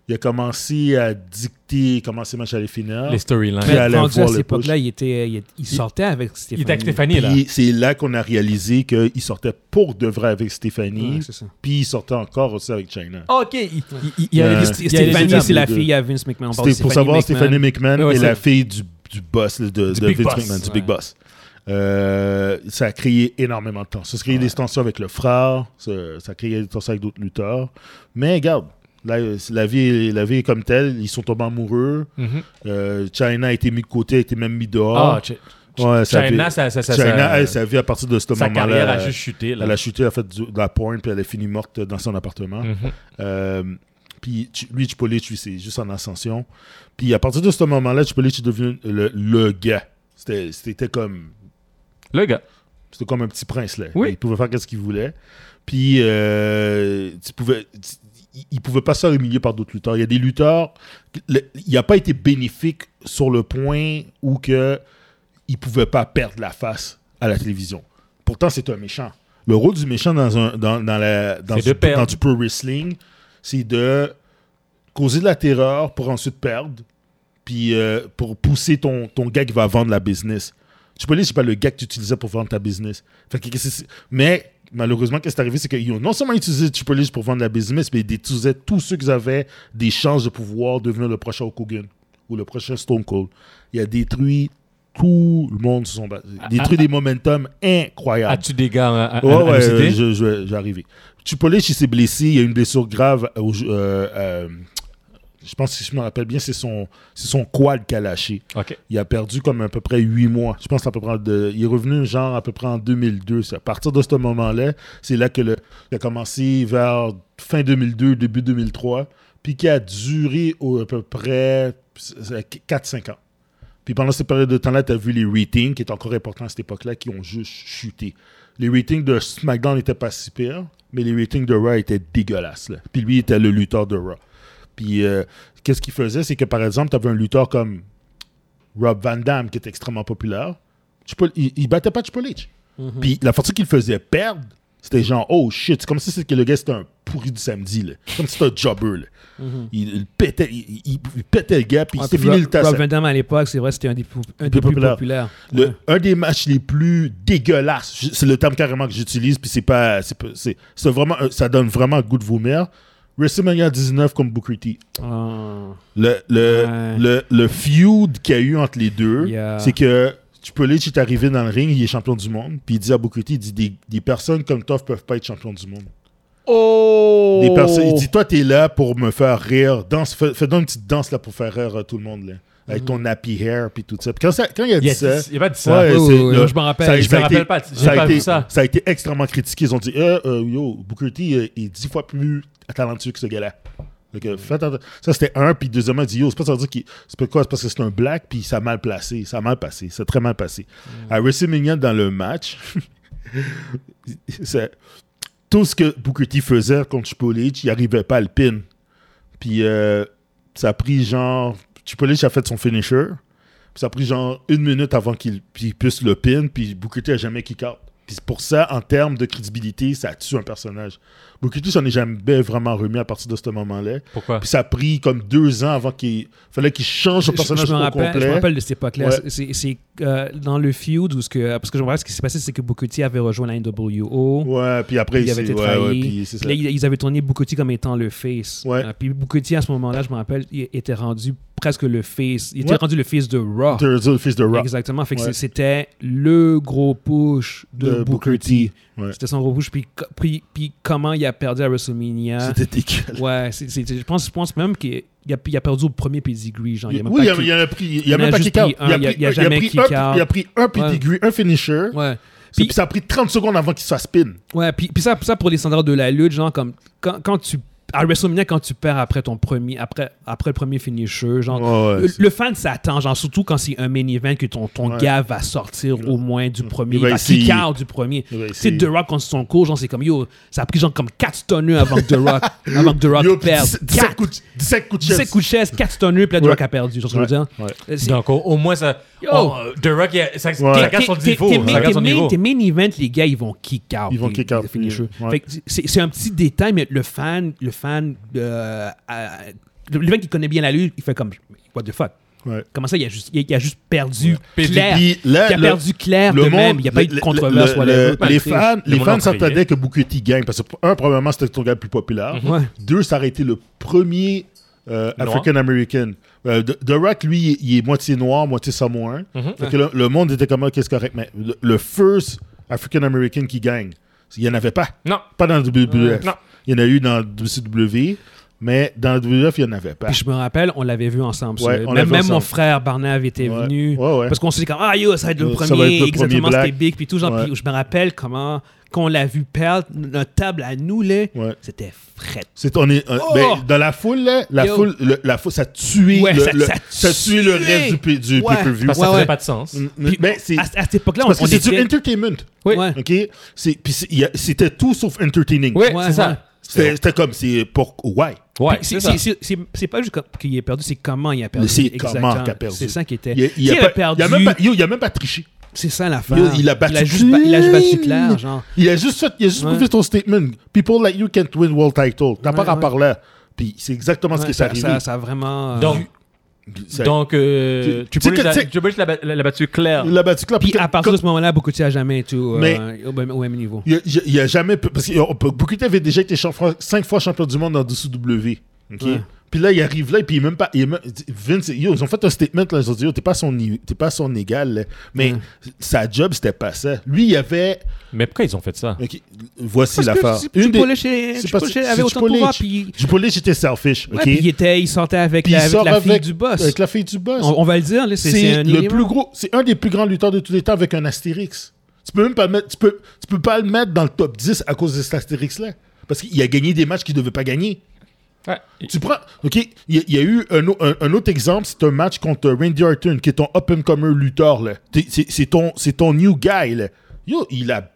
Speaker 2: Il a commencé à dicter comment ces matchs allaient finir.
Speaker 3: Les storylines.
Speaker 2: Puis
Speaker 1: Mais
Speaker 2: à la
Speaker 1: rendu
Speaker 2: voir
Speaker 1: à
Speaker 2: le
Speaker 1: cette époque-là,
Speaker 2: push.
Speaker 1: il, était, il, il sortait avec Stéphanie.
Speaker 3: Il était avec Stéphanie, là.
Speaker 2: Puis c'est là qu'on a réalisé qu'il sortait pour de vrai avec Stéphanie,
Speaker 1: Ouais, c'est ça.
Speaker 2: puis il sortait encore aussi avec China.
Speaker 3: Ok. Il, il- il y
Speaker 1: Il y
Speaker 3: a
Speaker 1: avait-
Speaker 2: Euh,
Speaker 1: Sté-
Speaker 3: il y a les
Speaker 1: Stéphanie,
Speaker 3: étapes,
Speaker 1: c'est la
Speaker 2: les deux.
Speaker 1: fille à Vince McMahon. On parle de
Speaker 2: C'était pour savoir, Stéphanie McMahon
Speaker 3: Ouais, ouais,
Speaker 2: est
Speaker 3: c'est-
Speaker 2: la fille du, du boss, là, de, de
Speaker 3: Big
Speaker 2: Vince
Speaker 3: Boss.
Speaker 2: McMahon, du
Speaker 1: Ouais.
Speaker 2: Big Boss. Euh, ça a créé énormément de tensions. Ça a créé des tensions avec le frère, ça, ça a créé des tensions avec d'autres lutteurs. Mais regarde, la, la, vie, est- la vie est comme telle, ils sont tombés amoureux.
Speaker 3: Mhm.
Speaker 2: Euh, China a été mis de côté, a été même mis dehors.
Speaker 3: Ah, Ch-
Speaker 2: Ouais, oh, ça a
Speaker 3: China,
Speaker 2: fait-
Speaker 3: ça, ça, ça,
Speaker 2: China,
Speaker 3: ça-
Speaker 2: elle, sa vie à partir de ce
Speaker 3: sa
Speaker 2: moment-là.
Speaker 3: carrière a
Speaker 2: euh,
Speaker 3: juste chuté. Là.
Speaker 2: elle a chuté, elle a fait du- de la porn, puis elle a fini morte dans son appartement.
Speaker 3: Mhm.
Speaker 2: Euh, puis tu- lui, Chipotle, lui, c'est juste en ascension. Puis à partir de ce moment-là, Chipotle est devenu le, le gars. C'était c'était comme,
Speaker 3: Le gars.
Speaker 2: c'était comme un petit prince, là.
Speaker 3: Oui.
Speaker 2: Il pouvait faire ce qu'il voulait. Puis euh, tu pouvais, tu- il- il pouvait pas se faire humilier par d'autres lutteurs. Il y a des lutteurs, le- il n'a pas été bénéfique sur le point où que il pouvait pas perdre la face à la télévision. Pourtant, c'est un méchant. Le rôle du méchant dans, un, dans, dans, la, dans,
Speaker 3: C'est
Speaker 2: du,
Speaker 3: de perdre.
Speaker 2: dans du pro wrestling, c'est de causer de la terreur pour ensuite perdre, puis euh, pour pousser ton, ton gars qui va vendre la business. Tu peux c'est pas le gars que tu utilisais pour vendre ta business. Fait que qu'est-ce que c'est- mais malheureusement, qu'est-ce qui est arrivé, c'est qu'ils ont non seulement utilisé Triple H pour vendre la business, mais ils utilisaient tous ceux qui avaient des chances de pouvoir devenir le prochain Hulk Hogan ou le prochain Stone Cold. Il a détruit tout le monde sur son bas. Détruit des momentum incroyables.
Speaker 3: As-tu des gars à, à,
Speaker 2: Ouais,
Speaker 3: à- à
Speaker 2: ouais,
Speaker 3: nous citer?
Speaker 2: euh, je, je vais- je vais arriver. Chipotle, il s'est blessé. Il y a une blessure grave au- euh, euh, Je pense que si je me rappelle bien, c'est son, c'est son quad qu'il a lâché.
Speaker 3: OK.
Speaker 2: Il a perdu comme à peu près huit mois. Je pense à peu près de, il est revenu genre à peu près en 2002. C'est à partir de ce moment-là, c'est là que le, il a commencé vers fin 2002, début 2003, puis qui a duré au- à peu près 4-5 ans. Puis pendant cette période de temps-là, tu as vu les ratings, qui est encore important à cette époque-là, qui ont juste chuté. Les ratings de SmackDown n'étaient pas si pires, mais les ratings de Raw étaient dégueulasses. là. Puis lui, il était le lutteur de Raw. Puis euh, qu'est-ce qu'il faisait, c'est que par exemple, tu avais un lutteur comme Rob Van Damme, qui est extrêmement populaire. Triple- il, il battait pas Triple H.
Speaker 1: Mhm.
Speaker 2: Puis la façon qu'il le faisait perdre, c'était genre, oh shit, c'est comme si c'est que le gars c'était un pourri du samedi. là. Comme si c'était un jobber. là. il, il pétait, il, il- il pétait le gars, puis
Speaker 1: Ah,
Speaker 2: c'était
Speaker 1: puis
Speaker 2: fini
Speaker 1: Rob-
Speaker 2: le tasse.
Speaker 1: Rob Van Damme, à l'époque, c'est vrai, c'était un des, pou- un des
Speaker 2: Plus
Speaker 1: plus
Speaker 2: populaire.
Speaker 1: populaires.
Speaker 2: Le-
Speaker 1: Ouais.
Speaker 2: Un des matchs les plus dégueulasses, j- c'est le terme carrément que j'utilise, puis c'est pas. c'est pas- c'est- c'est vraiment, euh, ça donne vraiment le goût de vomir. WrestleMania 19 comme Booker T.
Speaker 1: Ah.
Speaker 2: Le, le,
Speaker 1: Ouais.
Speaker 2: le, le feud qu'il y a eu entre les deux,
Speaker 1: Yeah.
Speaker 2: c'est que Triple H est arrivé dans le ring, il est champion du monde, puis il dit à Booker T, il dit des, des personnes comme toi peuvent pas être champion du monde.
Speaker 3: Oh!
Speaker 2: Des personnes, il dit toi t'es là pour me faire rire, danse, fais, fais donc une petite danse là pour faire rire euh, tout le monde là,
Speaker 1: Mm.
Speaker 2: avec ton happy hair puis tout ça. Puis quand, ça- quand il a dit
Speaker 3: Il a
Speaker 2: ça,
Speaker 3: dit- il a pas dit ça.
Speaker 2: Ouais,
Speaker 1: Oui,
Speaker 2: c'est-
Speaker 1: oui, oui,
Speaker 2: le-
Speaker 1: je m'en rappelle.
Speaker 2: ça-
Speaker 3: Je
Speaker 2: ça
Speaker 3: me
Speaker 2: a été-
Speaker 3: rappelle pas, j'ai
Speaker 2: ça a
Speaker 3: pas
Speaker 2: été-
Speaker 3: vu ça.
Speaker 2: a été extrêmement critiqué. Ils ont dit Eh, euh, Yo, Booker T euh, est dix fois plus talentueux que ce gars-là. Donc, euh, faites atten- Ça, c'était un. Puis, deuxièmement, il dit Yo, c'est pas ça veut dire qu'il. C'est pas quoi C'est parce que c'est un black. Puis, ça a mal placé. Ça a mal passé. Ça a très mal passé.
Speaker 3: Mm.
Speaker 2: À WrestleMania, dans le match, [LAUGHS] c'est- tout ce que Booker T faisait contre Triple H, il arrivait pas à le pin. Puis, euh, ça a pris genre. Triple H a fait son finisher. Puis ça a pris genre une minute avant qu'il qu'il puisse le pin, puis Booker T a jamais kick out. Puis c'est pour ça, en termes de crédibilité, ça tue un personnage. Booker T, j'en ai jamais vraiment remis à partir de ce moment-là.
Speaker 3: Pourquoi?
Speaker 2: Puis ça a pris comme deux ans avant qu'il fallait qu'il change son
Speaker 1: Je- Je,
Speaker 2: personnage
Speaker 1: me
Speaker 2: au
Speaker 1: rappelle, je me
Speaker 2: complet.
Speaker 1: rappelle de cette époque-là.
Speaker 2: Ouais.
Speaker 1: C'est- C'est c'est, euh, dans le feud où ce que, parce que je me rappelle ce qui s'est passé, c'est que Booker T avait rejoint la NWO.
Speaker 2: Ouais, puis après,
Speaker 1: Il avait
Speaker 2: c'est-
Speaker 1: été
Speaker 2: ouais,
Speaker 1: trahi.
Speaker 2: ouais, puis c'est
Speaker 1: Puis
Speaker 2: ça.
Speaker 1: là, ils ils avaient tourné Booker T comme étant le face.
Speaker 2: Ouais.
Speaker 1: Euh, puis Booker T, à ce moment-là, je me rappelle, il était rendu presque le face. Il était
Speaker 2: Ouais.
Speaker 1: rendu le face de Raw.
Speaker 2: Third Zone, fils de Rock.
Speaker 1: Exactement. Fait que
Speaker 2: Ouais.
Speaker 1: c'est- c'était le gros push de,
Speaker 2: De
Speaker 1: Booker,
Speaker 2: Booker
Speaker 1: T.
Speaker 2: T. Ouais.
Speaker 1: C'était son gros push. Puis, co- puis, puis comment il a perdu à WrestleMania.
Speaker 2: C'était dégueulasse.
Speaker 1: Ouais, c'est- c'est- je, pense, je pense même qu'il a, il a perdu au premier pedigree. Genre, il a même
Speaker 2: Oui,
Speaker 1: pas
Speaker 2: il y a,
Speaker 1: kick-
Speaker 2: il y en a pris, il y
Speaker 1: il y
Speaker 2: a
Speaker 1: en
Speaker 2: même
Speaker 1: a
Speaker 2: pas
Speaker 1: juste
Speaker 2: kick out.
Speaker 1: pris un, il y a- il y a
Speaker 2: pris
Speaker 1: jamais
Speaker 2: un-
Speaker 1: kick out.
Speaker 2: Il a pris un
Speaker 1: Ouais.
Speaker 2: pedigree, un finisher.
Speaker 1: Ouais.
Speaker 2: Puis
Speaker 1: Puis-
Speaker 2: puis ça a pris 30 secondes avant qu'il se fasse pin.
Speaker 1: Ouais, puis, puis ça, ça, pour les standards de la lutte, genre, comme quand, quand tu. À WrestleMania, quand tu perds après ton premier, après, après le premier finisher, genre,
Speaker 2: Ouais, ouais,
Speaker 1: Oh. le,
Speaker 2: Euh, c'est-
Speaker 1: le fan s'attend, genre, surtout quand c'est un main event que ton, ton
Speaker 2: Ouais. Mm.
Speaker 1: gars va sortir au moins du premier,
Speaker 2: Il va
Speaker 1: va
Speaker 2: essayer.
Speaker 1: kick out du premier.
Speaker 2: Il va
Speaker 1: Tu sais,
Speaker 2: essayer.
Speaker 1: The Rock contre son cours, genre, c'est comme, yo, ça a pris genre comme 4 stonneux avant que The
Speaker 2: [LAUGHS]
Speaker 1: Rock, avant que The Rock
Speaker 2: Yo, puis
Speaker 1: perde.
Speaker 2: 17
Speaker 1: 4
Speaker 2: coups de- 17 coups de
Speaker 1: 17
Speaker 2: chest.
Speaker 1: coups de chaise, 4 stonneux, puis là, The
Speaker 2: Ouais.
Speaker 1: Rock a perdu. Tu vois ce que je veux dire? Euh, c'est-
Speaker 3: Donc, au, au moins, ça.
Speaker 1: Yo!
Speaker 3: on- euh, The Rock, il a- ça, ça
Speaker 2: Ouais.
Speaker 3: casse son
Speaker 1: Tes- tes-
Speaker 3: niveau.
Speaker 1: tes
Speaker 3: ça
Speaker 1: main-
Speaker 3: casse
Speaker 1: Tes
Speaker 3: son
Speaker 1: main-
Speaker 3: niveau.
Speaker 1: tes main events, les gars, ils vont kick out.
Speaker 2: Ils vont
Speaker 1: les-
Speaker 2: kick out,
Speaker 1: les finishers.
Speaker 2: ouais.
Speaker 1: Fait que c'est- C'est un petit détail, mais le fan, le fan, euh, à- le le mec qui connaît bien la lutte, il fait comme What the fuck?
Speaker 2: Ouais.
Speaker 1: Comment ça, il a juste, il a, il a juste perdu
Speaker 2: Puis
Speaker 1: clair.
Speaker 2: puis
Speaker 1: Il a
Speaker 2: là, Euh, le-
Speaker 1: perdu clair de même. Il n'y a pas eu
Speaker 2: le-
Speaker 1: de controverse.
Speaker 2: le-
Speaker 1: whatever.
Speaker 2: le- les
Speaker 1: Tu sais,
Speaker 2: fans,
Speaker 3: le
Speaker 2: les
Speaker 3: monde
Speaker 2: fans
Speaker 3: en criait.
Speaker 2: s'attendaient que Booker T gagne parce que un, premièrement, c'était ton gars le plus populaire.
Speaker 1: Mhm. Ouais.
Speaker 2: Deux, ça aurait été le premier euh,
Speaker 3: Noir.
Speaker 2: African American. Euh, The, The Rock, lui, il- il est moitié noir, moitié samoan.
Speaker 1: Mhm.
Speaker 2: Fait que le, le monde était comme Ah, qu'est-ce correct, mais le, le first African American qui gagne, il n'y en avait pas.
Speaker 3: Non.
Speaker 2: Pas dans le WWF.
Speaker 3: Non.
Speaker 2: Il y en a eu dans le WCW, mais dans le WWF, il n'y en avait pas.
Speaker 1: Puis je me rappelle, on l'avait vu ensemble. ça.
Speaker 2: Ouais, on
Speaker 1: même
Speaker 2: l'avait
Speaker 1: même
Speaker 2: ensemble.
Speaker 1: mon frère Barnave était
Speaker 2: Ouais.
Speaker 1: venu.
Speaker 2: Ouais, ouais.
Speaker 1: Parce qu'on s'est dit, comme, ah yo, ça va être le
Speaker 2: Euh, ça
Speaker 1: premier.
Speaker 2: va être le
Speaker 1: exactement,
Speaker 2: premier
Speaker 1: c'était
Speaker 2: black.
Speaker 1: big. Puis tout, genre,
Speaker 2: Ouais.
Speaker 1: puis je me rappelle comment, quand on l'a vu perdre, notre table à nous, là,
Speaker 2: Ouais.
Speaker 1: c'était fret.
Speaker 2: C'est, on est, on-
Speaker 1: Oh!
Speaker 2: ben, dans la foule, là, la
Speaker 1: Yo.
Speaker 2: foule, le- la foule, ça tuait
Speaker 1: Ouais,
Speaker 2: le,
Speaker 1: ça-
Speaker 2: le-
Speaker 1: ça
Speaker 2: ça tuait le
Speaker 1: tuait.
Speaker 2: reste du, pay- du
Speaker 1: Ouais.
Speaker 2: pay-per-view.
Speaker 3: Parce que ça
Speaker 1: Ouais,
Speaker 3: faisait
Speaker 1: ouais.
Speaker 3: pas de sens.
Speaker 2: Mm, mm,
Speaker 1: Puis
Speaker 2: ben, c'est,
Speaker 1: à, à cette époque-là,
Speaker 2: c'est
Speaker 1: on,
Speaker 2: parce
Speaker 1: on
Speaker 2: que c'est du
Speaker 1: était...
Speaker 2: entertainment.
Speaker 1: Oui.
Speaker 2: OK? C'est, puis c'est- il y a- c'était tout sauf entertaining.
Speaker 3: Oui,
Speaker 1: Ouais,
Speaker 3: c'est
Speaker 1: ouais.
Speaker 3: ça.
Speaker 2: C'était, c'était comme, c'est pour, why?
Speaker 3: Ouais,
Speaker 1: Puis c'est-
Speaker 3: c'est ça.
Speaker 1: c'est- c'est- C'est c'est pas juste comme- qu'il ait perdu, c'est comment il a perdu.
Speaker 2: C'est
Speaker 1: Exactement.
Speaker 2: comment qu'il a perdu.
Speaker 1: C'est ça qui était.
Speaker 2: Il y a, il y a
Speaker 1: Tu sais,
Speaker 2: pas,
Speaker 1: perdu.
Speaker 2: il y a même pas, yo, il y a même pas triché.
Speaker 1: C'est ça l'affaire.
Speaker 2: Yo, il a battu
Speaker 1: juste ba- Il a juste battu clair, genre.
Speaker 2: Il a juste fait, il a juste
Speaker 1: Ouais.
Speaker 2: fait ton statement. People like you can't win world title. T'as pas
Speaker 1: Ouais,
Speaker 2: à
Speaker 1: ouais.
Speaker 2: par là. Puis c'est exactement ce qui
Speaker 1: Ouais,
Speaker 2: est
Speaker 1: ça,
Speaker 2: arrivé.
Speaker 1: ça, ça a vraiment. euh,
Speaker 3: Donc,
Speaker 2: Ça-
Speaker 3: donc euh,
Speaker 2: Tu-
Speaker 3: tu
Speaker 2: tu-
Speaker 3: peux la,
Speaker 2: tu-
Speaker 3: tu peux la, la, la battu claire.
Speaker 2: il l'a battu là.
Speaker 1: Puis
Speaker 2: Parce
Speaker 1: à
Speaker 2: que-
Speaker 1: partir de ce moment-là, beaucoup de a jamais été au, euh,
Speaker 2: Mais-
Speaker 1: au même- au même niveau.
Speaker 2: Il y a- il y a- il y a, jamais. Parce que on peut- Booker T avait déjà été champ- cinq fois champion du monde dans WCW. ok
Speaker 1: Ouais.
Speaker 2: Puis là, il arrive là, et puis il est même pas. il est même- Vince, yo, ils ont fait un statement, là, ils ont dit, yo, t'es pas son, i- t'es pas son égal, là. Mais sa job, c'était pas ça. Lui, il avait.
Speaker 5: Mais pourquoi ils ont fait ça
Speaker 2: ok, voici
Speaker 1: Parce que
Speaker 2: l'affaire.
Speaker 1: si
Speaker 2: Une des-
Speaker 1: Chipolich est-
Speaker 2: c'est parce-
Speaker 1: Chipolich avait
Speaker 2: c'est
Speaker 1: autant de pouvoir,
Speaker 2: Chipolich.
Speaker 1: puis
Speaker 2: Chipolich était selfish, ok?
Speaker 1: ouais, puis il était, il sortait avec
Speaker 2: Puis
Speaker 1: la,
Speaker 2: il
Speaker 1: avec
Speaker 2: sort
Speaker 1: la fille
Speaker 2: avec-
Speaker 1: du boss.
Speaker 2: Avec la fille du boss.
Speaker 1: On, on va le dire, là, c'est c'est
Speaker 2: C'est
Speaker 1: un
Speaker 2: le
Speaker 1: élément.
Speaker 2: plus gros, c'est un des plus grands lutteurs de tous les temps avec un astérix. Tu peux même pas le mettre, tu peux, tu peux pas le mettre dans le top 10 à cause de cet astérix-là. Parce qu'il a gagné des matchs qu'il devait pas gagner. Tu prends, ok, il y, a- il y a eu un, au- un- un autre exemple, c'est un match contre Randy Orton, qui est ton up and comer lutteur, là. T'es- C'est c'est ton, c'est ton new guy, là. Yo, il a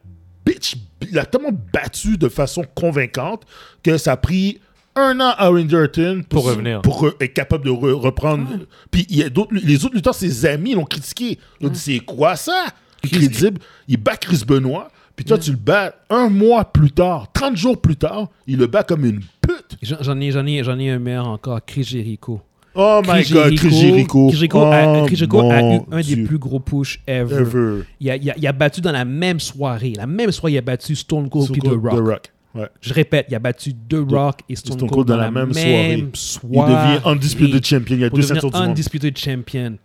Speaker 2: bitch, il a tellement battu de façon convaincante que ça a pris un an à Randy Orton
Speaker 5: Pour revenir.
Speaker 2: Pour re- être capable de re- reprendre. Puis il y a d'autres, les autres lutteurs, ses amis l'ont critiqué. Ils ont dit, c'est quoi ça? Crédible. Il bat Chris Benoit. Puis toi, tu le bats un mois plus tard, 30 jours plus tard, il le bat comme une pute.
Speaker 1: J'en j'en ai, j'en ai, j'en ai un meilleur encore, Chris Jericho.
Speaker 2: Oh my god, Chris Jericho.
Speaker 1: Chris Jericho a,
Speaker 2: Oh
Speaker 1: Chris Jericho a eu
Speaker 2: mon
Speaker 1: un des
Speaker 2: Dieu.
Speaker 1: plus gros push ever.
Speaker 2: Ever.
Speaker 1: Il, a, il a- il a battu dans la même soirée. La même soirée, il a battu Stone Cold
Speaker 2: Stone
Speaker 1: puis The
Speaker 2: Cold,
Speaker 1: Rock.
Speaker 2: The Rock. Ouais.
Speaker 1: Je répète, il a battu The Rock et Stone, Cold, dans, la même,
Speaker 2: Il
Speaker 1: soirée.
Speaker 2: devient Undisputed Champion. Il y a
Speaker 1: Pour
Speaker 2: 200
Speaker 1: devenir
Speaker 2: tours du monde.
Speaker 1: Undisputed Champion.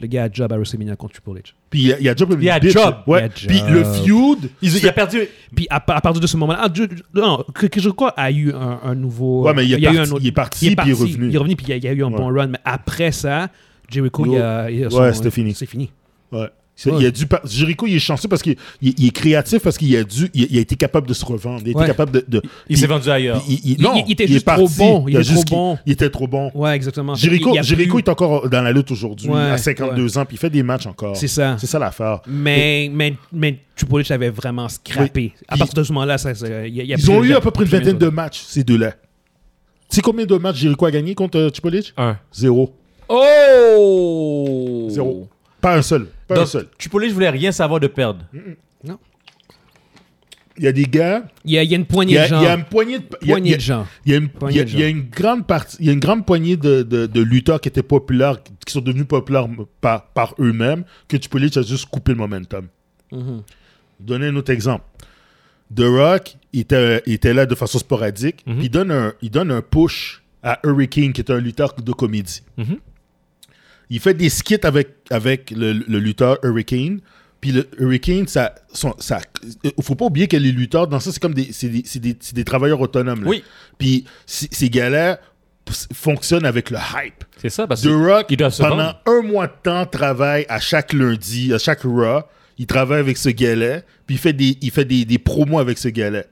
Speaker 1: Le gars a job à WrestleMania contre Triple H.
Speaker 2: Puis il y a- il y a Job comme
Speaker 5: Il y a
Speaker 2: une bitch,
Speaker 5: Job.
Speaker 2: là. Ouais.
Speaker 1: Il y
Speaker 2: Puis
Speaker 1: a
Speaker 2: le
Speaker 1: Job.
Speaker 2: feud.
Speaker 5: Il a perdu.
Speaker 1: Puis à, pa- à partir de ce moment-là, ah, Joe- Joe- non, non, que, que je crois a eu un, un nouveau.
Speaker 2: Ouais, mais il est
Speaker 1: y a eu
Speaker 2: parti-
Speaker 1: un autre-
Speaker 2: il est parti, puis il est revenu.
Speaker 1: Il est revenu, puis il y a, il y a eu un
Speaker 2: Ouais. Oh.
Speaker 1: bon run. Mais après ça, Jericho, il a. il a son-
Speaker 2: Ouais, c'était fini.
Speaker 1: C'est fini.
Speaker 2: Ouais. C'est- Il a dû par- Jericho, il est chanceux parce qu'il il, il est créatif parce qu'il a dû, il, il a été capable de se revendre. Il a été
Speaker 1: Ouais.
Speaker 2: capable de. de-
Speaker 5: Il s'est vendu ailleurs.
Speaker 2: il- il-
Speaker 1: Il-
Speaker 2: non,
Speaker 1: il- il était
Speaker 2: est
Speaker 1: juste trop
Speaker 2: parti.
Speaker 1: bon. Il
Speaker 2: a
Speaker 1: était
Speaker 2: juste-
Speaker 1: trop bon.
Speaker 2: Il était trop bon.
Speaker 1: Ouais, exactement.
Speaker 2: Jericho,
Speaker 1: Il y a
Speaker 2: Jericho
Speaker 1: plus-
Speaker 2: est encore dans la lutte aujourd'hui,
Speaker 1: Ouais,
Speaker 2: à 52 ans, puis il fait des matchs encore.
Speaker 1: C'est ça.
Speaker 2: C'est ça l'affaire.
Speaker 1: Mais, mais, mais Triple H avait vraiment scrappé. À
Speaker 2: Ils-
Speaker 1: partir de ce moment-là, ça, ça- il y a- il y a
Speaker 2: Ils
Speaker 1: plus
Speaker 2: ont
Speaker 1: de-
Speaker 2: eu à peu près une
Speaker 1: plus
Speaker 2: vingtaine de matchs, ces deux-là. Tu sais combien de matchs Jericho a gagné contre euh, Chipolich
Speaker 5: Un.
Speaker 2: Zéro.
Speaker 5: Oh
Speaker 2: Zéro. Pas un seul. Pas un
Speaker 5: Donc,
Speaker 2: seul.
Speaker 5: Chipotle, je voulais rien savoir de perdre.
Speaker 3: Hmm.
Speaker 2: Il y a des gars.
Speaker 1: Il y a, il y a une
Speaker 2: Il y
Speaker 1: poignée
Speaker 2: a,
Speaker 1: de gens.
Speaker 2: il y a une poignée de, il y a-
Speaker 1: Poignée
Speaker 2: il y a-
Speaker 1: de gens.
Speaker 2: Il y a une,
Speaker 1: Poignée
Speaker 2: il y a-
Speaker 1: de
Speaker 2: il y a une grande partie, il y a une grande poignée de, de, de lutteurs qui étaient populaires, qui sont devenus populaires par, par eux-mêmes, que Chipolich a juste coupé le momentum.
Speaker 1: Mm-hmm.
Speaker 2: Donner un autre exemple. The Rock il était, il était là de façon sporadique. puis il, donne un, il donne un push à Hurricane, qui est un lutteur de comédie. Il fait des skits avec, avec le, le lutteur Hurricane. Puis le Hurricane, ça, son- ça, euh, faut pas oublier que les lutteurs, dans ça, c'est comme des, c'est des, c'est des, c'est des travailleurs autonomes. là.
Speaker 5: Oui.
Speaker 2: Puis c- ces gars-là p- fonctionnent avec le hype.
Speaker 5: C'est ça, parce
Speaker 2: The Rock,
Speaker 5: il doit se
Speaker 2: pendant
Speaker 5: vendre.
Speaker 2: un mois de temps, travaille à chaque lundi, à chaque Raw. Il travaille avec ce gars-là, puis il fait des, il fait des, des promos avec ce gars-là.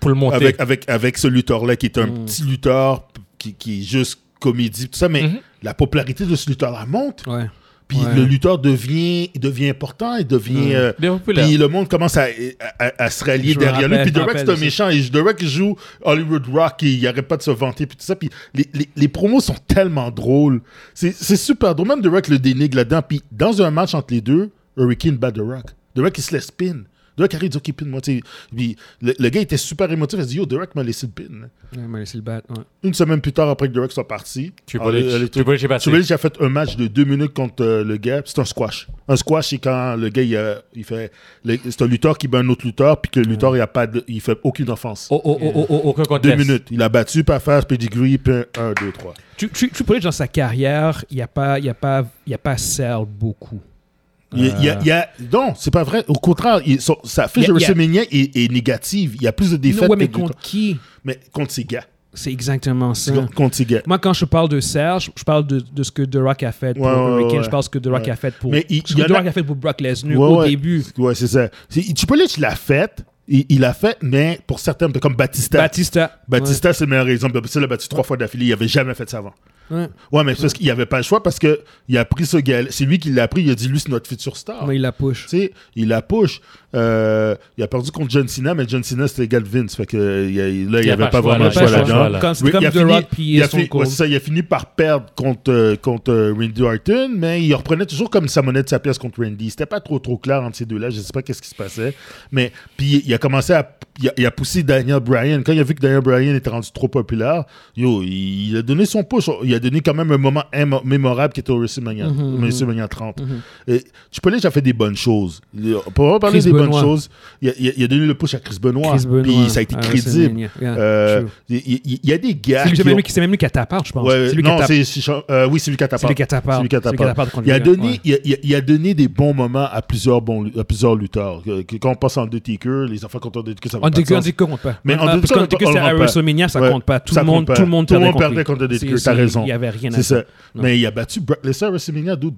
Speaker 5: pour le monter.
Speaker 2: Avec, avec, avec ce lutteur-là qui est un
Speaker 5: Mm.
Speaker 2: petit lutteur p- qui, qui est juste comédie, tout ça. Mais
Speaker 5: Mm-hmm.
Speaker 2: la popularité de ce lutteur-là monte.
Speaker 1: Ouais.
Speaker 2: Puis
Speaker 1: Ouais.
Speaker 2: le lutteur devient, il devient important, il devient. euh,
Speaker 5: Il devient populaire.
Speaker 2: puis le monde commence à, à- à- à se rallier
Speaker 1: Je me
Speaker 2: derrière lui.
Speaker 1: rappelle,
Speaker 2: Puis
Speaker 1: je me
Speaker 2: The Rock, c'est
Speaker 1: rappelle
Speaker 2: un
Speaker 1: de ça.
Speaker 2: méchant. Et The Rock joue Hollywood Rock et il n'arrête pas de se vanter. Puis tout ça. Puis les, les, les promos sont tellement drôles. C'est c'est super drôle. Même The Rock le dénigre là-dedans. Puis dans un match entre les deux, Hurricane bat The Rock. The Rock, il se laisse pin. The Rock arrive, il dit Ok, pin-moi. tu sais. Puis le, le gars était super émotif. Il se dit Yo, The Rock m'a laissé le pin.
Speaker 1: Ouais, mais laissez le battre. ouais.
Speaker 2: Une semaine plus tard, après que The Rock soit parti,
Speaker 5: Chipotle,
Speaker 2: alors, Ah, le- le-
Speaker 5: Chipotle, j'ai passé.
Speaker 2: Triple H a fait un match de deux minutes contre euh, le gars. puis C'est un squash. Un squash, c'est quand le gars, il, euh, il fait. le- C'est un lutteur qui bat un autre lutteur, puis que le lutteur, il a pas de- il fait aucune offense.
Speaker 5: Oh, oh, oh, oh, oh, aucun contest.
Speaker 2: deux minutes. Il a battu, pas face, pedigree, puis un, un, deux, trois.
Speaker 1: Tu, tu, Triple H, dans sa carrière, il n'y a pas, il y a pas, il y a pas serre beaucoup.
Speaker 2: Il, y a- il y a- il y a- non, c'est pas vrai. Au contraire, il- son- sa fiche
Speaker 1: Il y a-
Speaker 2: de
Speaker 1: il y a-
Speaker 2: WrestleMania est, est négative. Il y a plus de
Speaker 1: Non,
Speaker 2: défaites
Speaker 1: ouais, mais
Speaker 2: que de-
Speaker 1: contre Hum. qui
Speaker 2: mais contre ces gars.
Speaker 1: C'est exactement ça.
Speaker 2: Contre- Contre ces gars.
Speaker 1: Moi, quand je parle de Serge, je parle de, de ce que The Rock a fait pour
Speaker 2: Ouais, ouais,
Speaker 1: Hurricane.
Speaker 2: ouais.
Speaker 1: Je parle ce que The Rock
Speaker 2: Ouais.
Speaker 1: a fait pour.
Speaker 2: Mais il-
Speaker 1: ce
Speaker 2: il
Speaker 1: que
Speaker 2: y en
Speaker 1: The
Speaker 2: a-
Speaker 1: Rock a fait pour Brock Lesnar
Speaker 2: Ouais,
Speaker 1: au
Speaker 2: ouais.
Speaker 1: début.
Speaker 2: Ouais, c'est ça. C'est- Chipotle, il l'a fait. Il il l'a fait, mais pour certains, comme Batista.
Speaker 1: Batista.
Speaker 2: Batista, c'est le meilleur exemple. Batista l'a battu trois fois d'affilée. Il avait jamais fait ça avant.
Speaker 1: Ouais. Ouais.
Speaker 2: Ouais, mais c'est parce qu'il avait pas le choix parce que il a pris ce gars. C'est lui qui l'a pris. Il a dit lui c'est notre futur star.
Speaker 1: Mais il la push.
Speaker 2: Tu sais, il la push. Euh, il a perdu contre John Cena, mais John Cena c'était le gars de Vince. Fait que euh, il y a- là il n'y
Speaker 5: a
Speaker 2: avait
Speaker 5: pas
Speaker 2: pas
Speaker 5: le choix, là. Il y a
Speaker 2: vraiment le choix
Speaker 5: pas le choix,
Speaker 2: là-dedans.
Speaker 5: là.
Speaker 1: Comme- c'est
Speaker 2: Oui,
Speaker 1: comme
Speaker 2: il a
Speaker 1: The
Speaker 2: fini-
Speaker 1: Rock puis
Speaker 2: il a
Speaker 1: Stone
Speaker 2: fini-
Speaker 1: Cold.
Speaker 2: ouais, c'est ça, il a fini par perdre contre, euh, contre euh, Randy Orton, mais il reprenait toujours comme sa monnaie de sa pièce contre Randy. C'était pas trop trop clair entre ces deux-là. Je sais pas qu'est-ce qui se passait. Mais puis il a commencé à il a, il a poussé Daniel Bryan. Quand il a vu que Daniel Bryan était rendu trop populaire, yo, il, il a donné son push. Il a donné quand même un moment im- mémorable qui était au WrestleMania,
Speaker 1: Mm-hmm,
Speaker 2: WrestleMania 30. Et Triple H a fait des bonnes choses. Le- Pour avoir parlé
Speaker 1: Chris
Speaker 2: des bonnes
Speaker 1: Benoit.
Speaker 2: choses, il a, il a- il a donné le push à Chris Benoit.
Speaker 1: Chris Benoit, Ah,
Speaker 2: Puis ça a été
Speaker 1: à
Speaker 2: crédible.
Speaker 1: WrestleMania. Yeah,
Speaker 2: Euh,
Speaker 1: true.
Speaker 2: il, il- il y a des gars
Speaker 1: C'est lui-
Speaker 2: qui
Speaker 1: c'est
Speaker 2: ont-
Speaker 1: même lui qui- c'est même lui qui a tapard, je pense.
Speaker 2: Ouais,
Speaker 1: C'est lui qui a
Speaker 2: non,
Speaker 1: tapard.
Speaker 2: c'est c'est Char- euh, oui, c'est lui qui a tapé.
Speaker 1: C'est lui qui a tapé.
Speaker 2: C'est lui qui a
Speaker 1: C'est lui
Speaker 2: tapé.
Speaker 1: qui a tapé contre
Speaker 2: Il a
Speaker 1: lui,
Speaker 2: donné,
Speaker 1: ouais.
Speaker 2: il a, il a- il a donné des bons moments à plusieurs bons, à plusieurs lutteurs. Que- que- Quand on passe en Undertaker, les enfants contre Undertaker, ça va pas de
Speaker 1: Undertaker,
Speaker 2: sens.
Speaker 1: Undertaker compte pas.
Speaker 2: Mais
Speaker 1: Ah,
Speaker 2: Undertaker,
Speaker 1: parce
Speaker 2: on-
Speaker 1: qu'Undertaker,
Speaker 2: on
Speaker 1: c'était
Speaker 2: le
Speaker 1: à
Speaker 2: compte pas.
Speaker 1: WrestleMania, ça
Speaker 2: Ouais,
Speaker 1: compte pas. Tout
Speaker 2: ça
Speaker 1: le monde,
Speaker 2: compte pas.
Speaker 1: tout le monde,
Speaker 2: Tout le
Speaker 1: perdait
Speaker 2: monde
Speaker 1: lui.
Speaker 2: perdait contre Undertaker.
Speaker 1: C'est-
Speaker 2: T'as
Speaker 1: c'est-
Speaker 2: raison.
Speaker 1: Il y avait rien à
Speaker 2: C'est ça.
Speaker 1: faire. Non.
Speaker 2: Mais il a battu Brock Lesnar à WrestleMania, dude.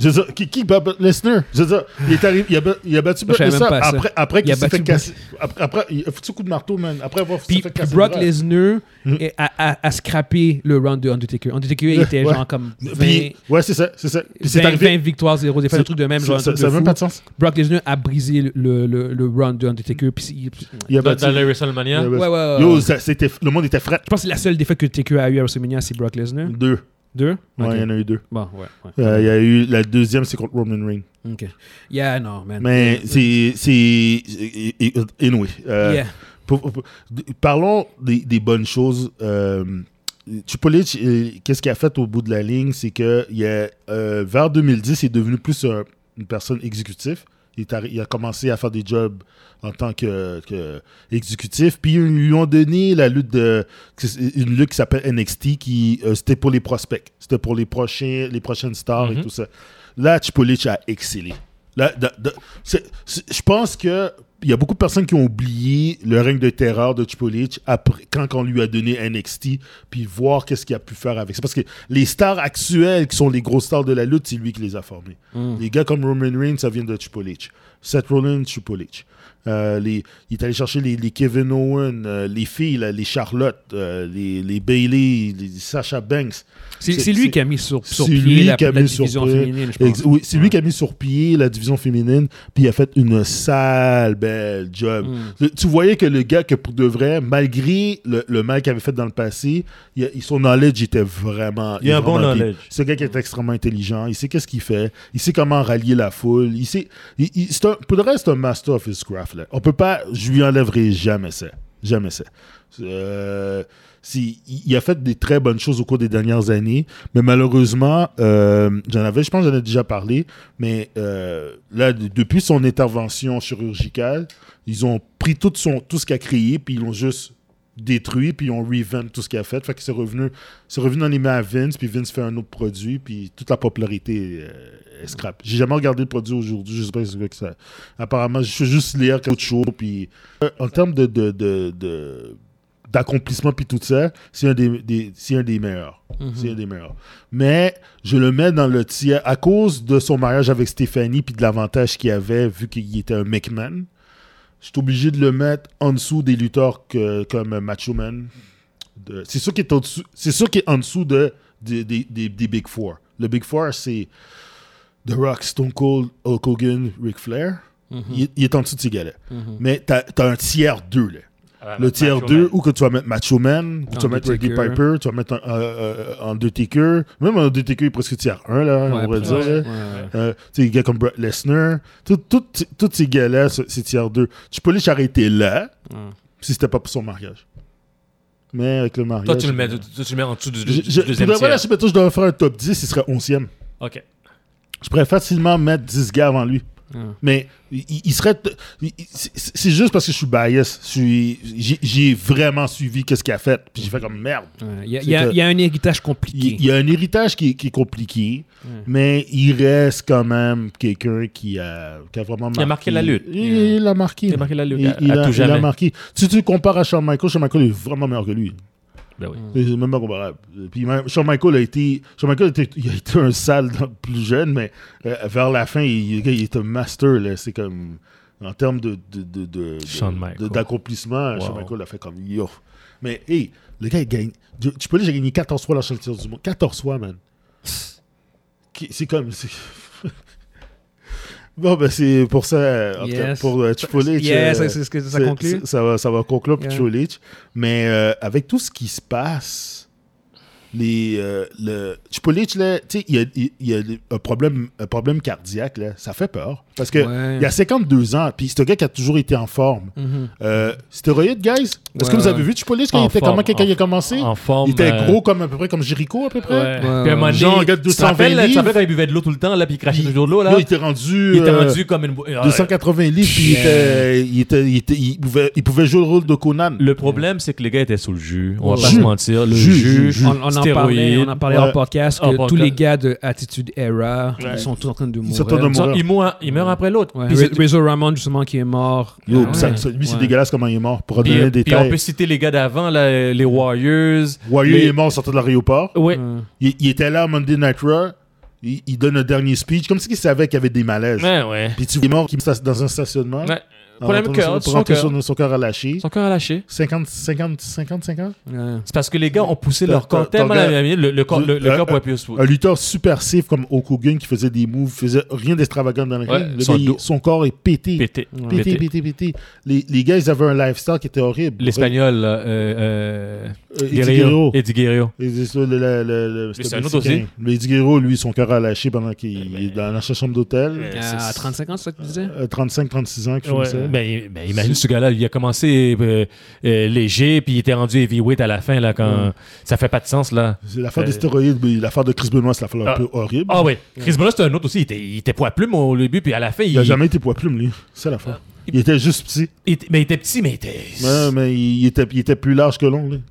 Speaker 2: Je veux dire, qui, qui bat Brock Lesnar? Je veux dire, il est arrivé, il a, ba- il a battu
Speaker 1: Moi,
Speaker 2: Brock
Speaker 1: je savais même
Speaker 2: Lesnar
Speaker 1: pas ça.
Speaker 2: après, après
Speaker 1: Il
Speaker 2: qu'il
Speaker 1: a
Speaker 2: s'est fait
Speaker 1: battu
Speaker 2: casser. Après, après, il a foutu un coup de marteau, man. Après avoir
Speaker 1: Puis,
Speaker 2: s'est fait
Speaker 1: puis
Speaker 2: casser. le
Speaker 1: Brock
Speaker 2: bras.
Speaker 1: Lesnar est- a, a, a scrappé le round de Undertaker. Undertaker, il était
Speaker 2: Hmm. [LAUGHS] Ouais.
Speaker 1: genre comme 20,
Speaker 2: Puis, ouais, c'est ça, c'est ça. Puis c'est
Speaker 1: 20,
Speaker 2: arrivé.
Speaker 1: 20 victoires, 0 défaites,
Speaker 2: C'est-
Speaker 1: un truc de même. Genre,
Speaker 2: Ça
Speaker 1: un truc
Speaker 2: ça-
Speaker 1: de
Speaker 2: ça a même
Speaker 1: fou.
Speaker 2: pas de sens.
Speaker 1: Brock Lesnar a brisé le, le, le, le round de Undertaker. Puis il-
Speaker 2: Il a
Speaker 5: Dans,
Speaker 2: battu.
Speaker 5: dans le WrestleMania.
Speaker 2: Il a
Speaker 1: ouais,
Speaker 2: battu.
Speaker 1: ouais, ouais.
Speaker 2: Yo, ça- c'était, le monde était frais.
Speaker 1: je pense que la seule défaite que Undertaker a eu à WrestleMania, c'est Brock Lesnar.
Speaker 2: Deux.
Speaker 1: Deux
Speaker 2: Ouais,
Speaker 1: Ok.
Speaker 2: il y en a eu deux.
Speaker 1: Bon, ouais. ouais.
Speaker 2: Euh, Il y a eu la deuxième, c'est contre Roman Reigns.
Speaker 1: Ok. Yeah, non, man.
Speaker 2: Mais c'est. c'est anyway. euh,
Speaker 1: Yeah.
Speaker 2: pour- pour- parlons des, des bonnes choses. Euh, Triple H, euh, qu'est-ce qu'il a fait au bout de la ligne C'est que il a, euh, vers 2010, il est devenu plus un- une personne exécutive. Il, est arri- il a commencé à faire des jobs en tant que, que exécutif. Puis ils lui ont donné la lutte de une lutte qui s'appelle NXT, qui euh, c'était pour les prospects, c'était pour les prochains, les prochaines stars et tout ça. Là, Triple H a excellé. Là, da- da- c'est- c'est- je pense que il y a beaucoup de personnes qui ont oublié le règne de terreur de Triple H après, quand on lui a donné NXT, puis voir qu'est-ce qu'il a pu faire avec. C'est parce que les stars actuelles qui sont les grosses stars de la lutte, c'est lui qui les a formées. Les gars comme Roman Reigns, ça vient de Triple H. Seth Rollins, Triple H. Euh, les, il est allé chercher les, les Kevin Owen, euh, les filles, là, les Charlotte, euh, les, les Bailey, les Sasha Banks.
Speaker 1: C'est
Speaker 2: c'est-
Speaker 1: c'est lui
Speaker 2: c'est-
Speaker 1: qui a mis sur, sur
Speaker 2: C'est
Speaker 1: pied
Speaker 2: lui
Speaker 1: la,
Speaker 2: qui a
Speaker 1: la
Speaker 2: mis sur
Speaker 1: division
Speaker 2: pied.
Speaker 1: féminine, je
Speaker 2: Ex-
Speaker 1: pense.
Speaker 2: oui, c'est lui qui a mis sur pied la division féminine, puis il a fait une sale belle job.
Speaker 1: Hmm.
Speaker 2: Le- tu voyais que le gars, que pour de vrai, malgré le, le mal qu'il avait fait dans le passé, il, a- il- son knowledge était vraiment.
Speaker 3: Il a
Speaker 2: est
Speaker 3: un bon
Speaker 2: vraiment deep.
Speaker 3: knowledge.
Speaker 2: C'est un gars qui est extrêmement intelligent. Il sait qu'est-ce qu'il fait. Il sait comment rallier la foule. Il sait. il- il- c'est un- pour le reste, c'est un master of his craft. Là. On peut pas. Je lui enlèverai jamais ça. Jamais ça. Euh, si, il il a fait des très bonnes choses au cours des dernières années, mais malheureusement, euh, j'en avais, je pense, que j'en ai déjà parlé, mais euh, là, de- depuis son intervention chirurgicale, ils ont pris tout, son, tout ce qu'il a créé, puis ils l'ont juste détruit, puis ils ont revend tout ce qu'il a fait. Fait que c'est revenu, c'est revenu dans les mains à Vince, puis Vince fait un autre produit, puis toute la popularité euh, est scrap. J'ai jamais regardé le produit aujourd'hui, je sais pas ce que ça. Apparemment, je suis juste lire quelque chose, puis euh, en termes de- de- de- de d'accomplissement puis tout ça, c'est un des, des- c'est un des meilleurs.
Speaker 1: Mhm.
Speaker 2: C'est un des meilleurs. Mais je le mets dans le tiers à cause de son mariage avec Stéphanie puis de l'avantage qu'il avait vu qu'il était un McMahon. Je suis obligé de le mettre en dessous des lutteurs que- comme Macho Man. De- C'est sûr qu'il est en dessous, c'est sûr qu'il est en dessous de, des- des- des- des Big Four. Le Big Four, c'est The Rock, Stone Cold, Hulk Hogan, Ric Flair. il, est- il est en dessous de ces gars-là.
Speaker 1: Mhm.
Speaker 2: Mais t'as as un tiers 2, là.
Speaker 3: Ah, bah,
Speaker 2: Le tiers 2, où que tu vas mettre Macho Man, ou tu vas mettre Reggie
Speaker 1: Undertaker.
Speaker 2: Piper, tu vas mettre un, euh, euh, Undertaker. Même Undertaker est presque tiers 1, là,
Speaker 1: Ouais,
Speaker 2: on va
Speaker 1: ouais,
Speaker 2: dire. là.
Speaker 1: ouais, ouais.
Speaker 2: Euh, tu sais, des gars comme Brock Lesnar. Tout- tout- Tous ces gars-là, ce- c'est tiers 2. Tu peux les arrêter là, si c'était pas pour son mariage. Mais avec le mariage...
Speaker 5: Toi, tu le mets, toi, tu le mets en dessous du, du-
Speaker 2: Je,
Speaker 5: du
Speaker 2: je, ben pour
Speaker 5: deuxième
Speaker 2: de vrai, là,
Speaker 5: tiers.
Speaker 2: si, mettons, je devrais faire un top 10, il serait 11e.
Speaker 5: OK.
Speaker 2: Je pourrais facilement mettre 10 gars avant lui. Mais il, il serait. t- il- il- c'est- C'est juste parce que je suis bias. Je suis- J'ai j'ai vraiment suivi qu'est-ce qu'il a fait. Puis j'ai fait comme merde.
Speaker 1: Ouais, Il y a-
Speaker 2: C'est
Speaker 1: il y a-
Speaker 2: que-
Speaker 1: il y a un héritage
Speaker 2: Il,
Speaker 1: compliqué.
Speaker 2: il y a un héritage qui, est- qui est compliqué, mais il reste quand même quelqu'un qui a, qui a vraiment marqué.
Speaker 5: a marqué la lutte.
Speaker 2: Il, il a marqué.
Speaker 5: a marqué la lutte
Speaker 2: Il,
Speaker 5: à-
Speaker 2: il
Speaker 5: à
Speaker 2: a,
Speaker 5: tout
Speaker 2: il a
Speaker 5: jamais.
Speaker 2: marqué. Si tu le compares à Shawn Michaels, Shawn Michaels est vraiment meilleur que lui.
Speaker 5: Ben oui.
Speaker 2: C'est même pas comparable. Puis même, Shawn Michael a été, Shawn Michael était- il a été un sale dans- plus jeune, mais euh, vers la fin, il, il est un master. là. C'est comme, en termes de, de, de, de- de-
Speaker 5: Shawn Michael.
Speaker 2: de- d'accomplissement, Shawn Michael a fait comme yo. Mais hey, le gars, il gagne. Tu tu peux dire, j'ai gagné 14 fois la championship du monde. 14 fois, man. Qui- C'est comme. c'est- [LAUGHS] bon, ben, c'est pour ça, euh, en tout cas,
Speaker 1: Yes.
Speaker 2: pour euh, Chipotle.
Speaker 1: Yeah,
Speaker 2: euh,
Speaker 1: ça- c'est ce que ça
Speaker 2: c'est-
Speaker 1: conclut.
Speaker 2: c'est- Ça va, ça va conclure pour
Speaker 1: Yeah.
Speaker 2: Chipotle. Mais euh, avec tout ce qui se passe, les, euh, le Chipolich, là, tu sais, il y a, il- il y a un, problème, un problème cardiaque, là. Ça fait peur. Parce que
Speaker 1: Ouais.
Speaker 2: il y a 52 ans, puis c'est un gars qui a toujours été en forme. Euh, stéroïde, guys? Est-ce
Speaker 1: Ouais,
Speaker 2: que vous
Speaker 1: ouais.
Speaker 2: avez vu Chipolich quand
Speaker 3: Mm-hmm. En
Speaker 2: il était
Speaker 3: forme,
Speaker 2: comment, quand
Speaker 3: en-
Speaker 2: il a commencé?
Speaker 3: En forme.
Speaker 2: il était
Speaker 3: euh,
Speaker 2: gros comme à peu près comme Jericho, à peu près.
Speaker 3: Ouais. Puis
Speaker 1: ouais,
Speaker 3: à un moment
Speaker 2: ouais. Genre, un gars de
Speaker 3: donné, tu te
Speaker 2: 220
Speaker 3: rappelles, là, tu te
Speaker 2: livres.
Speaker 3: rappelles quand il buvait de l'eau tout le temps, là, puis il crachait
Speaker 2: Il-
Speaker 3: toujours de l'eau, là?
Speaker 2: Là, il était rendu...
Speaker 3: Il était
Speaker 2: euh,
Speaker 3: rendu comme une. bou- Ah,
Speaker 2: 280 livres, puis il était- il, était, il, était- il pouvait, il pouvait jouer le rôle de Conan.
Speaker 3: Le problème, c'est que les gars étaient sous le jus. On va
Speaker 1: Ouais.
Speaker 3: pas
Speaker 2: Jus.
Speaker 3: se mentir. Le
Speaker 2: Jus,
Speaker 3: jus,
Speaker 2: jus, jus.
Speaker 1: On, on en parlait, on en parlait
Speaker 2: Ouais.
Speaker 1: en podcast que
Speaker 3: En
Speaker 1: tous
Speaker 3: podcast.
Speaker 1: les gars de Attitude Era
Speaker 2: Ouais.
Speaker 1: ils sont tous en train de
Speaker 2: Ils sont en train de
Speaker 1: mourir.
Speaker 2: mourir.
Speaker 3: Il meurt, il meurt après l'autre.
Speaker 1: Ouais,
Speaker 3: Puis
Speaker 1: Ra-
Speaker 3: c'est-
Speaker 1: Razor Ramon justement qui est mort. Ah,
Speaker 2: Yo,
Speaker 1: Ouais.
Speaker 2: puis ça- ça- lui, c'est
Speaker 1: Ouais.
Speaker 2: dégueulasse comment il est mort. Pour
Speaker 3: Ah Puis, euh,
Speaker 2: donner des
Speaker 3: puis on peut
Speaker 2: détails.
Speaker 3: citer les gars d'avant, là, les Warriors.
Speaker 2: Wayu
Speaker 3: Mais-
Speaker 2: est mort en sortant de l'aéroport.
Speaker 1: Ouais.
Speaker 3: Ouais.
Speaker 2: Il, il était là à Monday Night Raw. Il, il donne un dernier speech, comme si il savait qu'il y avait des malaises.
Speaker 3: Ouais, ouais.
Speaker 2: Puis tu vois, il est mort qui me sta- dans un stationnement.
Speaker 3: Ouais.
Speaker 2: En
Speaker 3: Problème
Speaker 2: rentrant
Speaker 3: cœur,
Speaker 2: sur-
Speaker 3: de
Speaker 2: Pour
Speaker 3: son
Speaker 2: rentrer
Speaker 3: cœur.
Speaker 2: sur son cœur à lâcher.
Speaker 3: Son cœur a lâché.
Speaker 2: 50, 50, 50, 50.
Speaker 1: Ouais.
Speaker 3: C'est parce que les gars ont poussé
Speaker 2: Ton-
Speaker 3: leur corps
Speaker 2: ton-
Speaker 3: tellement
Speaker 2: ton
Speaker 3: à
Speaker 2: gars-
Speaker 3: la le, le corps, le, le
Speaker 2: Euh,
Speaker 3: corps
Speaker 2: euh,
Speaker 3: pouvait plus se foutre.
Speaker 2: Un lutteur super safe comme Okugun qui faisait des moves, faisait rien d'extravagant dans le
Speaker 3: Ouais,
Speaker 2: ring. Le
Speaker 3: son
Speaker 2: gars, il-
Speaker 3: dos.
Speaker 2: son corps est pété.
Speaker 3: Pété.
Speaker 2: Pété,
Speaker 3: Pété.
Speaker 2: pété, pété. Les, les gars, ils avaient un lifestyle qui était horrible.
Speaker 3: L'espagnol, là, euh, euh,
Speaker 2: Euh, Eddie Guerrero.
Speaker 3: Guerrero. Eddie Guerrero.
Speaker 2: Et c'est ça, le, le, le, le-
Speaker 3: c'est
Speaker 2: c'était
Speaker 3: un autre Eh ben,
Speaker 2: Mexicain. Mais Eddie Guerrero, lui, son cœur a lâché pendant qu'il est dans sa chambre d'hôtel.
Speaker 1: À 35 ans, c'est ça que tu disais
Speaker 2: Euh, 35, 36 ans, quelque chose comme ça.
Speaker 3: Ouais, ben, ben, imagine ce gars-là, il a commencé euh, euh, léger, puis il était rendu heavyweight à la fin, là, quand ça fait pas de sens, là.
Speaker 2: C'est l'affaire des stéroïdes, mais l'affaire de Chris Benoit, c'est l'affaire un
Speaker 3: euh, Ah.
Speaker 2: peu horrible.
Speaker 3: Ah oui, Chris Benoit, c'était un autre aussi. Il était, il était poids plume au début, puis à la fin, il,
Speaker 2: il a jamais été poids plume, lui. C'est l'affaire. Il était juste petit.
Speaker 3: il était- mais il était petit, mais il était,
Speaker 2: Ouais, mais il était, il était plus large que long, lui.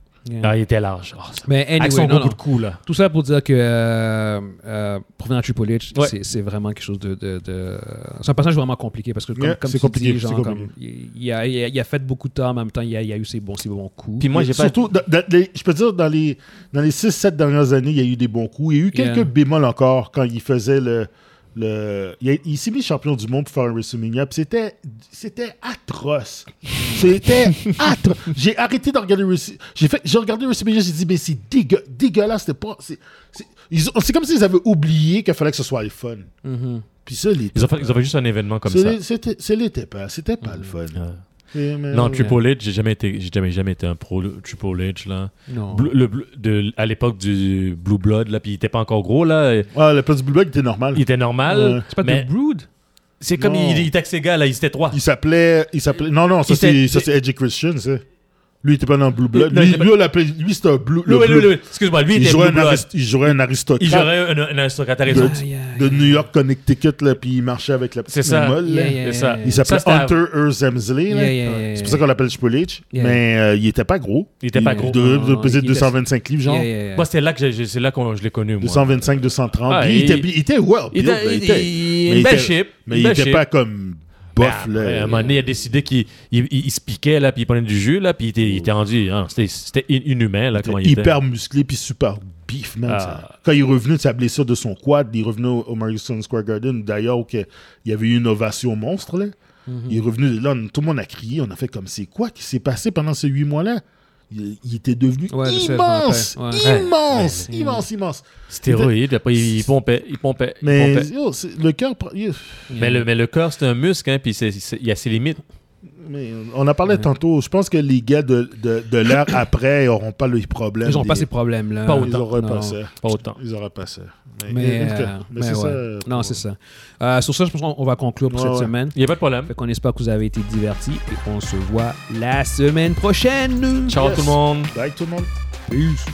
Speaker 3: Ah, il était large. Ah, ça-
Speaker 1: Mais
Speaker 3: Avec son
Speaker 1: anyway, non,
Speaker 3: gros
Speaker 1: non.
Speaker 3: coup de cou, là.
Speaker 1: Tout ça pour dire que euh, euh, pour revenir à Triple H,
Speaker 3: Ouais.
Speaker 1: c'est- c'est vraiment quelque chose de. de- de- C'est un personnage vraiment compliqué parce que, comme,
Speaker 2: Yeah,
Speaker 1: comme
Speaker 2: c'est
Speaker 1: tu
Speaker 2: compliqué,
Speaker 1: dis,
Speaker 2: c'est
Speaker 1: genre,
Speaker 2: compliqué.
Speaker 1: comme, il, il a, il a- il a fait beaucoup de temps, en même temps, il a, il a eu ses bons, ses bons coups.
Speaker 3: Puis moi, j'ai pas.
Speaker 2: Surtout, dans- dans les- je peux dire, dans les, dans les 6-7 dernières années, il y a eu des bons coups. Il y a eu quelques
Speaker 1: Yeah.
Speaker 2: bémols encore quand il faisait le. le il a- il s'est mis champion du monde pour faire un WrestleMania. puis C'était, c'était atroce.
Speaker 3: [LAUGHS]
Speaker 2: C'était atroce. J'ai arrêté de regarder WrestleMania. J'ai, fait, j'ai regardé WrestleMania, j'ai dit, mais c'est dégue- dégueulasse. C'était pas, c'est, c'est, ils ont- c'est comme s'ils avaient oublié qu'il fallait que ce soit le fun.
Speaker 1: Mhm.
Speaker 2: Puis ça, l'était
Speaker 3: Ils ont, fait, ils ont fait juste un événement comme
Speaker 2: pas.
Speaker 3: ça.
Speaker 2: C'était, ça l'était pas. C'était pas le fun.
Speaker 3: Euh,
Speaker 2: Et, mais-
Speaker 3: non, Triple H, j'ai jamais été, j'ai jamais, jamais été un pro Triple H là.
Speaker 1: Non.
Speaker 3: Blue- le bleu- de, à l'époque du Blue Blood là, puis il était pas encore gros là, et-
Speaker 2: Ah, le place du Blue Blood était normal.
Speaker 3: il était normal.
Speaker 2: Ouais.
Speaker 1: Euh, C'est pas
Speaker 3: mais
Speaker 1: de Brood
Speaker 3: c'est comme
Speaker 2: Non.
Speaker 3: il, il taxe ses gars là, ils étaient trois.
Speaker 2: Il s'appelait. Il s'appelait. Non, non, ça
Speaker 3: Il
Speaker 2: c'est
Speaker 3: s'est-
Speaker 2: ça, c'est Edgy Christian, ça. Lui, il était pas dans Blue Blood.
Speaker 3: Non,
Speaker 2: Lui,
Speaker 3: il était
Speaker 2: lui, on l'appelait- lui, c'était un Blue. le
Speaker 3: Lui, lui,
Speaker 2: Blue.
Speaker 3: lui, excuse-moi, lui il
Speaker 2: Il
Speaker 3: était
Speaker 2: jouait,
Speaker 3: Blue
Speaker 2: un
Speaker 3: Blood.
Speaker 2: arist- il jouait un aristocrate
Speaker 3: Il jouait un, un, un aristocrate à raison.
Speaker 2: de, de New York, Connecticut, là, puis il marchait avec la
Speaker 3: C'est
Speaker 2: petite
Speaker 3: ça.
Speaker 2: molle. là.
Speaker 1: Yeah, yeah,
Speaker 3: C'est ça.
Speaker 1: yeah.
Speaker 2: Il s'appelait
Speaker 3: Ça, ah, c'était
Speaker 2: Hunter Earth Hemsley. là.
Speaker 1: Yeah, yeah, yeah,
Speaker 2: C'est pour ça qu'on l'appelle Chipolich.
Speaker 1: Yeah.
Speaker 2: Mais euh, il était pas gros.
Speaker 3: Il était pas gros.
Speaker 2: Il devait
Speaker 1: Non, non,
Speaker 2: peser
Speaker 1: il était-
Speaker 2: 225 livres, genre.
Speaker 1: Yeah, yeah, yeah.
Speaker 3: Moi, c'est là que j'ai- j'ai- c'est là qu'on je l'ai connu moi.
Speaker 2: 225, 230.
Speaker 3: Ah,
Speaker 2: Puis il,
Speaker 3: il-
Speaker 2: était, il était well
Speaker 3: Il
Speaker 2: built,
Speaker 3: était-
Speaker 2: là,
Speaker 3: il- il-
Speaker 2: mais
Speaker 3: une belle
Speaker 2: était-
Speaker 3: shape,
Speaker 2: Mais
Speaker 3: une
Speaker 2: il
Speaker 3: belle
Speaker 2: était
Speaker 3: shape.
Speaker 2: pas comme
Speaker 3: Ben,
Speaker 2: bof,
Speaker 3: après, à
Speaker 2: là.
Speaker 3: un moment donné, il a décidé qu'il il, il- il se piquait, là, puis il prenait du jus, là, puis il était, il était rendu. hein, C'était c'était in- inhumain, là, comment il était.
Speaker 2: hyper musclé puis super beef, man.
Speaker 3: Ah.
Speaker 2: ça. Quand il est revenu de sa blessure de son quad, il est revenu au, au Madison Square Garden, d'ailleurs, où que il y avait eu une ovation monstre. Là.
Speaker 1: Mhm.
Speaker 2: Il est revenu de là, on- tout le monde a crié, on a fait comme c'est quoi qui s'est passé pendant ces huit mois-là. Il, il était devenu
Speaker 1: Ouais, je sais, je m'en
Speaker 2: immense,
Speaker 1: rappelle.
Speaker 2: immense,
Speaker 1: Ouais.
Speaker 2: immense,
Speaker 1: Ouais.
Speaker 2: immense,
Speaker 3: Stéroïde, après, il, il pompait, il pompait, il
Speaker 2: Mais
Speaker 3: pompait.
Speaker 2: yo, c'est- le cœur. pr- yo,
Speaker 3: Mais le, mais le corps, c'est un muscle, hein, puis c'est- c'est- il y a ses limites.
Speaker 2: mais on en parlait tantôt. Je pense que les gars de, de, de l'ère après n'auront pas les problèmes.
Speaker 1: Ils n'ont pas
Speaker 2: des-
Speaker 1: ces problèmes-là.
Speaker 3: Pas
Speaker 2: Ils
Speaker 3: autant.
Speaker 2: auraient
Speaker 1: Non.
Speaker 2: pas ça.
Speaker 3: Pas autant.
Speaker 2: Ils auraient pas ça.
Speaker 1: Mais,
Speaker 2: en tout cas,
Speaker 1: euh,
Speaker 2: mais
Speaker 1: mais
Speaker 2: c'est ça,
Speaker 1: ouais.
Speaker 2: euh,
Speaker 1: Non,
Speaker 2: pour-
Speaker 1: c'est ça. Euh, sur ça, je pense qu'on on va conclure pour
Speaker 2: Ouais,
Speaker 1: cette
Speaker 2: ouais.
Speaker 1: semaine.
Speaker 3: Il n'y a pas de problème.
Speaker 1: Fait qu'on espère que vous avez été divertis et on se voit la semaine prochaine.
Speaker 3: Ciao tout le monde.
Speaker 2: Bye tout le monde.
Speaker 1: Peace.